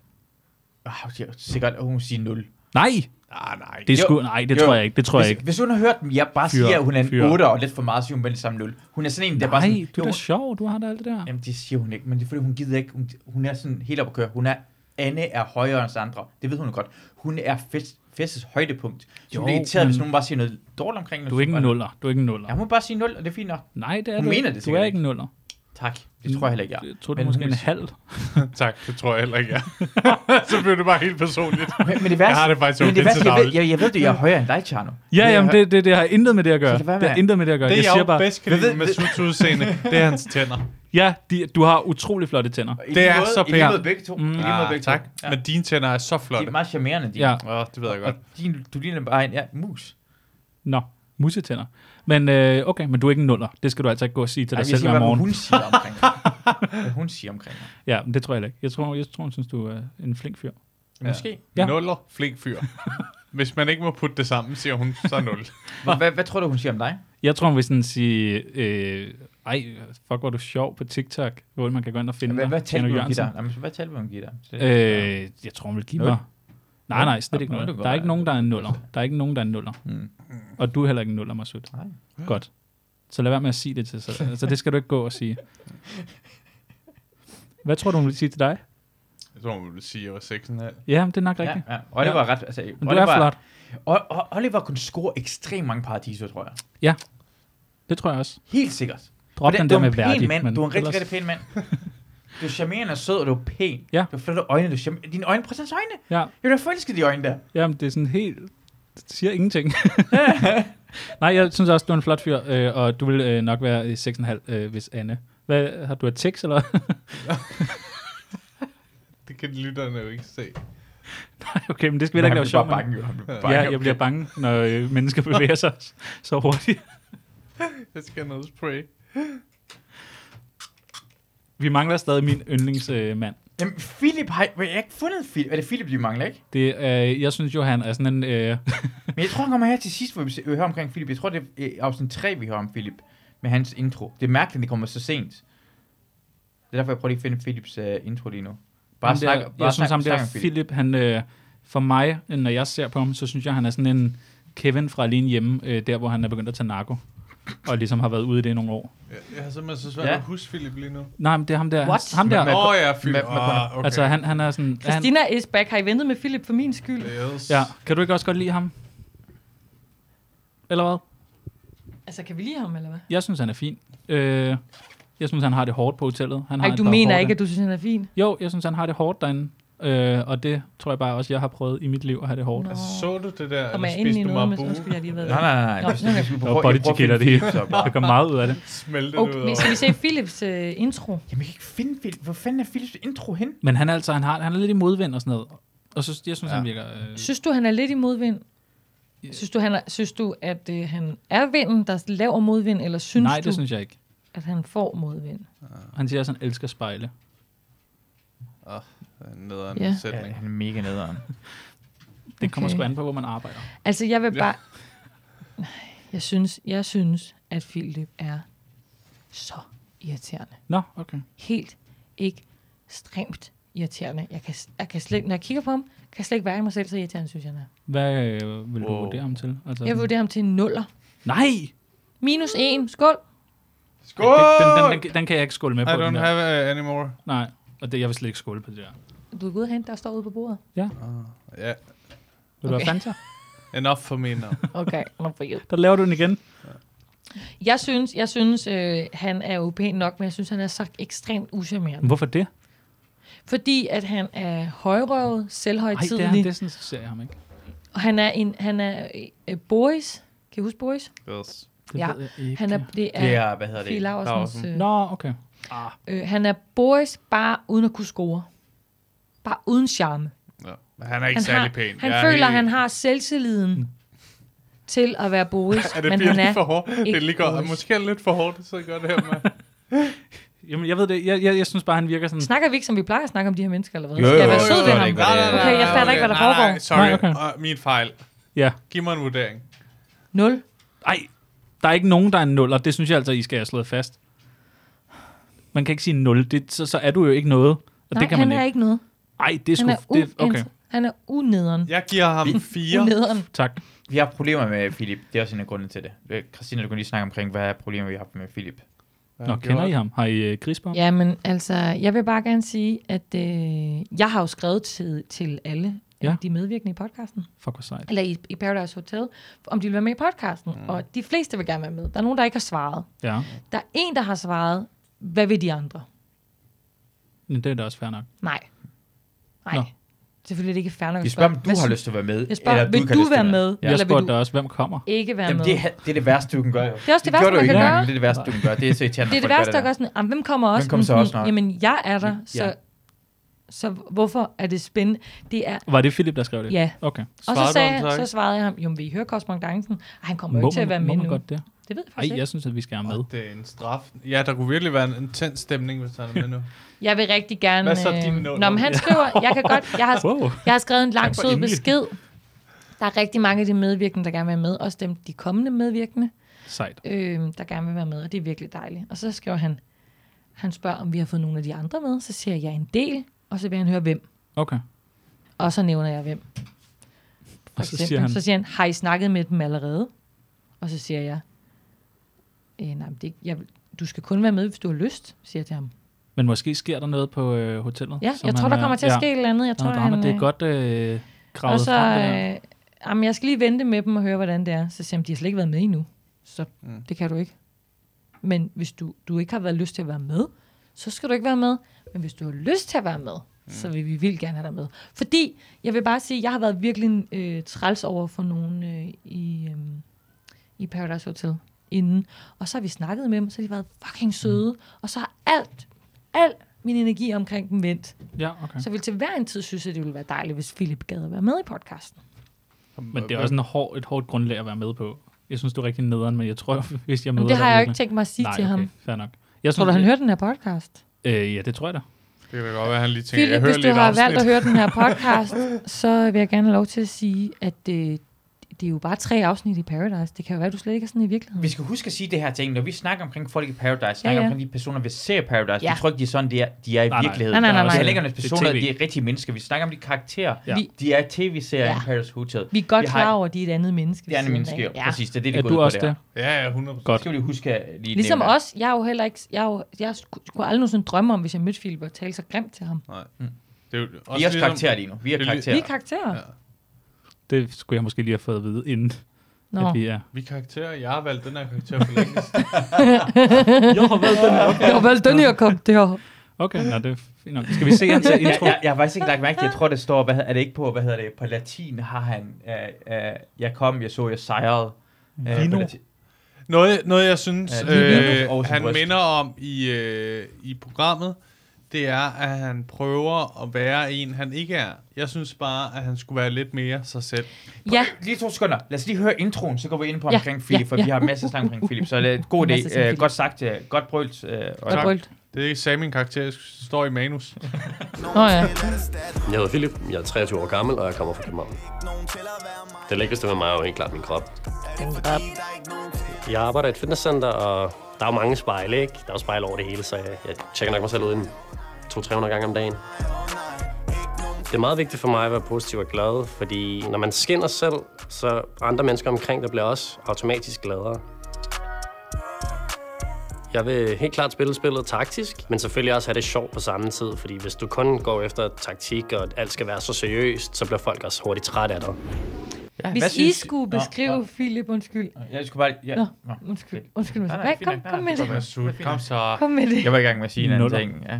[SPEAKER 2] Ah, hun siger, sikkert, at hun siger 0.
[SPEAKER 3] Nej!
[SPEAKER 5] Ah, nej.
[SPEAKER 3] Det er
[SPEAKER 2] Jo.
[SPEAKER 3] sgu, nej, det
[SPEAKER 2] Jo.
[SPEAKER 3] tror jeg ikke. Det tror
[SPEAKER 2] hvis,
[SPEAKER 3] jeg ikke.
[SPEAKER 2] Hvis hun har hørt dem, jeg bare
[SPEAKER 3] Fyr,
[SPEAKER 2] siger, at hun er en
[SPEAKER 3] fyr.
[SPEAKER 2] 8 og lidt for meget, siger hun med det samme 0. Hun er sådan en, der bare sådan...
[SPEAKER 3] Nej, du er da
[SPEAKER 2] hun,
[SPEAKER 3] sjov, du har da alt det der.
[SPEAKER 2] jamen, det siger hun ikke, men det er fordi, hun gider ikke. Hun, hun er sådan helt op at køre. Hun er... Anne er højere end os andre. Det ved hun jo godt. Hun er fest, festets højdepunkt. Så
[SPEAKER 3] Jo,
[SPEAKER 2] hun bliver irriteret, hvis
[SPEAKER 3] men-
[SPEAKER 2] nogen bare siger noget dårligt omkring hende.
[SPEAKER 3] Du er ikke en nuller. Du er ikke en nuller.
[SPEAKER 2] Ja, hun må bare sige 0, og det er fint nok.
[SPEAKER 3] Nej, det er
[SPEAKER 2] Hun
[SPEAKER 3] du
[SPEAKER 2] mener
[SPEAKER 3] ikke.
[SPEAKER 2] det
[SPEAKER 3] Du er
[SPEAKER 2] sikkert
[SPEAKER 3] ikke en nuller.
[SPEAKER 2] Tak. Det tror jeg heller ikke, jeg er.
[SPEAKER 3] Jeg tror, du er
[SPEAKER 2] Men
[SPEAKER 3] måske en
[SPEAKER 2] hun vil-
[SPEAKER 3] halv.
[SPEAKER 5] tak, det tror jeg heller ikke, jeg er. Så blev det bare helt personligt.
[SPEAKER 2] Men, men det værste,
[SPEAKER 5] Jeg har det faktisk
[SPEAKER 2] men det
[SPEAKER 5] okay
[SPEAKER 2] værste,
[SPEAKER 5] til
[SPEAKER 2] jeg, ved,
[SPEAKER 5] dagligt.
[SPEAKER 2] jeg, jeg ved det, jeg er højere end dig, Tjerno.
[SPEAKER 3] Ja, jamen, det, det, det har intet med det at gøre.
[SPEAKER 2] Så lad være
[SPEAKER 3] Det har
[SPEAKER 2] med-
[SPEAKER 3] intet med det at gøre.
[SPEAKER 5] Det,
[SPEAKER 3] Jeg
[SPEAKER 5] jeg,
[SPEAKER 3] siger
[SPEAKER 5] jeg
[SPEAKER 3] bare,
[SPEAKER 5] bedst kan lide med Suts udseende, det er hans tænder.
[SPEAKER 3] ja, de, du har utrolig flotte tænder.
[SPEAKER 2] I lige
[SPEAKER 5] Det er
[SPEAKER 2] måde-
[SPEAKER 5] så
[SPEAKER 2] I lige
[SPEAKER 5] pænt.
[SPEAKER 2] måde begge to.
[SPEAKER 3] Mm.
[SPEAKER 2] I lige måde
[SPEAKER 5] Ah,
[SPEAKER 2] begge
[SPEAKER 5] tak.
[SPEAKER 2] to. Ja.
[SPEAKER 5] Men dine tænder er så
[SPEAKER 2] De er
[SPEAKER 5] flotte.
[SPEAKER 2] meget charmerende, de.
[SPEAKER 3] Ja.
[SPEAKER 5] Åh, det ved jeg
[SPEAKER 2] Og
[SPEAKER 5] godt.
[SPEAKER 2] din, du ligner bare en ja, mus.
[SPEAKER 3] Nå, musetænder. Men øh, okay, men du er ikke en nuller. Det skal du altså ikke gå og sige til
[SPEAKER 2] Ej,
[SPEAKER 3] dig selv
[SPEAKER 2] jeg siger,
[SPEAKER 3] hver
[SPEAKER 2] hvad
[SPEAKER 3] morgen.
[SPEAKER 2] hun siger omkring mig. Hvad hun siger omkring mig.
[SPEAKER 3] Ja, men det tror jeg heller ikke. Jeg tror, jeg tror, hun synes, du er en flink fyr.
[SPEAKER 2] Måske.
[SPEAKER 3] Ja.
[SPEAKER 5] Ja. Nuller, flink fyr. Hvis man ikke må putte det sammen, siger hun, så er nul.
[SPEAKER 2] Hvad, hvad, hvad tror du, hun siger om dig?
[SPEAKER 3] Jeg tror, hun vil sådan sige, øh, ej, fuck, hvor er du sjov på TikTok, hvor man kan gå ind og finde
[SPEAKER 2] Hvad, hvad
[SPEAKER 3] dig, Tjerno
[SPEAKER 2] talte du om
[SPEAKER 3] Jørgensen.
[SPEAKER 2] guitar? Jamen, hvad talte du om guitar?
[SPEAKER 3] Øh, jeg tror, hun vil give
[SPEAKER 2] Nul.
[SPEAKER 3] mig. Nej, nej, slet
[SPEAKER 2] Nå,
[SPEAKER 3] ikke
[SPEAKER 2] det
[SPEAKER 3] noget.
[SPEAKER 2] kan godt
[SPEAKER 3] Der er
[SPEAKER 2] være.
[SPEAKER 3] ikke nogen, der er en nuller. Der er ikke nogen, der er en nuller.
[SPEAKER 2] Mm.
[SPEAKER 3] Og du er heller ikke en nuller, Masud.
[SPEAKER 2] Nej.
[SPEAKER 3] Godt. Så lad være med at sige det til sig. Altså, det skal du ikke gå og sige. Hvad tror du, hun vil sige til dig?
[SPEAKER 5] Jeg tror, man ville sige, at jeg var 6,5.
[SPEAKER 3] Ja, men det er nok
[SPEAKER 2] Ja,
[SPEAKER 3] rigtigt.
[SPEAKER 2] ja. Oliver er ret... Altså,
[SPEAKER 3] Men du
[SPEAKER 2] Oliver,
[SPEAKER 3] er flot.
[SPEAKER 2] O- O- Oliver kunne score ekstremt mange paradiser, tror jeg.
[SPEAKER 3] Ja. Det tror jeg også.
[SPEAKER 2] Helt sikkert.
[SPEAKER 3] Drop
[SPEAKER 2] Hvordan-
[SPEAKER 3] den
[SPEAKER 2] du
[SPEAKER 3] der
[SPEAKER 2] er
[SPEAKER 3] med
[SPEAKER 2] en pæn
[SPEAKER 3] værdig.
[SPEAKER 2] mand.
[SPEAKER 3] men
[SPEAKER 2] Du er en rigtig,
[SPEAKER 3] ellers-
[SPEAKER 2] rigtig pæn mand. Du er charmerende og sød, og du er pæn.
[SPEAKER 3] Ja.
[SPEAKER 2] Du har flotte øjne. Du er charm- Dine øjne, prøv at se hans øjne.
[SPEAKER 3] Ja.
[SPEAKER 2] Jeg bliver forelsket i de øjne der.
[SPEAKER 3] Jamen, det er sådan helt... Det siger ingenting. Nej, jeg synes også, du er en flot fyr, øh, og du vil øh, nok være i 6,5, øh, hvis Anne... Hvad, har du et tekst, eller?
[SPEAKER 5] Det kan lytterne jo ikke se.
[SPEAKER 3] Nej, okay, men det skal vi
[SPEAKER 5] Men
[SPEAKER 3] da
[SPEAKER 5] han
[SPEAKER 3] ikke lave
[SPEAKER 5] bliver
[SPEAKER 3] sjov
[SPEAKER 5] bare
[SPEAKER 3] med.
[SPEAKER 5] bange, jo. Han bliver bange,
[SPEAKER 3] Ja,
[SPEAKER 5] okay.
[SPEAKER 3] jeg bliver bange, når øh, mennesker bevæger sig så hurtigt.
[SPEAKER 5] Jeg skal have noget spray.
[SPEAKER 3] Vi mangler stadig min yndlingsmand. Øh, mand.
[SPEAKER 2] Jamen, Philip har... Men jeg har ikke fundet Philip. Er det Philip, de mangler, ikke?
[SPEAKER 3] det, øh, jeg synes jo, han er sådan en... Øh,
[SPEAKER 2] Men jeg tror, han kommer her til sidst, hvor vi se- hører omkring Philip. Jeg tror, det er øh, afsnit 3, vi hører om Philip med hans intro. Det er mærkeligt, at det kommer så sent. Det er derfor, jeg prøver lige at finde Philips uh, intro lige nu. Bare
[SPEAKER 3] Ham der-
[SPEAKER 2] snak, bare
[SPEAKER 3] jeg
[SPEAKER 2] snak,
[SPEAKER 3] synes, ham der
[SPEAKER 2] snak om Philip.
[SPEAKER 3] Philip, han, øh, for mig, øh, når jeg ser på ham, så synes jeg, han er sådan en Kevin fra alene hjemme, øh, der hvor han er begyndt at tage narko, og ligesom har været ude i det i nogle år.
[SPEAKER 5] Jeg, jeg har simpelthen så svært ja.
[SPEAKER 3] Ja.
[SPEAKER 5] at huske Philip lige nu.
[SPEAKER 3] Nej, men det er ham der.
[SPEAKER 5] What?
[SPEAKER 3] Ham der.
[SPEAKER 5] Med- med- Åh, ja, Philip. med- med- Ah, okay.
[SPEAKER 3] Altså, han, han er sådan... Han,
[SPEAKER 4] Christina is back. Har I ventet med Philip for min skyld?
[SPEAKER 5] Yes.
[SPEAKER 3] ja, kan du ikke også godt lide ham? Eller hvad?
[SPEAKER 4] Altså, kan vi lide ham, eller hvad?
[SPEAKER 3] Jeg synes, han er fin. Øh, jeg synes, han har det hårdt på hotellet. Han har
[SPEAKER 4] Ej,
[SPEAKER 3] et
[SPEAKER 4] du
[SPEAKER 3] par
[SPEAKER 4] mener
[SPEAKER 3] hårde-
[SPEAKER 4] ikke, at du synes, han er fin?
[SPEAKER 3] Jo, jeg synes, han har det hårdt derinde. Øh, og det tror jeg bare også, jeg har prøvet i mit liv at have det hårdt.
[SPEAKER 4] Nå.
[SPEAKER 5] Altså, så du det der,
[SPEAKER 4] Kom
[SPEAKER 5] eller
[SPEAKER 4] jeg ind i
[SPEAKER 5] spiste du
[SPEAKER 4] noget, men
[SPEAKER 5] meget
[SPEAKER 4] så skulle jeg lige have været
[SPEAKER 3] Nej, nej, nej, nej.
[SPEAKER 4] Nå,
[SPEAKER 3] Hvis-
[SPEAKER 4] nå, nå.
[SPEAKER 3] hvis vi prøver- Body tequila, det hele. Der kom meget ud af det.
[SPEAKER 5] Smelte det ud
[SPEAKER 4] Okay,
[SPEAKER 5] over.
[SPEAKER 4] skal vi se Philips øh, intro?
[SPEAKER 2] Jamen, jeg kan ikke finde Philip. Hvor fanden er Philips intro hen?
[SPEAKER 3] Men han er altså, han, har, han er lidt i modvind og sådan noget. Og så, jeg synes, ja. han virker... Øh,
[SPEAKER 4] Synes du, han er lidt i modvind? Synes du, han er, synes du at øh, han er vinden, der laver modvind, eller synes
[SPEAKER 3] Nej,
[SPEAKER 4] du,
[SPEAKER 3] det synes jeg ikke.
[SPEAKER 4] at han får modvind?
[SPEAKER 3] han siger også, han elsker spejle.
[SPEAKER 5] Åh, oh, nederen
[SPEAKER 4] Ja.
[SPEAKER 5] sætning.
[SPEAKER 2] Ja, han er mega nederen.
[SPEAKER 3] Det kommer
[SPEAKER 4] Okay.
[SPEAKER 3] sgu an på, hvor man arbejder.
[SPEAKER 4] Altså, jeg vil
[SPEAKER 3] Ja.
[SPEAKER 4] bare... Nej, Jeg synes, jeg synes, at Philip er så irriterende.
[SPEAKER 3] Nå, okay.
[SPEAKER 4] Helt ekstremt irriterende. Jeg kan, jeg kan slet, når jeg kigger på ham, kan jeg slet ikke være i mig selv, så irriterende synes jeg, han er.
[SPEAKER 3] Hvad øh, vil du wow. vurdere ham til? Altså,
[SPEAKER 4] Jeg vurderer ham til en nuller.
[SPEAKER 3] Nej!
[SPEAKER 4] Minus en. Skål!
[SPEAKER 5] Skål!
[SPEAKER 3] Den, den, den, den, den kan jeg ikke skåle med på.
[SPEAKER 5] I
[SPEAKER 3] den
[SPEAKER 5] don't
[SPEAKER 3] der.
[SPEAKER 5] have uh, anymore.
[SPEAKER 3] Nej, og det, jeg vil slet ikke skåle på det der. Vil
[SPEAKER 4] Du er gået hen, der står ude på bordet.
[SPEAKER 3] Ja.
[SPEAKER 5] Ja.
[SPEAKER 3] du okay. have
[SPEAKER 4] Okay.
[SPEAKER 3] Fanta?
[SPEAKER 5] Enough for me now.
[SPEAKER 4] Okay, nå for you.
[SPEAKER 3] Der laver du den igen.
[SPEAKER 4] Jeg synes, jeg synes øh, han er jo pæn nok, men jeg synes, han er så ekstremt uschammerende.
[SPEAKER 3] Hvorfor det?
[SPEAKER 4] Fordi at han er højrøvet,
[SPEAKER 3] Nej, det er han.
[SPEAKER 4] selvhøjtidlig,
[SPEAKER 3] Det sådan, ser jeg ham ikke.
[SPEAKER 4] og han er, en, han er øh, Boris. Kan I huske Boris?
[SPEAKER 5] Yes.
[SPEAKER 3] Det ved jeg ikke.
[SPEAKER 4] Han er, det er,
[SPEAKER 2] Det er, hvad hedder det?
[SPEAKER 4] Fie Laursens,
[SPEAKER 2] Laursen.
[SPEAKER 4] øh,
[SPEAKER 3] Nå, okay. Ah.
[SPEAKER 4] øh, han er Boris bare uden at kunne score. Bare uden charme.
[SPEAKER 5] Ja. Men han er ikke han særlig
[SPEAKER 4] har,
[SPEAKER 5] pæn.
[SPEAKER 4] Han
[SPEAKER 5] Jeg er
[SPEAKER 4] føler,
[SPEAKER 5] helt-
[SPEAKER 4] han har selvtilliden til at være Boris,
[SPEAKER 5] Er det
[SPEAKER 4] men han
[SPEAKER 5] virkelig
[SPEAKER 4] er
[SPEAKER 5] for hårdt? Det er
[SPEAKER 4] ikke
[SPEAKER 5] lige godt.
[SPEAKER 4] Boris.
[SPEAKER 5] Måske er det lidt for hårdt, så gør det her med.
[SPEAKER 3] Jamen, jeg ved det. Jeg, jeg, jeg synes bare, han virker sådan...
[SPEAKER 4] Snakker vi ikke, som vi plejer at snakke om de her mennesker, eller hvad?
[SPEAKER 3] Jo,
[SPEAKER 4] Skal
[SPEAKER 3] jo,
[SPEAKER 4] jeg være
[SPEAKER 3] jo,
[SPEAKER 4] sød
[SPEAKER 3] jo,
[SPEAKER 4] ved
[SPEAKER 3] det
[SPEAKER 4] ham?
[SPEAKER 3] er ikke, hvad det er.
[SPEAKER 4] Okay, jeg fatter ikke, hvad der
[SPEAKER 5] nej,
[SPEAKER 4] foregår.
[SPEAKER 5] Nej, sorry.
[SPEAKER 3] Nej, okay.
[SPEAKER 5] Uh, min fejl.
[SPEAKER 3] Ja.
[SPEAKER 5] Giv mig en vurdering.
[SPEAKER 4] Nul.
[SPEAKER 3] Ej, der er ikke nogen, der er en nul, og det synes jeg altså, I skal have slået fast. Man kan ikke sige nul, det, så, så er du jo ikke noget. Og
[SPEAKER 4] Nej,
[SPEAKER 3] det kan
[SPEAKER 4] han
[SPEAKER 3] man
[SPEAKER 4] er ikke noget.
[SPEAKER 3] Ej, det er sgu...
[SPEAKER 4] han er, u-
[SPEAKER 3] det, okay.
[SPEAKER 4] han er unederen.
[SPEAKER 5] Jeg giver ham fire.
[SPEAKER 4] Unederen.
[SPEAKER 3] Tak.
[SPEAKER 2] Vi har problemer med Philip. Det er også en af grundene til det. Øh, Christina, du kan lige snakke omkring, hvad er problemer, vi har haft med Philip?
[SPEAKER 3] Nå, kender I ham? Har I uh, gris på ham?
[SPEAKER 4] Jamen, altså, jeg vil bare gerne sige, at øh, jeg har jo skrevet til, til alle
[SPEAKER 3] Ja.
[SPEAKER 4] ja. de medvirkende i podcasten,
[SPEAKER 3] Fuck, hvor sejt.
[SPEAKER 4] eller i, i Paradise Hotel, om de vil være med i podcasten. Mm. Og de fleste vil gerne være med. Der er nogen, der ikke har svaret.
[SPEAKER 3] Ja,
[SPEAKER 4] Der er en, der har svaret, hvad vil de andre?
[SPEAKER 3] men det er da også fair nok.
[SPEAKER 4] Nej. Nej.
[SPEAKER 3] Nå.
[SPEAKER 4] Selvfølgelig er det ikke fair nok
[SPEAKER 2] Vi
[SPEAKER 4] at
[SPEAKER 2] spørger,
[SPEAKER 4] spørge.
[SPEAKER 2] om du
[SPEAKER 4] hvad
[SPEAKER 2] har
[SPEAKER 4] sy-
[SPEAKER 2] lyst til at være med.
[SPEAKER 4] Jeg spørger,
[SPEAKER 2] eller
[SPEAKER 4] vil
[SPEAKER 2] ikke har
[SPEAKER 4] du
[SPEAKER 2] lyst til at
[SPEAKER 4] være med?
[SPEAKER 3] Jeg
[SPEAKER 4] Eller vil
[SPEAKER 3] spurgte
[SPEAKER 4] du
[SPEAKER 3] dig også, hvem kommer?
[SPEAKER 4] ikke være
[SPEAKER 2] Jamen,
[SPEAKER 4] med?
[SPEAKER 2] det, er, det er det værste, du kan gøre. jo.
[SPEAKER 4] Det er også det værste,
[SPEAKER 2] gjorde du
[SPEAKER 4] man kan
[SPEAKER 2] ikke.
[SPEAKER 4] gøre.
[SPEAKER 2] Det er det værste, du kan gøre. Det er så irriterende.
[SPEAKER 4] Det er
[SPEAKER 2] at
[SPEAKER 4] det
[SPEAKER 2] folk gør
[SPEAKER 4] værste, der gør sådan, "Jamen, hvem kommer også?
[SPEAKER 2] Hvem kommer så også
[SPEAKER 4] Mhm.
[SPEAKER 2] nok?
[SPEAKER 4] Jamen, jeg er der, så,
[SPEAKER 2] Ja.
[SPEAKER 4] så hvorfor er det spændende? Det er...
[SPEAKER 3] Var det Philip, der skrev det?
[SPEAKER 4] Ja.
[SPEAKER 3] Okay.
[SPEAKER 4] Og
[SPEAKER 3] Svarede
[SPEAKER 4] så,
[SPEAKER 3] du
[SPEAKER 4] sagde,
[SPEAKER 3] ham
[SPEAKER 4] jeg-
[SPEAKER 3] så
[SPEAKER 4] så
[SPEAKER 3] ikke?
[SPEAKER 4] svarede jeg ham, jo, men vi hører korrespondancen. Ej, han kommer jo
[SPEAKER 3] Må
[SPEAKER 4] ikke til at
[SPEAKER 3] man-
[SPEAKER 4] være
[SPEAKER 3] må
[SPEAKER 4] med
[SPEAKER 3] man
[SPEAKER 4] nu.
[SPEAKER 3] godt det?
[SPEAKER 4] Det ved jeg faktisk
[SPEAKER 3] Ej,
[SPEAKER 4] ikke.
[SPEAKER 3] jeg synes, at vi skal have ham med.
[SPEAKER 5] Det er en straf. Ja, der kunne virkelig være en intens stemning, hvis han er med nu.
[SPEAKER 4] Jeg vil rigtig gerne...
[SPEAKER 5] Hvad så
[SPEAKER 4] øh,
[SPEAKER 5] din nummer?
[SPEAKER 4] Nå, men han
[SPEAKER 5] Ja.
[SPEAKER 4] skriver, jeg kan godt... Jeg har,
[SPEAKER 5] Wow.
[SPEAKER 4] jeg har skrevet en
[SPEAKER 5] Han
[SPEAKER 4] lang,
[SPEAKER 5] var
[SPEAKER 4] sød
[SPEAKER 5] endelig.
[SPEAKER 4] besked. Der er rigtig mange af de medvirkende, der gerne vil være med. Også dem, de kommende medvirkende,
[SPEAKER 3] Sejt.
[SPEAKER 4] øh, der gerne vil være med. Og det er virkelig dejligt. Og så skriver han... Han spørger, om vi har fået nogle af de andre med. Så siger jeg, jeg er en del. Og så vil han høre, hvem.
[SPEAKER 3] Okay.
[SPEAKER 4] Og så nævner jeg, hvem. For
[SPEAKER 3] Og så siger
[SPEAKER 4] eksempel.
[SPEAKER 3] han,
[SPEAKER 4] så siger han, har I snakket med dem allerede? Og så siger jeg, øh, nej, men det, er ikke- jeg, vil- du skal kun være med, hvis du har lyst, siger jeg til ham.
[SPEAKER 3] men måske sker der noget på øh, hotellet.
[SPEAKER 4] Ja,
[SPEAKER 3] som
[SPEAKER 4] jeg tror,
[SPEAKER 3] han
[SPEAKER 4] der
[SPEAKER 3] er-
[SPEAKER 4] kommer til at ske et eller andet. Jeg
[SPEAKER 3] Nå,
[SPEAKER 4] tror,
[SPEAKER 3] der
[SPEAKER 4] han,
[SPEAKER 3] er- det er
[SPEAKER 4] øh,
[SPEAKER 3] godt øh, gravet
[SPEAKER 4] og så,
[SPEAKER 3] frem, det her.
[SPEAKER 4] øh, jamen, jeg skal lige vente med dem og høre, hvordan det er. Så siger han, de har slet ikke været med endnu. Så mm. det kan du ikke. Men hvis du, du ikke har været lyst til at være med, så skal du ikke være med. Men hvis du har lyst til at være med, mm. så vil vi vildt gerne have dig med. Fordi, jeg vil bare sige, at jeg har været virkelig øh, træls over for nogen øh, i, øh, i Paradise Hotel inden. Og så har vi snakket med dem, så har de været fucking søde. Mm. Og så har alt, alt min energi omkring dem vendt.
[SPEAKER 3] Ja, okay.
[SPEAKER 4] Så jeg ville til hver en tid synes, at det ville være dejligt, hvis Philip gad at være med i podcasten.
[SPEAKER 3] Men det er også en hård, et hårdt grundlag at være med på. Jeg synes, du er rigtig nederen, men jeg tror, hvis jeg møder
[SPEAKER 4] Men det har
[SPEAKER 3] dig
[SPEAKER 4] jeg jo
[SPEAKER 3] med-
[SPEAKER 4] ikke tænkt mig at sige
[SPEAKER 3] Nej,
[SPEAKER 4] til
[SPEAKER 3] okay,
[SPEAKER 4] ham.
[SPEAKER 3] Fair nok.
[SPEAKER 4] Jeg tror du, han hører den her podcast?
[SPEAKER 3] Øh, ja, det tror jeg da.
[SPEAKER 5] Det kan da godt være, at han lige tænker,
[SPEAKER 4] Philip,
[SPEAKER 5] jeg hører
[SPEAKER 4] hvis
[SPEAKER 5] lige
[SPEAKER 4] du
[SPEAKER 5] et
[SPEAKER 4] har
[SPEAKER 5] afsnit.
[SPEAKER 4] valgt at høre den her podcast, så vil jeg gerne have lov til at sige, at øh, det er jo bare tre afsnit i Paradise. Det kan jo være, at du slet ikke er sådan i virkeligheden.
[SPEAKER 2] Vi skal huske at sige det her ting, når vi snakker omkring folk i Paradise, ja, snakker
[SPEAKER 4] ja.
[SPEAKER 2] ja. omkring de personer, vi ser i Paradise,
[SPEAKER 4] Ja.
[SPEAKER 2] ja. vi tror ikke, de er sådan, de er, de er i
[SPEAKER 4] Nej, nej.
[SPEAKER 2] virkeligheden.
[SPEAKER 4] Nej, nej, nej,
[SPEAKER 2] Vi
[SPEAKER 4] nej.
[SPEAKER 2] snakker ikke om de
[SPEAKER 4] Det er
[SPEAKER 2] personer,
[SPEAKER 4] TV.
[SPEAKER 2] de er rigtige mennesker. Vi snakker om de karakterer.
[SPEAKER 4] Ja.
[SPEAKER 2] Ja.
[SPEAKER 4] Vi-
[SPEAKER 2] De er tv-serier
[SPEAKER 4] Ja.
[SPEAKER 2] ja. i Paradise Hotel.
[SPEAKER 4] Vi er godt
[SPEAKER 2] Vi har-
[SPEAKER 4] klar over, at de er et andet menneske.
[SPEAKER 2] Det er
[SPEAKER 4] ved
[SPEAKER 2] andet
[SPEAKER 4] siden
[SPEAKER 2] menneske,
[SPEAKER 4] af.
[SPEAKER 2] ja. præcis. Det er det, det
[SPEAKER 3] Er
[SPEAKER 2] går
[SPEAKER 3] du
[SPEAKER 2] ud på
[SPEAKER 3] også
[SPEAKER 2] der.
[SPEAKER 3] det?
[SPEAKER 5] Ja, ja, 100%.
[SPEAKER 2] Godt. skal vi lige huske at lige
[SPEAKER 4] Ligesom
[SPEAKER 2] nævne.
[SPEAKER 4] os, jeg er jo heller ikke, jeg, er jo, jeg skulle skulle aldrig nogensinde drømme om, hvis jeg mødte Philip og talte så grimt til ham.
[SPEAKER 5] Nej. Mm. Det er jo også ligesom-
[SPEAKER 2] også karakterer lige nu. Vi er
[SPEAKER 5] det
[SPEAKER 2] karakterer.
[SPEAKER 4] Vi er karakterer. Ja.
[SPEAKER 3] Det skulle jeg måske lige have fået at vide, inden
[SPEAKER 4] Nå.
[SPEAKER 3] Nå. at vi er.
[SPEAKER 5] Vi karakterer, jeg har valgt den her karakter for længe siden.
[SPEAKER 3] Jeg har valgt den her. Okay.
[SPEAKER 4] Jeg har valgt den her kom, det her.
[SPEAKER 3] Okay, nå, det er fint nok. Skal vi se hans øh, intro?
[SPEAKER 2] Jeg, jeg, jeg har faktisk ikke lagt mærke til, jeg tror, det står, hvad, hed- er det ikke på, hvad hedder det, på latin har han, øh, øh, jeg kom, jeg så, jeg sejrede. Øh, på
[SPEAKER 5] Vino.
[SPEAKER 2] latin.
[SPEAKER 5] Noget, noget jeg synes,
[SPEAKER 2] Ja, det er
[SPEAKER 5] ja,
[SPEAKER 2] Vino.
[SPEAKER 5] øh,
[SPEAKER 2] Aarhus
[SPEAKER 5] han
[SPEAKER 2] Bryst.
[SPEAKER 5] minder om i, øh, i programmet, det er, at han prøver at være en, han ikke er. Jeg synes bare, at han skulle være lidt mere sig selv.
[SPEAKER 4] Ja.
[SPEAKER 2] Lige to sekunder. Lad os lige høre introen, så går vi ind på
[SPEAKER 5] Ja,
[SPEAKER 2] omkring Philip,
[SPEAKER 5] ja,
[SPEAKER 2] for
[SPEAKER 5] ja.
[SPEAKER 2] vi har masser af snak omkring Philip. Så det er en god
[SPEAKER 5] Masser
[SPEAKER 2] idé.
[SPEAKER 5] til
[SPEAKER 2] Øh,
[SPEAKER 5] Philip.
[SPEAKER 2] godt sagt. øh, godt brølt. Øh, og-
[SPEAKER 5] Det er sagde min karakter, jeg står i manus.
[SPEAKER 4] Nå ja.
[SPEAKER 18] Jeg hedder Philip, jeg er 23 år gammel, og jeg kommer fra København. Det lækreste ved mig er jo helt klart min krop. Jeg arbejder i et fitnesscenter, og der er jo mange spejle, ikke? Der er jo spejle over det hele, så jeg, jeg tjekker nok mig selv ud en 200-300 gange om dagen. Det er meget vigtigt for mig at være positiv og glad, fordi når man skinner selv, så andre mennesker omkring der bliver også automatisk gladere. Jeg vil helt klart spille spillet taktisk, men selvfølgelig også have det sjovt på samme tid, fordi hvis du kun går efter taktik, og alt skal være så seriøst, så bliver folk også hurtigt trætte af dig.
[SPEAKER 2] Ja,
[SPEAKER 4] Hvis I skulle beskrive
[SPEAKER 2] Nå,
[SPEAKER 4] Philip, undskyld.
[SPEAKER 2] nå, jeg skulle bare... Ja,
[SPEAKER 4] Nå,
[SPEAKER 2] nå.
[SPEAKER 4] undskyld. Undskyld, mig.
[SPEAKER 2] Nej, nej,
[SPEAKER 4] Hvad?
[SPEAKER 2] fint
[SPEAKER 4] Kom,
[SPEAKER 2] nok.
[SPEAKER 4] kom med
[SPEAKER 2] Kom med,
[SPEAKER 4] det.
[SPEAKER 2] sut.
[SPEAKER 5] Kom så.
[SPEAKER 4] Kom med det.
[SPEAKER 2] Jeg var i gang med at sige en anden
[SPEAKER 5] Nuller.
[SPEAKER 2] ting. Ja.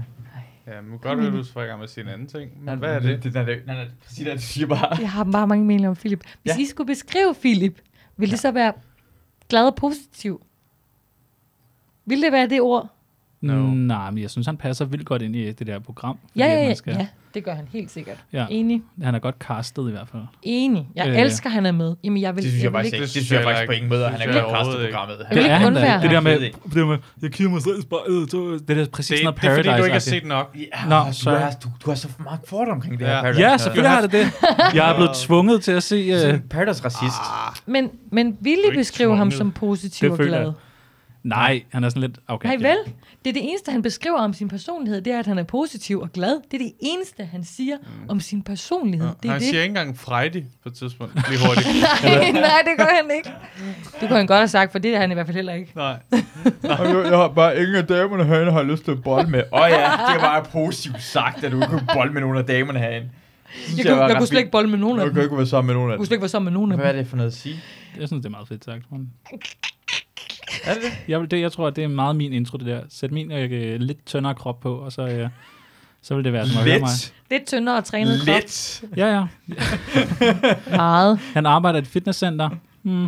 [SPEAKER 5] Ja, men godt høre, du var i gang med at sige en anden ting. Men hvad er det?
[SPEAKER 2] Det, nej, nej, nej, nej, Christina, du siger bare...
[SPEAKER 4] Jeg har bare mange meninger om Philip. Hvis
[SPEAKER 2] Ja.
[SPEAKER 4] I skulle beskrive Philip, ville det så være glad og positiv? Ville det være det ord?
[SPEAKER 3] No. Nej, men jeg synes, han passer vildt godt ind i det der program. fordi
[SPEAKER 4] Ja,
[SPEAKER 3] at
[SPEAKER 4] ja,
[SPEAKER 3] man
[SPEAKER 4] ja,
[SPEAKER 3] skal-
[SPEAKER 4] ja. Det gør han helt sikkert.
[SPEAKER 3] Ja.
[SPEAKER 4] Enig.
[SPEAKER 3] Han er godt castet i hvert fald.
[SPEAKER 4] Enig. Jeg
[SPEAKER 3] Øh,
[SPEAKER 4] elsker, at han er med. Jamen, jeg vil,
[SPEAKER 2] Det synes jeg
[SPEAKER 4] vil
[SPEAKER 2] faktisk
[SPEAKER 4] ikke-
[SPEAKER 2] ikke. Det synes jeg faktisk på ingen måde, at han er
[SPEAKER 5] synes jeg
[SPEAKER 2] godt kastet
[SPEAKER 5] overhovedet
[SPEAKER 2] programmet.
[SPEAKER 4] Jeg vil ikke
[SPEAKER 3] han da
[SPEAKER 4] undvære
[SPEAKER 3] ikke. det der
[SPEAKER 4] ham.
[SPEAKER 3] med, det der med, jeg kigger mig selv i spejlet, så- det der er præcis
[SPEAKER 5] Det-
[SPEAKER 3] noget
[SPEAKER 5] det er,
[SPEAKER 3] Paradise.
[SPEAKER 5] fordi, du ikke har set nok.
[SPEAKER 2] Ja,
[SPEAKER 3] Nå,
[SPEAKER 2] du,
[SPEAKER 3] sorry.
[SPEAKER 2] har, du, du har så mange fordomme omkring det her
[SPEAKER 3] Ja.
[SPEAKER 2] Paradise.
[SPEAKER 3] Ja, selvfølgelig har det det. Jeg er blevet tvunget til at se... Ah,
[SPEAKER 2] Sådan
[SPEAKER 3] Uh,
[SPEAKER 2] en Paradise-racist.
[SPEAKER 4] Men, men ville I beskrive ham som positiv og glad?
[SPEAKER 3] Nej, han er sådan lidt... Okay,
[SPEAKER 4] Nej
[SPEAKER 3] ja.
[SPEAKER 4] vel, det er det eneste, han beskriver om sin personlighed, det er, at han er positiv og glad. Det er det eneste, han siger mm. om sin personlighed. Ja, det er
[SPEAKER 5] Han
[SPEAKER 4] det.
[SPEAKER 5] siger ikke engang Friday på et tidspunkt. Lige hurtigt.
[SPEAKER 4] nej, nej, det gør han ikke. Det kunne han godt have sagt, for det er han i hvert fald heller ikke.
[SPEAKER 5] Nej.
[SPEAKER 2] jeg har bare ingen af damerne herinde, har lyst til at bolle med. Åh oh, ja, det var bare positivt sagt, at du ikke kunne bolle med nogen af damerne herinde.
[SPEAKER 4] Jeg, kunne, jeg kunne slet ikke bolle med nogen af dem.
[SPEAKER 2] Jeg kunne ikke være sammen med nogen af
[SPEAKER 4] Jeg kunne
[SPEAKER 2] dem.
[SPEAKER 4] slet ikke være sammen med nogen af dem.
[SPEAKER 2] Hvad er det for noget at sige?
[SPEAKER 3] Jeg synes, det er meget fedt sagt. Men... Er det det? Jeg, vil, det, jeg tror, at det er meget min intro, det der. Sæt min øh, lidt tyndere krop på, og så, øh, så vil det være som at høre
[SPEAKER 2] Lidt?
[SPEAKER 3] mig.
[SPEAKER 4] Lidt tyndere og trænet krop.
[SPEAKER 2] Lidt.
[SPEAKER 3] Ja, ja.
[SPEAKER 4] Meget.
[SPEAKER 3] Han arbejder i et fitnesscenter. Hmm.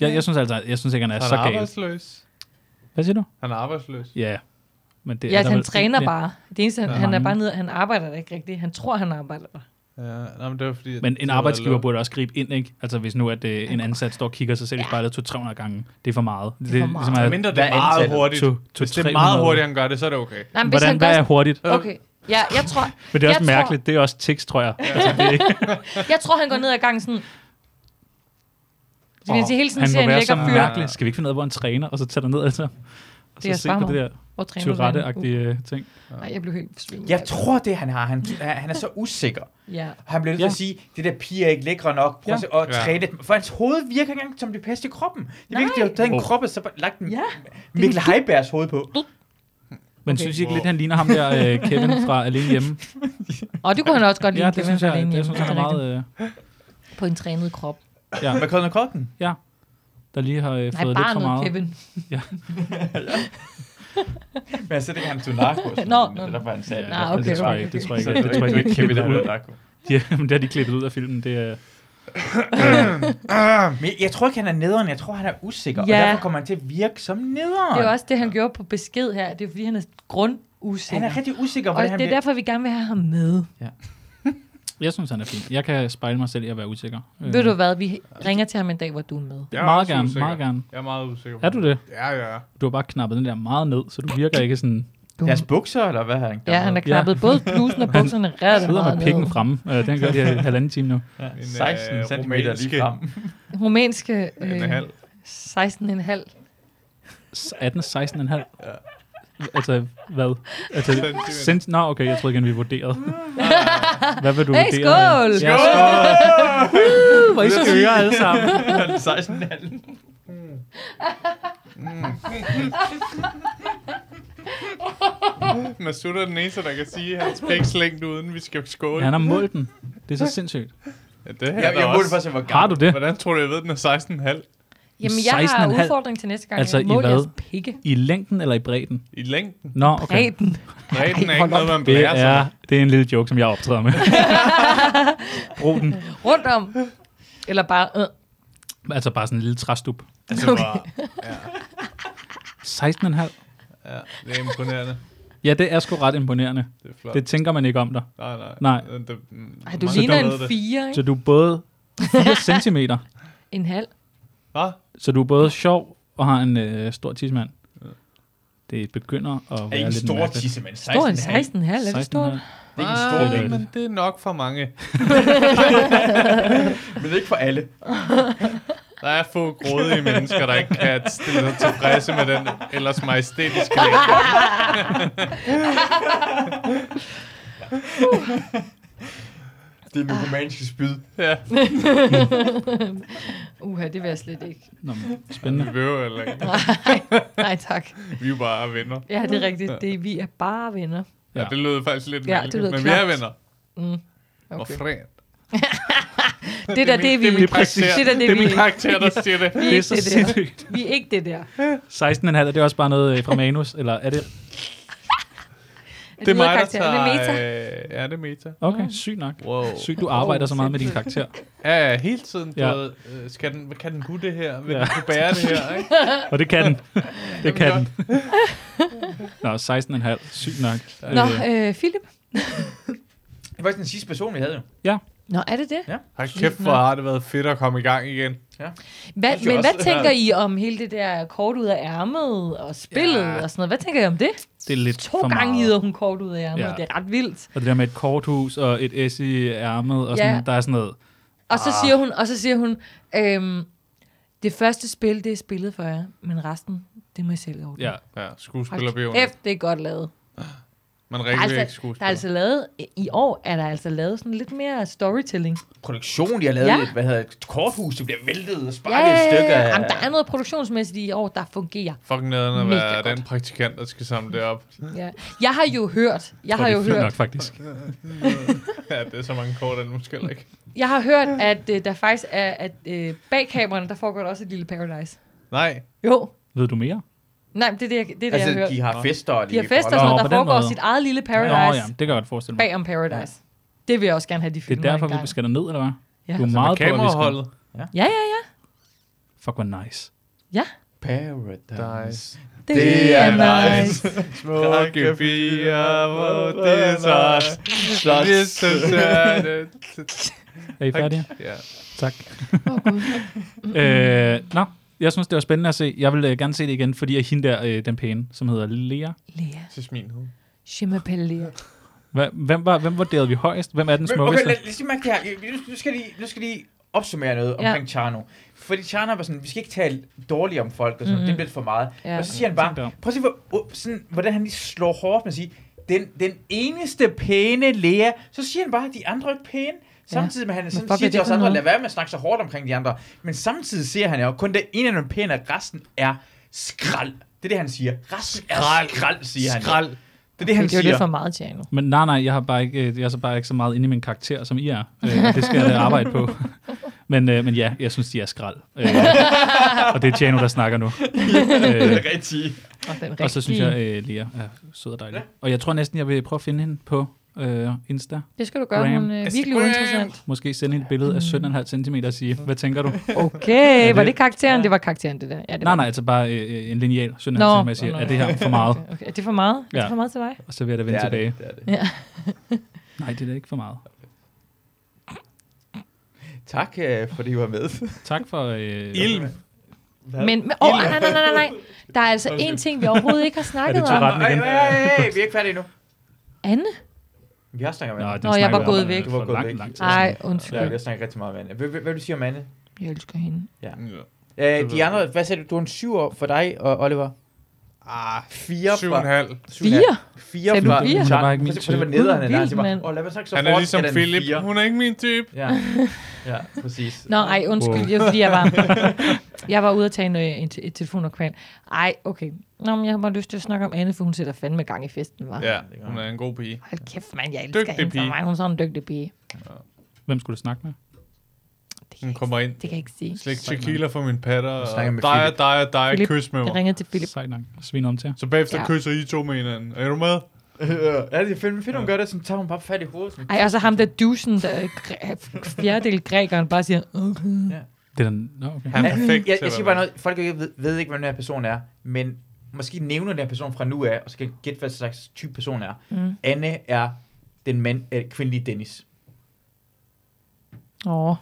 [SPEAKER 3] Jeg, jeg synes altså, jeg synes ikke, han er
[SPEAKER 5] Han
[SPEAKER 3] så
[SPEAKER 5] er
[SPEAKER 3] gal.
[SPEAKER 5] arbejdsløs.
[SPEAKER 3] Hvad siger du?
[SPEAKER 5] Han er arbejdsløs.
[SPEAKER 3] Ja. Men det
[SPEAKER 4] Ja,
[SPEAKER 3] der
[SPEAKER 4] altså, han
[SPEAKER 3] vel-
[SPEAKER 4] træner
[SPEAKER 3] ja.
[SPEAKER 4] bare. Det eneste, han,
[SPEAKER 3] Ja.
[SPEAKER 4] han er bare nede, han arbejder da ikke rigtigt. Han tror, han arbejder der.
[SPEAKER 5] Ja, nej, men det var fordi... at
[SPEAKER 3] Men
[SPEAKER 5] det
[SPEAKER 3] en
[SPEAKER 5] var
[SPEAKER 3] arbejdsgiver
[SPEAKER 5] lort.
[SPEAKER 3] burde også gribe ind, ikke? Altså hvis nu at øh, en ansat står og kigger sig selv i spejlet 200-300 gange, det er for meget. Det er ligesom
[SPEAKER 5] meget. Mindre det er meget hurtigt. Hvis det er meget hurtigt, han gør det, så er det okay.
[SPEAKER 4] Nej, men hvis
[SPEAKER 3] Hvordan,
[SPEAKER 4] han
[SPEAKER 3] hvad
[SPEAKER 4] gør-
[SPEAKER 3] er hurtigt?
[SPEAKER 4] Okay. Ja, jeg tror...
[SPEAKER 3] Men det er også
[SPEAKER 4] jeg
[SPEAKER 3] mærkeligt, det er også tekst, tror jeg. Altså, det er ikke...
[SPEAKER 4] Tror, jeg tror, han går ned ad gangen sådan... Så kan jeg sige, hele tiden
[SPEAKER 3] han
[SPEAKER 4] ser
[SPEAKER 3] må
[SPEAKER 4] en
[SPEAKER 3] være
[SPEAKER 4] lækker
[SPEAKER 3] så
[SPEAKER 4] fyr.
[SPEAKER 3] mærkelig. Skal vi ikke finde ud af, hvor han træner, og så tage dig ned altså? Og
[SPEAKER 4] Det er
[SPEAKER 3] så se på
[SPEAKER 4] smart.
[SPEAKER 3] det der
[SPEAKER 4] Hvor træner du henne?
[SPEAKER 3] Tourette-agtige uh. ting.
[SPEAKER 4] Nej, jeg blev helt svinet.
[SPEAKER 2] Jeg tror, det han har. Han, han er så usikker.
[SPEAKER 4] Ja.
[SPEAKER 2] Han bliver nødt til
[SPEAKER 4] Ja.
[SPEAKER 2] at sige, det der piger er ikke lækre nok. Prøv
[SPEAKER 4] Ja.
[SPEAKER 2] ja. at
[SPEAKER 4] Ja.
[SPEAKER 2] træne dem. For hans hoved virker ikke engang som det bedste i kroppen. Det er
[SPEAKER 4] Nej.
[SPEAKER 2] vigtigt, at du har taget en
[SPEAKER 3] Oh.
[SPEAKER 2] krop og så bare lagt en
[SPEAKER 4] Ja.
[SPEAKER 2] Mikkel Heibergs hoved på.
[SPEAKER 3] Men
[SPEAKER 2] Okay.
[SPEAKER 3] synes I ikke
[SPEAKER 2] Wow.
[SPEAKER 3] lidt, han ligner ham der øh, Kevin fra Alene Hjemme?
[SPEAKER 4] Og det kunne han også godt lide.
[SPEAKER 3] Ja, det synes jeg, det synes jeg er meget... Øh,
[SPEAKER 4] På en trænet krop.
[SPEAKER 3] ja.
[SPEAKER 2] Hvad kalder han kroppen?
[SPEAKER 3] Ja. der lige har øh,
[SPEAKER 4] Nej,
[SPEAKER 3] fået lidt for
[SPEAKER 4] barnet
[SPEAKER 3] meget.
[SPEAKER 4] Kevin.
[SPEAKER 3] ja.
[SPEAKER 2] Men jeg sætter ikke han til narko. Nå,
[SPEAKER 4] Nå, nå,
[SPEAKER 2] det er derfor, han sagde
[SPEAKER 4] nå.
[SPEAKER 2] det.
[SPEAKER 4] Nå, okay,
[SPEAKER 3] det tror jeg
[SPEAKER 4] okay,
[SPEAKER 3] ikke, det tror
[SPEAKER 4] okay.
[SPEAKER 3] jeg ikke, det tror jeg ikke,
[SPEAKER 2] Kevin, der
[SPEAKER 3] klippet
[SPEAKER 2] har
[SPEAKER 3] ud.
[SPEAKER 2] narko.
[SPEAKER 3] Ja, men det har de klippet ud af filmen, det er...
[SPEAKER 2] Men jeg- jeg tror ikke, han er nederen. Jeg tror, han er usikker.
[SPEAKER 4] Ja.
[SPEAKER 2] Og derfor kommer han til at virke som nederen.
[SPEAKER 4] Det er jo også det, han gjorde på besked her. Det er fordi, han er grundusikker.
[SPEAKER 2] Han er rigtig usikker,
[SPEAKER 4] Og
[SPEAKER 2] hvordan
[SPEAKER 4] det
[SPEAKER 2] han
[SPEAKER 4] er
[SPEAKER 2] bliver-
[SPEAKER 4] derfor, vi gerne vil have ham med.
[SPEAKER 3] Jeg synes, han er fin. Jeg kan spejle mig selv i at være usikker.
[SPEAKER 4] Øh. Ved du hvad, vi ringer til ham en dag, hvor du er med.
[SPEAKER 3] Jeg er Meget også gerne, usikker. meget gerne.
[SPEAKER 5] Jeg er meget usikker. på
[SPEAKER 3] Øh, Er du det?
[SPEAKER 5] Ja, ja.
[SPEAKER 3] Du har bare knappet den der meget ned, så du virker ikke sådan...
[SPEAKER 2] Deres bukser, eller hvad har han
[SPEAKER 4] Ja, han har knappet både blusen og bukserne ret meget
[SPEAKER 3] Han sidder med pikken
[SPEAKER 4] ned.
[SPEAKER 3] fremme. Øh, den gør de her i halvanden time nu.
[SPEAKER 2] Ja, en, øh, 16 centimeter lige frem.
[SPEAKER 4] Rumænske
[SPEAKER 3] En halv.
[SPEAKER 4] øh, 16,5.
[SPEAKER 3] 18, 16 en halv. Altså, hvad? Altså, cent... Nå, okay, jeg troede igen, vi vurderede.
[SPEAKER 5] Ah.
[SPEAKER 3] Hvad vil du
[SPEAKER 4] Hey,
[SPEAKER 3] vurdere?
[SPEAKER 4] skål!
[SPEAKER 3] Ja, skål!
[SPEAKER 4] Woo!
[SPEAKER 3] Hvor I så skøre alle sammen.
[SPEAKER 2] 16,5. Mm.
[SPEAKER 5] Masud er den eneste, der kan sige, at hans pik slængt uden, vi skal skåle.
[SPEAKER 3] Ja, han har målt den. Det er så sindssygt.
[SPEAKER 5] Ja, det her
[SPEAKER 2] Jeg- jeg målte faktisk, jeg var gammel. Har du
[SPEAKER 3] det?
[SPEAKER 5] Hvordan tror du, jeg ved, den er 16,5?
[SPEAKER 4] Jamen, jeg har
[SPEAKER 3] 16,5.
[SPEAKER 4] udfordring til næste gang.
[SPEAKER 3] Altså,
[SPEAKER 4] Jeg
[SPEAKER 3] i
[SPEAKER 4] måler
[SPEAKER 3] hvad?
[SPEAKER 4] jeres pikke.
[SPEAKER 3] I længden eller i bredden?
[SPEAKER 5] I længden.
[SPEAKER 3] Nå, okay.
[SPEAKER 4] Bredden.
[SPEAKER 5] Bredden er ikke noget, man
[SPEAKER 3] Det
[SPEAKER 5] blærer sig.
[SPEAKER 3] er, det er en lille joke, som jeg optræder med. Brug den.
[SPEAKER 4] Rundt om. Eller bare... Øh.
[SPEAKER 3] Altså bare sådan en lille træstup.
[SPEAKER 4] Altså Okay.
[SPEAKER 5] bare-
[SPEAKER 3] ja. 16,5.
[SPEAKER 5] Ja, det er imponerende.
[SPEAKER 3] Ja, det er sgu ret imponerende.
[SPEAKER 5] Det er flot.
[SPEAKER 3] Det tænker man ikke om dig.
[SPEAKER 5] Nej, nej.
[SPEAKER 3] nej.
[SPEAKER 5] Øh, det- mm,
[SPEAKER 4] Ej, du
[SPEAKER 5] mange,
[SPEAKER 4] ligner
[SPEAKER 5] der
[SPEAKER 4] en
[SPEAKER 5] ved det.
[SPEAKER 4] fire, ikke?
[SPEAKER 3] Så du er både 4 centimeter,
[SPEAKER 4] En halv.
[SPEAKER 3] så du er både sjov og har en øh, stor tidsmand. Det begynder at være
[SPEAKER 2] ikke en
[SPEAKER 3] lidt
[SPEAKER 2] stor
[SPEAKER 3] mærkeligt.
[SPEAKER 2] tissemand. Stor
[SPEAKER 4] Stor en 16,5. Er det stort?
[SPEAKER 2] Det er ikke en
[SPEAKER 3] Øh,
[SPEAKER 2] stor
[SPEAKER 5] Nej,
[SPEAKER 2] del.
[SPEAKER 5] men det er nok for mange.
[SPEAKER 2] Men ikke for alle.
[SPEAKER 5] Der er få grådige mennesker, der ikke kan stille sig tilfredse med den ellers majestætiske længde.
[SPEAKER 2] Det er min romanske spyd.
[SPEAKER 5] Ja.
[SPEAKER 4] Uha, det vil jeg slet ikke.
[SPEAKER 3] Nå, men
[SPEAKER 5] spændende. Vi behøver heller ikke.
[SPEAKER 4] Nej, nej tak.
[SPEAKER 5] Vi er jo bare venner.
[SPEAKER 4] Ja, det er rigtigt.
[SPEAKER 5] Ja.
[SPEAKER 4] Det, er- vi er bare venner.
[SPEAKER 5] Ja, det lød faktisk lidt
[SPEAKER 4] Ja,
[SPEAKER 5] mærkeligt,
[SPEAKER 4] det lød
[SPEAKER 5] men vi
[SPEAKER 4] klamt.
[SPEAKER 5] er venner.
[SPEAKER 4] Mm.
[SPEAKER 5] Og
[SPEAKER 4] Okay.
[SPEAKER 5] fred.
[SPEAKER 4] Det er da det, vi...
[SPEAKER 5] det er min karakter,
[SPEAKER 4] da
[SPEAKER 5] det er min karakter der siger det.
[SPEAKER 4] Vi er
[SPEAKER 3] Det er
[SPEAKER 4] ikke
[SPEAKER 3] så
[SPEAKER 4] det
[SPEAKER 3] sindssygt.
[SPEAKER 4] der. Vi er ikke det der.
[SPEAKER 3] 16,5, er det også bare noget øh, fra manus? Eller er det...
[SPEAKER 5] Det er mig, der
[SPEAKER 4] Det er meta. Ah.
[SPEAKER 5] tager... øh, Ja, det er meta.
[SPEAKER 3] Okay, sygt nok.
[SPEAKER 5] Wow.
[SPEAKER 3] Sygt, du arbejder så meget med din karakter.
[SPEAKER 5] Ja, ja, hele tiden. Du
[SPEAKER 3] Ja.
[SPEAKER 5] ja. ved, øh, skal den, kan den kunne det her? Vil
[SPEAKER 3] Ja.
[SPEAKER 5] ja. den kunne bære det her? Ikke?
[SPEAKER 3] Og det kan den. Det kan den.
[SPEAKER 5] godt.
[SPEAKER 3] Nå, 16,5. Sygt nok.
[SPEAKER 4] Nå,
[SPEAKER 3] Øh,
[SPEAKER 4] øh, Philip.
[SPEAKER 2] Det var den sidste person, vi havde jo.
[SPEAKER 3] Ja.
[SPEAKER 4] Nå, er det det?
[SPEAKER 2] Ja.
[SPEAKER 5] Hold kæft, hvor har det været fedt at komme i gang igen.
[SPEAKER 2] Ja.
[SPEAKER 4] Hvad,
[SPEAKER 5] Synes jeg
[SPEAKER 4] men
[SPEAKER 5] også.
[SPEAKER 4] hvad tænker I om hele det der kort ud af ærmet og spillet ja. og sådan noget? Hvad tænker I om det?
[SPEAKER 3] Det er lidt
[SPEAKER 4] to
[SPEAKER 3] for
[SPEAKER 4] gange
[SPEAKER 3] meget.
[SPEAKER 4] hider hun kort ud af ærmet. Ja.
[SPEAKER 3] Ja.
[SPEAKER 4] Det er ret vildt.
[SPEAKER 3] Og det der med et korthus og et S i ærmet, og sådan,
[SPEAKER 4] Ja.
[SPEAKER 3] der er sådan noget...
[SPEAKER 4] Og så
[SPEAKER 3] Ah.
[SPEAKER 4] siger hun, og så siger hun øhm, det første spil, det er spillet for jer, men resten, det må I selv ordne.
[SPEAKER 3] Ja.
[SPEAKER 5] Ja, skuespiller bliver
[SPEAKER 4] Hold kæft, det er godt lavet.
[SPEAKER 5] Man
[SPEAKER 4] Der er
[SPEAKER 5] rigtig altså, ikke
[SPEAKER 4] altså, der er
[SPEAKER 5] skuespiller.
[SPEAKER 4] altså lavet, i år er der altså lavet sådan lidt mere storytelling.
[SPEAKER 2] Produktion, de har lavet
[SPEAKER 4] Ja.
[SPEAKER 2] ja. et, hvad hedder, det, et korthus, det bliver væltet og
[SPEAKER 4] Ja,
[SPEAKER 2] sparket yeah. i stykker. af-
[SPEAKER 4] Jamen, der er noget produktionsmæssigt i år, der fungerer.
[SPEAKER 5] Fucking nederen at
[SPEAKER 4] Mega
[SPEAKER 5] være den praktikant, der skal samle det op.
[SPEAKER 4] Ja. Jeg har jo hørt,
[SPEAKER 5] Tror,
[SPEAKER 4] jeg har
[SPEAKER 5] det er
[SPEAKER 4] jo
[SPEAKER 5] fedt
[SPEAKER 4] hørt,
[SPEAKER 5] nok, faktisk. ja, det er så mange kort, at det måske heller ikke.
[SPEAKER 4] jeg har hørt, at øh, der faktisk er, at øh, bag kameraerne, der foregår der også et lille paradise.
[SPEAKER 5] Nej.
[SPEAKER 4] Jo.
[SPEAKER 3] Ved du mere?
[SPEAKER 4] Nej, men det er det, jeg- det, er det
[SPEAKER 2] Altså,
[SPEAKER 4] jeg har hørt.
[SPEAKER 2] de har fester, og
[SPEAKER 4] de, har
[SPEAKER 2] de
[SPEAKER 4] fester, og
[SPEAKER 2] holder- Nå,
[SPEAKER 4] sådan noget.
[SPEAKER 2] på
[SPEAKER 4] Der
[SPEAKER 2] den
[SPEAKER 4] foregår
[SPEAKER 2] måde.
[SPEAKER 4] sit eget lille paradise.
[SPEAKER 3] Nå ja, det kan jeg godt forestille mig.
[SPEAKER 4] Bag om Paradise. Det vil jeg også gerne have, de
[SPEAKER 3] Det
[SPEAKER 4] filmer
[SPEAKER 3] er derfor,
[SPEAKER 4] en gang.
[SPEAKER 3] vi skal derned, eller hvad?
[SPEAKER 4] Ja.
[SPEAKER 3] Du er
[SPEAKER 4] Altså,
[SPEAKER 3] meget
[SPEAKER 5] med
[SPEAKER 3] på, at vi skal...
[SPEAKER 5] kameraholdet.
[SPEAKER 2] Ja.
[SPEAKER 4] Ja, ja, ja.
[SPEAKER 3] Fuck, hvor nice.
[SPEAKER 4] Ja.
[SPEAKER 2] Paradise.
[SPEAKER 4] Det Det er er nice.
[SPEAKER 5] Smukke piger, hvor det er så.
[SPEAKER 2] Slot.
[SPEAKER 5] Det er så særligt.
[SPEAKER 3] Er I færdige?
[SPEAKER 5] Ja.
[SPEAKER 3] Tak. øh, nå, jeg synes, det var spændende at se. Jeg vil øh, gerne se det igen, fordi jeg hende der, øh, den pæne, som hedder Lea.
[SPEAKER 4] Lea.
[SPEAKER 5] Så smin hun.
[SPEAKER 4] Je m'appelle Lea.
[SPEAKER 3] Hva, hvem, var, hvem vurderede vi højst? Hvem er den
[SPEAKER 2] Men, okay,
[SPEAKER 3] smukkeste?
[SPEAKER 2] lad, lad os lige mærke det her. Nu, nu, skal de, nu skal de opsummere noget
[SPEAKER 4] Ja.
[SPEAKER 2] ja. omkring Charno. Fordi Charno var sådan, vi skal ikke tale dårligt om folk, og sådan,
[SPEAKER 4] Mhm.
[SPEAKER 2] mm-hmm. det er lidt for meget.
[SPEAKER 4] Ja.
[SPEAKER 2] Ja. Og så siger han bare, prøv at se, hvor, uh, sådan, hvordan han lige slår hårdt med at sige, den, den eneste pæne Lea, så siger han bare, at de andre er ikke pæne. Samtidig med, at han
[SPEAKER 4] Men
[SPEAKER 2] sådan
[SPEAKER 4] fuck, er
[SPEAKER 2] siger
[SPEAKER 4] det
[SPEAKER 2] til os
[SPEAKER 4] for
[SPEAKER 2] andre,
[SPEAKER 4] noget?
[SPEAKER 2] lad være med at snakke så hårdt omkring de andre. Men samtidig siger han jo, kun den ene af dem er pæne, og resten er skrald. Det er det, han siger. Resten er skrald, siger han. jo.
[SPEAKER 5] Skrald.
[SPEAKER 2] Det er det, han
[SPEAKER 4] det er
[SPEAKER 2] siger.
[SPEAKER 4] jo lidt for meget, Tjano.
[SPEAKER 3] Men nej, nej, jeg, har bare ikke, øh, jeg er så bare ikke så meget inde i min karakter, som I er. Øh, og det skal jeg da arbejde på. Men, øh, men ja, jeg synes, de er skrald. Øh, og det er Tjano, der snakker nu. Øh,
[SPEAKER 2] Den rigtige.
[SPEAKER 4] Og den
[SPEAKER 3] Og så synes jeg,
[SPEAKER 4] rigtige.
[SPEAKER 3] øh, Lea er sød og dejlig. Og jeg tror næsten, jeg vil prøve at finde hende på øh, Insta.
[SPEAKER 4] Det skal du gøre, hun er virkelig uinteressant.
[SPEAKER 3] Måske sende hende et billede af 17,5 cm og sige, hvad tænker du?
[SPEAKER 4] Okay,
[SPEAKER 3] Er
[SPEAKER 4] var det karakteren? Det var karakteren, det der. Ja, det
[SPEAKER 3] Nej,
[SPEAKER 4] var.
[SPEAKER 3] nej, altså bare øh, en lineal. 17,5 cm
[SPEAKER 4] Nå,
[SPEAKER 3] og sige,
[SPEAKER 4] nå,
[SPEAKER 3] er det her for meget?
[SPEAKER 4] Okay, okay. Er det for meget? Ja.
[SPEAKER 3] Ja.
[SPEAKER 4] Er det for meget til dig?
[SPEAKER 3] Og så vil jeg da vende
[SPEAKER 2] Det er
[SPEAKER 3] tilbage.
[SPEAKER 2] det, det er det.
[SPEAKER 4] Ja.
[SPEAKER 3] Nej, det er da ikke for meget.
[SPEAKER 2] Tak, øh, fordi I var med.
[SPEAKER 3] tak for... Øh,
[SPEAKER 2] Ilm.
[SPEAKER 4] Men, men åh, nej, nej, nej, nej, nej. Der er altså en ting, vi overhovedet ikke har snakket om.
[SPEAKER 2] Nej, nej, nej, vi er ikke færdige endnu.
[SPEAKER 4] Anne?
[SPEAKER 2] Vi har snakket om
[SPEAKER 3] Nå,
[SPEAKER 2] Anne.
[SPEAKER 3] det Nå, jeg snakker var vi om, gået øh, væk.
[SPEAKER 2] Du var
[SPEAKER 3] for
[SPEAKER 2] gået
[SPEAKER 3] lang-
[SPEAKER 2] væk.
[SPEAKER 3] lang tid
[SPEAKER 4] Ej, siden. undskyld.
[SPEAKER 2] Ja, vi har snakket rigtig meget om Anne. Hvad hvad vil du sige om Anne?
[SPEAKER 4] Jeg elsker hende.
[SPEAKER 2] Ja. Øh, de andre, hvad sagde du? Du er en syver for dig og Oliver. Ah, fire
[SPEAKER 5] Syv
[SPEAKER 2] fra-
[SPEAKER 5] og en halv.
[SPEAKER 2] syv og en
[SPEAKER 5] Fire?
[SPEAKER 2] halv. Fire
[SPEAKER 5] Sagde du
[SPEAKER 2] fra...
[SPEAKER 5] fire? Hun er bare ikke min
[SPEAKER 2] Prøv at se, hvor
[SPEAKER 5] type.
[SPEAKER 2] nederen han
[SPEAKER 5] Hun er
[SPEAKER 2] er.
[SPEAKER 5] vild,
[SPEAKER 2] Han siger
[SPEAKER 5] mand.
[SPEAKER 2] bare, Åh, lad mig snakke så
[SPEAKER 5] Han er
[SPEAKER 2] fort,
[SPEAKER 5] ligesom
[SPEAKER 2] den
[SPEAKER 5] Philip.
[SPEAKER 2] fire.
[SPEAKER 5] Hun er ikke min type.
[SPEAKER 2] Ja, ja præcis.
[SPEAKER 4] Nå, ej, undskyld, wow. jeg, fordi jeg var, jeg var ude at tage en, øh, en, te- et telefonopkald. Ej, okay. Nå, men jeg har bare lyst til at snakke om Anne, for hun sætter fandme gang i festen, var.
[SPEAKER 5] Ja, hun er en god pige.
[SPEAKER 4] Hold kæft, mand, jeg elsker
[SPEAKER 5] Dygtig
[SPEAKER 4] hende for
[SPEAKER 5] pige.
[SPEAKER 4] mig. Hun er sådan en dygtig pige.
[SPEAKER 3] Hvem skulle du snakke med?
[SPEAKER 5] Hun kommer ind. Det
[SPEAKER 4] kan jeg ikke sige.
[SPEAKER 5] Slik tequila for min patter.
[SPEAKER 3] Jeg
[SPEAKER 5] Og
[SPEAKER 3] snakker med
[SPEAKER 5] dig
[SPEAKER 3] Philip.
[SPEAKER 5] og dig og dig.
[SPEAKER 3] Philip.
[SPEAKER 5] Kys med
[SPEAKER 3] Jeg
[SPEAKER 5] mig.
[SPEAKER 4] ringede til Philip.
[SPEAKER 3] Sejt nok. Svin om til.
[SPEAKER 5] Så bagefter
[SPEAKER 4] Ja.
[SPEAKER 5] ja. kysser I to med hinanden. Er du med?
[SPEAKER 2] Ja, det er fedt, fedt, hun gør det, sådan tager hun bare fat i hovedet. sådan.
[SPEAKER 4] Ej, altså, og så ham der dusen, der er græ- fjerdedel grækeren, bare siger, okay.
[SPEAKER 2] Ja.
[SPEAKER 3] Det er den... Nå, okay.
[SPEAKER 2] Ja, jeg, jeg siger bare noget, folk ikke ved, ved ikke, hvem den her person er, men måske nævner den her person fra nu af, og så kan jeg gætte, hvad slags type person er.
[SPEAKER 4] Mm.
[SPEAKER 2] Anne er den mand, øh, kvindelige Dennis.
[SPEAKER 4] Åh.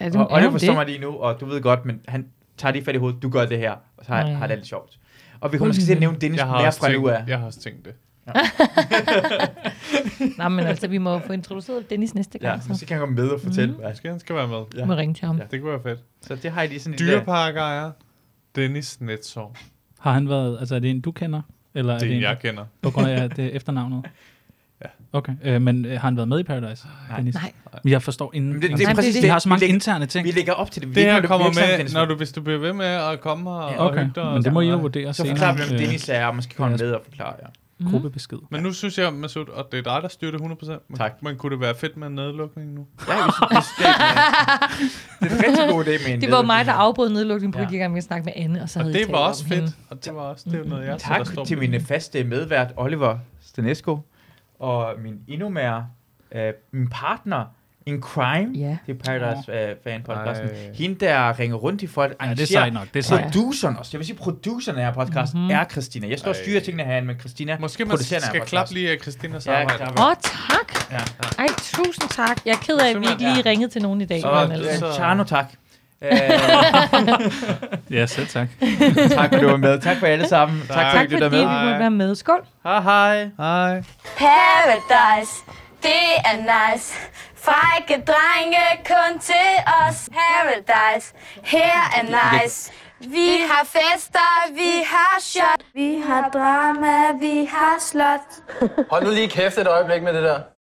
[SPEAKER 4] Er
[SPEAKER 2] og, og
[SPEAKER 4] er
[SPEAKER 2] det
[SPEAKER 4] hun
[SPEAKER 2] forstår mig lige nu, og du ved godt, men han tager lige fat i hovedet, du gør det her, og så har,
[SPEAKER 4] Nej.
[SPEAKER 2] har det lidt sjovt. Og vi kommer måske til at nævne Dennis
[SPEAKER 5] Jeg har
[SPEAKER 2] mere
[SPEAKER 5] også
[SPEAKER 2] fra nu af.
[SPEAKER 5] tænkt- Jeg har også tænkt det.
[SPEAKER 4] Nej, men altså, vi må jo få introduceret Dennis næste gang. Mhm.
[SPEAKER 2] Ja, så kan han komme med og fortælle, mm. hvad
[SPEAKER 5] Skal han skal være med.
[SPEAKER 4] Må ringe til ham.
[SPEAKER 5] Ja. Det kunne være fedt.
[SPEAKER 2] Så det har I lige sådan en øh, lille-
[SPEAKER 5] Dyreparkejer. Dennis Netsov.
[SPEAKER 3] Har han været... Altså, er det en, du kender? Eller er
[SPEAKER 5] Det er
[SPEAKER 3] det
[SPEAKER 5] en, jeg kender.
[SPEAKER 3] På grund af det er efternavnet? Ja. Okay, øh, men øh, har han været med i Paradise? Dennis?
[SPEAKER 4] Nej.
[SPEAKER 3] Men Jeg forstår inden...
[SPEAKER 2] Men det- det er præcis
[SPEAKER 3] de
[SPEAKER 2] det.
[SPEAKER 3] har så mange
[SPEAKER 2] Vi lægger-
[SPEAKER 3] interne ting.
[SPEAKER 2] Vi lægger op til det. Vi
[SPEAKER 5] Det
[SPEAKER 2] ved
[SPEAKER 5] her
[SPEAKER 2] ikke, om
[SPEAKER 5] kommer
[SPEAKER 2] det bliver
[SPEAKER 5] med,
[SPEAKER 2] eksamen,
[SPEAKER 5] når du, hvis du bliver ved med at komme her
[SPEAKER 2] Ja.
[SPEAKER 5] og
[SPEAKER 3] Okay,
[SPEAKER 5] hygge dig. og
[SPEAKER 3] men det må
[SPEAKER 5] sådan
[SPEAKER 3] I jo
[SPEAKER 5] noget.
[SPEAKER 3] vurdere
[SPEAKER 2] Så
[SPEAKER 3] senere.
[SPEAKER 2] forklarer vi, hvem
[SPEAKER 3] øh,
[SPEAKER 2] Dennis er, og måske kommer
[SPEAKER 3] jeres
[SPEAKER 2] med og forklarer jer.
[SPEAKER 4] Mhm.
[SPEAKER 3] Gruppebesked.
[SPEAKER 5] Men nu synes jeg, Masud, og det er dig, der styrer det 100%. Men,
[SPEAKER 2] Tak.
[SPEAKER 5] Men kunne det være fedt med en nedlukning nu?
[SPEAKER 2] Ja, vi synes, det er en rigtig god idé med en
[SPEAKER 4] Det var mig, der afbrød nedlukningen på,
[SPEAKER 2] Ja.
[SPEAKER 4] at jeg med at snakke med Anne, og så
[SPEAKER 5] Og
[SPEAKER 4] havde I
[SPEAKER 5] det
[SPEAKER 4] talt
[SPEAKER 5] var
[SPEAKER 4] om
[SPEAKER 5] også
[SPEAKER 4] hende.
[SPEAKER 5] fedt. Og det var også det er noget, jeg
[SPEAKER 2] Tak
[SPEAKER 5] sætter stor
[SPEAKER 2] til
[SPEAKER 5] pris
[SPEAKER 2] mine faste medvært, Oliver Stanesco, og min endnu mere, øh, min partner in crime,
[SPEAKER 4] ja.
[SPEAKER 2] det er Paradise øh, fan podcasten.
[SPEAKER 3] Ej.
[SPEAKER 2] Hende, der ringer rundt i folk,
[SPEAKER 3] er
[SPEAKER 2] arrangerer,
[SPEAKER 3] sejt nok, det er sejt.
[SPEAKER 2] produceren også. Jeg vil sige, produceren af her podcast mm-hmm. er Christina. Jeg står og
[SPEAKER 5] Ej.
[SPEAKER 2] styrer tingene herinde, men Christina
[SPEAKER 5] Måske man
[SPEAKER 2] producerer den her
[SPEAKER 5] skal
[SPEAKER 2] podcast.
[SPEAKER 5] klappe lige af Christinas
[SPEAKER 2] Ja,
[SPEAKER 5] arbejde.
[SPEAKER 2] klap.
[SPEAKER 4] Åh, oh, tak.
[SPEAKER 2] Ja.
[SPEAKER 4] Ej, tusind tak. Jeg er ked af, at vi ikke lige
[SPEAKER 2] Ja.
[SPEAKER 4] ringede til nogen i dag.
[SPEAKER 2] Så,
[SPEAKER 4] men
[SPEAKER 2] øh,
[SPEAKER 4] altså.
[SPEAKER 2] Tjerno, tak. Øh,
[SPEAKER 3] Ja, selv tak.
[SPEAKER 2] tak, fordi du var med. Tak for alle sammen. Tak,
[SPEAKER 4] tak fordi
[SPEAKER 2] du var
[SPEAKER 4] vi
[SPEAKER 2] med.
[SPEAKER 4] måtte være med. Skål.
[SPEAKER 2] Hej, hej. Hej.
[SPEAKER 16] Paradise, det er nice. Frække drenge kun til os. Paradise, her er nice. Vi har fester, vi har shot. Vi har drama, vi har slot.
[SPEAKER 6] Hold nu lige kæft et øjeblik med det der.